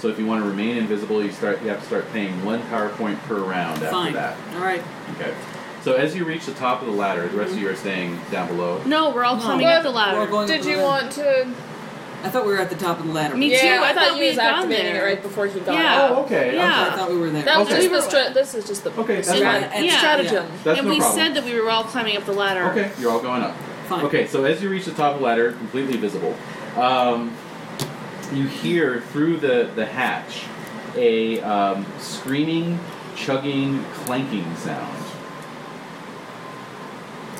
[SPEAKER 2] So if you want to remain invisible, you start you have to start paying one power point per round after
[SPEAKER 4] Fine.
[SPEAKER 2] that.
[SPEAKER 4] All right.
[SPEAKER 2] Okay. So as you reach the top of the ladder, the rest of you are staying down below.
[SPEAKER 3] No, we're all
[SPEAKER 4] No.
[SPEAKER 3] climbing
[SPEAKER 5] What?
[SPEAKER 3] up the ladder.
[SPEAKER 4] We're going
[SPEAKER 5] Did
[SPEAKER 4] up
[SPEAKER 5] you
[SPEAKER 4] the ladder.
[SPEAKER 5] want to?
[SPEAKER 4] I thought we were at the top of the ladder.
[SPEAKER 3] Me
[SPEAKER 5] yeah,
[SPEAKER 3] too. I
[SPEAKER 5] I
[SPEAKER 3] thought we
[SPEAKER 5] you was
[SPEAKER 3] had gone
[SPEAKER 5] activating it
[SPEAKER 3] there.
[SPEAKER 5] right before he got
[SPEAKER 3] Yeah.
[SPEAKER 5] out.
[SPEAKER 2] Oh, okay. I'm
[SPEAKER 3] Yeah.
[SPEAKER 4] I thought we were there.
[SPEAKER 5] That was
[SPEAKER 2] Okay.
[SPEAKER 5] just the stra- This is just the
[SPEAKER 2] Okay, that's
[SPEAKER 5] strat-
[SPEAKER 4] fine. Yeah.
[SPEAKER 5] stratagem.
[SPEAKER 2] That's
[SPEAKER 3] and
[SPEAKER 2] no
[SPEAKER 3] we
[SPEAKER 2] problem.
[SPEAKER 3] said that we were all climbing up the ladder.
[SPEAKER 2] Okay, you're all going up.
[SPEAKER 4] Fine.
[SPEAKER 2] Okay, so as you reach the top of the ladder, completely visible, um, you hear through the, the hatch a um, screaming, chugging, clanking sound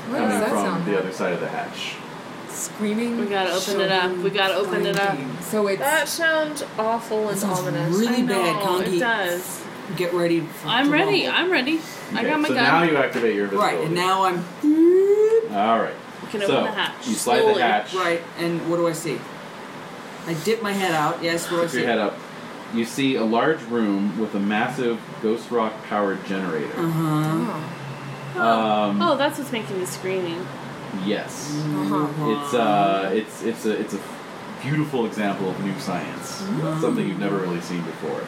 [SPEAKER 7] What
[SPEAKER 2] coming
[SPEAKER 7] does that
[SPEAKER 2] from
[SPEAKER 7] sound
[SPEAKER 2] the
[SPEAKER 7] like?
[SPEAKER 2] other side of the hatch.
[SPEAKER 7] Screaming.
[SPEAKER 3] We gotta open it up. We gotta open it up. Ah.
[SPEAKER 7] So it's
[SPEAKER 5] That sounds awful and
[SPEAKER 4] That sounds
[SPEAKER 5] ominous.
[SPEAKER 4] really
[SPEAKER 3] I know,
[SPEAKER 4] bad, Conky.
[SPEAKER 3] It does.
[SPEAKER 4] Get ready. For,
[SPEAKER 3] I'm
[SPEAKER 4] to
[SPEAKER 3] ready.
[SPEAKER 4] rumble.
[SPEAKER 3] I'm ready. I
[SPEAKER 2] Okay,
[SPEAKER 3] got my
[SPEAKER 2] so
[SPEAKER 3] gun.
[SPEAKER 2] now you activate your
[SPEAKER 4] Right,
[SPEAKER 2] invisibility.
[SPEAKER 4] and now I'm
[SPEAKER 2] All right.
[SPEAKER 3] we can
[SPEAKER 2] so
[SPEAKER 3] open the hatch.
[SPEAKER 2] you slide
[SPEAKER 3] Slowly.
[SPEAKER 2] the hatch.
[SPEAKER 4] right, and what do I see? I dip my head out. Yes, what do I
[SPEAKER 2] Put
[SPEAKER 4] see?
[SPEAKER 2] your head up. You see a large room with a massive ghost rock powered generator.
[SPEAKER 4] Uh
[SPEAKER 3] Uh-huh.
[SPEAKER 4] huh.
[SPEAKER 7] uh-huh.
[SPEAKER 2] Um,
[SPEAKER 3] Oh, that's what's making the screaming.
[SPEAKER 2] Yes.
[SPEAKER 7] uh-huh.
[SPEAKER 2] It's uh, it's it's a it's a beautiful example of new science.
[SPEAKER 4] Mm.
[SPEAKER 2] Something you've never really seen before.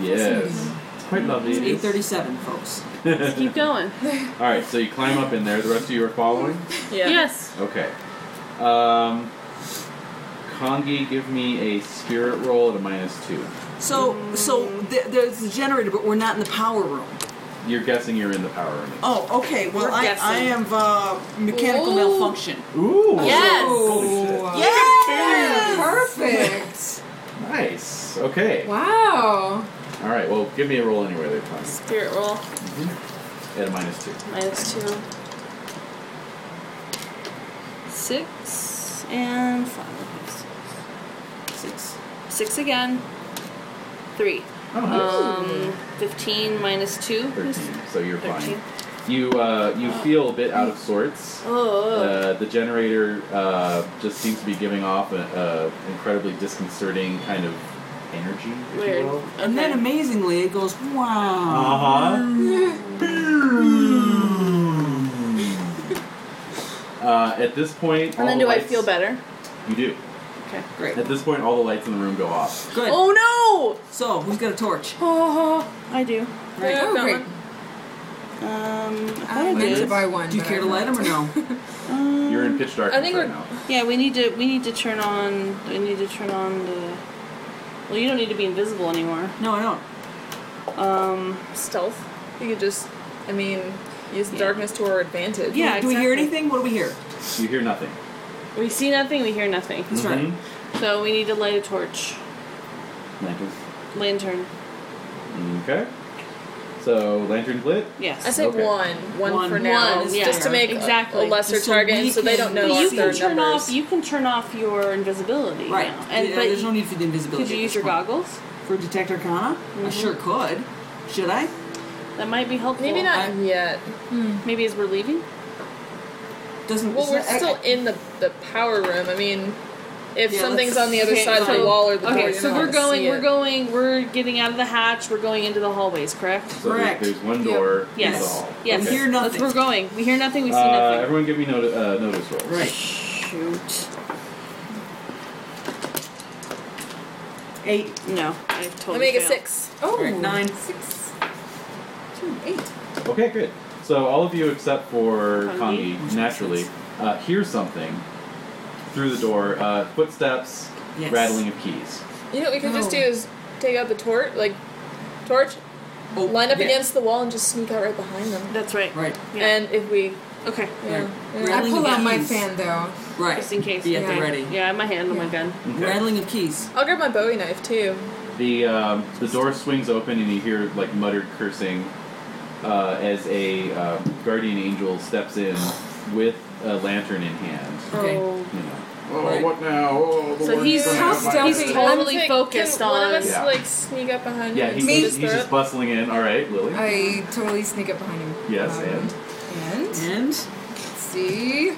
[SPEAKER 2] Yes. It's quite lovely.
[SPEAKER 4] It's
[SPEAKER 2] it
[SPEAKER 4] eight
[SPEAKER 2] is.
[SPEAKER 4] thirty-seven, folks.
[SPEAKER 3] Let's keep going.
[SPEAKER 2] All right, so you climb up in there. The rest of you are following.
[SPEAKER 5] Yeah.
[SPEAKER 3] Yes.
[SPEAKER 2] Okay. Um, Kongi, give me a spirit roll at a minus two.
[SPEAKER 4] So, so th- there's a generator, but we're not in the power room.
[SPEAKER 2] You're guessing you're in the power room.
[SPEAKER 4] Oh, okay. Well,
[SPEAKER 3] We're
[SPEAKER 4] I,
[SPEAKER 3] guessing.
[SPEAKER 4] I am uh, mechanical
[SPEAKER 5] Ooh.
[SPEAKER 4] malfunction.
[SPEAKER 2] Ooh!
[SPEAKER 3] Yes.
[SPEAKER 2] Holy shit.
[SPEAKER 4] Yes!
[SPEAKER 7] Perfect.
[SPEAKER 2] Nice. Okay.
[SPEAKER 7] wow.
[SPEAKER 2] All right. Well, give me a roll anywhere they're playing
[SPEAKER 3] Spirit roll.
[SPEAKER 2] at a minus two.
[SPEAKER 3] Minus two. Six and five. Six. Six again. Three.
[SPEAKER 2] Oh, nice.
[SPEAKER 3] Um, 15 minus two. is
[SPEAKER 2] Thirteen. So you're fine.
[SPEAKER 3] Thirteen.
[SPEAKER 2] You uh, you feel a bit out of sorts.
[SPEAKER 3] Oh,
[SPEAKER 2] Uh, the generator uh, just seems to be giving off an incredibly disconcerting kind of energy, if
[SPEAKER 3] Weird.
[SPEAKER 2] you will.
[SPEAKER 4] And then amazingly, it goes, wow.
[SPEAKER 2] Uh-huh. uh, at this point, all
[SPEAKER 3] and then
[SPEAKER 2] the
[SPEAKER 3] do I
[SPEAKER 2] lights-
[SPEAKER 3] feel better?
[SPEAKER 2] You do.
[SPEAKER 3] Okay.
[SPEAKER 4] Great.
[SPEAKER 2] At this point, all the lights in the room go off.
[SPEAKER 4] Good.
[SPEAKER 3] Oh no!
[SPEAKER 4] So, who's got a torch?
[SPEAKER 3] Oh, I do.
[SPEAKER 4] Right.
[SPEAKER 5] Yeah,
[SPEAKER 7] Oh,
[SPEAKER 5] that
[SPEAKER 7] great.
[SPEAKER 5] one.
[SPEAKER 3] Um, I thought
[SPEAKER 7] I
[SPEAKER 3] I
[SPEAKER 7] meant to
[SPEAKER 3] did.
[SPEAKER 7] buy one.
[SPEAKER 4] Do you
[SPEAKER 7] but
[SPEAKER 4] care
[SPEAKER 7] I
[SPEAKER 4] to light him or no?
[SPEAKER 3] Um,
[SPEAKER 2] You're in pitch darkness
[SPEAKER 5] I think we're-
[SPEAKER 2] right now.
[SPEAKER 3] Yeah, we need to we need to turn on we need to turn on the Well, you don't need to be invisible anymore.
[SPEAKER 4] No, I don't.
[SPEAKER 3] Um
[SPEAKER 5] Stealth. You could just, I mean, use the
[SPEAKER 3] Yeah.
[SPEAKER 5] darkness to our advantage.
[SPEAKER 3] Yeah,
[SPEAKER 4] Do we hear
[SPEAKER 3] exactly.
[SPEAKER 4] anything? What do we hear?
[SPEAKER 2] You hear nothing. Mm-hmm.
[SPEAKER 3] we see nothing, we hear nothing.
[SPEAKER 4] That's right.
[SPEAKER 3] So we need to light a torch.
[SPEAKER 2] Lanterns.
[SPEAKER 3] Lantern.
[SPEAKER 2] Okay. So lanterns lit.
[SPEAKER 3] Yes.
[SPEAKER 5] I say
[SPEAKER 2] Okay.
[SPEAKER 5] one, one,
[SPEAKER 4] One.
[SPEAKER 5] for now,
[SPEAKER 3] One, yeah.
[SPEAKER 5] just to make a-
[SPEAKER 3] Exactly.
[SPEAKER 5] a lesser
[SPEAKER 4] Just so we
[SPEAKER 5] target, so they
[SPEAKER 4] can-
[SPEAKER 5] don't
[SPEAKER 3] but
[SPEAKER 5] know
[SPEAKER 3] you
[SPEAKER 5] our
[SPEAKER 3] can
[SPEAKER 5] third
[SPEAKER 3] turn
[SPEAKER 5] numbers.
[SPEAKER 3] off you can turn off your invisibility
[SPEAKER 4] Right.
[SPEAKER 3] now. And
[SPEAKER 4] Yeah,
[SPEAKER 3] but
[SPEAKER 4] there's no need for the invisibility.
[SPEAKER 3] could you
[SPEAKER 4] at
[SPEAKER 3] use
[SPEAKER 4] this
[SPEAKER 3] your
[SPEAKER 4] point.
[SPEAKER 3] goggles?
[SPEAKER 4] For Detect Arcana? I sure could. Should I?
[SPEAKER 3] That might be helpful.
[SPEAKER 5] Maybe not
[SPEAKER 4] I-
[SPEAKER 5] yet.
[SPEAKER 3] Maybe as we're leaving.
[SPEAKER 4] Doesn't
[SPEAKER 5] Well,
[SPEAKER 4] it's
[SPEAKER 5] we're
[SPEAKER 4] not- I-
[SPEAKER 5] still in the, the power room. I mean, if
[SPEAKER 4] Yeah,
[SPEAKER 5] something's
[SPEAKER 4] let's-
[SPEAKER 5] on the other
[SPEAKER 3] okay,
[SPEAKER 5] side of the
[SPEAKER 3] so-
[SPEAKER 5] wall or the door,
[SPEAKER 3] Okay,
[SPEAKER 5] you're
[SPEAKER 3] so
[SPEAKER 5] not
[SPEAKER 3] we're
[SPEAKER 5] gonna
[SPEAKER 3] going,
[SPEAKER 5] see
[SPEAKER 3] we're
[SPEAKER 5] it.
[SPEAKER 3] going, we're getting out of the hatch. We're going into the hallways, correct?
[SPEAKER 2] So there's,
[SPEAKER 4] Correct.
[SPEAKER 2] there's one
[SPEAKER 7] Yep.
[SPEAKER 2] door
[SPEAKER 3] Yes.
[SPEAKER 2] in the hall.
[SPEAKER 3] Yes.
[SPEAKER 2] Okay.
[SPEAKER 4] We hear nothing.
[SPEAKER 3] That's where we're going. We hear nothing. We see
[SPEAKER 2] Uh,
[SPEAKER 3] nothing.
[SPEAKER 2] everyone, give me noti- uh, notice rolls.
[SPEAKER 4] Right.
[SPEAKER 3] Shoot.
[SPEAKER 4] Eight.
[SPEAKER 3] No, I totally.
[SPEAKER 5] Let me make a
[SPEAKER 3] failed.
[SPEAKER 5] six.
[SPEAKER 7] Oh,
[SPEAKER 4] Right, nine.
[SPEAKER 7] six, two, eight.
[SPEAKER 2] Okay, good. So all of you except for
[SPEAKER 3] Kongi.
[SPEAKER 2] Kongi, naturally, uh, hear something through the door. Uh, footsteps,
[SPEAKER 4] Yes.
[SPEAKER 2] rattling of keys.
[SPEAKER 5] You know what we could just
[SPEAKER 7] No.
[SPEAKER 5] do is take out the torch, like torch,
[SPEAKER 4] Oh,
[SPEAKER 5] line up
[SPEAKER 4] yeah.
[SPEAKER 5] against the wall, and just sneak out right behind them.
[SPEAKER 3] That's right.
[SPEAKER 4] Right.
[SPEAKER 3] Yeah.
[SPEAKER 5] And if we,
[SPEAKER 3] okay.
[SPEAKER 5] yeah,
[SPEAKER 4] Right.
[SPEAKER 5] yeah.
[SPEAKER 7] I pull out my
[SPEAKER 4] keys.
[SPEAKER 7] fan though.
[SPEAKER 4] Right.
[SPEAKER 3] Just in case.
[SPEAKER 4] Be at
[SPEAKER 3] okay.
[SPEAKER 4] the ready.
[SPEAKER 3] Yeah, I have my hand on my
[SPEAKER 7] Yeah.
[SPEAKER 3] gun.
[SPEAKER 2] Okay.
[SPEAKER 4] Rattling of keys.
[SPEAKER 5] I'll grab my Bowie knife too.
[SPEAKER 2] The um, the door swings open and you hear like muttered cursing uh, as a uh, guardian angel steps in with a lantern in hand.
[SPEAKER 4] Okay.
[SPEAKER 3] Oh.
[SPEAKER 2] You know.
[SPEAKER 4] Right.
[SPEAKER 2] what now? Oh, the
[SPEAKER 3] So
[SPEAKER 2] word's
[SPEAKER 3] he's-
[SPEAKER 2] coming out of my mouth.
[SPEAKER 7] How
[SPEAKER 5] I'm
[SPEAKER 3] He's
[SPEAKER 5] thinking-
[SPEAKER 3] totally
[SPEAKER 5] I'm thinking,
[SPEAKER 3] focused
[SPEAKER 5] can One
[SPEAKER 3] on-
[SPEAKER 5] of us
[SPEAKER 2] Yeah.
[SPEAKER 5] like sneak up behind
[SPEAKER 2] Yeah,
[SPEAKER 5] him
[SPEAKER 2] he's,
[SPEAKER 5] and
[SPEAKER 7] Me.
[SPEAKER 2] he's,
[SPEAKER 5] just throw
[SPEAKER 2] just
[SPEAKER 5] it.
[SPEAKER 2] bustling in. All right, Lily.
[SPEAKER 7] I totally sneak up behind him.
[SPEAKER 2] Yes,
[SPEAKER 7] and and
[SPEAKER 4] And
[SPEAKER 7] let's see.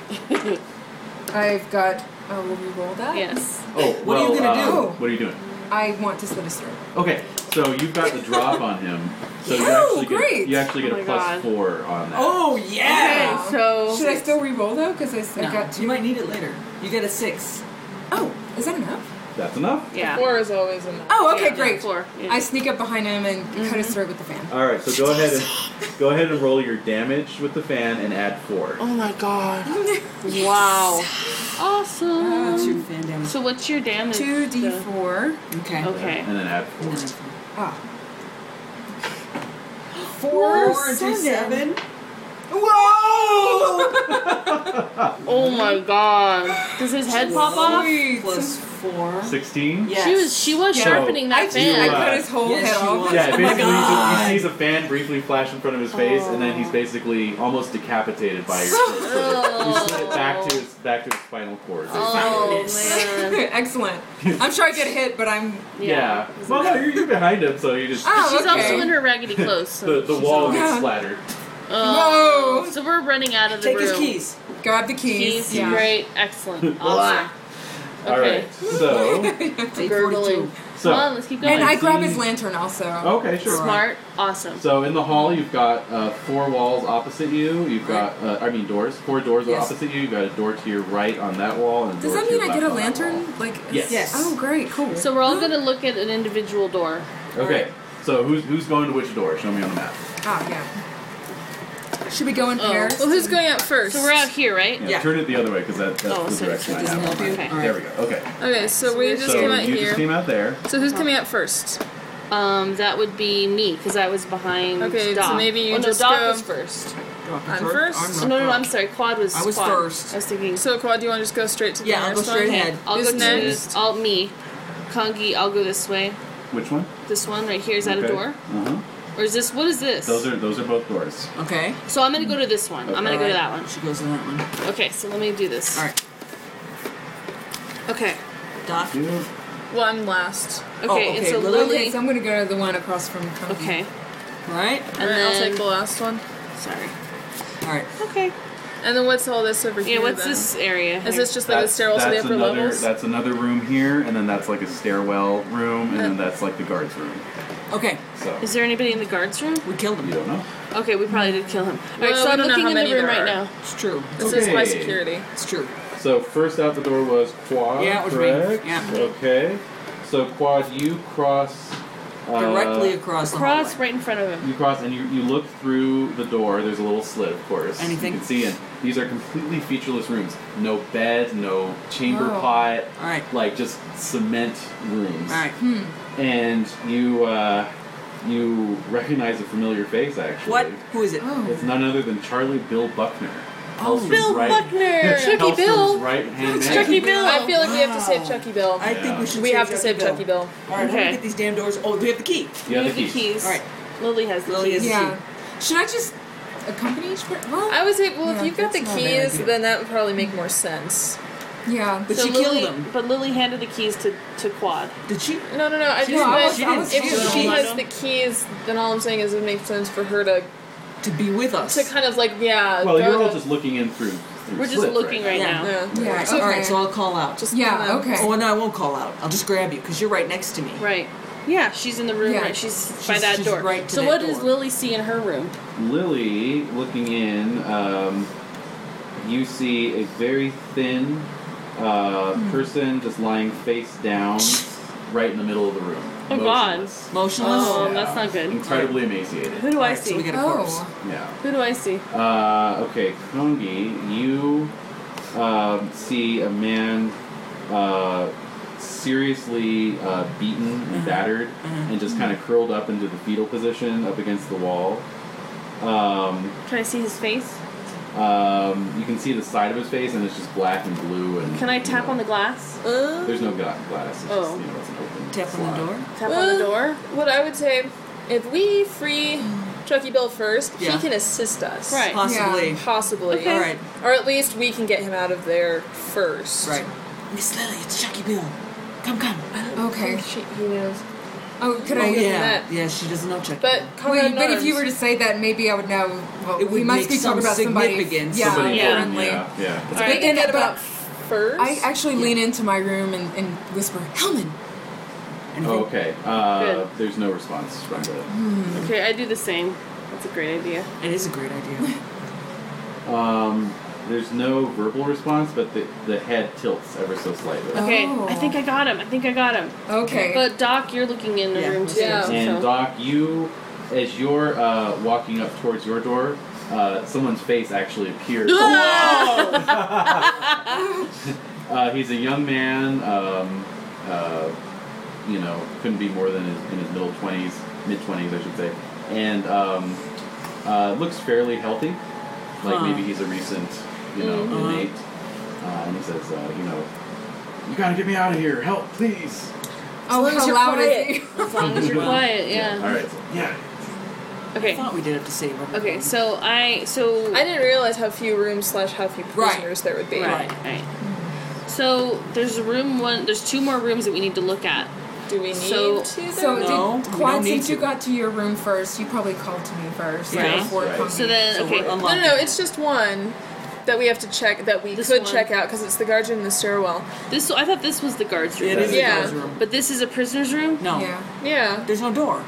[SPEAKER 7] I've got. Oh, will we roll that?
[SPEAKER 3] Yes.
[SPEAKER 2] oh,
[SPEAKER 4] What are you
[SPEAKER 2] well,
[SPEAKER 4] gonna
[SPEAKER 2] uh,
[SPEAKER 7] do?
[SPEAKER 2] What are you doing?
[SPEAKER 7] I want to slit his throat.
[SPEAKER 2] Okay, so you've got the drop on him. So you
[SPEAKER 7] Oh,
[SPEAKER 2] actually
[SPEAKER 7] great.
[SPEAKER 2] get you actually get
[SPEAKER 3] Oh
[SPEAKER 2] a
[SPEAKER 3] my
[SPEAKER 2] plus
[SPEAKER 3] God.
[SPEAKER 2] four on that.
[SPEAKER 4] oh yeah.
[SPEAKER 3] Okay, so
[SPEAKER 7] Should I still re-roll though? Because I, s- I
[SPEAKER 4] No,
[SPEAKER 7] got two.
[SPEAKER 4] you might need it later. You get a six.
[SPEAKER 7] Oh, is that enough?
[SPEAKER 2] That's enough.
[SPEAKER 3] yeah.
[SPEAKER 5] Four is always enough.
[SPEAKER 7] Oh, okay,
[SPEAKER 3] Yeah,
[SPEAKER 7] great.
[SPEAKER 3] Four. Yeah.
[SPEAKER 7] I sneak up behind him and cut his throat with the fan.
[SPEAKER 2] All right, so go ahead and go ahead and roll your damage with the fan and add four.
[SPEAKER 3] oh my god. Wow. Awesome.
[SPEAKER 4] That's your fan damage.
[SPEAKER 3] so what's your damage?
[SPEAKER 7] Two D four.
[SPEAKER 4] Okay.
[SPEAKER 3] Okay.
[SPEAKER 2] And then add four.
[SPEAKER 7] Ah.
[SPEAKER 4] Four,
[SPEAKER 7] seven.
[SPEAKER 4] into seven. Whoa!
[SPEAKER 3] Oh my god. Does his head pop off?
[SPEAKER 7] Sweet.
[SPEAKER 4] Plus four.
[SPEAKER 2] Sixteen.
[SPEAKER 4] Yes.
[SPEAKER 3] She was she was
[SPEAKER 2] So,
[SPEAKER 3] sharpening
[SPEAKER 7] I,
[SPEAKER 3] that
[SPEAKER 7] just- I
[SPEAKER 3] fan.
[SPEAKER 2] uh,
[SPEAKER 7] cut his whole
[SPEAKER 4] Yes,
[SPEAKER 7] head
[SPEAKER 4] you
[SPEAKER 7] off.
[SPEAKER 4] are.
[SPEAKER 2] Yeah, basically he just-
[SPEAKER 4] Oh God.
[SPEAKER 2] he sees a fan briefly flash in front of his face, and then he's basically almost decapitated by your. You slit it back to his back to his spinal cord.
[SPEAKER 3] Oh man.
[SPEAKER 7] Excellent. I'm sure I get hit, but I'm.
[SPEAKER 2] Yeah. Well, no, you're, you're behind him, so you just
[SPEAKER 7] Oh,
[SPEAKER 3] She's
[SPEAKER 7] okay.
[SPEAKER 3] also in her raggedy clothes.
[SPEAKER 2] the
[SPEAKER 3] So
[SPEAKER 2] the wall
[SPEAKER 7] alright.
[SPEAKER 2] gets
[SPEAKER 7] Yeah.
[SPEAKER 2] splattered.
[SPEAKER 3] Oh,
[SPEAKER 7] Whoa.
[SPEAKER 3] So we're running out of the
[SPEAKER 4] Take
[SPEAKER 3] room.
[SPEAKER 4] his keys.
[SPEAKER 7] Grab the keys.
[SPEAKER 3] Keys,
[SPEAKER 7] yeah.
[SPEAKER 3] Great. Excellent.
[SPEAKER 2] Blah.
[SPEAKER 3] Awesome.
[SPEAKER 2] All
[SPEAKER 3] Okay.
[SPEAKER 2] right, so
[SPEAKER 4] Eight
[SPEAKER 3] Gurgling.
[SPEAKER 4] forty-two.
[SPEAKER 2] so
[SPEAKER 3] Come on, let's keep going.
[SPEAKER 7] And I grab
[SPEAKER 2] see.
[SPEAKER 7] his lantern also.
[SPEAKER 4] Oh.
[SPEAKER 2] okay, sure.
[SPEAKER 3] Smart. Awesome.
[SPEAKER 2] So in the hall, you've got uh, four walls opposite you. You've got, uh, I mean, doors. Four doors
[SPEAKER 4] Yes.
[SPEAKER 2] opposite you. You've got a door to your right on that wall, and a
[SPEAKER 7] Does
[SPEAKER 2] door
[SPEAKER 7] that
[SPEAKER 2] to
[SPEAKER 7] mean
[SPEAKER 2] your
[SPEAKER 7] I get
[SPEAKER 2] left
[SPEAKER 7] a
[SPEAKER 2] on that
[SPEAKER 7] lantern?
[SPEAKER 2] wall.
[SPEAKER 7] Like.
[SPEAKER 2] Yes.
[SPEAKER 4] Yes.
[SPEAKER 7] Oh, great. Cool.
[SPEAKER 3] So we're all gonna look at an individual door.
[SPEAKER 2] Okay, so who's who's going to which door? Show me on the map.
[SPEAKER 7] Ah, yeah. Should we go in
[SPEAKER 3] Oh.
[SPEAKER 7] pairs?
[SPEAKER 5] Well, who's going out first?
[SPEAKER 3] So we're out here, right?
[SPEAKER 2] Yeah,
[SPEAKER 4] Yeah.
[SPEAKER 2] Turn it the other way because that, that's
[SPEAKER 3] Oh,
[SPEAKER 2] the
[SPEAKER 3] so
[SPEAKER 2] direction
[SPEAKER 3] it
[SPEAKER 2] I
[SPEAKER 3] doesn't
[SPEAKER 2] have.
[SPEAKER 3] help
[SPEAKER 2] on
[SPEAKER 3] you.
[SPEAKER 2] mine.
[SPEAKER 3] All
[SPEAKER 2] There we go. Okay.
[SPEAKER 5] Okay, so we just
[SPEAKER 2] so
[SPEAKER 5] came out
[SPEAKER 2] you just
[SPEAKER 5] here.
[SPEAKER 2] came out there.
[SPEAKER 5] So who's coming out first?
[SPEAKER 3] Um, that would be me because I was behind.
[SPEAKER 5] Okay, so
[SPEAKER 3] Doc.
[SPEAKER 5] maybe you
[SPEAKER 3] oh, no,
[SPEAKER 5] just
[SPEAKER 3] Doc
[SPEAKER 5] go-
[SPEAKER 3] was first.
[SPEAKER 5] I'm first?
[SPEAKER 3] Oh, no, no, no, I'm sorry. Quad was.
[SPEAKER 4] I was
[SPEAKER 3] quad.
[SPEAKER 4] first.
[SPEAKER 3] I was thinking.
[SPEAKER 5] So, Quad, do you want to just go straight to the
[SPEAKER 4] Yeah, I'll
[SPEAKER 5] nearest
[SPEAKER 4] go straight
[SPEAKER 5] one?
[SPEAKER 4] ahead.
[SPEAKER 3] I'll
[SPEAKER 5] Who's
[SPEAKER 3] go
[SPEAKER 5] next?
[SPEAKER 3] to. I'll me. Kongi, I'll go this way.
[SPEAKER 2] Which one?
[SPEAKER 3] This one right here is that
[SPEAKER 2] okay.
[SPEAKER 3] a door,
[SPEAKER 2] Uh-huh.
[SPEAKER 3] or is this? What is this?
[SPEAKER 2] Those are those are both doors.
[SPEAKER 4] Okay.
[SPEAKER 3] so I'm gonna go to this one. I'm gonna go to that one.
[SPEAKER 4] She goes to that one.
[SPEAKER 3] Okay, so let me do this.
[SPEAKER 4] All right.
[SPEAKER 3] Okay.
[SPEAKER 4] Doc.
[SPEAKER 2] You know,
[SPEAKER 5] Well, I'm last.
[SPEAKER 3] Okay,
[SPEAKER 4] okay,
[SPEAKER 3] and so
[SPEAKER 4] Lily.
[SPEAKER 3] Lily.
[SPEAKER 7] Okay, so I'm gonna go to the one across from. Conky.
[SPEAKER 3] okay.
[SPEAKER 4] All right.
[SPEAKER 3] And
[SPEAKER 5] Alright,
[SPEAKER 3] then
[SPEAKER 5] I'll take the last one.
[SPEAKER 3] sorry.
[SPEAKER 4] All right.
[SPEAKER 3] Okay.
[SPEAKER 5] And then what's all this over here?
[SPEAKER 3] Yeah, what's
[SPEAKER 5] then?
[SPEAKER 3] this area?
[SPEAKER 5] Is this just like
[SPEAKER 2] that's,
[SPEAKER 5] the stairwell to the
[SPEAKER 2] that's
[SPEAKER 5] upper
[SPEAKER 2] another
[SPEAKER 5] levels?
[SPEAKER 2] that's another room here, and then that's like a stairwell room, and
[SPEAKER 5] Uh.
[SPEAKER 2] then that's like the guards room.
[SPEAKER 4] Okay.
[SPEAKER 2] So
[SPEAKER 3] Is there anybody in the guards room?
[SPEAKER 4] We killed him.
[SPEAKER 2] you don't know.
[SPEAKER 3] Okay, we probably did kill him. All right,
[SPEAKER 5] Well,
[SPEAKER 3] so
[SPEAKER 5] we
[SPEAKER 3] I'm
[SPEAKER 5] don't know
[SPEAKER 3] looking
[SPEAKER 5] how
[SPEAKER 3] in the
[SPEAKER 5] many
[SPEAKER 3] room
[SPEAKER 5] there
[SPEAKER 3] right
[SPEAKER 5] are.
[SPEAKER 3] now.
[SPEAKER 4] It's true.
[SPEAKER 5] This is my
[SPEAKER 2] Okay.
[SPEAKER 5] security.
[SPEAKER 4] It's true.
[SPEAKER 2] So first out the door was Quad.
[SPEAKER 4] Yeah, it was me.
[SPEAKER 2] correct?
[SPEAKER 4] Yeah.
[SPEAKER 2] Okay. So Quad, you cross uh,
[SPEAKER 4] Directly across the
[SPEAKER 3] Cross
[SPEAKER 4] hallway.
[SPEAKER 3] right in front of him.
[SPEAKER 2] You cross and you, you look through the door. There's a little slit, of course.
[SPEAKER 4] Anything?
[SPEAKER 2] you can see in. These are completely featureless rooms. No bed, no chamber
[SPEAKER 7] Oh.
[SPEAKER 2] pot,
[SPEAKER 4] All right.
[SPEAKER 2] like just cement rooms.
[SPEAKER 4] All right.
[SPEAKER 2] And you uh, you recognize a familiar face actually.
[SPEAKER 4] What? Who is it?
[SPEAKER 2] It's none other than Charlie Bill Buckner. Hellstrom's
[SPEAKER 3] Bill
[SPEAKER 2] right,
[SPEAKER 3] Buckner! Chucky
[SPEAKER 2] Hellstrom's
[SPEAKER 3] Bill!
[SPEAKER 2] right hand
[SPEAKER 3] It's
[SPEAKER 2] man.
[SPEAKER 3] Chucky Bill!
[SPEAKER 5] I feel like we have to
[SPEAKER 4] Wow.
[SPEAKER 5] save Chucky Bill.
[SPEAKER 4] I think we should.
[SPEAKER 5] we
[SPEAKER 4] save
[SPEAKER 5] have to save
[SPEAKER 4] Bill.
[SPEAKER 5] Chucky Bill.
[SPEAKER 4] All right. How do we
[SPEAKER 3] Okay.
[SPEAKER 4] get these damn doors? Oh, do we have the key?
[SPEAKER 2] You have
[SPEAKER 3] We
[SPEAKER 2] the keys.
[SPEAKER 4] All right.
[SPEAKER 3] Lily has the
[SPEAKER 4] Lily
[SPEAKER 3] keys.
[SPEAKER 4] has-
[SPEAKER 7] Yeah. Should I just accompany each per- Well,
[SPEAKER 5] I would say, well,
[SPEAKER 7] Yeah,
[SPEAKER 5] if you've got the
[SPEAKER 7] that's not a bad
[SPEAKER 5] keys,
[SPEAKER 7] idea.
[SPEAKER 5] then that would probably make more sense.
[SPEAKER 7] yeah.
[SPEAKER 4] But
[SPEAKER 3] So
[SPEAKER 4] she
[SPEAKER 3] Lily,
[SPEAKER 4] killed him.
[SPEAKER 3] But Lily handed the keys to, to Quad.
[SPEAKER 4] Did she?
[SPEAKER 5] No, no, no. I
[SPEAKER 4] She
[SPEAKER 5] just
[SPEAKER 4] didn't-
[SPEAKER 5] meant
[SPEAKER 4] she didn't
[SPEAKER 5] if
[SPEAKER 4] steal
[SPEAKER 5] she
[SPEAKER 3] them.
[SPEAKER 5] has the keys, then all I'm saying is it makes sense for her to
[SPEAKER 4] To be with us.
[SPEAKER 5] to kind of like yeah.
[SPEAKER 2] Well,
[SPEAKER 5] go
[SPEAKER 2] you're all
[SPEAKER 5] to-
[SPEAKER 2] just looking in through. through
[SPEAKER 3] We're just
[SPEAKER 2] slits
[SPEAKER 3] looking right
[SPEAKER 4] now.
[SPEAKER 3] now.
[SPEAKER 5] yeah.
[SPEAKER 7] Yeah.
[SPEAKER 4] All
[SPEAKER 7] okay.
[SPEAKER 4] right. So I'll call out.
[SPEAKER 5] Just
[SPEAKER 7] yeah.
[SPEAKER 5] kind of-
[SPEAKER 7] Okay.
[SPEAKER 4] Oh no, I won't call out. I'll just grab you because you're right next to me.
[SPEAKER 3] Right. Yeah, she's in the room
[SPEAKER 7] Yeah.
[SPEAKER 3] right. She's, by
[SPEAKER 4] She's-
[SPEAKER 3] that
[SPEAKER 4] she's
[SPEAKER 3] door.
[SPEAKER 4] right to
[SPEAKER 3] so
[SPEAKER 4] that
[SPEAKER 3] what does
[SPEAKER 4] door.
[SPEAKER 3] Lily see in her room?
[SPEAKER 2] Lily, looking in, um, you see a very thin uh,
[SPEAKER 3] Hmm.
[SPEAKER 2] person just lying face down, right in the middle of the room.
[SPEAKER 3] Oh, God.
[SPEAKER 2] motionless.
[SPEAKER 4] Motionless.
[SPEAKER 3] Oh,
[SPEAKER 2] Yeah.
[SPEAKER 3] that's not good.
[SPEAKER 2] Incredibly emaciated.
[SPEAKER 3] Who do
[SPEAKER 4] All
[SPEAKER 3] I
[SPEAKER 4] right,
[SPEAKER 3] see?
[SPEAKER 4] So we got a corpse.
[SPEAKER 7] Oh.
[SPEAKER 2] Yeah.
[SPEAKER 3] Who do I see?
[SPEAKER 2] Uh, okay, Kongi, you um, see a man uh, seriously uh, beaten
[SPEAKER 3] Mm-hmm.
[SPEAKER 2] and battered and just kind of curled up into the fetal position up against the wall. Um,
[SPEAKER 3] Can I see his face?
[SPEAKER 2] Um, you can see the side of his face, and it's just black and blue. And
[SPEAKER 3] Can I
[SPEAKER 2] you
[SPEAKER 3] tap
[SPEAKER 2] know,
[SPEAKER 3] on the glass?
[SPEAKER 5] Uh,
[SPEAKER 2] There's no gla- glass. It's
[SPEAKER 3] Oh.
[SPEAKER 2] just, you know, it's an open
[SPEAKER 4] Tap on
[SPEAKER 2] slot.
[SPEAKER 4] the door.
[SPEAKER 3] Tap on the
[SPEAKER 5] Well,
[SPEAKER 3] door?
[SPEAKER 5] What I would say, if we free Chucky Bill first,
[SPEAKER 4] Yeah.
[SPEAKER 5] he can assist us.
[SPEAKER 3] Right.
[SPEAKER 4] Possibly.
[SPEAKER 5] Possibly.
[SPEAKER 4] All right.
[SPEAKER 5] Or at least we can get him out of there first.
[SPEAKER 4] Right. Miss Lily, it's Chucky Bill. Come, come.
[SPEAKER 7] Okay.
[SPEAKER 5] She, he knows.
[SPEAKER 7] Oh, could
[SPEAKER 4] oh
[SPEAKER 7] I?
[SPEAKER 4] yeah,
[SPEAKER 5] that.
[SPEAKER 4] yeah. She doesn't know Chucky.
[SPEAKER 5] But
[SPEAKER 4] Bill.
[SPEAKER 5] Conrad
[SPEAKER 7] Wait, but if
[SPEAKER 5] knows.
[SPEAKER 7] you were to say that, maybe I would know. Well,
[SPEAKER 4] It
[SPEAKER 7] we
[SPEAKER 4] would
[SPEAKER 7] must
[SPEAKER 4] make
[SPEAKER 7] be
[SPEAKER 4] some
[SPEAKER 7] talking about somebody.
[SPEAKER 4] significance.
[SPEAKER 7] Yeah,
[SPEAKER 2] Somebody
[SPEAKER 3] Uh, Yeah.
[SPEAKER 2] open,
[SPEAKER 7] friendly.
[SPEAKER 2] Yeah, yeah.
[SPEAKER 3] All right.
[SPEAKER 7] Big
[SPEAKER 5] Get
[SPEAKER 7] enough,
[SPEAKER 5] him out first.
[SPEAKER 7] I actually lean into my room and, and whisper, "Hellman."
[SPEAKER 4] Anything?
[SPEAKER 2] Okay. Uh,
[SPEAKER 3] Good. Mm-hmm.
[SPEAKER 2] there's no response from the.
[SPEAKER 3] Okay, I do the same. That's a great idea.
[SPEAKER 5] Oh.
[SPEAKER 4] It is a great idea.
[SPEAKER 2] Um, there's no verbal response, but the, the head tilts ever so slightly.
[SPEAKER 3] Okay,
[SPEAKER 7] Oh.
[SPEAKER 3] I think I got him. I think I got him.
[SPEAKER 7] Okay.
[SPEAKER 3] But Doc, you're looking in the
[SPEAKER 4] Yeah.
[SPEAKER 3] room too.
[SPEAKER 5] Yeah.
[SPEAKER 2] And
[SPEAKER 3] so-
[SPEAKER 2] Doc, you, as you're uh, walking up towards your door, uh, someone's face actually appears. uh, he's a young man. Um, uh, you know, couldn't be more than his, in his middle twenties, mid twenties, I should say, and um, uh, looks fairly healthy. Like
[SPEAKER 4] Huh.
[SPEAKER 2] maybe he's a recent, you know,
[SPEAKER 3] Mm-hmm.
[SPEAKER 4] Mhm.
[SPEAKER 2] inmate. Uh, and he says, uh, you know, you gotta get me out of here. Help, please.
[SPEAKER 7] oh,
[SPEAKER 5] long as
[SPEAKER 7] how
[SPEAKER 5] you're
[SPEAKER 7] loud
[SPEAKER 5] quiet.
[SPEAKER 7] is he?
[SPEAKER 3] as long as you're quiet, yeah.
[SPEAKER 2] All right. So, yeah.
[SPEAKER 4] I
[SPEAKER 3] Okay.
[SPEAKER 4] thought we did have to save her.
[SPEAKER 3] Okay, so I so
[SPEAKER 5] I didn't realize how few rooms slash how few
[SPEAKER 7] Right.
[SPEAKER 5] prisoners there would be.
[SPEAKER 3] right, right. So there's a room one there's two more rooms that we need to look at.
[SPEAKER 5] Do we need
[SPEAKER 3] So-
[SPEAKER 5] to? Then?
[SPEAKER 7] So
[SPEAKER 4] No,
[SPEAKER 7] did
[SPEAKER 4] we
[SPEAKER 7] Quad,
[SPEAKER 4] don't need
[SPEAKER 7] since you
[SPEAKER 4] to.
[SPEAKER 7] got to your room first, you probably called to me first. like,
[SPEAKER 3] Right.
[SPEAKER 7] before
[SPEAKER 2] Right.
[SPEAKER 7] calling
[SPEAKER 3] So
[SPEAKER 7] me.
[SPEAKER 3] then
[SPEAKER 4] So
[SPEAKER 3] okay
[SPEAKER 4] we're
[SPEAKER 5] no, no, no. It's just one that we have to check that we
[SPEAKER 3] This
[SPEAKER 5] could
[SPEAKER 3] one.
[SPEAKER 5] check out because it's the guards room in the stairwell.
[SPEAKER 3] this I thought this was the guards room.
[SPEAKER 4] It is
[SPEAKER 5] Yeah.
[SPEAKER 4] a girl's room.
[SPEAKER 3] But this is a prisoner's room?
[SPEAKER 4] No,
[SPEAKER 7] Yeah.
[SPEAKER 5] Yeah.
[SPEAKER 4] there's no door.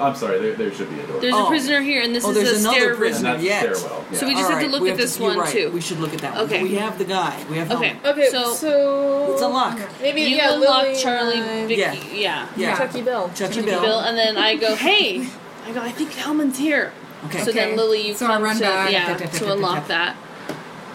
[SPEAKER 2] I'm sorry. There, there should be a door.
[SPEAKER 3] There's
[SPEAKER 4] Oh.
[SPEAKER 3] a prisoner here and this
[SPEAKER 4] Oh,
[SPEAKER 3] is
[SPEAKER 4] there's
[SPEAKER 3] a
[SPEAKER 4] another
[SPEAKER 3] stair
[SPEAKER 2] and
[SPEAKER 4] prisoner.
[SPEAKER 3] room.
[SPEAKER 2] that's
[SPEAKER 4] Yes.
[SPEAKER 2] the stairwell. Yeah.
[SPEAKER 3] So we just
[SPEAKER 4] All
[SPEAKER 3] have to
[SPEAKER 4] right,
[SPEAKER 3] look
[SPEAKER 4] we
[SPEAKER 3] at
[SPEAKER 4] have to-
[SPEAKER 3] this
[SPEAKER 4] you're
[SPEAKER 3] one,
[SPEAKER 4] right.
[SPEAKER 3] too.
[SPEAKER 4] We should look at that
[SPEAKER 3] Okay.
[SPEAKER 4] one. We have the guy. We have.
[SPEAKER 3] Okay.
[SPEAKER 4] Hellman.
[SPEAKER 5] Okay.
[SPEAKER 3] So-
[SPEAKER 5] So,
[SPEAKER 4] It's a lock.
[SPEAKER 5] Maybe
[SPEAKER 3] You
[SPEAKER 5] yeah.
[SPEAKER 3] unlock
[SPEAKER 5] Lily,
[SPEAKER 3] Charlie
[SPEAKER 5] uh,
[SPEAKER 3] Vicky
[SPEAKER 4] Yeah.
[SPEAKER 3] yeah.
[SPEAKER 4] Yeah.
[SPEAKER 5] Chucky Bill.
[SPEAKER 4] Chucky
[SPEAKER 3] Bill.
[SPEAKER 4] Bill.
[SPEAKER 3] and then I go, hey, I go, I think Hellman's here.
[SPEAKER 4] Okay.
[SPEAKER 3] So
[SPEAKER 7] Okay,
[SPEAKER 3] then Lily, you
[SPEAKER 7] so I
[SPEAKER 3] come
[SPEAKER 7] run
[SPEAKER 3] to
[SPEAKER 7] back.
[SPEAKER 3] yeah to unlock that,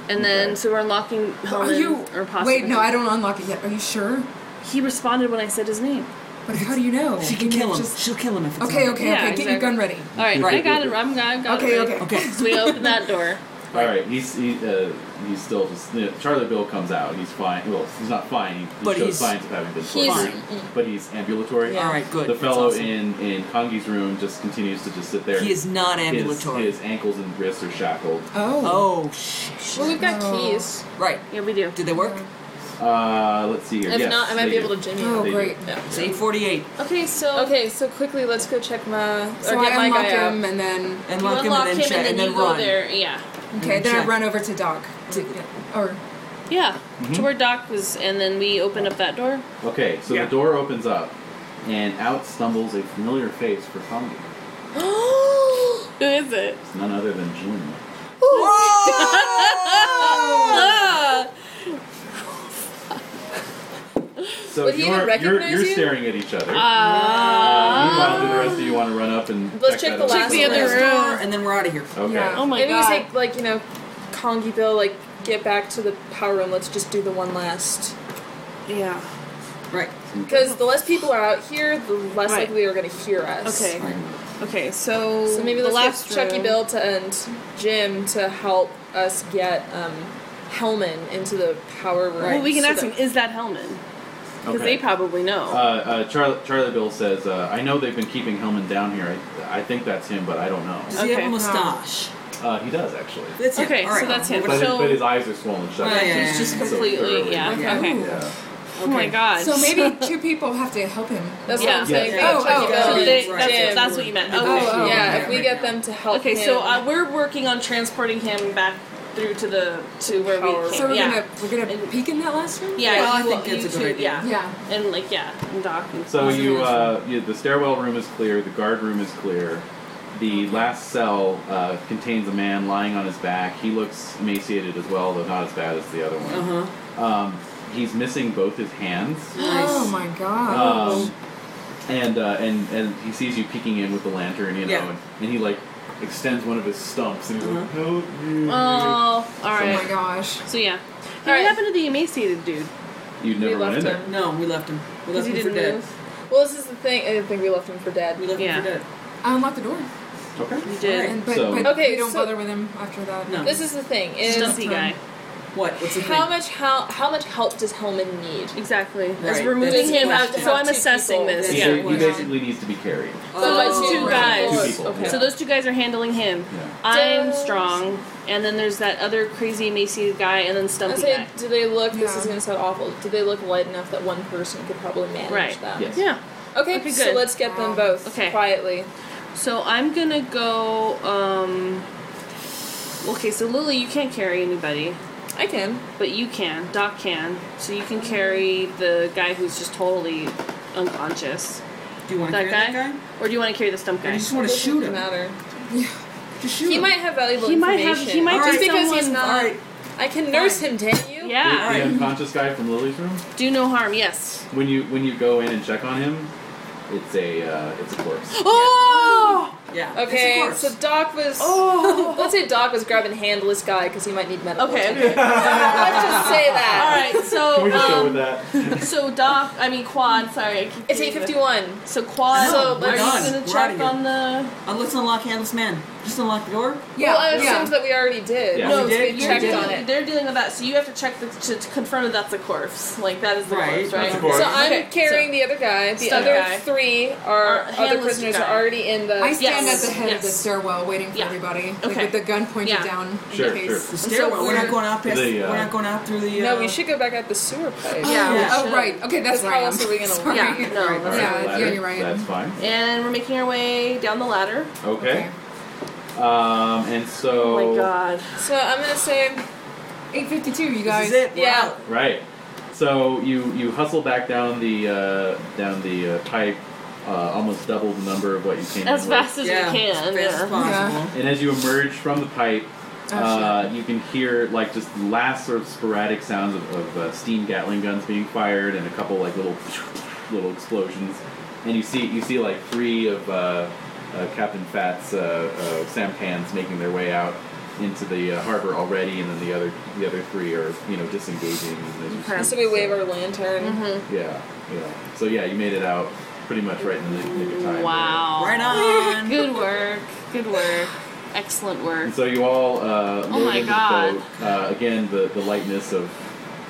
[SPEAKER 3] and then so we're unlocking.
[SPEAKER 7] Are
[SPEAKER 3] Hellman,
[SPEAKER 7] you?
[SPEAKER 3] or possibly
[SPEAKER 7] wait, no, I don't unlock it yet. Are you sure?
[SPEAKER 3] He responded when I said his name.
[SPEAKER 7] But how do you know?
[SPEAKER 4] She can
[SPEAKER 7] You
[SPEAKER 4] kill him.
[SPEAKER 7] just-
[SPEAKER 4] Oh, She'll kill him if it's
[SPEAKER 7] Okay,
[SPEAKER 4] not.
[SPEAKER 7] okay,
[SPEAKER 3] Yeah,
[SPEAKER 7] okay. Get your
[SPEAKER 3] exactly.
[SPEAKER 7] gun ready.
[SPEAKER 3] All right, I
[SPEAKER 2] Right.
[SPEAKER 3] got it. I'm got, got
[SPEAKER 7] Okay,
[SPEAKER 3] it.
[SPEAKER 7] okay.
[SPEAKER 4] Okay.
[SPEAKER 3] So we open that door.
[SPEAKER 2] All right, he's he, uh, he's still just you know, Charlie Bill comes out. He's fine. Well, he's not fine. He, he
[SPEAKER 4] But
[SPEAKER 2] shows
[SPEAKER 4] he's-
[SPEAKER 2] signs of having been
[SPEAKER 3] he's-
[SPEAKER 2] tortured,
[SPEAKER 5] mm.
[SPEAKER 2] but he's ambulatory.
[SPEAKER 4] All right, good.
[SPEAKER 2] The
[SPEAKER 4] That's
[SPEAKER 2] fellow
[SPEAKER 4] awesome.
[SPEAKER 2] in in Kangi's room just continues to just sit there.
[SPEAKER 4] He is not
[SPEAKER 2] His-
[SPEAKER 4] ambulatory.
[SPEAKER 2] His, ankles and wrists are shackled.
[SPEAKER 7] Oh.
[SPEAKER 4] Oh shit.
[SPEAKER 5] Well, we've got
[SPEAKER 7] No.
[SPEAKER 5] keys.
[SPEAKER 4] Right.
[SPEAKER 3] Yeah, we do.
[SPEAKER 4] Did they work?
[SPEAKER 2] Uh, let's see here.
[SPEAKER 5] If
[SPEAKER 2] yes,
[SPEAKER 5] not, I might
[SPEAKER 2] they
[SPEAKER 5] be able
[SPEAKER 2] do.
[SPEAKER 5] to jimmy.
[SPEAKER 7] Oh,
[SPEAKER 2] They do.
[SPEAKER 7] great.
[SPEAKER 4] It's 848.
[SPEAKER 3] Okay, so
[SPEAKER 5] Okay, so quickly, let's go check my or
[SPEAKER 7] So
[SPEAKER 5] get
[SPEAKER 7] I
[SPEAKER 5] my
[SPEAKER 7] unlock
[SPEAKER 5] guy out.
[SPEAKER 7] him and then
[SPEAKER 4] And
[SPEAKER 3] you
[SPEAKER 4] lock him
[SPEAKER 3] unlock
[SPEAKER 4] and then
[SPEAKER 3] him
[SPEAKER 4] check
[SPEAKER 3] and then, you
[SPEAKER 4] run.
[SPEAKER 3] go there. Yeah,
[SPEAKER 7] okay,
[SPEAKER 4] And
[SPEAKER 7] then I
[SPEAKER 4] Mm-hmm. check.
[SPEAKER 7] run over to Doc. To,
[SPEAKER 5] Mm-hmm.
[SPEAKER 7] or
[SPEAKER 3] yeah. To where Doc was, and then we open up that door.
[SPEAKER 2] Okay, so
[SPEAKER 7] Yeah.
[SPEAKER 2] the door opens up, and out stumbles a familiar face for Kangi.
[SPEAKER 3] Who is it?
[SPEAKER 2] It's none other than Jin.
[SPEAKER 3] Ah!
[SPEAKER 2] So
[SPEAKER 5] Would he even
[SPEAKER 2] you're, you're
[SPEAKER 5] recognize
[SPEAKER 2] you're
[SPEAKER 5] you?
[SPEAKER 2] staring at each other.
[SPEAKER 3] Ah.
[SPEAKER 2] Meanwhile, do the rest of you want to run up and
[SPEAKER 5] Let's check
[SPEAKER 2] check, that
[SPEAKER 5] the
[SPEAKER 2] out?
[SPEAKER 5] last
[SPEAKER 3] the other
[SPEAKER 5] one.
[SPEAKER 4] Last
[SPEAKER 7] Oh
[SPEAKER 3] room.
[SPEAKER 4] door, and then we're out of here.
[SPEAKER 2] Okay.
[SPEAKER 7] Yeah.
[SPEAKER 3] oh my
[SPEAKER 5] Maybe
[SPEAKER 3] god.
[SPEAKER 5] we say like you know, Kongi Bill, like get back to the power room. Let's just do the one last.
[SPEAKER 3] yeah.
[SPEAKER 4] Right.
[SPEAKER 5] Because the less people are out here, the less
[SPEAKER 3] Right.
[SPEAKER 5] likely they're going to hear us.
[SPEAKER 3] Okay. Okay. So
[SPEAKER 5] So maybe
[SPEAKER 3] the
[SPEAKER 5] let's
[SPEAKER 3] last
[SPEAKER 5] get Chucky
[SPEAKER 3] room-
[SPEAKER 5] Bill to and Jim to help us get um, Hellman into the power room.
[SPEAKER 3] Well, we can
[SPEAKER 5] so
[SPEAKER 3] ask him.
[SPEAKER 5] that-
[SPEAKER 3] Is that Hellman? Because
[SPEAKER 2] Okay.
[SPEAKER 3] they probably know.
[SPEAKER 2] Uh, uh, Charlie, Charlie Bill says, uh, "I know they've been keeping Hellman down here. I, I think that's him, but I don't know."
[SPEAKER 4] Does he have
[SPEAKER 3] Okay. Oh,
[SPEAKER 4] a mustache?
[SPEAKER 2] Uh, he does actually,
[SPEAKER 4] That's him.
[SPEAKER 3] Okay,
[SPEAKER 4] All right.
[SPEAKER 3] so that's him.
[SPEAKER 2] but, his,
[SPEAKER 3] So-
[SPEAKER 2] but his eyes are swollen
[SPEAKER 5] Oh,
[SPEAKER 2] shut.
[SPEAKER 4] Right,
[SPEAKER 2] so
[SPEAKER 4] yeah,
[SPEAKER 3] It's
[SPEAKER 2] so
[SPEAKER 3] just
[SPEAKER 4] yeah,
[SPEAKER 3] completely.
[SPEAKER 2] thoroughly.
[SPEAKER 3] Yeah.
[SPEAKER 4] Yeah.
[SPEAKER 3] Okay.
[SPEAKER 2] Yeah.
[SPEAKER 3] Oh my god.
[SPEAKER 7] so maybe two people have to help him.
[SPEAKER 5] That's what
[SPEAKER 3] Yeah.
[SPEAKER 5] I'm saying.
[SPEAKER 2] Yeah.
[SPEAKER 5] We got
[SPEAKER 7] Oh,
[SPEAKER 5] Chucky
[SPEAKER 7] oh,
[SPEAKER 5] Bill
[SPEAKER 3] So
[SPEAKER 5] and
[SPEAKER 3] they,
[SPEAKER 5] Jim.
[SPEAKER 3] that's, that's what you meant. Okay.
[SPEAKER 7] Oh, oh,
[SPEAKER 5] yeah,
[SPEAKER 7] okay,
[SPEAKER 5] if we
[SPEAKER 7] okay.
[SPEAKER 5] get them to help.
[SPEAKER 3] Okay,
[SPEAKER 5] him.
[SPEAKER 3] so uh, we're working on transporting him back through to the to where
[SPEAKER 5] Power
[SPEAKER 3] we
[SPEAKER 5] room.
[SPEAKER 3] came.
[SPEAKER 7] So we're
[SPEAKER 3] yeah,
[SPEAKER 7] gonna we're gonna
[SPEAKER 3] And-
[SPEAKER 7] peek in that last room.
[SPEAKER 3] yeah.
[SPEAKER 4] Well, I
[SPEAKER 3] you-
[SPEAKER 4] think that's
[SPEAKER 3] you
[SPEAKER 4] a good
[SPEAKER 3] two-
[SPEAKER 4] idea.
[SPEAKER 3] Yeah.
[SPEAKER 7] Yeah.
[SPEAKER 3] and like yeah, and Doc. And
[SPEAKER 2] So you, uh, you, the stairwell room is clear. The guard room is clear. The last cell uh, contains a man lying on his back. He looks emaciated as well, though not as bad as the other one.
[SPEAKER 4] Uh huh.
[SPEAKER 2] Um, he's missing both his hands.
[SPEAKER 7] Oh my
[SPEAKER 4] Uh,
[SPEAKER 7] god.
[SPEAKER 2] Um, and uh, and and he sees you peeking in with the lantern, you know,
[SPEAKER 4] Yeah.
[SPEAKER 2] and, and he like extends one of his stumps and he's like, "Help me!"
[SPEAKER 3] Oh, all
[SPEAKER 7] oh
[SPEAKER 3] right.
[SPEAKER 7] my gosh.
[SPEAKER 3] so yeah. Hey,
[SPEAKER 5] All right.
[SPEAKER 3] What happened to the emaciated dude?
[SPEAKER 2] you
[SPEAKER 5] we
[SPEAKER 2] never went
[SPEAKER 5] left
[SPEAKER 2] in there.
[SPEAKER 5] him.
[SPEAKER 4] No, we left him. We
[SPEAKER 3] Because
[SPEAKER 4] left
[SPEAKER 3] he
[SPEAKER 4] him
[SPEAKER 3] didn't
[SPEAKER 4] for dead.
[SPEAKER 3] move.
[SPEAKER 5] Well, this is the thing. I didn't think we left him for dead.
[SPEAKER 4] We left
[SPEAKER 3] Yeah.
[SPEAKER 4] him for dead.
[SPEAKER 7] I unlock the door.
[SPEAKER 2] Okay.
[SPEAKER 3] He did.
[SPEAKER 7] And, but
[SPEAKER 2] So-
[SPEAKER 7] but
[SPEAKER 5] Okay,
[SPEAKER 7] we don't
[SPEAKER 5] so-
[SPEAKER 7] bother with him after that.
[SPEAKER 4] No.
[SPEAKER 5] This is the thing. Is
[SPEAKER 3] Stumpy guy.
[SPEAKER 4] What? What's the
[SPEAKER 5] how
[SPEAKER 4] thing?
[SPEAKER 5] much how how much help does Hellman need?
[SPEAKER 3] Exactly.
[SPEAKER 4] Right,
[SPEAKER 3] As we're moving
[SPEAKER 4] that's
[SPEAKER 3] him
[SPEAKER 4] the
[SPEAKER 3] out,
[SPEAKER 4] question.
[SPEAKER 3] so I'm
[SPEAKER 5] Two
[SPEAKER 3] assessing
[SPEAKER 5] people.
[SPEAKER 3] this.
[SPEAKER 2] He,
[SPEAKER 7] Yeah.
[SPEAKER 2] ba-
[SPEAKER 3] Yeah.
[SPEAKER 2] he basically needs to be carried.
[SPEAKER 4] Uh,
[SPEAKER 3] So those two
[SPEAKER 5] Oh,
[SPEAKER 3] guys.
[SPEAKER 2] Two people,
[SPEAKER 5] Okay.
[SPEAKER 2] yeah.
[SPEAKER 3] So those two guys are handling him.
[SPEAKER 2] Yeah.
[SPEAKER 3] I'm
[SPEAKER 5] Does-
[SPEAKER 3] strong, and then there's that other crazy emaciated guy, and then
[SPEAKER 5] I
[SPEAKER 3] Stumpy
[SPEAKER 5] say,
[SPEAKER 3] guy.
[SPEAKER 5] do they look? This is
[SPEAKER 7] Yeah.
[SPEAKER 5] gonna sound awful. Do they look light enough that one person could probably manage
[SPEAKER 3] Right.
[SPEAKER 5] them?
[SPEAKER 2] Yes.
[SPEAKER 3] Yeah.
[SPEAKER 5] Okay,
[SPEAKER 3] Okay,
[SPEAKER 5] so
[SPEAKER 3] good.
[SPEAKER 5] let's get them both
[SPEAKER 3] Okay.
[SPEAKER 5] quietly.
[SPEAKER 3] So I'm gonna go. um... Okay, so Lily, you can't carry anybody,
[SPEAKER 5] I can.
[SPEAKER 3] but you can. Doc can. So you can carry the guy who's just totally unconscious.
[SPEAKER 4] Do you want to
[SPEAKER 3] That
[SPEAKER 4] carry
[SPEAKER 3] guy?
[SPEAKER 4] that guy?
[SPEAKER 3] Or do you want to carry the stump
[SPEAKER 4] Or
[SPEAKER 3] guy?
[SPEAKER 4] you just want to
[SPEAKER 5] Doesn't
[SPEAKER 4] shoot him?
[SPEAKER 5] Matter.
[SPEAKER 4] Just shoot
[SPEAKER 5] He
[SPEAKER 4] him.
[SPEAKER 5] might have valuable
[SPEAKER 3] He might have-
[SPEAKER 5] information.
[SPEAKER 3] he might
[SPEAKER 5] just
[SPEAKER 4] be
[SPEAKER 5] because he's
[SPEAKER 3] someone-
[SPEAKER 5] not.
[SPEAKER 4] All right.
[SPEAKER 5] I can nurse him, damn you.
[SPEAKER 2] The,
[SPEAKER 3] Yeah.
[SPEAKER 2] the unconscious guy from Lily's room.
[SPEAKER 3] Do no harm. Yes.
[SPEAKER 2] When you when you go in and check on him, it's a uh, it's a corpse.
[SPEAKER 3] Oh!
[SPEAKER 4] Yeah. it's a
[SPEAKER 5] Okay,
[SPEAKER 4] corpse.
[SPEAKER 5] so Doc was. Let's say Doc was grabbing handless guy because he might need medical.
[SPEAKER 3] Okay.
[SPEAKER 5] attention. let's just say
[SPEAKER 3] All
[SPEAKER 5] that.
[SPEAKER 3] right.
[SPEAKER 2] Can we
[SPEAKER 3] So,
[SPEAKER 2] just go with
[SPEAKER 3] Oh, um,
[SPEAKER 2] that?
[SPEAKER 3] so Doc, I mean Quad. Sorry, I keep.
[SPEAKER 5] It's eight
[SPEAKER 3] getting the-
[SPEAKER 5] fifty one.
[SPEAKER 3] So Quad,
[SPEAKER 4] No,
[SPEAKER 3] so
[SPEAKER 4] we're
[SPEAKER 3] are you
[SPEAKER 4] done.
[SPEAKER 3] gonna
[SPEAKER 4] We're
[SPEAKER 3] check
[SPEAKER 4] outta
[SPEAKER 3] on the?
[SPEAKER 4] Uh, let's unlock Handless Man. Just unlock the door.
[SPEAKER 7] Yeah.
[SPEAKER 5] well, I assumed
[SPEAKER 7] yeah.
[SPEAKER 5] that we already did.
[SPEAKER 2] Yeah.
[SPEAKER 5] No,
[SPEAKER 4] We did,
[SPEAKER 5] we
[SPEAKER 4] we
[SPEAKER 5] checked
[SPEAKER 4] did.
[SPEAKER 5] on it.
[SPEAKER 3] They're dealing with that, so you have to check the, to, to confirm that that's a corpse. Like that is the
[SPEAKER 4] Right.
[SPEAKER 3] corpse,
[SPEAKER 4] That's
[SPEAKER 3] right?
[SPEAKER 2] a corpse.
[SPEAKER 5] So I'm
[SPEAKER 3] Okay,
[SPEAKER 5] carrying the other guy. The
[SPEAKER 3] Stuck
[SPEAKER 5] other
[SPEAKER 3] guy.
[SPEAKER 5] three are
[SPEAKER 3] Our
[SPEAKER 5] other
[SPEAKER 3] handless
[SPEAKER 5] prisoners
[SPEAKER 3] guy.
[SPEAKER 5] are already in the.
[SPEAKER 7] I stand
[SPEAKER 3] Yes.
[SPEAKER 7] at the head of the
[SPEAKER 3] Yes.
[SPEAKER 7] stairwell waiting for
[SPEAKER 3] Yeah.
[SPEAKER 7] everybody. Like
[SPEAKER 3] Okay.
[SPEAKER 7] with the gun pointed
[SPEAKER 3] Yeah.
[SPEAKER 7] down.
[SPEAKER 2] Sure,
[SPEAKER 7] in case.
[SPEAKER 4] The
[SPEAKER 7] So
[SPEAKER 4] stairwell. we're not
[SPEAKER 7] we're-
[SPEAKER 4] going out past.
[SPEAKER 2] The, uh,
[SPEAKER 4] we're not going out through the. Uh,
[SPEAKER 5] no, we should go back out the sewer pipe.
[SPEAKER 7] Yeah.
[SPEAKER 4] Yeah.
[SPEAKER 7] Oh, right. Okay, that's
[SPEAKER 5] Because
[SPEAKER 7] where
[SPEAKER 5] how
[SPEAKER 7] I am.
[SPEAKER 5] else are we gonna-
[SPEAKER 7] Sorry.
[SPEAKER 3] Yeah, no,
[SPEAKER 7] Right.
[SPEAKER 2] All right,
[SPEAKER 3] that's
[SPEAKER 7] yeah,
[SPEAKER 2] ladder.
[SPEAKER 7] yeah, you're right.
[SPEAKER 2] That's fine.
[SPEAKER 3] And we're making our way down the ladder.
[SPEAKER 4] Oh.
[SPEAKER 2] Okay. Um, and so.
[SPEAKER 3] Oh my god.
[SPEAKER 5] So I'm gonna say
[SPEAKER 7] 852, you
[SPEAKER 4] This
[SPEAKER 7] guys.
[SPEAKER 4] is it. We're
[SPEAKER 5] yeah.
[SPEAKER 4] out.
[SPEAKER 2] Right. So you you hustle back down the uh, down the uh, pipe, uh, almost double the number of what you came
[SPEAKER 3] As
[SPEAKER 2] in
[SPEAKER 3] fast as
[SPEAKER 4] yeah.
[SPEAKER 3] we can.
[SPEAKER 4] As fast as
[SPEAKER 3] Yeah.
[SPEAKER 4] possible.
[SPEAKER 2] with. And as you emerge from the pipe,
[SPEAKER 7] Oh,
[SPEAKER 2] uh, you can hear like just last sort of sporadic sounds of, of uh, steam Gatling guns being fired and a couple like little little explosions. And you see you see like three of uh, uh, Captain Fat's uh, uh, sampans making their way out into the uh, harbor already, and then the other the other three are you know disengaging. as you
[SPEAKER 3] Okay.
[SPEAKER 2] speak,
[SPEAKER 5] So we wave our lantern.
[SPEAKER 2] Yeah, yeah. So yeah, you made it out pretty much right in the nick of time.
[SPEAKER 3] Wow.
[SPEAKER 4] Right on.
[SPEAKER 3] Good work. Good work. Excellent work.
[SPEAKER 2] And so you all uh, load
[SPEAKER 3] Oh my
[SPEAKER 2] into
[SPEAKER 3] God.
[SPEAKER 2] the boat. Uh, again, the, the lightness of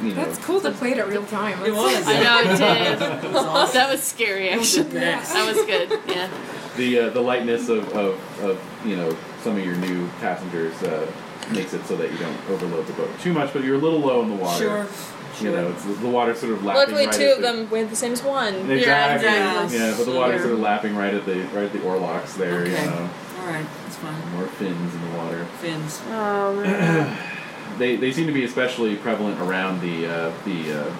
[SPEAKER 2] you know
[SPEAKER 7] That's cool to play it at real time.
[SPEAKER 4] It was.
[SPEAKER 3] I know it did.
[SPEAKER 4] It was awesome.
[SPEAKER 3] That was scary, actually.
[SPEAKER 4] Next.
[SPEAKER 3] That was good. Yeah.
[SPEAKER 2] the uh, the lightness of, of, of you know some of your new passengers uh, makes it so that you don't overload the boat too much, but you're a little low in the water.
[SPEAKER 4] Sure.
[SPEAKER 2] You know,
[SPEAKER 4] Sure.
[SPEAKER 2] it's, the water sort of lapping.
[SPEAKER 5] Luckily,
[SPEAKER 2] right
[SPEAKER 5] two
[SPEAKER 2] at
[SPEAKER 5] of
[SPEAKER 2] the-
[SPEAKER 5] them went the same as one.
[SPEAKER 2] Exactly.
[SPEAKER 4] Yeah, exactly.
[SPEAKER 2] Yeah, but the water's
[SPEAKER 3] Sure.
[SPEAKER 2] sort of lapping right at the right at the oarlocks there. You
[SPEAKER 4] Okay.
[SPEAKER 2] know,
[SPEAKER 4] All right. That's fine.
[SPEAKER 2] more fins in the water.
[SPEAKER 4] Fins.
[SPEAKER 3] Oh
[SPEAKER 5] Um,
[SPEAKER 3] man.
[SPEAKER 2] They, they seem to be especially prevalent around the uh, the uh,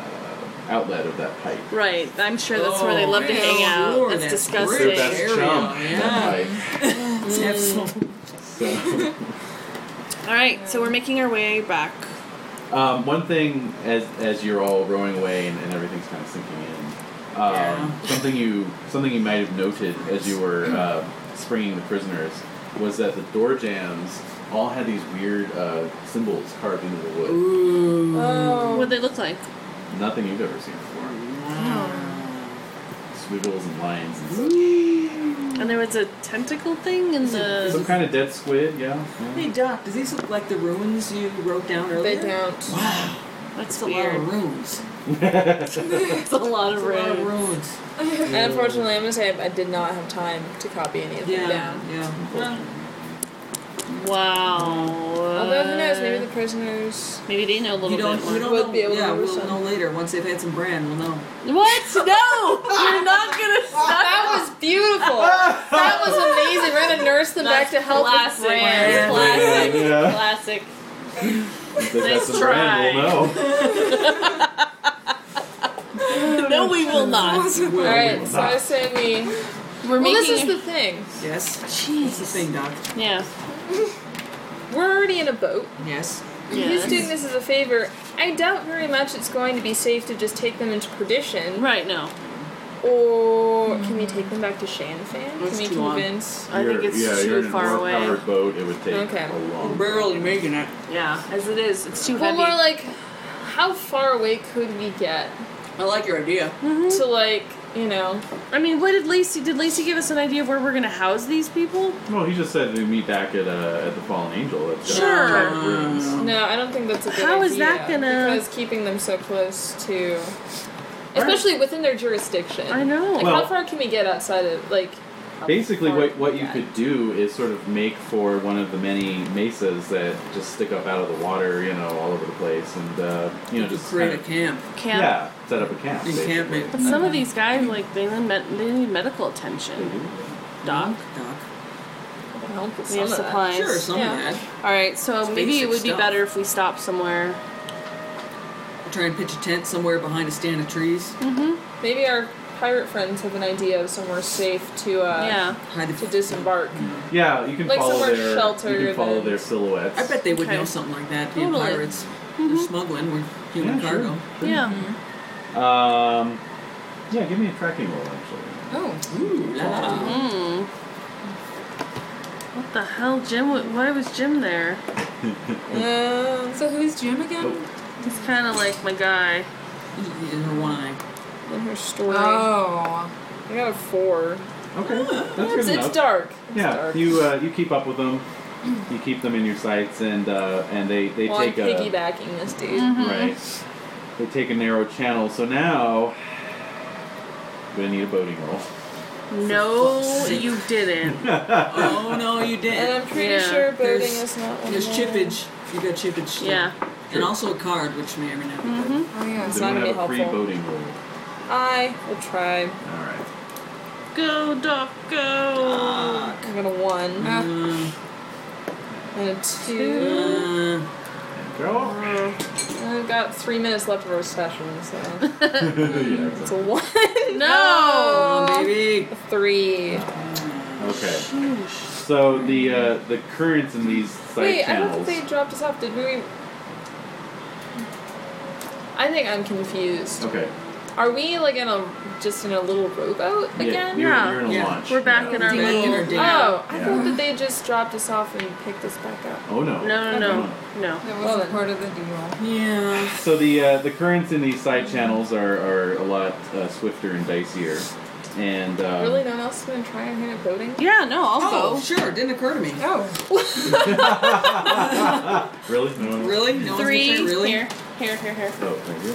[SPEAKER 2] uh, outlet of that pipe.
[SPEAKER 3] Right. I'm sure that's where they love to hang out.
[SPEAKER 4] Lord,
[SPEAKER 3] Oh, that's,
[SPEAKER 4] great.
[SPEAKER 3] disgusting.
[SPEAKER 2] Their best
[SPEAKER 4] Area,
[SPEAKER 2] chum, that
[SPEAKER 4] It's absolutely-
[SPEAKER 2] pipe. So.
[SPEAKER 3] All right. So we're making our way back.
[SPEAKER 2] Um, one thing, as as you're all rowing away and, and everything's kind of sinking in, um,
[SPEAKER 4] Yeah.
[SPEAKER 2] something you something you might have noted as you were uh, springing the prisoners was that the door jams all had these weird uh, symbols carved into the wood.
[SPEAKER 5] Oh.
[SPEAKER 3] What they look like?
[SPEAKER 2] Nothing you've ever seen before. Squiggles and lines and such.
[SPEAKER 3] And there was a tentacle thing in
[SPEAKER 2] Some
[SPEAKER 3] the.
[SPEAKER 2] kind of dead squid, yeah. yeah.
[SPEAKER 4] Hey Doc, does these look like the runes you wrote down
[SPEAKER 5] They
[SPEAKER 4] earlier?
[SPEAKER 5] don't.
[SPEAKER 4] Wow,
[SPEAKER 3] That's
[SPEAKER 4] it's a lot
[SPEAKER 3] weird.
[SPEAKER 4] of runes.
[SPEAKER 3] It's a lot
[SPEAKER 4] It's
[SPEAKER 3] of
[SPEAKER 4] a lot of
[SPEAKER 3] room.
[SPEAKER 4] runes.
[SPEAKER 5] And unfortunately, I'm gonna say I did not have time to copy any of them
[SPEAKER 4] Yeah,
[SPEAKER 5] down.
[SPEAKER 4] yeah.
[SPEAKER 2] Unfortunately.
[SPEAKER 3] Wow.
[SPEAKER 5] Although who knows, maybe
[SPEAKER 3] Uh,
[SPEAKER 5] the prisoners.
[SPEAKER 3] Maybe they know a little
[SPEAKER 4] You don't,
[SPEAKER 3] bit more.
[SPEAKER 4] you don't
[SPEAKER 5] We'll
[SPEAKER 4] know.
[SPEAKER 5] be able to
[SPEAKER 4] yeah,
[SPEAKER 5] do
[SPEAKER 4] we'll
[SPEAKER 5] some.
[SPEAKER 4] know later. Once they've had some brand, we'll know.
[SPEAKER 3] What? No! You're not gonna stop.
[SPEAKER 5] That was beautiful. that was amazing. We're gonna nurse them back to health
[SPEAKER 3] classic.
[SPEAKER 5] with brand.
[SPEAKER 4] Yeah.
[SPEAKER 3] Classic. Classic.
[SPEAKER 2] Yeah. If they've got
[SPEAKER 3] Nice
[SPEAKER 2] some
[SPEAKER 3] try.
[SPEAKER 2] brand, we'll know.
[SPEAKER 3] No, we will not.
[SPEAKER 5] All right, so I say we.
[SPEAKER 3] We're
[SPEAKER 5] Well,
[SPEAKER 3] making.
[SPEAKER 5] this is the thing.
[SPEAKER 4] Yes. It's the
[SPEAKER 3] Jeez.
[SPEAKER 4] thing, Doc.
[SPEAKER 3] Yeah.
[SPEAKER 5] We're already in a boat.
[SPEAKER 4] Yes.
[SPEAKER 5] He's
[SPEAKER 3] Yeah.
[SPEAKER 5] doing this as a favor. I doubt very much it's going to be safe to just take them into perdition.
[SPEAKER 3] Right. No.
[SPEAKER 5] Or can we take them back to Shanfan? Can
[SPEAKER 4] That's
[SPEAKER 5] we
[SPEAKER 4] too long.
[SPEAKER 5] convince?
[SPEAKER 3] I
[SPEAKER 2] You're-
[SPEAKER 3] think it's
[SPEAKER 2] yeah, you're in
[SPEAKER 3] too
[SPEAKER 2] an
[SPEAKER 3] far away.
[SPEAKER 2] oar-powered boat. It would take
[SPEAKER 5] Okay.
[SPEAKER 2] a long.
[SPEAKER 4] Barely making it.
[SPEAKER 3] Yeah, as it is, it's too
[SPEAKER 5] Well,
[SPEAKER 3] heavy.
[SPEAKER 5] more like, how far away could we get
[SPEAKER 4] I like your idea.
[SPEAKER 5] to like, you know?
[SPEAKER 3] I mean, what did Lacey? Did Lacey give us an idea of where we're gonna house these people?
[SPEAKER 2] Well, he just said we meet back at uh, at the Fallen Angel. It's got
[SPEAKER 3] Sure.
[SPEAKER 2] charted rooms.
[SPEAKER 5] No, I don't think that's a good
[SPEAKER 3] How
[SPEAKER 5] idea.
[SPEAKER 3] is that gonna-
[SPEAKER 5] Because keeping them so close to, especially within their jurisdiction.
[SPEAKER 3] I know.
[SPEAKER 5] Like,
[SPEAKER 2] Well-
[SPEAKER 5] how far can we get outside of like? how
[SPEAKER 2] Basically,
[SPEAKER 4] Oh,
[SPEAKER 5] far
[SPEAKER 2] what,
[SPEAKER 5] can
[SPEAKER 2] what
[SPEAKER 5] we
[SPEAKER 2] you
[SPEAKER 5] get?
[SPEAKER 2] could do is sort of make for one of the many mesas that just stick up out of the water, you know, all over the place, and uh, you know,
[SPEAKER 4] To
[SPEAKER 2] just
[SPEAKER 4] create a
[SPEAKER 2] kind of-
[SPEAKER 4] camp.
[SPEAKER 3] Camp.
[SPEAKER 2] Yeah, set up a camp. basically.
[SPEAKER 4] Encampment.
[SPEAKER 3] But some of these guys, like, they need, med- they need medical attention. Doc,
[SPEAKER 4] Doc.
[SPEAKER 5] I can help with
[SPEAKER 3] we
[SPEAKER 5] some
[SPEAKER 3] have
[SPEAKER 5] of that.
[SPEAKER 3] supplies.
[SPEAKER 4] Sure, some
[SPEAKER 5] Yeah.
[SPEAKER 4] of that.
[SPEAKER 3] All right, so maybe
[SPEAKER 4] basic
[SPEAKER 3] it would be
[SPEAKER 4] stuff.
[SPEAKER 3] better if we stop somewhere.
[SPEAKER 4] Try and pitch a tent somewhere behind a stand of trees.
[SPEAKER 5] Maybe our pirate friends have an idea of somewhere safe to uh,
[SPEAKER 3] yeah.
[SPEAKER 4] Hide the
[SPEAKER 5] to disembark.
[SPEAKER 2] Yeah, you can
[SPEAKER 5] Like
[SPEAKER 2] follow
[SPEAKER 5] somewhere
[SPEAKER 2] their you
[SPEAKER 5] sheltered
[SPEAKER 2] can follow
[SPEAKER 5] and-
[SPEAKER 2] their silhouettes.
[SPEAKER 4] I bet they would
[SPEAKER 3] Okay.
[SPEAKER 4] know something like that. Being
[SPEAKER 3] Totally.
[SPEAKER 4] pirates, they're smuggling. We're human
[SPEAKER 2] Yeah, sure.
[SPEAKER 4] cargo.
[SPEAKER 3] Yeah.
[SPEAKER 2] Um, yeah, give me a tracking roll actually.
[SPEAKER 7] Oh,
[SPEAKER 4] Ooh, la la.
[SPEAKER 5] Mm-hmm.
[SPEAKER 3] Hmm. What the hell, Jim? wa- Why was Jim there?
[SPEAKER 5] Uh,
[SPEAKER 7] so who's Jim again?
[SPEAKER 3] He's kind of like my guy.
[SPEAKER 4] In her wine.
[SPEAKER 5] in her story.
[SPEAKER 7] Oh,
[SPEAKER 5] I got a four.
[SPEAKER 2] Okay, that's
[SPEAKER 5] it's,
[SPEAKER 2] good
[SPEAKER 5] it's
[SPEAKER 2] enough.
[SPEAKER 5] dark. It's
[SPEAKER 2] Yeah,
[SPEAKER 5] dark.
[SPEAKER 2] you uh, you keep up with them. You keep them in your sights, and uh, and they they
[SPEAKER 5] well,
[SPEAKER 2] take
[SPEAKER 5] I'm
[SPEAKER 2] a
[SPEAKER 5] piggybacking this dude.
[SPEAKER 2] Right.
[SPEAKER 5] Mm-hmm.
[SPEAKER 2] They take a narrow channel, so now we need a boating roll.
[SPEAKER 3] Mm. No,
[SPEAKER 4] fuck's sake.
[SPEAKER 3] you didn't.
[SPEAKER 4] Oh no, you
[SPEAKER 5] And
[SPEAKER 4] did.
[SPEAKER 5] I'm pretty
[SPEAKER 3] Yeah,
[SPEAKER 5] sure boating
[SPEAKER 4] there's-
[SPEAKER 5] is not one
[SPEAKER 4] There's
[SPEAKER 5] of them.
[SPEAKER 4] chippage. You got chippage. still.
[SPEAKER 3] Yeah.
[SPEAKER 4] And also a card, which may or may not be good.
[SPEAKER 7] oh yeah.
[SPEAKER 5] It's
[SPEAKER 2] Does anyone
[SPEAKER 5] not
[SPEAKER 2] have a
[SPEAKER 5] gonna be
[SPEAKER 2] free
[SPEAKER 5] helpful.
[SPEAKER 2] boating roll?
[SPEAKER 5] I will try.
[SPEAKER 2] All right.
[SPEAKER 3] Go, Doc, go.
[SPEAKER 4] Fuck.
[SPEAKER 5] I got a one
[SPEAKER 4] Uh,
[SPEAKER 5] and a two.
[SPEAKER 4] uh,
[SPEAKER 2] Girl.
[SPEAKER 5] Uh, I've got three minutes left of our session, so
[SPEAKER 2] Yeah,
[SPEAKER 5] it's a one.
[SPEAKER 3] No.
[SPEAKER 4] oh, baby.
[SPEAKER 5] A three.
[SPEAKER 2] okay. So the uh, the currents in these side
[SPEAKER 5] Wait, I don't
[SPEAKER 2] channels.
[SPEAKER 5] think they dropped us off. Did we? I think I'm confused.
[SPEAKER 2] okay.
[SPEAKER 3] Are we like in a just in a little rowboat
[SPEAKER 2] Yeah,
[SPEAKER 3] again?
[SPEAKER 2] you're,
[SPEAKER 5] Yeah.
[SPEAKER 2] you're in a
[SPEAKER 4] Yeah.
[SPEAKER 2] launch.
[SPEAKER 5] We're back
[SPEAKER 2] yeah.
[SPEAKER 5] in our
[SPEAKER 4] Back in our
[SPEAKER 5] little.
[SPEAKER 4] day.
[SPEAKER 3] Oh, I
[SPEAKER 2] Yeah.
[SPEAKER 3] thought that they just dropped us off and picked us back up.
[SPEAKER 2] Oh no.
[SPEAKER 5] No, no, no, no.
[SPEAKER 7] That
[SPEAKER 3] Well
[SPEAKER 7] wasn't
[SPEAKER 3] then.
[SPEAKER 7] part of the deal.
[SPEAKER 4] Yeah.
[SPEAKER 2] So the uh, the currents in these side channels are, are a lot uh, swifter and dicier, and um,
[SPEAKER 3] Really, no one else is gonna try and hit it boating?
[SPEAKER 5] Yeah, no, I'll
[SPEAKER 4] Oh, sure. Didn't occur to me.
[SPEAKER 7] Oh,
[SPEAKER 2] really no one-
[SPEAKER 4] Really? No
[SPEAKER 5] go.
[SPEAKER 4] one's gonna
[SPEAKER 5] Three
[SPEAKER 4] say really?
[SPEAKER 5] here, here, here, here.
[SPEAKER 2] Oh, thank you.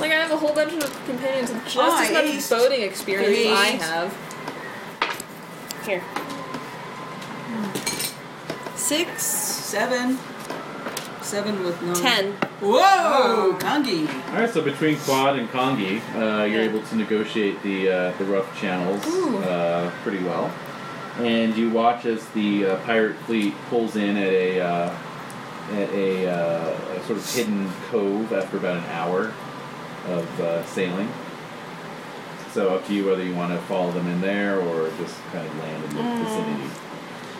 [SPEAKER 3] Like I have a whole bunch of companions with just
[SPEAKER 7] Ah,
[SPEAKER 4] I
[SPEAKER 3] as much
[SPEAKER 4] aced.
[SPEAKER 3] boating experience as I
[SPEAKER 4] Aced.
[SPEAKER 3] have.
[SPEAKER 5] Here.
[SPEAKER 4] Six, seven, seven with no.
[SPEAKER 5] Ten.
[SPEAKER 4] Whoa, Kangi.
[SPEAKER 2] All right, so between Quad and Kongi, uh, you're
[SPEAKER 5] Yeah.
[SPEAKER 2] able to negotiate the uh, the rough channels
[SPEAKER 7] Ooh.
[SPEAKER 2] uh, pretty well, and you watch as the uh, pirate fleet pulls in at a uh, at a, uh, a sort of hidden cove after about an hour of uh, sailing. So up to you whether you want to follow them in there or just kind of land in the
[SPEAKER 4] Mm.
[SPEAKER 2] vicinity.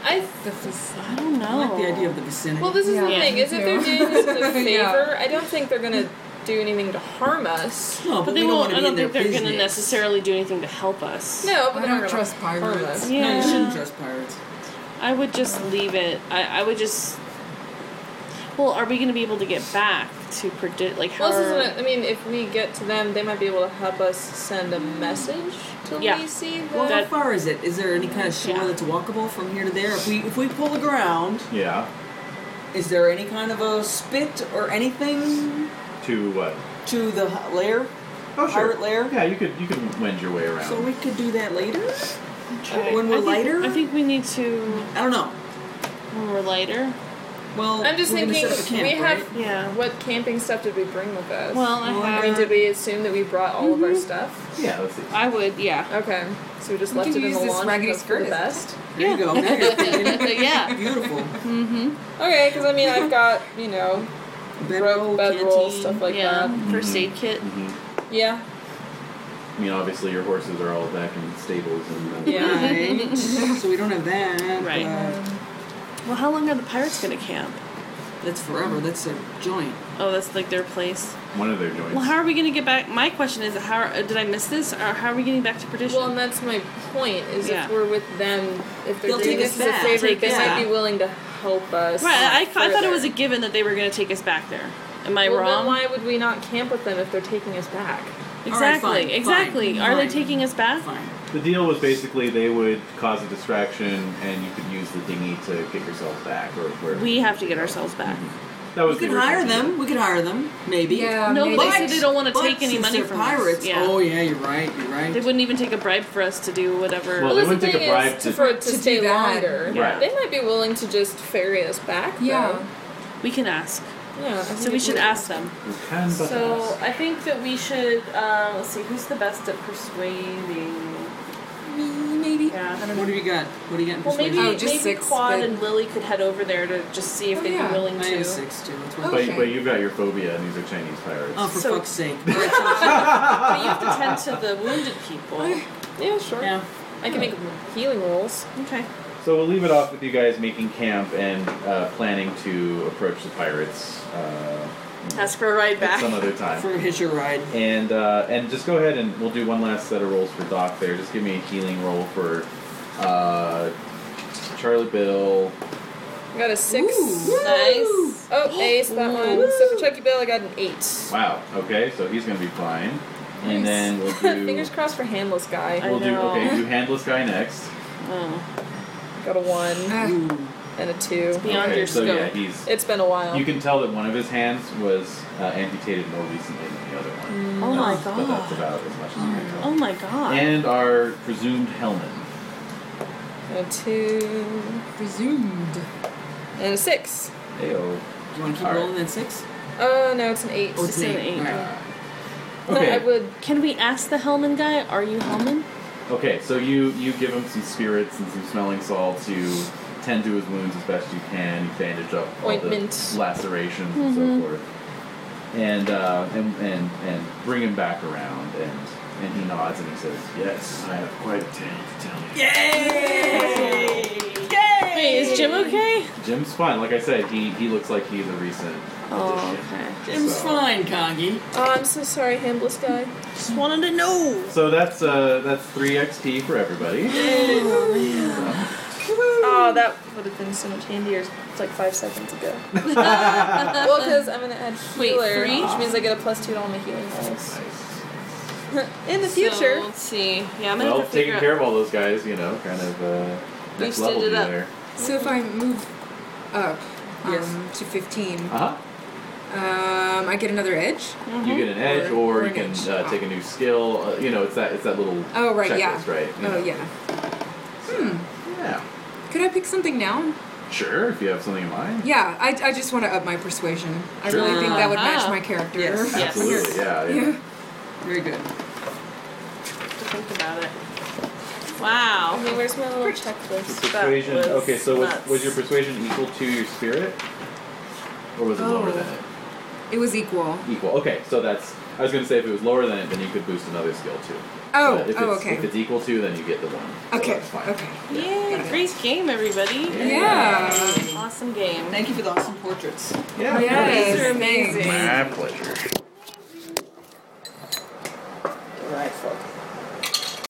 [SPEAKER 3] I
[SPEAKER 7] the facade.
[SPEAKER 5] I don't know.
[SPEAKER 4] I like the idea of the vicinity.
[SPEAKER 3] well, this is the
[SPEAKER 7] Yeah,
[SPEAKER 3] thing:
[SPEAKER 7] me
[SPEAKER 3] is if
[SPEAKER 7] too.
[SPEAKER 3] they're doing this as a favor,
[SPEAKER 7] Yeah.
[SPEAKER 3] I don't think they're gonna do anything to harm us.
[SPEAKER 4] no, but,
[SPEAKER 5] But
[SPEAKER 4] we
[SPEAKER 5] they
[SPEAKER 4] don't
[SPEAKER 5] won't.
[SPEAKER 4] want to
[SPEAKER 5] I
[SPEAKER 4] be in
[SPEAKER 5] don't
[SPEAKER 4] their
[SPEAKER 5] think they're
[SPEAKER 4] business.
[SPEAKER 5] going to necessarily do anything to help us.
[SPEAKER 3] No, but
[SPEAKER 7] I
[SPEAKER 3] they're
[SPEAKER 7] don't
[SPEAKER 3] not gonna
[SPEAKER 7] trust
[SPEAKER 3] harm
[SPEAKER 7] pirates.
[SPEAKER 3] us.
[SPEAKER 4] No,
[SPEAKER 5] Yeah.
[SPEAKER 4] you shouldn't trust pirates.
[SPEAKER 5] I would just leave it. I, I would just. Well, are we going to be able to get back to predict? Like, how?
[SPEAKER 3] Well, this
[SPEAKER 5] are-
[SPEAKER 3] isn't. it- I mean, if we get to them, they might be able to help us send a message to
[SPEAKER 5] Yeah.
[SPEAKER 3] we see the.
[SPEAKER 4] Well, how
[SPEAKER 5] That-
[SPEAKER 4] far is it? Is there any kind of shore
[SPEAKER 5] Yeah.
[SPEAKER 4] that's walkable from here to there? If we if we pull aground,
[SPEAKER 2] Yeah.
[SPEAKER 4] is there any kind of a spit or anything
[SPEAKER 2] To what?
[SPEAKER 4] to the h- lair?
[SPEAKER 2] Oh,
[SPEAKER 4] Pirate lair?
[SPEAKER 2] Yeah, you could you could wend your way around.
[SPEAKER 4] So we could do that later
[SPEAKER 5] I
[SPEAKER 4] when we're
[SPEAKER 5] think-
[SPEAKER 4] lighter.
[SPEAKER 5] I think we need to.
[SPEAKER 4] I don't know.
[SPEAKER 5] When we're lighter.
[SPEAKER 4] Well,
[SPEAKER 3] I'm just
[SPEAKER 4] we're gonna
[SPEAKER 3] thinking
[SPEAKER 4] set up a camp,
[SPEAKER 3] we
[SPEAKER 4] right?
[SPEAKER 3] have.
[SPEAKER 5] Yeah.
[SPEAKER 3] What camping stuff did we bring with us?
[SPEAKER 5] Well, I
[SPEAKER 4] Well,
[SPEAKER 3] I
[SPEAKER 5] have.
[SPEAKER 3] mean,
[SPEAKER 7] uh,
[SPEAKER 3] did we assume that we brought all of our stuff?
[SPEAKER 2] yeah, let's see.
[SPEAKER 5] I would, yeah.
[SPEAKER 3] Okay, so we just
[SPEAKER 7] mm-hmm. We
[SPEAKER 3] left it
[SPEAKER 7] can
[SPEAKER 3] in
[SPEAKER 7] use
[SPEAKER 3] the
[SPEAKER 7] this
[SPEAKER 3] lawn.
[SPEAKER 7] raggedy
[SPEAKER 3] hope for
[SPEAKER 7] skirt
[SPEAKER 3] the
[SPEAKER 7] as
[SPEAKER 3] best.
[SPEAKER 4] There you go. Now you're thinking.
[SPEAKER 5] yeah.
[SPEAKER 4] Beautiful.
[SPEAKER 3] Okay, because I mean, I've got you know rope,
[SPEAKER 4] Bedroll,
[SPEAKER 3] bedroll,
[SPEAKER 4] canteen.
[SPEAKER 3] stuff like
[SPEAKER 5] yeah.
[SPEAKER 3] that.
[SPEAKER 5] First aid kit.
[SPEAKER 2] Mm-hmm.
[SPEAKER 3] Yeah.
[SPEAKER 2] I mean, obviously your horses are all back in stables and. uh,
[SPEAKER 3] Yeah.
[SPEAKER 4] Right. so we don't have that.
[SPEAKER 5] Right.
[SPEAKER 4] but
[SPEAKER 5] Well, how long are the pirates going to camp?
[SPEAKER 4] that's forever. That's a joint.
[SPEAKER 5] Oh, that's like their place.
[SPEAKER 2] One of their joints.
[SPEAKER 5] Well, how are we going to get back? My question is, how uh, did I miss this? Or how are we getting back to perdition?
[SPEAKER 3] Well, and that's my point. Is
[SPEAKER 5] Yeah.
[SPEAKER 3] if we're with them, if they're
[SPEAKER 4] They'll
[SPEAKER 3] doing
[SPEAKER 4] take
[SPEAKER 3] this as
[SPEAKER 4] us
[SPEAKER 3] a
[SPEAKER 4] back.
[SPEAKER 3] favor,
[SPEAKER 5] Take
[SPEAKER 3] they
[SPEAKER 5] us
[SPEAKER 3] might
[SPEAKER 5] back.
[SPEAKER 3] be willing to help us.
[SPEAKER 5] right. I, I
[SPEAKER 3] further.
[SPEAKER 5] thought it was a given that they were going to take us back there. Am I
[SPEAKER 3] well,
[SPEAKER 5] wrong?
[SPEAKER 3] Then why would we not camp with them if they're taking us back?
[SPEAKER 4] All right,
[SPEAKER 5] Exactly.
[SPEAKER 4] fine, fine,
[SPEAKER 5] exactly. Are they
[SPEAKER 4] fine.
[SPEAKER 5] taking us back?
[SPEAKER 4] Fine.
[SPEAKER 2] the deal was basically they would cause a distraction and you could use the dinghy to get yourselves back or wherever.
[SPEAKER 5] We have to get ourselves back.
[SPEAKER 2] that was
[SPEAKER 4] We could
[SPEAKER 2] the original
[SPEAKER 4] hire
[SPEAKER 2] deal.
[SPEAKER 4] them. We could hire them. Maybe.
[SPEAKER 7] Yeah,
[SPEAKER 5] No,
[SPEAKER 7] maybe.
[SPEAKER 5] but they said they don't want
[SPEAKER 4] But
[SPEAKER 5] to take any
[SPEAKER 4] since
[SPEAKER 5] money
[SPEAKER 4] they're
[SPEAKER 5] from
[SPEAKER 4] pirates.
[SPEAKER 5] us. Yeah.
[SPEAKER 4] Oh yeah, you're right. You're right.
[SPEAKER 5] They wouldn't even take a bribe for us to do whatever.
[SPEAKER 2] Well,
[SPEAKER 3] Well, that's
[SPEAKER 2] they
[SPEAKER 3] the
[SPEAKER 2] wouldn't take
[SPEAKER 3] thing
[SPEAKER 2] a bribe
[SPEAKER 3] is
[SPEAKER 2] to-
[SPEAKER 3] for it
[SPEAKER 7] To
[SPEAKER 3] to
[SPEAKER 7] do
[SPEAKER 3] stay
[SPEAKER 7] that.
[SPEAKER 3] longer.
[SPEAKER 2] Right.
[SPEAKER 3] They might be willing to just ferry us back.
[SPEAKER 7] yeah.
[SPEAKER 5] we can ask.
[SPEAKER 3] Though. Yeah. I
[SPEAKER 5] So
[SPEAKER 3] think
[SPEAKER 5] we
[SPEAKER 3] it's
[SPEAKER 5] should
[SPEAKER 3] worth it.
[SPEAKER 5] ask them.
[SPEAKER 2] You can but
[SPEAKER 5] So uh,
[SPEAKER 2] ask.
[SPEAKER 5] I think that we should. Um, let's see, who's the best at persuading?
[SPEAKER 7] Maybe.
[SPEAKER 5] Yeah.
[SPEAKER 4] What do you got? What do you got? In
[SPEAKER 5] Well, maybe
[SPEAKER 7] Oh,
[SPEAKER 4] persuasion?
[SPEAKER 7] just
[SPEAKER 5] maybe
[SPEAKER 7] six,
[SPEAKER 5] Quad
[SPEAKER 7] but-
[SPEAKER 5] and Lily could head over there to just see if
[SPEAKER 7] Oh,
[SPEAKER 5] they'd
[SPEAKER 7] yeah.
[SPEAKER 5] be willing
[SPEAKER 4] I have
[SPEAKER 5] to.
[SPEAKER 4] six too. That's
[SPEAKER 7] Oh.
[SPEAKER 4] what
[SPEAKER 2] But, but you've got your phobia and these are Chinese pirates.
[SPEAKER 4] Oh, for
[SPEAKER 5] So-
[SPEAKER 4] fuck's sake! All right, so-
[SPEAKER 5] But you have to tend to the wounded people.
[SPEAKER 3] Yeah, sure.
[SPEAKER 4] yeah.
[SPEAKER 3] I can make healing rolls.
[SPEAKER 5] Okay.
[SPEAKER 2] So we'll leave it off with you guys making camp and uh, planning to approach the pirates uh,
[SPEAKER 5] Ask for a ride
[SPEAKER 2] at
[SPEAKER 5] back.
[SPEAKER 2] some other time.
[SPEAKER 4] For hitch your ride.
[SPEAKER 2] And uh, and just go ahead and we'll do one last set of rolls for Doc there. Just give me a healing roll for uh, Charlie Bill.
[SPEAKER 3] I got a six.
[SPEAKER 4] Ooh.
[SPEAKER 3] Nice. Oh, ace that one. So for Chucky Bill, I got an eight.
[SPEAKER 2] Wow. Okay, so he's gonna be fine. And then we'll do.
[SPEAKER 3] Fingers crossed for handless guy.
[SPEAKER 2] We'll
[SPEAKER 5] I
[SPEAKER 2] do
[SPEAKER 5] know.
[SPEAKER 2] okay. Do handless guy next.
[SPEAKER 5] Oh.
[SPEAKER 3] Got a one
[SPEAKER 7] Uh,
[SPEAKER 4] Ooh.
[SPEAKER 3] and a two.
[SPEAKER 5] Beyond
[SPEAKER 2] okay,
[SPEAKER 5] your
[SPEAKER 2] so yeah,
[SPEAKER 5] scope.
[SPEAKER 2] he's.
[SPEAKER 3] It's been a while.
[SPEAKER 2] You can tell that one of his hands was uh, amputated more recently than the other one.
[SPEAKER 5] Oh my
[SPEAKER 2] That's- But that's
[SPEAKER 5] god.
[SPEAKER 2] about as much as I can tell.
[SPEAKER 5] Oh my god.
[SPEAKER 2] And our presumed Hellman.
[SPEAKER 3] And a two
[SPEAKER 7] presumed.
[SPEAKER 3] and a six.
[SPEAKER 2] Ayo.
[SPEAKER 4] Do you want to keep
[SPEAKER 2] All right.
[SPEAKER 4] rolling that six?
[SPEAKER 3] Oh no, it's an eight.
[SPEAKER 4] Oh, it's
[SPEAKER 5] Six and
[SPEAKER 4] eight.
[SPEAKER 5] eight.
[SPEAKER 4] All right.
[SPEAKER 3] I
[SPEAKER 2] Okay.
[SPEAKER 3] would.
[SPEAKER 5] Can we ask the Hellman guy? Are you Hellman?
[SPEAKER 2] Okay. So you you give him some spirits and some smelling salts. You tend to his wounds as best you can. You bandage up all
[SPEAKER 3] Ointment. Mm-hmm.
[SPEAKER 2] the lacerations and so forth. And uh, and and and bring him back around. And and he nods and he says, "Yes, I have quite a tale to tell you."
[SPEAKER 4] Yay! Yay!
[SPEAKER 5] Hey, is Jim okay?
[SPEAKER 2] Jim's fine. Like I said, he, he looks like he's a recent.
[SPEAKER 3] Oh,
[SPEAKER 2] addition.
[SPEAKER 3] okay.
[SPEAKER 4] Jim's
[SPEAKER 2] So-
[SPEAKER 4] fine, Congy.
[SPEAKER 3] Oh, I'm so sorry, Hambless guy.
[SPEAKER 5] Just wanted to know.
[SPEAKER 2] So that's uh that's three XP for everybody.
[SPEAKER 3] Oh, that would have been so much handier. It's like five seconds ago. well, because I'm gonna add
[SPEAKER 5] Wait,
[SPEAKER 3] healer,
[SPEAKER 5] three?
[SPEAKER 3] which means I get a plus two to all my healing dice.
[SPEAKER 2] Nice.
[SPEAKER 3] In the
[SPEAKER 5] So,
[SPEAKER 3] future,
[SPEAKER 5] let's see. Yeah, I'm gonna
[SPEAKER 2] Well,
[SPEAKER 5] have to figure
[SPEAKER 2] taking
[SPEAKER 5] out.
[SPEAKER 2] care of all those guys, you know, kind of uh, next level
[SPEAKER 5] stood it up.
[SPEAKER 2] there.
[SPEAKER 7] So if I move up um,
[SPEAKER 4] Yes.
[SPEAKER 7] to 15, um,
[SPEAKER 2] Uh huh.
[SPEAKER 7] I get another edge.
[SPEAKER 2] You get an edge, or,
[SPEAKER 7] Or
[SPEAKER 2] you
[SPEAKER 7] an
[SPEAKER 2] can
[SPEAKER 7] edge.
[SPEAKER 2] uh, take a new skill. Uh, you know, it's that it's that little
[SPEAKER 7] Oh, right,
[SPEAKER 2] checklist,
[SPEAKER 7] yeah.
[SPEAKER 2] right? You
[SPEAKER 7] Oh
[SPEAKER 2] know.
[SPEAKER 7] yeah. Hmm.
[SPEAKER 2] Yeah.
[SPEAKER 7] Could I pick something down?
[SPEAKER 2] Sure, if you have something in mind.
[SPEAKER 7] Yeah, I, I just want to up my persuasion. I
[SPEAKER 2] Sure.
[SPEAKER 7] really think that would match
[SPEAKER 5] Ah.
[SPEAKER 7] my character.
[SPEAKER 4] Yes.
[SPEAKER 5] Yes.
[SPEAKER 2] Absolutely. Uh, Yeah. Yeah.
[SPEAKER 7] Yeah.
[SPEAKER 4] Very good.
[SPEAKER 5] to think about it.
[SPEAKER 3] I
[SPEAKER 5] Wow.
[SPEAKER 3] mean, where's my little checklist?
[SPEAKER 2] Persuasion.
[SPEAKER 5] was
[SPEAKER 2] Okay, so was,
[SPEAKER 5] nuts.
[SPEAKER 2] was your persuasion equal to your spirit, or was it lower
[SPEAKER 7] Oh.
[SPEAKER 2] than it?
[SPEAKER 7] It was equal.
[SPEAKER 2] Equal. Okay, so that's. I was gonna say if it was lower than it, then you could boost another skill too.
[SPEAKER 7] Oh,
[SPEAKER 2] But if
[SPEAKER 7] oh,
[SPEAKER 2] it's,
[SPEAKER 7] okay.
[SPEAKER 2] If it's equal to, then you get the one. So
[SPEAKER 7] Okay.
[SPEAKER 2] that's fine.
[SPEAKER 7] Okay.
[SPEAKER 5] Yay, great game, everybody.
[SPEAKER 7] Yeah.
[SPEAKER 5] Awesome game.
[SPEAKER 4] Thank you for the awesome portraits.
[SPEAKER 2] Yeah.
[SPEAKER 7] Yes.
[SPEAKER 5] These are amazing.
[SPEAKER 11] My pleasure.
[SPEAKER 4] Delightful.